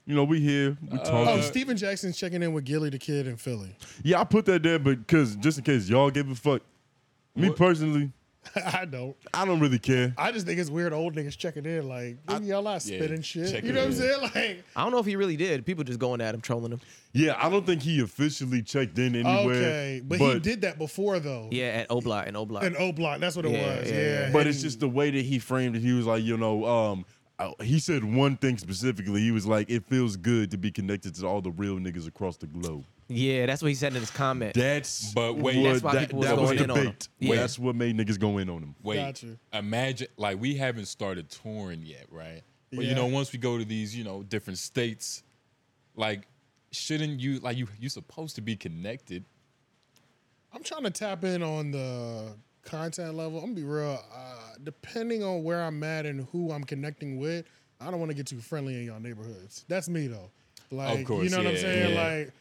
Speaker 1: You know, we here, we talking.
Speaker 3: Oh, Steven Jackson's checking in with Gilly the Kid in Philly. <laughs>
Speaker 1: yeah, I put that there, but because just in case y'all give a fuck, me personally,
Speaker 3: I don't.
Speaker 1: I don't really care.
Speaker 3: I just think it's weird old niggas checking in. Like, nigga, y'all out
Speaker 2: yeah,
Speaker 3: spitting shit.
Speaker 2: checking
Speaker 3: You know what I'm
Speaker 2: in.
Speaker 3: saying? Like,
Speaker 4: I don't know if he really did. People just going at him, trolling him.
Speaker 1: Yeah, I don't think he officially checked in anywhere.
Speaker 3: okay. But, he did that before, though.
Speaker 4: Yeah, at Oblot and Oblot.
Speaker 3: An O block. That's what it
Speaker 4: Yeah,
Speaker 3: was.
Speaker 4: yeah,
Speaker 3: Yeah.
Speaker 4: yeah.
Speaker 1: But it's
Speaker 3: And-
Speaker 1: just the way that he framed it. He was like, you know, um, I- he said one thing specifically. He was like, it feels good to be connected to all the real niggas across the globe.
Speaker 4: yeah, that's what he said in his comment.
Speaker 1: That's
Speaker 2: But wait,
Speaker 1: what-
Speaker 4: Eh, That's why
Speaker 1: that,
Speaker 4: people was
Speaker 1: that was
Speaker 4: going in on him.
Speaker 1: debate.
Speaker 4: Yeah.
Speaker 1: That's what made niggas go in on him.
Speaker 2: Wait,
Speaker 3: Gotcha.
Speaker 2: imagine like we haven't started touring yet, right? But
Speaker 3: Yeah.
Speaker 2: you know, once we go to these, you know, different states, like shouldn't you like you you supposed to be connected?
Speaker 3: I'm trying to tap in on the content level. I'm gonna be real. Uh, depending on where I'm at and who I'm connecting with, I don't want to get too friendly in y'all neighborhoods. That's me though. Like,
Speaker 2: course,
Speaker 3: you know what I'm
Speaker 2: yeah,
Speaker 3: saying?
Speaker 2: yeah.
Speaker 3: Like,
Speaker 2: I ain't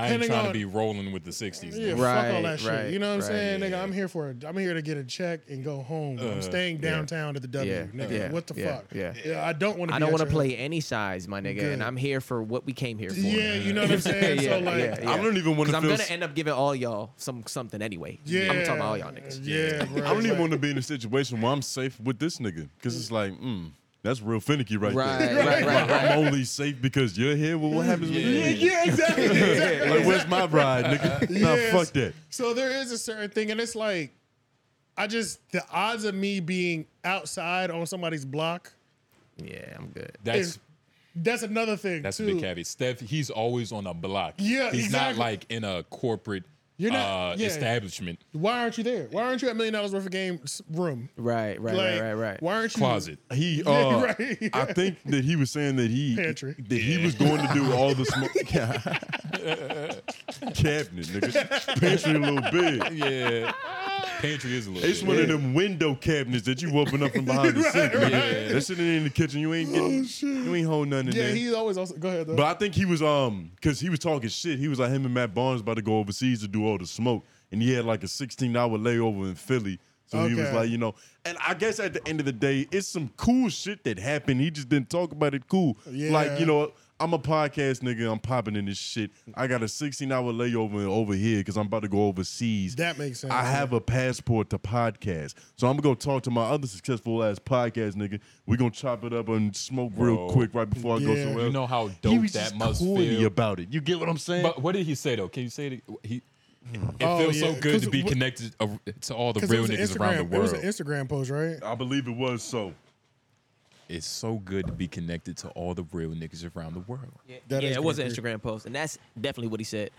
Speaker 3: depending
Speaker 2: trying
Speaker 3: on
Speaker 2: to be rolling with the '60s.
Speaker 3: yeah,
Speaker 2: nigga.
Speaker 3: fuck all
Speaker 4: Right,
Speaker 3: that shit.
Speaker 4: right,
Speaker 3: you know what I'm
Speaker 4: right,
Speaker 3: saying,
Speaker 2: yeah.
Speaker 3: nigga? I'm here for. I'm here to get a check and go home. I'm
Speaker 2: Uh,
Speaker 3: staying
Speaker 2: yeah.
Speaker 3: downtown to the W,
Speaker 4: Yeah,
Speaker 3: nigga.
Speaker 4: yeah,
Speaker 3: what the
Speaker 4: yeah,
Speaker 3: fuck?
Speaker 4: yeah.
Speaker 3: I don't want to.
Speaker 4: I don't
Speaker 3: want
Speaker 4: want to play any size, my nigga,
Speaker 3: Good.
Speaker 4: and I'm here for what we came here for.
Speaker 3: Yeah, you
Speaker 4: <laughs>
Speaker 3: know what I'm saying. so like,
Speaker 1: I don't even wanna
Speaker 4: 'Cause I'm
Speaker 1: feel
Speaker 4: gonna
Speaker 1: s-
Speaker 4: end up giving all y'all some something anyway.
Speaker 3: yeah,
Speaker 4: I'm gonna talk about all y'all niggas.
Speaker 3: Yeah, bro,
Speaker 1: I don't even
Speaker 3: like-
Speaker 1: want to be in a situation where I'm safe with this nigga because it's like, mm, that's real finicky right,
Speaker 4: Right,
Speaker 1: there.
Speaker 4: right, right, right.
Speaker 1: I'm only safe because you're here. Well, what happens when
Speaker 2: Yeah.
Speaker 1: you're
Speaker 3: Yeah, exactly. exactly.
Speaker 1: <laughs> Like, where's my ride,
Speaker 4: <laughs>
Speaker 1: nigga? Nah,
Speaker 3: Yes.
Speaker 1: fuck that.
Speaker 3: So there is a certain thing, and it's like, I just the odds of me being outside on somebody's block.
Speaker 4: Yeah, I'm good.
Speaker 2: That's
Speaker 3: Is- That's another thing.
Speaker 2: that's
Speaker 3: too.
Speaker 2: a big caveat. Steph, he's always on a block.
Speaker 3: Yeah,
Speaker 2: he's
Speaker 3: exactly.
Speaker 2: not like in a corporate
Speaker 3: You're not-
Speaker 2: uh,
Speaker 3: yeah. <laughs>
Speaker 2: establishment <laughs>
Speaker 3: Why aren't you there? Why aren't you at million dollars worth of game s- room?
Speaker 4: Right, right,
Speaker 3: Like,
Speaker 4: right, right, right.
Speaker 3: Why aren't you
Speaker 2: closet.
Speaker 3: <laughs>
Speaker 1: He, uh,
Speaker 3: Yeah, right.
Speaker 1: I think that he was saying that he
Speaker 3: Pantry.
Speaker 1: that he was going to do all the smoke
Speaker 3: <laughs>
Speaker 1: <laughs> cabinet, nigga, pantry a little bit.
Speaker 2: Yeah, Pantry is a little.
Speaker 1: It's one of them window cabinets that you open up from behind
Speaker 3: <laughs>
Speaker 1: the
Speaker 3: Right,
Speaker 1: sink.
Speaker 3: right. Oh,
Speaker 1: man. That shit ain't in the kitchen. You ain't getting. You ain't holding nothing in
Speaker 3: Yeah,
Speaker 1: there.
Speaker 3: he's always also go ahead though.
Speaker 1: But I think he was um because he was talking shit. He was like him and Matt Barnes about to go overseas to do all the smoke, and he had like a 16 hour layover in Philly. So he was
Speaker 3: Okay.
Speaker 1: like, you know, and I guess at the end of the day, it's some cool shit that happened. He just didn't talk about it cool. Like,
Speaker 3: Yeah.
Speaker 1: you know, I'm a podcast nigga. I'm popping in this shit. I got a 16 hour layover over here because I'm about to go overseas.
Speaker 3: That makes sense,
Speaker 1: I
Speaker 3: yeah.
Speaker 1: have a passport to podcast. So I'm going to go talk to my other successful ass podcast nigga. We're going to chop it up and smoke real
Speaker 2: Bro.
Speaker 1: quick right before I go
Speaker 2: Yeah.
Speaker 1: somewhere
Speaker 2: You
Speaker 1: else.
Speaker 2: know how
Speaker 1: He
Speaker 2: dope
Speaker 1: was
Speaker 2: that
Speaker 1: just
Speaker 2: must
Speaker 1: corny
Speaker 2: feel.
Speaker 1: about it. You get what I'm saying?
Speaker 2: But what did he say though? Can you say it? He. It
Speaker 3: Oh,
Speaker 2: feels
Speaker 3: yeah,
Speaker 2: so good
Speaker 3: 'cause
Speaker 2: to be
Speaker 3: what-
Speaker 2: connected uh, to all the
Speaker 3: 'Cause
Speaker 2: real
Speaker 3: it was
Speaker 2: niggas
Speaker 3: an
Speaker 2: around the
Speaker 3: Instagram- It was
Speaker 2: world.
Speaker 3: an Instagram post, right?
Speaker 1: I believe it was so.
Speaker 2: It's so good to be connected to all the real niggas around the world.
Speaker 3: That
Speaker 4: yeah,
Speaker 3: is
Speaker 4: it was an
Speaker 3: kinda
Speaker 4: Instagram post, and that's definitely what he said.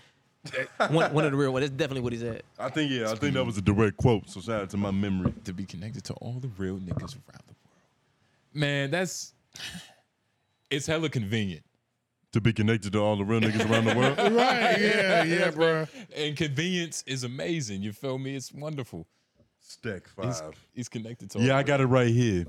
Speaker 4: <laughs> one, one of the real ones. That's definitely what he said.
Speaker 1: I think yeah, I think that was a direct quote. So shout out to my memory.
Speaker 2: To be connected to all the real niggas around the world. Man, that's it's hella convenient.
Speaker 1: To be connected to all the real niggas around the
Speaker 2: <laughs>
Speaker 1: world.
Speaker 3: Right, yeah, yeah,
Speaker 2: Yes,
Speaker 3: bruh.
Speaker 2: man. And convenience is amazing. You feel me? It's wonderful.
Speaker 1: Stack
Speaker 2: He's, he's connected to
Speaker 1: Yeah,
Speaker 2: all
Speaker 1: I got it right here.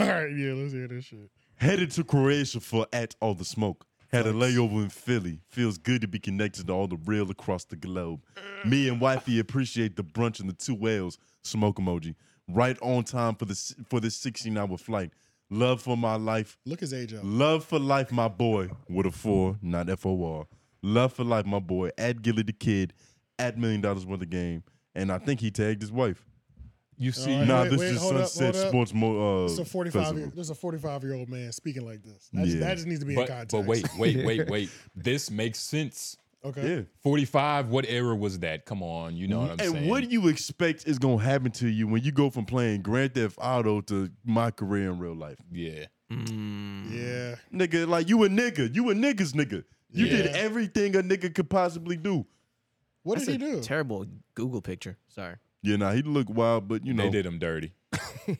Speaker 3: All right, yeah, let's hear this shit.
Speaker 1: Headed to Croatia for at all the smoke. Had a layover in Philly. Feels good to be connected to all the real across the globe. Me and wifey appreciate the brunch and the two whales. Smoke emoji. Right on time for the s- for this 16 hour flight. Love for my life.
Speaker 3: Look his age up.
Speaker 1: Love for life, my boy, with a four, not F O R. Love for life, my boy. At Gilly the Kid, at Million Dollars Worth of Game, and I think he tagged his wife.
Speaker 2: You
Speaker 3: see- All right,
Speaker 1: nah,
Speaker 3: wait,
Speaker 1: this
Speaker 3: wait,
Speaker 1: is
Speaker 3: hold up,
Speaker 1: Sunset
Speaker 3: hold up.
Speaker 1: Sports Mo. Uh,
Speaker 3: It's a 45 year,
Speaker 1: Festival.
Speaker 3: there's a 45 year old man speaking like this. <laughs> That, just,
Speaker 1: Yeah.
Speaker 3: that just needs to be in
Speaker 2: but,
Speaker 3: context.
Speaker 2: but wait, wait,
Speaker 1: <laughs>
Speaker 3: <laughs>
Speaker 2: wait, wait. this makes sense.
Speaker 3: Okay.
Speaker 1: Yeah.
Speaker 2: 45, what era was that? Come on, you know what I'm
Speaker 1: and
Speaker 2: saying.
Speaker 1: what do you expect is gonna happen to you when you go from playing Grand Theft Auto to my career in real life?
Speaker 2: yeah.
Speaker 3: Yeah.
Speaker 1: Nigga, like you a nigga. You a nigga's nigga. You did
Speaker 3: Yeah.
Speaker 1: everything a nigga could possibly do.
Speaker 3: What
Speaker 4: That's
Speaker 3: did he
Speaker 4: a
Speaker 3: do?
Speaker 4: Terrible Google picture.
Speaker 3: <laughs>
Speaker 4: Sorry.
Speaker 1: Yeah, nah, he looked wild, but you know.
Speaker 2: They did him
Speaker 1: <laughs>
Speaker 2: dirty. Oh,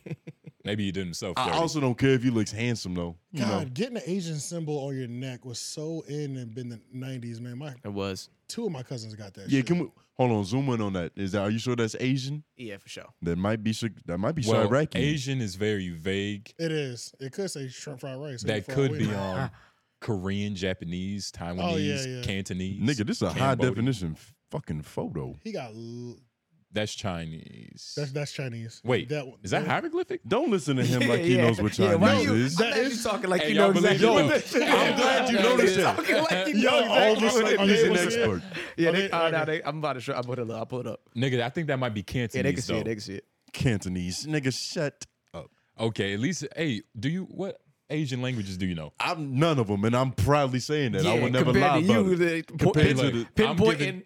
Speaker 2: Maybe he did himself dirty.
Speaker 1: I also don't care if he looks handsome though. You
Speaker 3: God,
Speaker 1: know.
Speaker 3: getting an Asian symbol on your neck was so in and been the 90s, man. My
Speaker 4: It was.
Speaker 3: Two of my cousins got that
Speaker 1: Yeah,
Speaker 3: shit.
Speaker 1: can we hold on? Zoom in on that. Is that? Are you sure that's Asian?
Speaker 4: Yeah, for sure.
Speaker 1: That might be. Chi- That might be
Speaker 2: well,
Speaker 1: Iraqi.
Speaker 2: Asian is very vague.
Speaker 3: It is. It could say shrimp fried rice.
Speaker 2: That
Speaker 3: Far
Speaker 2: could
Speaker 3: away,
Speaker 2: be um,
Speaker 3: man.
Speaker 2: on Korean, Japanese, Taiwanese,
Speaker 3: Oh, yeah.
Speaker 2: Cantonese.
Speaker 1: Nigga, this is a high
Speaker 2: Cambodian.
Speaker 1: definition f- fucking photo.
Speaker 3: He got l-
Speaker 2: That's Chinese.
Speaker 3: that's that's Chinese.
Speaker 2: Wait,
Speaker 3: that
Speaker 2: is that hieroglyphic?
Speaker 1: Don't listen to him like he
Speaker 7: Yeah,
Speaker 1: knows what
Speaker 7: yeah,
Speaker 1: Chinese
Speaker 7: why you-
Speaker 1: is.
Speaker 7: I'm glad you talking like
Speaker 2: Hey,
Speaker 7: you
Speaker 2: y'all
Speaker 7: know exactly.
Speaker 2: believe-
Speaker 7: what
Speaker 1: Yo, I'm glad you noticed
Speaker 7: <laughs>
Speaker 1: that.
Speaker 7: Talking like you
Speaker 1: Yo,
Speaker 7: know
Speaker 1: all of a
Speaker 7: exactly
Speaker 1: sudden
Speaker 7: what
Speaker 1: he's
Speaker 7: it
Speaker 1: an
Speaker 7: is.
Speaker 1: expert.
Speaker 4: Yeah,
Speaker 3: they-
Speaker 4: they,
Speaker 3: Okay, oh, no, okay.
Speaker 4: I'm about to show. I put it up. I put it up.
Speaker 2: Nigga, I think that might be Cantonese.
Speaker 4: Yeah, they can see
Speaker 2: though.
Speaker 4: it. They can see it.
Speaker 1: Cantonese. Nigga, shut up.
Speaker 2: Okay, at least hey, do you what Asian languages do you know?
Speaker 1: I'm none of them, and I'm proudly saying that. I
Speaker 4: Yeah,
Speaker 1: would never
Speaker 4: compared
Speaker 1: lie
Speaker 4: to
Speaker 1: about
Speaker 4: you,
Speaker 1: it.
Speaker 4: they-
Speaker 1: Compared
Speaker 2: Look,
Speaker 1: to the,
Speaker 2: I'm giving,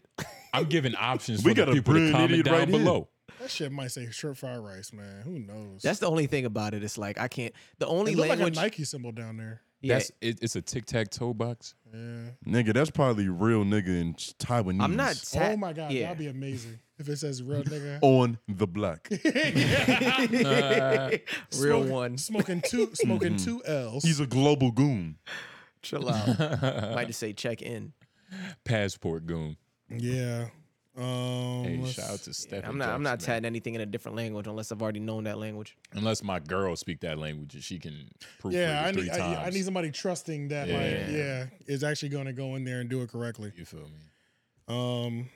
Speaker 2: I'm giving options for
Speaker 1: <laughs> We
Speaker 2: the
Speaker 1: got a
Speaker 2: people to
Speaker 1: brilliant
Speaker 2: comment
Speaker 1: idiot
Speaker 2: down
Speaker 1: right here.
Speaker 2: below.
Speaker 3: That shit might say shrimp fried rice, man. Who knows?
Speaker 4: That's the only thing about it. It's like I can't. The only
Speaker 3: it looked like a
Speaker 4: language.
Speaker 3: Nike symbol down there.
Speaker 4: yeah,
Speaker 2: That's it, it's a tic tac toe box.
Speaker 3: Yeah.
Speaker 1: nigga. That's probably real nigga in Taiwanese.
Speaker 4: I'm not. ta-
Speaker 3: oh my god,
Speaker 4: Yeah.
Speaker 3: that'd be amazing if it says real
Speaker 2: <laughs>
Speaker 3: nigga. <laughs>
Speaker 1: on
Speaker 4: <laughs>
Speaker 1: the block.
Speaker 4: Uh,
Speaker 2: <laughs>
Speaker 4: real
Speaker 3: Smoking-
Speaker 4: one.
Speaker 3: Smoking two,
Speaker 4: <laughs>
Speaker 3: smoking two L's.
Speaker 1: Mm-hmm. He's a global goon.
Speaker 4: Chill <laughs> out. Might just say check in.
Speaker 2: Passport goon.
Speaker 3: yeah. Um,
Speaker 2: Hey,
Speaker 3: let's-
Speaker 2: shout out to Stephen.
Speaker 4: I'm not. I'm not
Speaker 2: Jackson, man.
Speaker 4: tatting anything in a different language unless I've already known that language.
Speaker 2: Unless my girl speak that language and she can proof
Speaker 3: yeah, I
Speaker 2: it three
Speaker 3: need, I, I
Speaker 2: times.
Speaker 3: need somebody trusting that, yeah.
Speaker 2: Yeah.
Speaker 3: like, yeah, is actually going to go in there and do it correctly.
Speaker 2: you feel me?
Speaker 3: Um,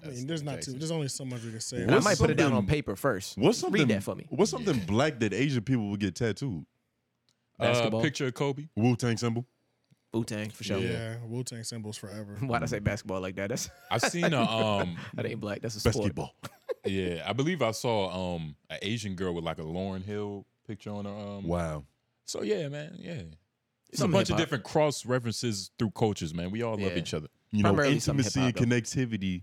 Speaker 3: I
Speaker 2: That's
Speaker 3: mean, there's not too,
Speaker 2: Jackson.
Speaker 3: there's only so much we can say.
Speaker 1: What's
Speaker 4: And I might put it down on
Speaker 1: something-
Speaker 4: paper first.
Speaker 1: What's something?
Speaker 4: Read that for me.
Speaker 1: What's something black that Asian people would get tattooed?
Speaker 2: Uh,
Speaker 4: Basketball.
Speaker 2: picture of Kobe.
Speaker 1: Wu Tang symbol.
Speaker 4: Wu Tang for sure.
Speaker 3: Yeah, Wu Tang symbols forever.
Speaker 4: <laughs> Why'd I say basketball like that? That's
Speaker 2: I've seen a um
Speaker 4: <laughs> that ain't black. That's a sport. <laughs>
Speaker 1: Basketball.
Speaker 2: yeah, I believe I saw um an Asian girl with like a Lauren Hill picture on her um
Speaker 1: Wow.
Speaker 2: So yeah, man, yeah. It's
Speaker 4: Some
Speaker 2: a bunch
Speaker 4: hip-hop.
Speaker 2: of different cross references through cultures, man. We all love
Speaker 4: Yeah.
Speaker 2: each other.
Speaker 1: You know,
Speaker 4: Primarily some
Speaker 1: intimacy and
Speaker 4: hip-hop,
Speaker 1: connectivity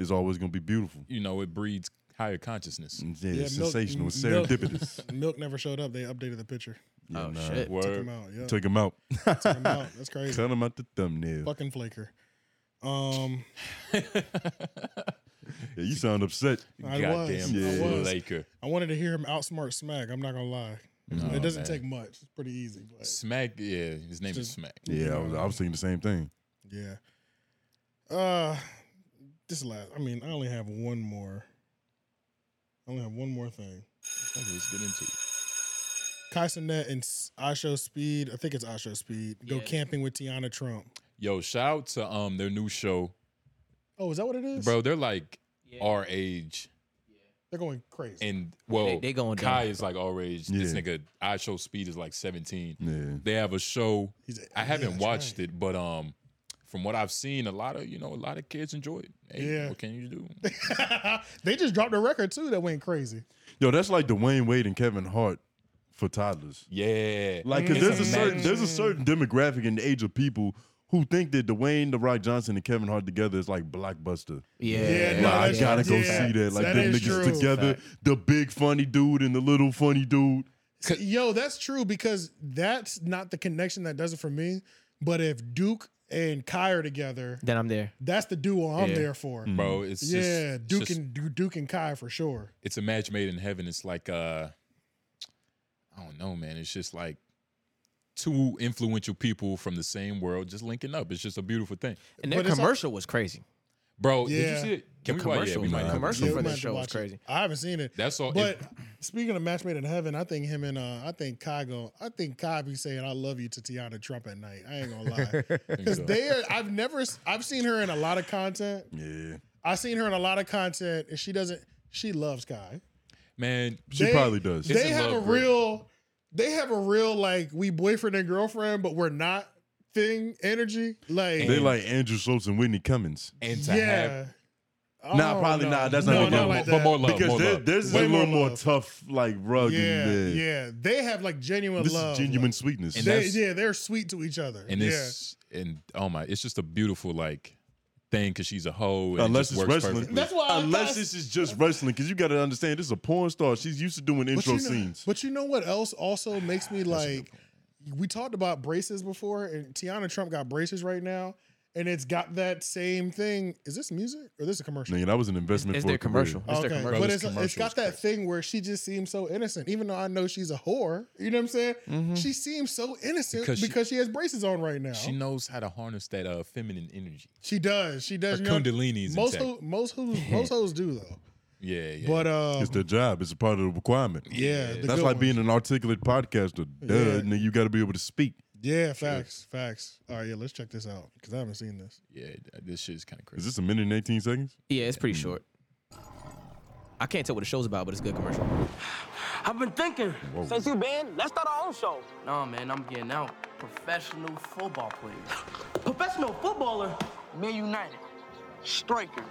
Speaker 1: is always gonna be beautiful.
Speaker 2: You know, it breeds higher consciousness.
Speaker 1: Yeah,
Speaker 3: Yeah,
Speaker 1: it's
Speaker 4: mm,
Speaker 1: sensational, it's
Speaker 3: milk-
Speaker 1: serendipitous.
Speaker 3: Milk <laughs> never showed up. They updated the picture.
Speaker 4: Oh
Speaker 1: nah.
Speaker 4: shit.
Speaker 3: Took him
Speaker 2: Word.
Speaker 3: out. Yeah,
Speaker 1: Take them out.
Speaker 3: <laughs> took him out. That's crazy.
Speaker 1: Cut them out the thumbnail.
Speaker 3: Fucking flaker.
Speaker 1: <laughs>
Speaker 3: Um,
Speaker 1: Yeah, you sound upset.
Speaker 3: I was.
Speaker 2: Goddamn
Speaker 3: I
Speaker 1: Yeah.
Speaker 3: was.
Speaker 2: Laker.
Speaker 3: I wanted to hear him outsmart Smack. I'm not gonna lie. it doesn't
Speaker 2: man.
Speaker 3: take much. It's pretty easy.
Speaker 4: mm.
Speaker 3: But
Speaker 2: Smack, yeah, his name is
Speaker 3: Just-
Speaker 2: Smack.
Speaker 1: Yeah, I was, I was thinking the same thing.
Speaker 3: yeah. Uh, this last. I mean, I only have one more. I only have one more thing.
Speaker 2: Let's get into it.
Speaker 3: Kai Sinet and S- Asho Speed, I think it's Asho Speed, go camping with Tiana Trump.
Speaker 2: Yo, shout out to um their new show,
Speaker 3: Oh, is that what it is?
Speaker 2: bro. They're like our age,
Speaker 3: They're going crazy.
Speaker 2: and well,
Speaker 3: They- they going
Speaker 2: Kai
Speaker 3: down.
Speaker 2: is like our age. This
Speaker 3: Yeah.
Speaker 2: nigga, I show speed is like seventeen.
Speaker 1: Yeah.
Speaker 2: They have a show. I haven't
Speaker 1: that's
Speaker 2: watched it, but um, from what I've seen, a lot of you know, a lot of kids enjoy it. Hey,
Speaker 3: Yeah.
Speaker 2: what can you do?
Speaker 3: They just dropped a record too that went crazy.
Speaker 1: Yo, that's like Dwayne Wade and Kevin Hart for toddlers.
Speaker 2: Yeah,
Speaker 1: Like, 'cause there's a certain there's a certain demographic and age of people who think that Dwayne, The Rock Johnson, and Kevin Hart together is like blockbuster.
Speaker 4: Yeah. Yeah, no,
Speaker 1: Like, I
Speaker 4: that's-
Speaker 1: gotta go
Speaker 4: yeah,
Speaker 1: see that. Like
Speaker 4: that
Speaker 1: them
Speaker 4: is
Speaker 1: niggas
Speaker 4: true.
Speaker 1: together, the big funny dude and the little funny dude.
Speaker 3: Yo, that's true because that's not the connection that does it for me. But if Duke and Kai are together,
Speaker 4: Then I'm there.
Speaker 3: that's the duo I'm
Speaker 2: Yeah.
Speaker 3: there for.
Speaker 4: Mm-hmm.
Speaker 2: Bro, it's just-
Speaker 3: yeah,
Speaker 2: it's
Speaker 3: Duke
Speaker 2: just-
Speaker 3: and Du- Duke and Kai for sure.
Speaker 2: it's a match made in heaven. It's like uh I don't know, man. It's just like two influential people from the same world just linking up. It's just a beautiful thing.
Speaker 4: And their But it's al- commercial was crazy.
Speaker 2: Bro, did you
Speaker 3: Yeah.
Speaker 2: see it?
Speaker 4: The
Speaker 2: watch-
Speaker 4: commercial,
Speaker 2: we might
Speaker 4: man.
Speaker 2: have to
Speaker 4: Commercial
Speaker 2: do
Speaker 4: for
Speaker 2: it.
Speaker 4: the
Speaker 3: have to
Speaker 4: show was
Speaker 3: watch it.
Speaker 4: crazy.
Speaker 3: I haven't seen it.
Speaker 2: That's all-
Speaker 3: But speaking of match made in heaven, I think him and uh, I think Kai go. I think Kai be saying "I love you" to Tiana Trump at night. I ain't gonna
Speaker 4: <laughs>
Speaker 2: <laughs>
Speaker 3: lie because they are. I've never. s- I've seen her in a lot of content.
Speaker 1: Yeah.
Speaker 3: I've seen her in a lot of content, and she doesn't. She loves Kai.
Speaker 2: Man,
Speaker 1: She probably does.
Speaker 3: They have a real, they have a real like we boyfriend and girlfriend, but we're not thing energy. Like
Speaker 1: they like Andrew Schultz and Whitney Cummings.
Speaker 2: And
Speaker 3: to have- Yeah.
Speaker 1: nah,
Speaker 3: Oh,
Speaker 1: probably
Speaker 3: no.
Speaker 1: not. That's not
Speaker 3: No,
Speaker 1: what
Speaker 3: not
Speaker 1: they-
Speaker 3: like But that. more love,
Speaker 1: Because
Speaker 3: more
Speaker 1: there-
Speaker 3: love.
Speaker 1: there's
Speaker 3: Way
Speaker 1: a
Speaker 3: more
Speaker 1: little more
Speaker 3: love.
Speaker 1: tough, like rugged.
Speaker 3: yeah,
Speaker 1: yeah.
Speaker 3: yeah. They have like genuine
Speaker 1: This
Speaker 3: love.
Speaker 1: is genuine sweetness.
Speaker 2: And
Speaker 3: They,
Speaker 2: that's-
Speaker 3: yeah, they're sweet to each other.
Speaker 2: And
Speaker 3: yeah.
Speaker 2: it's and oh my, it's just a beautiful like thing because she's a hoe. And
Speaker 1: Unless
Speaker 2: it just
Speaker 1: it's
Speaker 2: works
Speaker 1: wrestling.
Speaker 2: perfectly.
Speaker 1: Unless this is just wrestling, because you got to understand, this is a porn star. She's used to doing
Speaker 3: But
Speaker 1: intro
Speaker 3: you know-
Speaker 1: scenes.
Speaker 3: But you know what else also makes me like we talked about braces before and Tiana Trump got braces right now and it's got that same thing. Is this music or this a commercial?
Speaker 1: Nigga, that was an investment
Speaker 4: It's
Speaker 1: for
Speaker 4: their
Speaker 1: a career.
Speaker 4: commercial. It's their
Speaker 3: Okay,
Speaker 4: commercial.
Speaker 3: but it's, it's got that thing where she just seems so innocent, even though I know she's a whore. You know what I'm saying? She seems so innocent
Speaker 2: Mm-hmm. Because
Speaker 3: because
Speaker 2: she-
Speaker 3: she, has braces on right now.
Speaker 2: She knows how to harness that uh, feminine energy.
Speaker 3: She does. She does.
Speaker 2: Her
Speaker 3: You know,
Speaker 2: kundalini is
Speaker 3: most
Speaker 2: intact.
Speaker 3: ho- most
Speaker 2: <laughs>
Speaker 3: hoes most hoes do though.
Speaker 2: Yeah, yeah.
Speaker 3: But uh,
Speaker 1: it's their job. It's a part of the requirement.
Speaker 3: Yeah, the
Speaker 1: that's
Speaker 3: good
Speaker 1: like being an articulate podcaster. Duh,
Speaker 3: Yeah.
Speaker 1: nigga, you got to be able to speak.
Speaker 3: yeah, facts, facts. All right, yeah, let's check this out because I haven't seen this.
Speaker 2: Yeah, uh, this shit is kind of crazy.
Speaker 1: Is this a minute and eighteen seconds? Hmm.
Speaker 4: Yeah, it's pretty short. I can't tell what the show's about, but it's a good commercial.
Speaker 12: <sighs> I've been thinking
Speaker 4: Whoa.
Speaker 12: since you been. Let's start our own show. No, man, I'm getting out. Professional football player. <gasps> Professional footballer. Man United. Striker.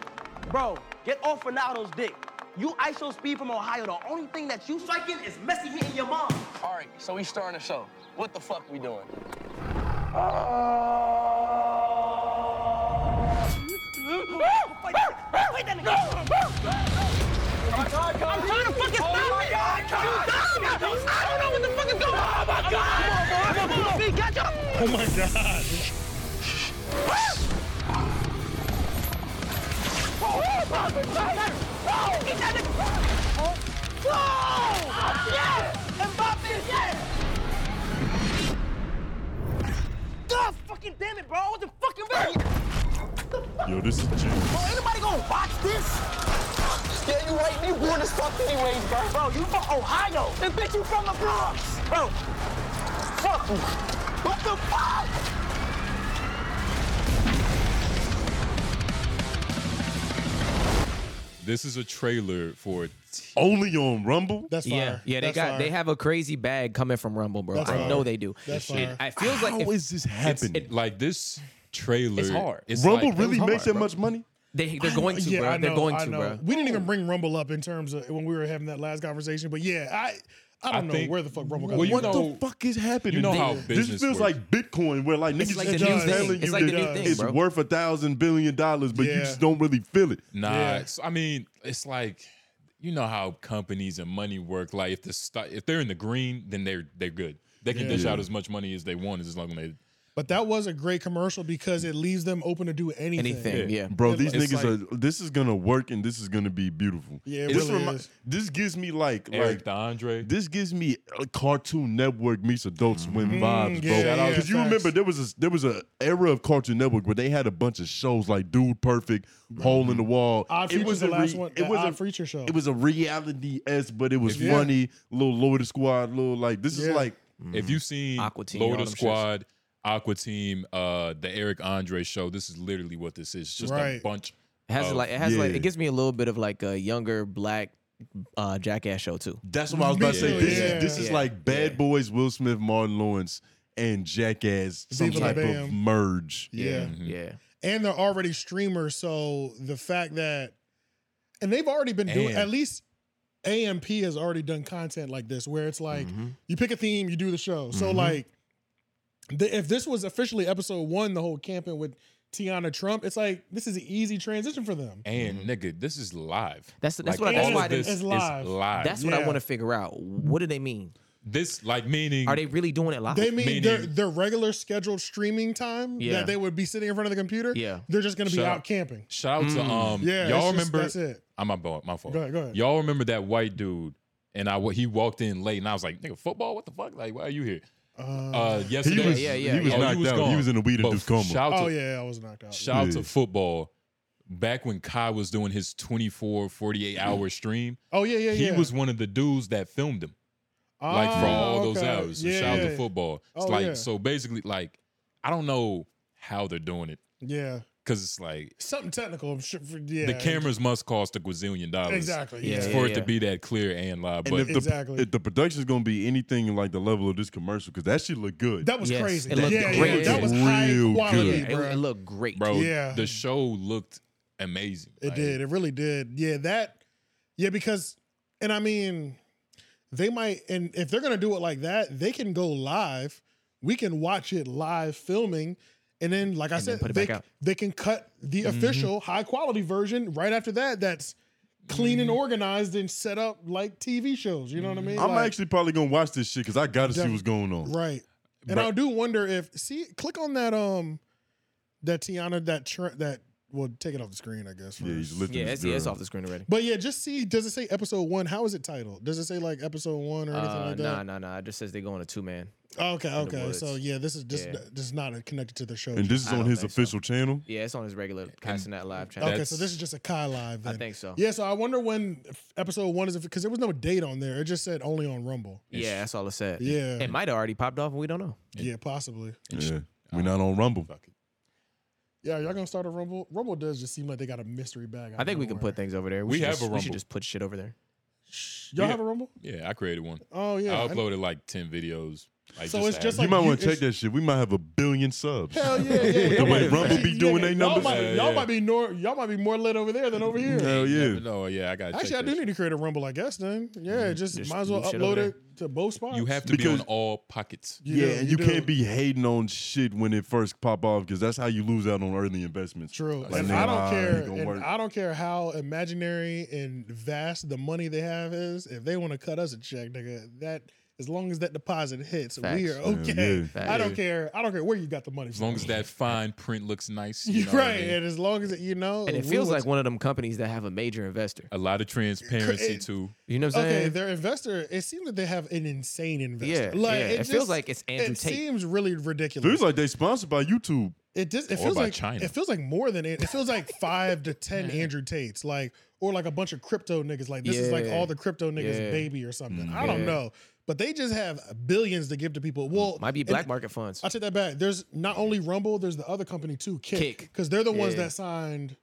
Speaker 12: Bro, get off Ronaldo's dick. You ISO speed from Ohio. The only thing that you striking is Messi hitting your mom. All right, so we starting the show. What the fuck we doing? Wait, that nigga. I'm trying to fucking stop it! You dumb! I don't know what the fuck is going on! Oh my god! Come on, boy! Come on, Pete, catch up!
Speaker 3: Oh my god!
Speaker 12: God fucking damn it, bro! I wasn't fucking ready!
Speaker 1: Yo, this is genius.
Speaker 12: Bro, anybody gonna watch this? Yeah, you right. You born as fuck anyways, bro. Bro, you from Ohio. And bitch, you from the Bronx. Bro, fuck you. What the fuck?
Speaker 2: This is a trailer for
Speaker 1: only on Rumble.
Speaker 3: That's
Speaker 4: Yeah, yeah, they got they have a crazy bag coming from Rumble, bro.
Speaker 2: That's
Speaker 4: I
Speaker 2: fire.
Speaker 4: know they do.
Speaker 2: That's
Speaker 4: it,
Speaker 2: fire.
Speaker 4: it feels like
Speaker 1: How
Speaker 4: if-
Speaker 1: is this happening?
Speaker 2: like this trailer.
Speaker 4: It's hard.
Speaker 1: Rumble
Speaker 2: like-
Speaker 1: really
Speaker 2: It's
Speaker 1: makes that
Speaker 2: hard,
Speaker 1: much money.
Speaker 4: They they're going to,
Speaker 3: Yeah,
Speaker 4: bro.
Speaker 3: I
Speaker 4: they're
Speaker 3: know,
Speaker 4: going
Speaker 3: I
Speaker 4: to,
Speaker 3: know.
Speaker 4: bro.
Speaker 3: We didn't even bring Rumble up in terms of when we were having that last conversation, but yeah, I I don't know
Speaker 1: think-
Speaker 3: where the fuck Rumble got.
Speaker 1: Well, you
Speaker 3: what
Speaker 1: know, what the fuck is happening?
Speaker 2: you know how
Speaker 1: this
Speaker 2: business
Speaker 1: feels like Bitcoin, where like
Speaker 3: It's
Speaker 1: niggas
Speaker 3: like
Speaker 1: just
Speaker 3: the new
Speaker 1: keep
Speaker 3: thing.
Speaker 1: telling
Speaker 3: It's
Speaker 1: you
Speaker 3: like the
Speaker 1: that
Speaker 3: new thing,
Speaker 1: it's
Speaker 3: bro.
Speaker 1: worth a thousand billion dollars, but you
Speaker 3: Yeah.
Speaker 1: just don't really feel it.
Speaker 2: Nah,
Speaker 1: Yeah.
Speaker 2: it's- I mean, it's like you know how companies and money work. Like if the sto- if they're in the green, then they're they're good. They can
Speaker 1: Yeah.
Speaker 2: dish out
Speaker 1: Yeah.
Speaker 2: as much money as they want as long as they.
Speaker 3: But that was a great commercial because it leaves them open to do anything.
Speaker 1: Bro,
Speaker 3: It-
Speaker 1: these
Speaker 3: it's
Speaker 1: niggas
Speaker 3: like-
Speaker 1: are this is gonna work and this is gonna be beautiful.
Speaker 3: Yeah, it
Speaker 1: this
Speaker 3: really
Speaker 1: remi-
Speaker 3: is.
Speaker 1: this gives me like
Speaker 2: Eric
Speaker 1: like DeAndre. This gives me a Cartoon Network meets Adult Swim
Speaker 3: Mm-hmm.
Speaker 2: Mm,
Speaker 1: vibes, bro.
Speaker 2: yeah, yeah,
Speaker 1: Because you
Speaker 2: facts.
Speaker 1: remember there was a, there was a era of Cartoon Network where they had a bunch of shows like Dude Perfect, Hole in the Wall.
Speaker 3: Mm-hmm. Odd Future's the
Speaker 1: a
Speaker 3: last
Speaker 1: re-
Speaker 3: one.
Speaker 1: It
Speaker 3: It
Speaker 1: was
Speaker 3: Odd
Speaker 1: a
Speaker 3: Future show.
Speaker 1: it was a reality s, but it was
Speaker 3: Yeah.
Speaker 1: funny. Little Lord Squad, little like this is like
Speaker 2: If you've seen Aqua
Speaker 1: Teen, all
Speaker 2: Loader
Speaker 1: them shits.
Speaker 2: Squad, Aqua Team, uh, the Eric Andre show, this is literally what this is. It's just a
Speaker 4: Right.
Speaker 2: bunch.
Speaker 4: It has
Speaker 2: of-
Speaker 4: like it has like it gives me a little bit of like a younger black uh, jackass show too.
Speaker 1: That's what I was about to say. This is this is
Speaker 4: Yeah.
Speaker 1: like Bad Boys, Will Smith, Martin Lawrence, and Jackass, some
Speaker 3: Viva la
Speaker 1: type of
Speaker 3: Bam.
Speaker 1: merge.
Speaker 3: Yeah. Mm-hmm.
Speaker 1: Mm-hmm.
Speaker 4: yeah.
Speaker 3: and they're already streamers. So the fact that, and they've already been doing
Speaker 1: And-
Speaker 3: at least AMP has already done content like this, where it's like
Speaker 1: Mm-hmm.
Speaker 3: you pick a theme, you do the show. So
Speaker 1: Mhm.
Speaker 3: like, the, if this was officially episode one, the whole camping with Tiana Trump, it's like this is an easy transition for them.
Speaker 2: And
Speaker 1: Mm-hmm.
Speaker 2: nigga, this is live.
Speaker 4: That's that's what
Speaker 2: Like,
Speaker 4: I,
Speaker 2: all
Speaker 4: that's
Speaker 2: of
Speaker 4: why I
Speaker 2: this
Speaker 4: didn't-
Speaker 2: is live.
Speaker 4: That's what I want to figure out. Uh, What do they mean?
Speaker 2: This like meaning
Speaker 4: are they really doing it live?
Speaker 3: They mean their their regular scheduled streaming time
Speaker 2: Yeah.
Speaker 3: that they would be sitting in front of the computer.
Speaker 2: Yeah.
Speaker 3: they're just gonna be
Speaker 2: Shout-
Speaker 3: out camping.
Speaker 2: Shout out to um.
Speaker 3: yeah,
Speaker 2: y'all
Speaker 3: it's just-
Speaker 2: remember?
Speaker 3: that's it.
Speaker 2: I'm my fault. My fault.
Speaker 3: Go ahead, go ahead.
Speaker 2: Y'all remember that white dude? And I he walked in late, and I was like, "Nigga, football? What the fuck? Like, why are you here?" Uh, yesterday,
Speaker 1: He was, He was
Speaker 2: Oh,
Speaker 1: knocked out.
Speaker 2: gone.
Speaker 1: He was in a weed
Speaker 2: But
Speaker 1: induced coma.
Speaker 2: Shout out
Speaker 3: Oh
Speaker 2: to-
Speaker 3: yeah, I was knocked out.
Speaker 2: Shout out
Speaker 1: Yeah.
Speaker 2: to football. Back when Kai was doing his 24, 48 hour stream.
Speaker 3: Oh, yeah, yeah,
Speaker 2: He
Speaker 3: yeah.
Speaker 2: was one of the dudes that filmed him. like for all
Speaker 3: Oh,
Speaker 2: those
Speaker 3: okay.
Speaker 2: hours. So
Speaker 3: Yeah,
Speaker 2: shout out
Speaker 3: yeah.
Speaker 2: to football. It's
Speaker 3: Oh,
Speaker 2: like
Speaker 3: yeah.
Speaker 2: so basically like I don't know how they're doing it.
Speaker 3: Yeah,
Speaker 2: Cause it's like
Speaker 3: something technical. I'm sure. For, yeah,
Speaker 2: the cameras must cost a gazillion dollars.
Speaker 3: Exactly, yeah.
Speaker 2: It's
Speaker 3: Yeah,
Speaker 2: for
Speaker 3: yeah,
Speaker 2: it to
Speaker 3: yeah.
Speaker 2: be that clear and live.
Speaker 1: And
Speaker 2: But
Speaker 1: if the, if the production's gonna be anything like the level of this commercial, because that shit looked good.
Speaker 3: That was Yes, crazy. it
Speaker 1: That
Speaker 3: looked
Speaker 1: shit
Speaker 3: great. That was high quality,
Speaker 1: good.
Speaker 3: Yeah, it- bruh. it
Speaker 4: looked great.
Speaker 2: Bro,
Speaker 3: Yeah.
Speaker 2: the show looked amazing.
Speaker 3: It
Speaker 2: Like,
Speaker 3: did. It really did. Yeah, that. Yeah, because, and I mean, they might, and if they're gonna do it like that, they can go live. We can watch it live filming, and then, like I
Speaker 4: And then
Speaker 3: said,
Speaker 4: put it
Speaker 3: they
Speaker 4: back out. Mm-hmm.
Speaker 3: they can cut the official high quality version right after that. That's clean and
Speaker 4: Mm-hmm.
Speaker 3: organized and set up like TV shows. You know what I mean?
Speaker 1: I'm
Speaker 3: Like-
Speaker 1: actually probably gonna watch this shit because I gotta see
Speaker 3: Def-
Speaker 1: what's going on.
Speaker 3: Right. And
Speaker 1: Bro-
Speaker 3: I do wonder if see click on that um that Tiana that tr- that well take it off the screen I guess.
Speaker 1: Yeah,
Speaker 3: first.
Speaker 1: he's lifting
Speaker 4: Yeah,
Speaker 1: his
Speaker 4: it's, yeah, it's
Speaker 1: girl.
Speaker 4: off the screen already.
Speaker 3: But yeah, just see does it say episode 1? How is it titled? Does it say like episode 1 or anything
Speaker 4: Uh,
Speaker 3: like that?
Speaker 4: nah, nah, nah. It just says they go on a two man.
Speaker 3: Okay, okay. So yeah, this is just
Speaker 4: Yeah.
Speaker 3: this is not connected to the show.
Speaker 1: And this is
Speaker 4: I
Speaker 1: on
Speaker 4: don't
Speaker 1: his
Speaker 4: think
Speaker 1: official channel.
Speaker 4: Yeah, it's on his regular Castanet Live channel.
Speaker 3: Okay, so this is just a Kai live.
Speaker 4: I
Speaker 3: Then.
Speaker 4: think so.
Speaker 3: Yeah, so I wonder when f- episode one is because there was no date on there. It just said only on Rumble.
Speaker 4: Yeah, that's all it said.
Speaker 3: Yeah.
Speaker 4: It might have already popped off and we don't know.
Speaker 3: Yeah, possibly.
Speaker 1: Yeah. We're not on Rumble.
Speaker 3: Yeah, y'all gonna start a Rumble? Rumble does just seem like they got a mystery bag. out
Speaker 4: I think
Speaker 3: of
Speaker 4: we can
Speaker 3: nowhere.
Speaker 4: put things over there.
Speaker 2: We
Speaker 4: should
Speaker 2: have
Speaker 4: just,
Speaker 2: a
Speaker 4: We should
Speaker 2: Rumble.
Speaker 4: just put shit over there.
Speaker 3: Y'all
Speaker 2: Yeah.
Speaker 3: have a Rumble?
Speaker 2: Yeah, I created one.
Speaker 3: Oh, yeah.
Speaker 2: I
Speaker 3: I-
Speaker 2: uploaded like ten videos. Like,
Speaker 3: So it's
Speaker 2: to
Speaker 3: just
Speaker 2: have-
Speaker 1: you might want to check that shit. We might have a billion subs.
Speaker 3: Hell yeah, yeah, yeah.
Speaker 1: <laughs> the way
Speaker 3: Yeah,
Speaker 1: Rumble
Speaker 3: <laughs>
Speaker 1: be
Speaker 3: yeah,
Speaker 1: doing
Speaker 3: yeah.
Speaker 1: their
Speaker 3: Y'all
Speaker 1: numbers.
Speaker 3: might, y'all might be nor, y'all might be more lit over there than over here.
Speaker 1: Hell yeah.
Speaker 2: No, yeah, I got.
Speaker 3: Actually, I do need to create a rumble, I guess. Then, yeah, just,
Speaker 2: Just
Speaker 3: might as well
Speaker 2: move shit
Speaker 3: upload
Speaker 2: over
Speaker 3: it to both spots.
Speaker 2: Mm-hmm. You have to be
Speaker 1: Because-
Speaker 2: on all pockets.
Speaker 1: Yeah,
Speaker 3: do,
Speaker 1: and
Speaker 3: you
Speaker 1: you,
Speaker 3: do.
Speaker 1: can't be hating on shit when it first pop off because that's how you lose out on early investments.
Speaker 3: True.
Speaker 1: Like,
Speaker 3: and
Speaker 1: nigga,
Speaker 3: I don't
Speaker 1: nah,
Speaker 3: care.
Speaker 1: ain't gonna
Speaker 3: and
Speaker 1: work.
Speaker 3: I don't care how imaginary and vast the money they have is. If they want to cut us a check, nigga, that as long as that deposit hits, we
Speaker 2: Facts.
Speaker 3: are
Speaker 2: Yeah,
Speaker 3: okay.
Speaker 2: yeah.
Speaker 3: I don't
Speaker 2: Facts.
Speaker 3: care. I don't care where you got the money.
Speaker 2: As long as that fine print looks
Speaker 3: <laughs>
Speaker 2: nice, you know what I
Speaker 3: right,
Speaker 2: mean?
Speaker 3: and oh, as long as it, you know,
Speaker 4: And it
Speaker 3: we
Speaker 4: feels
Speaker 3: want
Speaker 4: like one of them companies that have a major investor.
Speaker 2: A lot of transparency too.
Speaker 4: You know what I'm saying?
Speaker 3: Okay, their investor. It seems that they have an insane investor.
Speaker 4: Yeah, yeah. It feels like it's Andrew
Speaker 3: It
Speaker 4: Tate.
Speaker 3: seems really ridiculous.
Speaker 1: Feels like they sponsored by YouTube.
Speaker 3: it just it
Speaker 1: Or
Speaker 3: feels
Speaker 1: by
Speaker 3: like
Speaker 1: China.
Speaker 3: it feels like more than it. It feels like five to
Speaker 4: <laughs>
Speaker 3: ten Andrew Tates, like or like a bunch of crypto niggas. Like this is like
Speaker 4: Yeah.
Speaker 3: all the crypto niggas'
Speaker 4: Yeah.
Speaker 3: baby or something.
Speaker 1: Mm,
Speaker 3: I don't
Speaker 4: Yeah.
Speaker 3: know, but they just have billions to give to people. Well,
Speaker 4: Might be
Speaker 3: and-
Speaker 4: black market funds.
Speaker 3: I take that back. There's not only Rumble. There's the other company too, Kick,
Speaker 4: Kick.
Speaker 3: because they're the ones
Speaker 4: Yeah.
Speaker 3: that signed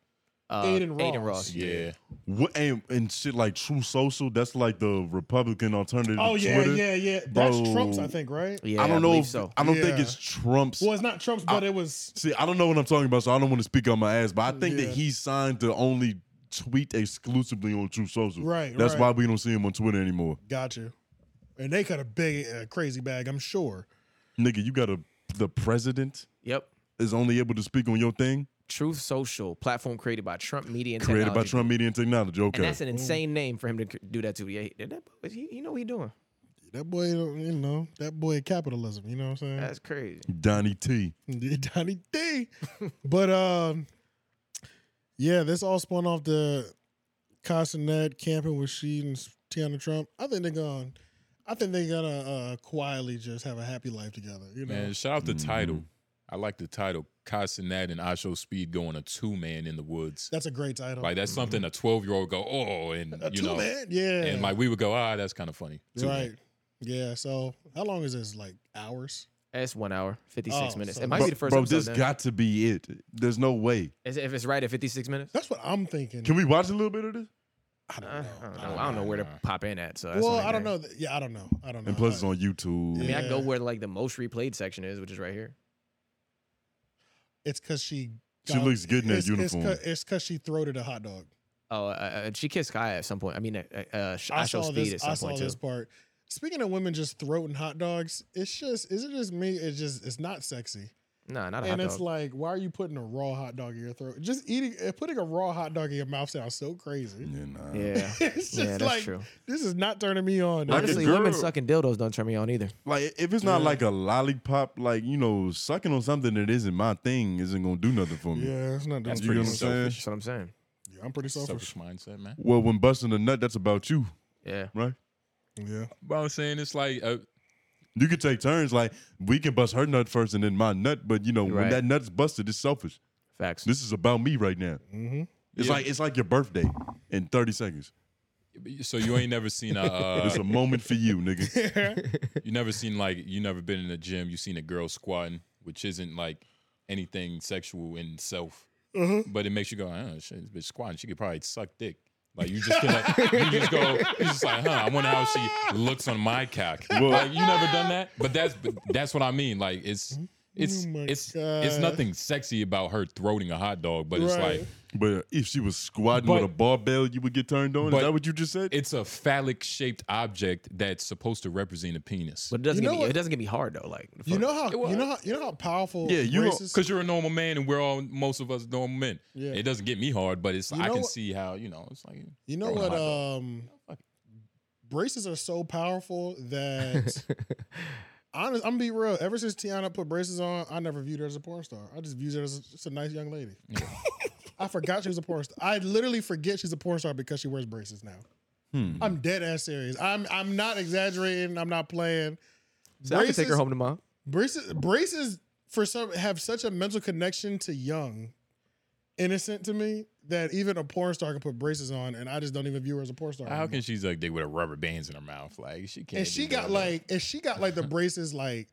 Speaker 4: Uh,
Speaker 3: Aiden Ross.
Speaker 4: Aiden Ross.
Speaker 2: Yeah.
Speaker 1: What, and, and shit like True Social, that's like the Republican alternative.
Speaker 3: Oh
Speaker 1: to
Speaker 3: yeah,
Speaker 1: Twitter.
Speaker 3: yeah, yeah. That's
Speaker 1: Bro,
Speaker 3: Trump's, I think, right?
Speaker 1: I don't know. if, I don't think
Speaker 3: Yeah.
Speaker 1: it's Trump's.
Speaker 3: Well, it's not Trump's, but it was.
Speaker 1: See, I don't know what I'm talking about, so I don't want to speak on my ass. But I think
Speaker 3: Yeah.
Speaker 1: that he signed to only tweet exclusively on True Social.
Speaker 3: Right,
Speaker 1: That's
Speaker 3: right.
Speaker 1: why we don't see him on Twitter anymore.
Speaker 3: Got you. And they cut a big, uh, crazy bag, I'm sure.
Speaker 1: Nigga, you got a the president.
Speaker 4: Yep.
Speaker 1: Is only able to speak on your thing.
Speaker 4: Truth Social platform created by Trump Media and
Speaker 1: Created by
Speaker 4: Technology.
Speaker 3: Mm.
Speaker 1: Trump Media and Technology. Okay.
Speaker 4: And that's an insane name for him to c- do that to. Yeah, he, that, he, he know what he doing.
Speaker 3: That boy, you know, that boy capitalism. You know what I'm saying?
Speaker 4: That's crazy.
Speaker 1: Donnie T.
Speaker 3: Donnie D. <laughs> but um, yeah, this all spun off the Castanet camping with she and Tiana Trump. I think they're gone. I think they're gonna uh, quietly just have a happy life together. You know,
Speaker 2: Man, shout out the title.
Speaker 4: Mm-hmm.
Speaker 2: I like the title. Casanat and Asho Speed going a two man in the woods.
Speaker 3: that's a great title.
Speaker 2: Like
Speaker 4: Mm-hmm.
Speaker 2: that's something a twelve year old go oh and
Speaker 3: A
Speaker 2: you know
Speaker 3: two-man? Yeah.
Speaker 2: and like we would go ah that's kind of funny Two-man.
Speaker 3: right? Yeah. So how long is this? Like hours?
Speaker 4: That's one hour, 56
Speaker 3: Oh,
Speaker 4: minutes.
Speaker 3: so-
Speaker 4: It might
Speaker 1: bro,
Speaker 4: be the first
Speaker 1: bro
Speaker 4: episode.
Speaker 1: this
Speaker 4: then.
Speaker 1: got to be it. There's no way.
Speaker 4: Is it- if it's right at 56 minutes?
Speaker 3: That's what I'm thinking.
Speaker 1: Can we watch a little bit of this?
Speaker 4: I don't know. I don't know, where to pop in at. So that's
Speaker 3: well,
Speaker 4: the only
Speaker 3: I don't
Speaker 4: thing.
Speaker 3: know. th- Yeah, I don't know. I don't know.
Speaker 1: And plus, it's on YouTube.
Speaker 4: I mean, I go
Speaker 3: Yeah.
Speaker 4: where like the most replayed section is, which is right here.
Speaker 3: It's because she.
Speaker 1: She looks good in that
Speaker 3: it's,
Speaker 1: uniform.
Speaker 3: It's because she throated a hot dog.
Speaker 4: Oh, uh, uh, she kissed Kaya at some point. I mean, uh, uh, uh, Sh-
Speaker 3: I
Speaker 4: I show
Speaker 3: saw
Speaker 4: speed at
Speaker 3: this.
Speaker 4: some
Speaker 3: I saw
Speaker 4: point too.
Speaker 3: this part. Speaking of women just throating hot dogs, it's just is it just me? It's just it's not sexy.
Speaker 4: Nah, not a
Speaker 3: and
Speaker 4: hot
Speaker 3: it's
Speaker 4: dog.
Speaker 3: like, why are you putting a raw hot dog in your throat? Just eating, uh, putting a raw hot dog in your mouth sounds so crazy.
Speaker 1: Yeah, nah.
Speaker 4: yeah,
Speaker 3: <laughs> it's just
Speaker 4: yeah, that's
Speaker 3: like
Speaker 4: true.
Speaker 3: this is not turning me on.
Speaker 1: Like a
Speaker 4: Honestly,
Speaker 1: girl-
Speaker 4: women sucking dildos don't turn me on either.
Speaker 1: Like if it's not like a lollipop, like you know, sucking on something that isn't my thing isn't gonna do nothing for me.
Speaker 3: yeah, it's not. That's
Speaker 1: That's You pretty
Speaker 3: pretty
Speaker 1: know what I'm saying?
Speaker 4: That's what I'm saying.
Speaker 3: Yeah, I'm pretty selfish.
Speaker 2: selfish mindset man.
Speaker 1: Well, when busting a nut, that's about you,
Speaker 4: Yeah,
Speaker 1: right?
Speaker 3: Yeah,
Speaker 2: But I'm saying it's like uh,
Speaker 1: You could take turns. Like we can bust her nut first and then my nut, but you know when
Speaker 4: Right.
Speaker 1: that nut's busted, it's selfish.
Speaker 4: facts.
Speaker 1: This is about me right now.
Speaker 3: Mhm.
Speaker 1: It's
Speaker 2: Yeah.
Speaker 1: like it's like your birthday in 30 seconds.
Speaker 2: so you ain't never
Speaker 1: <laughs>
Speaker 4: <laughs>
Speaker 2: seen a uh,
Speaker 1: it's a moment for
Speaker 3: <laughs>
Speaker 1: you, nigga.
Speaker 2: you never seen like you never been in a gym you seen a girl squatting which isn't like anything sexual in itself
Speaker 3: Mm-hmm.
Speaker 2: but it makes you go oh shit this bitch squatting she could probably suck dick like you just feel like you just go you just like huh I wonder how she looks on my cock
Speaker 1: Well-
Speaker 2: like you never done that but that's but that's what I mean like it's it's
Speaker 3: Oh my
Speaker 2: it's it's
Speaker 3: God.
Speaker 2: nothing sexy about her throating a hot dog but it's
Speaker 3: Right.
Speaker 2: like
Speaker 1: But if she was squatting
Speaker 2: But-
Speaker 1: with a barbell, you would get turned on. Is
Speaker 2: but-
Speaker 1: that what you just said?
Speaker 2: it's a phallic shaped object that's supposed to represent a penis
Speaker 4: But it doesn't
Speaker 3: You
Speaker 4: get
Speaker 3: know
Speaker 4: me.
Speaker 3: what-
Speaker 4: It doesn't get me hard though. Like the
Speaker 3: You
Speaker 4: fuck-
Speaker 3: know how you know how you know how powerful.
Speaker 1: Yeah, you don't-
Speaker 3: racist-
Speaker 2: because you're a normal man and we're all most of us normal men.
Speaker 3: Yeah.
Speaker 2: It doesn't get me hard, but it's
Speaker 3: You
Speaker 2: I
Speaker 3: know
Speaker 2: can
Speaker 3: what-
Speaker 2: see how you know it's like oh,
Speaker 3: You know
Speaker 2: throwing a
Speaker 3: what?
Speaker 2: hot dog.
Speaker 3: Um,
Speaker 2: fuck
Speaker 3: braces are so powerful
Speaker 4: <laughs>
Speaker 3: that. Honest, I'm gonna be real. Ever since Tiana put braces on, I never viewed her as a porn star. I just viewed her as just a nice young lady. I forgot she was a porn star. I literally forget she's a porn star because she wears braces now.
Speaker 2: hmm.
Speaker 3: I'm dead ass serious. I'm I'm not exaggerating. I'm not playing.
Speaker 4: So I could take her home tomorrow.
Speaker 3: Braces, braces for some have such a mental connection to young, innocent to me that even a porn star can put braces on, and I just don't even view her as a porn star.
Speaker 2: how
Speaker 3: anymore.
Speaker 2: can she suck dick with a rubber bands in her mouth? Like she can't.
Speaker 3: Hmm. and
Speaker 2: be
Speaker 3: she
Speaker 2: doing
Speaker 3: got
Speaker 2: that.
Speaker 3: like, and she got
Speaker 2: <laughs>
Speaker 3: like the braces like,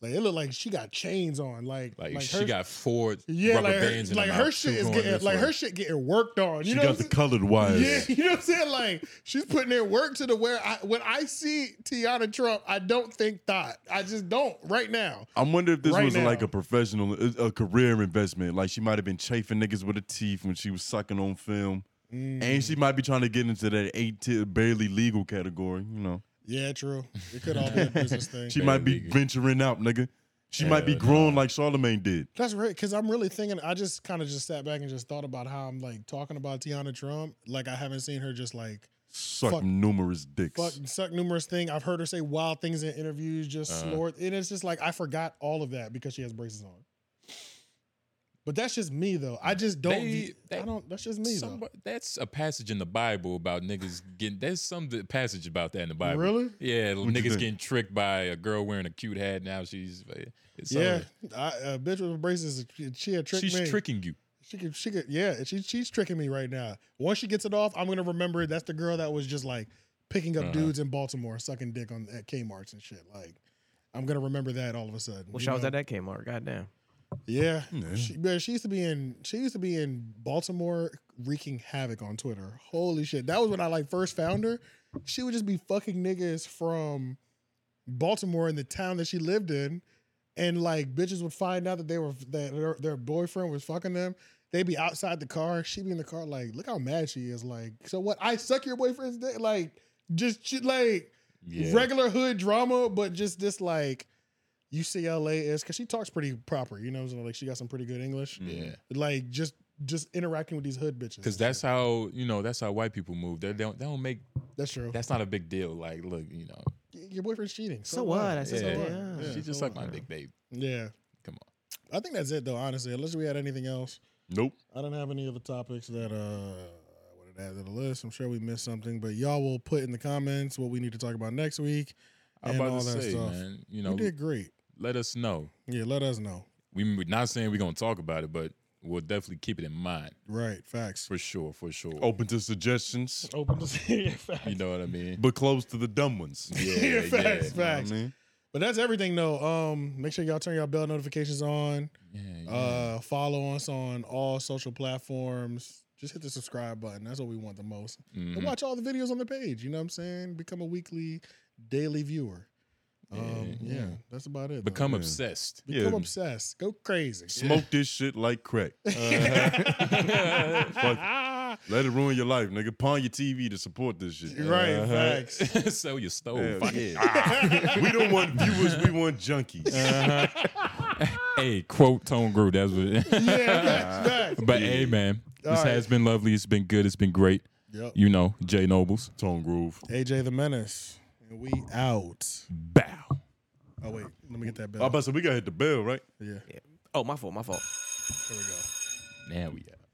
Speaker 3: like it looked like she got chains on, like
Speaker 2: like,
Speaker 3: like
Speaker 2: she
Speaker 3: her-
Speaker 2: got four
Speaker 3: yeah,
Speaker 2: rubber
Speaker 3: like her,
Speaker 2: bands in
Speaker 3: like
Speaker 2: her,
Speaker 3: her
Speaker 2: mouth,
Speaker 3: shit
Speaker 2: two
Speaker 3: is
Speaker 2: going
Speaker 3: getting
Speaker 2: this
Speaker 3: like
Speaker 2: way.
Speaker 3: her shit getting worked on. You
Speaker 1: she
Speaker 3: know
Speaker 1: got
Speaker 3: what
Speaker 1: the
Speaker 3: I'm
Speaker 1: colored wires.
Speaker 3: saying? Yeah, <laughs> you know what I'm saying? Like she's putting in work to the where I when I see Tiana Trump, I don't think thought. I just don't right now.
Speaker 1: I wonder if this
Speaker 3: Right
Speaker 1: was like
Speaker 3: now.
Speaker 1: a professional, uh, a a career investment. Like she might have been chafing niggas with her teeth when she was sucking on film,
Speaker 3: Mm.
Speaker 1: and she might be trying to get into that eight to barely legal category. You know,
Speaker 3: Yeah, true. It could
Speaker 2: <laughs>
Speaker 3: all be a business thing.
Speaker 1: she might be venturing out, nigga. She might be growing like Charlemagne did.
Speaker 3: That's right, because I'm really thinking. I just kind of just sat back and just thought about how I'm like talking about Tiana Trump. Like I haven't seen her just like
Speaker 1: Suck
Speaker 3: Fuck.
Speaker 1: numerous dicks.
Speaker 3: fuck suck numerous things. I've heard her say wild things in interviews, just
Speaker 2: Uh-huh.
Speaker 3: snort, and it's just like I forgot all of that because she has braces on. But that's just me though. I just don't.
Speaker 2: They-
Speaker 3: view-
Speaker 2: they-
Speaker 3: I don't. That's just me
Speaker 2: Somebo- that's a passage in the Bible about niggas getting. There's some th- passage about that in the
Speaker 3: though.
Speaker 2: Bible.
Speaker 3: Really?
Speaker 2: Yeah,
Speaker 1: you
Speaker 2: niggas
Speaker 1: think?
Speaker 2: getting tricked by a girl wearing a cute hat. Now she's it's
Speaker 3: yeah.
Speaker 2: all-
Speaker 3: I, a bitch with braces, she- she had tricked
Speaker 2: she's
Speaker 3: me.
Speaker 2: tricking you.
Speaker 3: She could. She could. Yeah. She, she's tricking me right now. Once she gets it off, I'm gonna remember that's the girl that was just like picking
Speaker 2: Uh-huh.
Speaker 3: up dudes in Baltimore, sucking dick on at Kmart's and shit. Like, I'm gonna remember that all of a sudden.
Speaker 4: Wish
Speaker 3: you
Speaker 4: I was
Speaker 3: know?
Speaker 4: at that Kmart. Goddamn.
Speaker 3: Yeah, she, but she used to be in she used to be in Baltimore wreaking havoc on Twitter. Holy shit, that was when I like first found her. She would just be fucking niggas from Baltimore in the town that she lived in, and like bitches would find out that they were that their, their boyfriend was fucking them. They'd be outside the car. She'd be in the car like, look how mad she is. Like, so what? I suck your boyfriend's dick. Like, just shit like
Speaker 2: Yeah.
Speaker 3: regular hood drama, but just this like UCLA is because she talks pretty proper. You know, what I'm saying? like she got some pretty good English.
Speaker 2: Yeah.
Speaker 3: Like just just interacting with these hood bitches.
Speaker 2: Because that's how you know. That's how white people move. They don't. They don't make.
Speaker 3: that's true.
Speaker 2: That's not a big deal. Like, look, you know,
Speaker 3: your boyfriend's cheating.
Speaker 4: So what? I said,
Speaker 3: Yeah.
Speaker 4: so what?
Speaker 3: Yeah.
Speaker 2: She just
Speaker 3: so
Speaker 2: sucked
Speaker 3: what?
Speaker 2: my dick, babe.
Speaker 3: Yeah.
Speaker 2: Come
Speaker 3: on. I think that's it though, honestly. Unless we had anything else.
Speaker 1: Nope.
Speaker 3: I don't have any other topics that uh I would have added to the list. I'm sure we missed something, but y'all will put in the comments what we need to talk about next week
Speaker 2: I'm
Speaker 3: and
Speaker 2: about
Speaker 3: all
Speaker 2: to
Speaker 3: that
Speaker 2: say,
Speaker 3: stuff.
Speaker 2: man, you know,
Speaker 3: we did great.
Speaker 2: Let us know.
Speaker 3: Yeah, let us know.
Speaker 2: We, we're not saying we're gonna talk about it, but we'll definitely keep it in mind.
Speaker 3: Right, facts. Oh,
Speaker 2: For sure, for sure.
Speaker 1: Open to suggestions.
Speaker 3: Open to <laughs> yeah, facts.
Speaker 2: You know what I mean?
Speaker 1: But close to the dumb ones.
Speaker 3: <laughs>
Speaker 2: Yeah,
Speaker 3: yeah,
Speaker 2: yeah,
Speaker 3: facts,
Speaker 2: you know what I
Speaker 3: facts.
Speaker 1: mean?
Speaker 3: But that's everything though. Um, make sure y'all turn y'all bell notifications on. Uh, follow us on all social platforms. Just hit the subscribe button. That's what we want the most.
Speaker 2: Mhm.
Speaker 3: And watch all the videos on the page. You know what I'm saying? Become a weekly, daily viewer. Um, yeah,
Speaker 1: yeah.
Speaker 3: that's about it. though.
Speaker 2: Become
Speaker 1: Yeah.
Speaker 2: obsessed.
Speaker 3: Become
Speaker 1: Yeah.
Speaker 3: obsessed. Go crazy.
Speaker 1: Smoke this shit
Speaker 3: <laughs>
Speaker 1: like crack. Fuck it. Let it ruin your life, nigga. Pawn your TV to support this shit. Uh-huh.
Speaker 3: Right,
Speaker 2: facts. Uh-huh. <laughs> Sell your stove.
Speaker 1: Yeah,
Speaker 3: <laughs>
Speaker 2: fuck
Speaker 1: yeah.
Speaker 2: it.
Speaker 1: Ah. we don't want viewers, we want junkies.
Speaker 3: Uh-huh.
Speaker 2: Uh-huh. <laughs> hey, quote Tone Grew. That's what.
Speaker 1: facts, facts.
Speaker 2: But
Speaker 1: Yeah.
Speaker 2: hey, man,
Speaker 3: All
Speaker 2: this
Speaker 3: right.
Speaker 2: has been lovely. It's been good. It's been great.
Speaker 3: Yep.
Speaker 2: You know, Jay Nobles,
Speaker 1: Tone Groove.
Speaker 3: AJ the Menace. And we out.
Speaker 2: Bow.
Speaker 3: Oh wait, let me get that
Speaker 1: I'm
Speaker 3: bell.
Speaker 1: about to say, we got to hit the bell, right?
Speaker 3: Yeah.
Speaker 4: Oh, my fault. My fault.
Speaker 3: There we go.
Speaker 2: Now we out.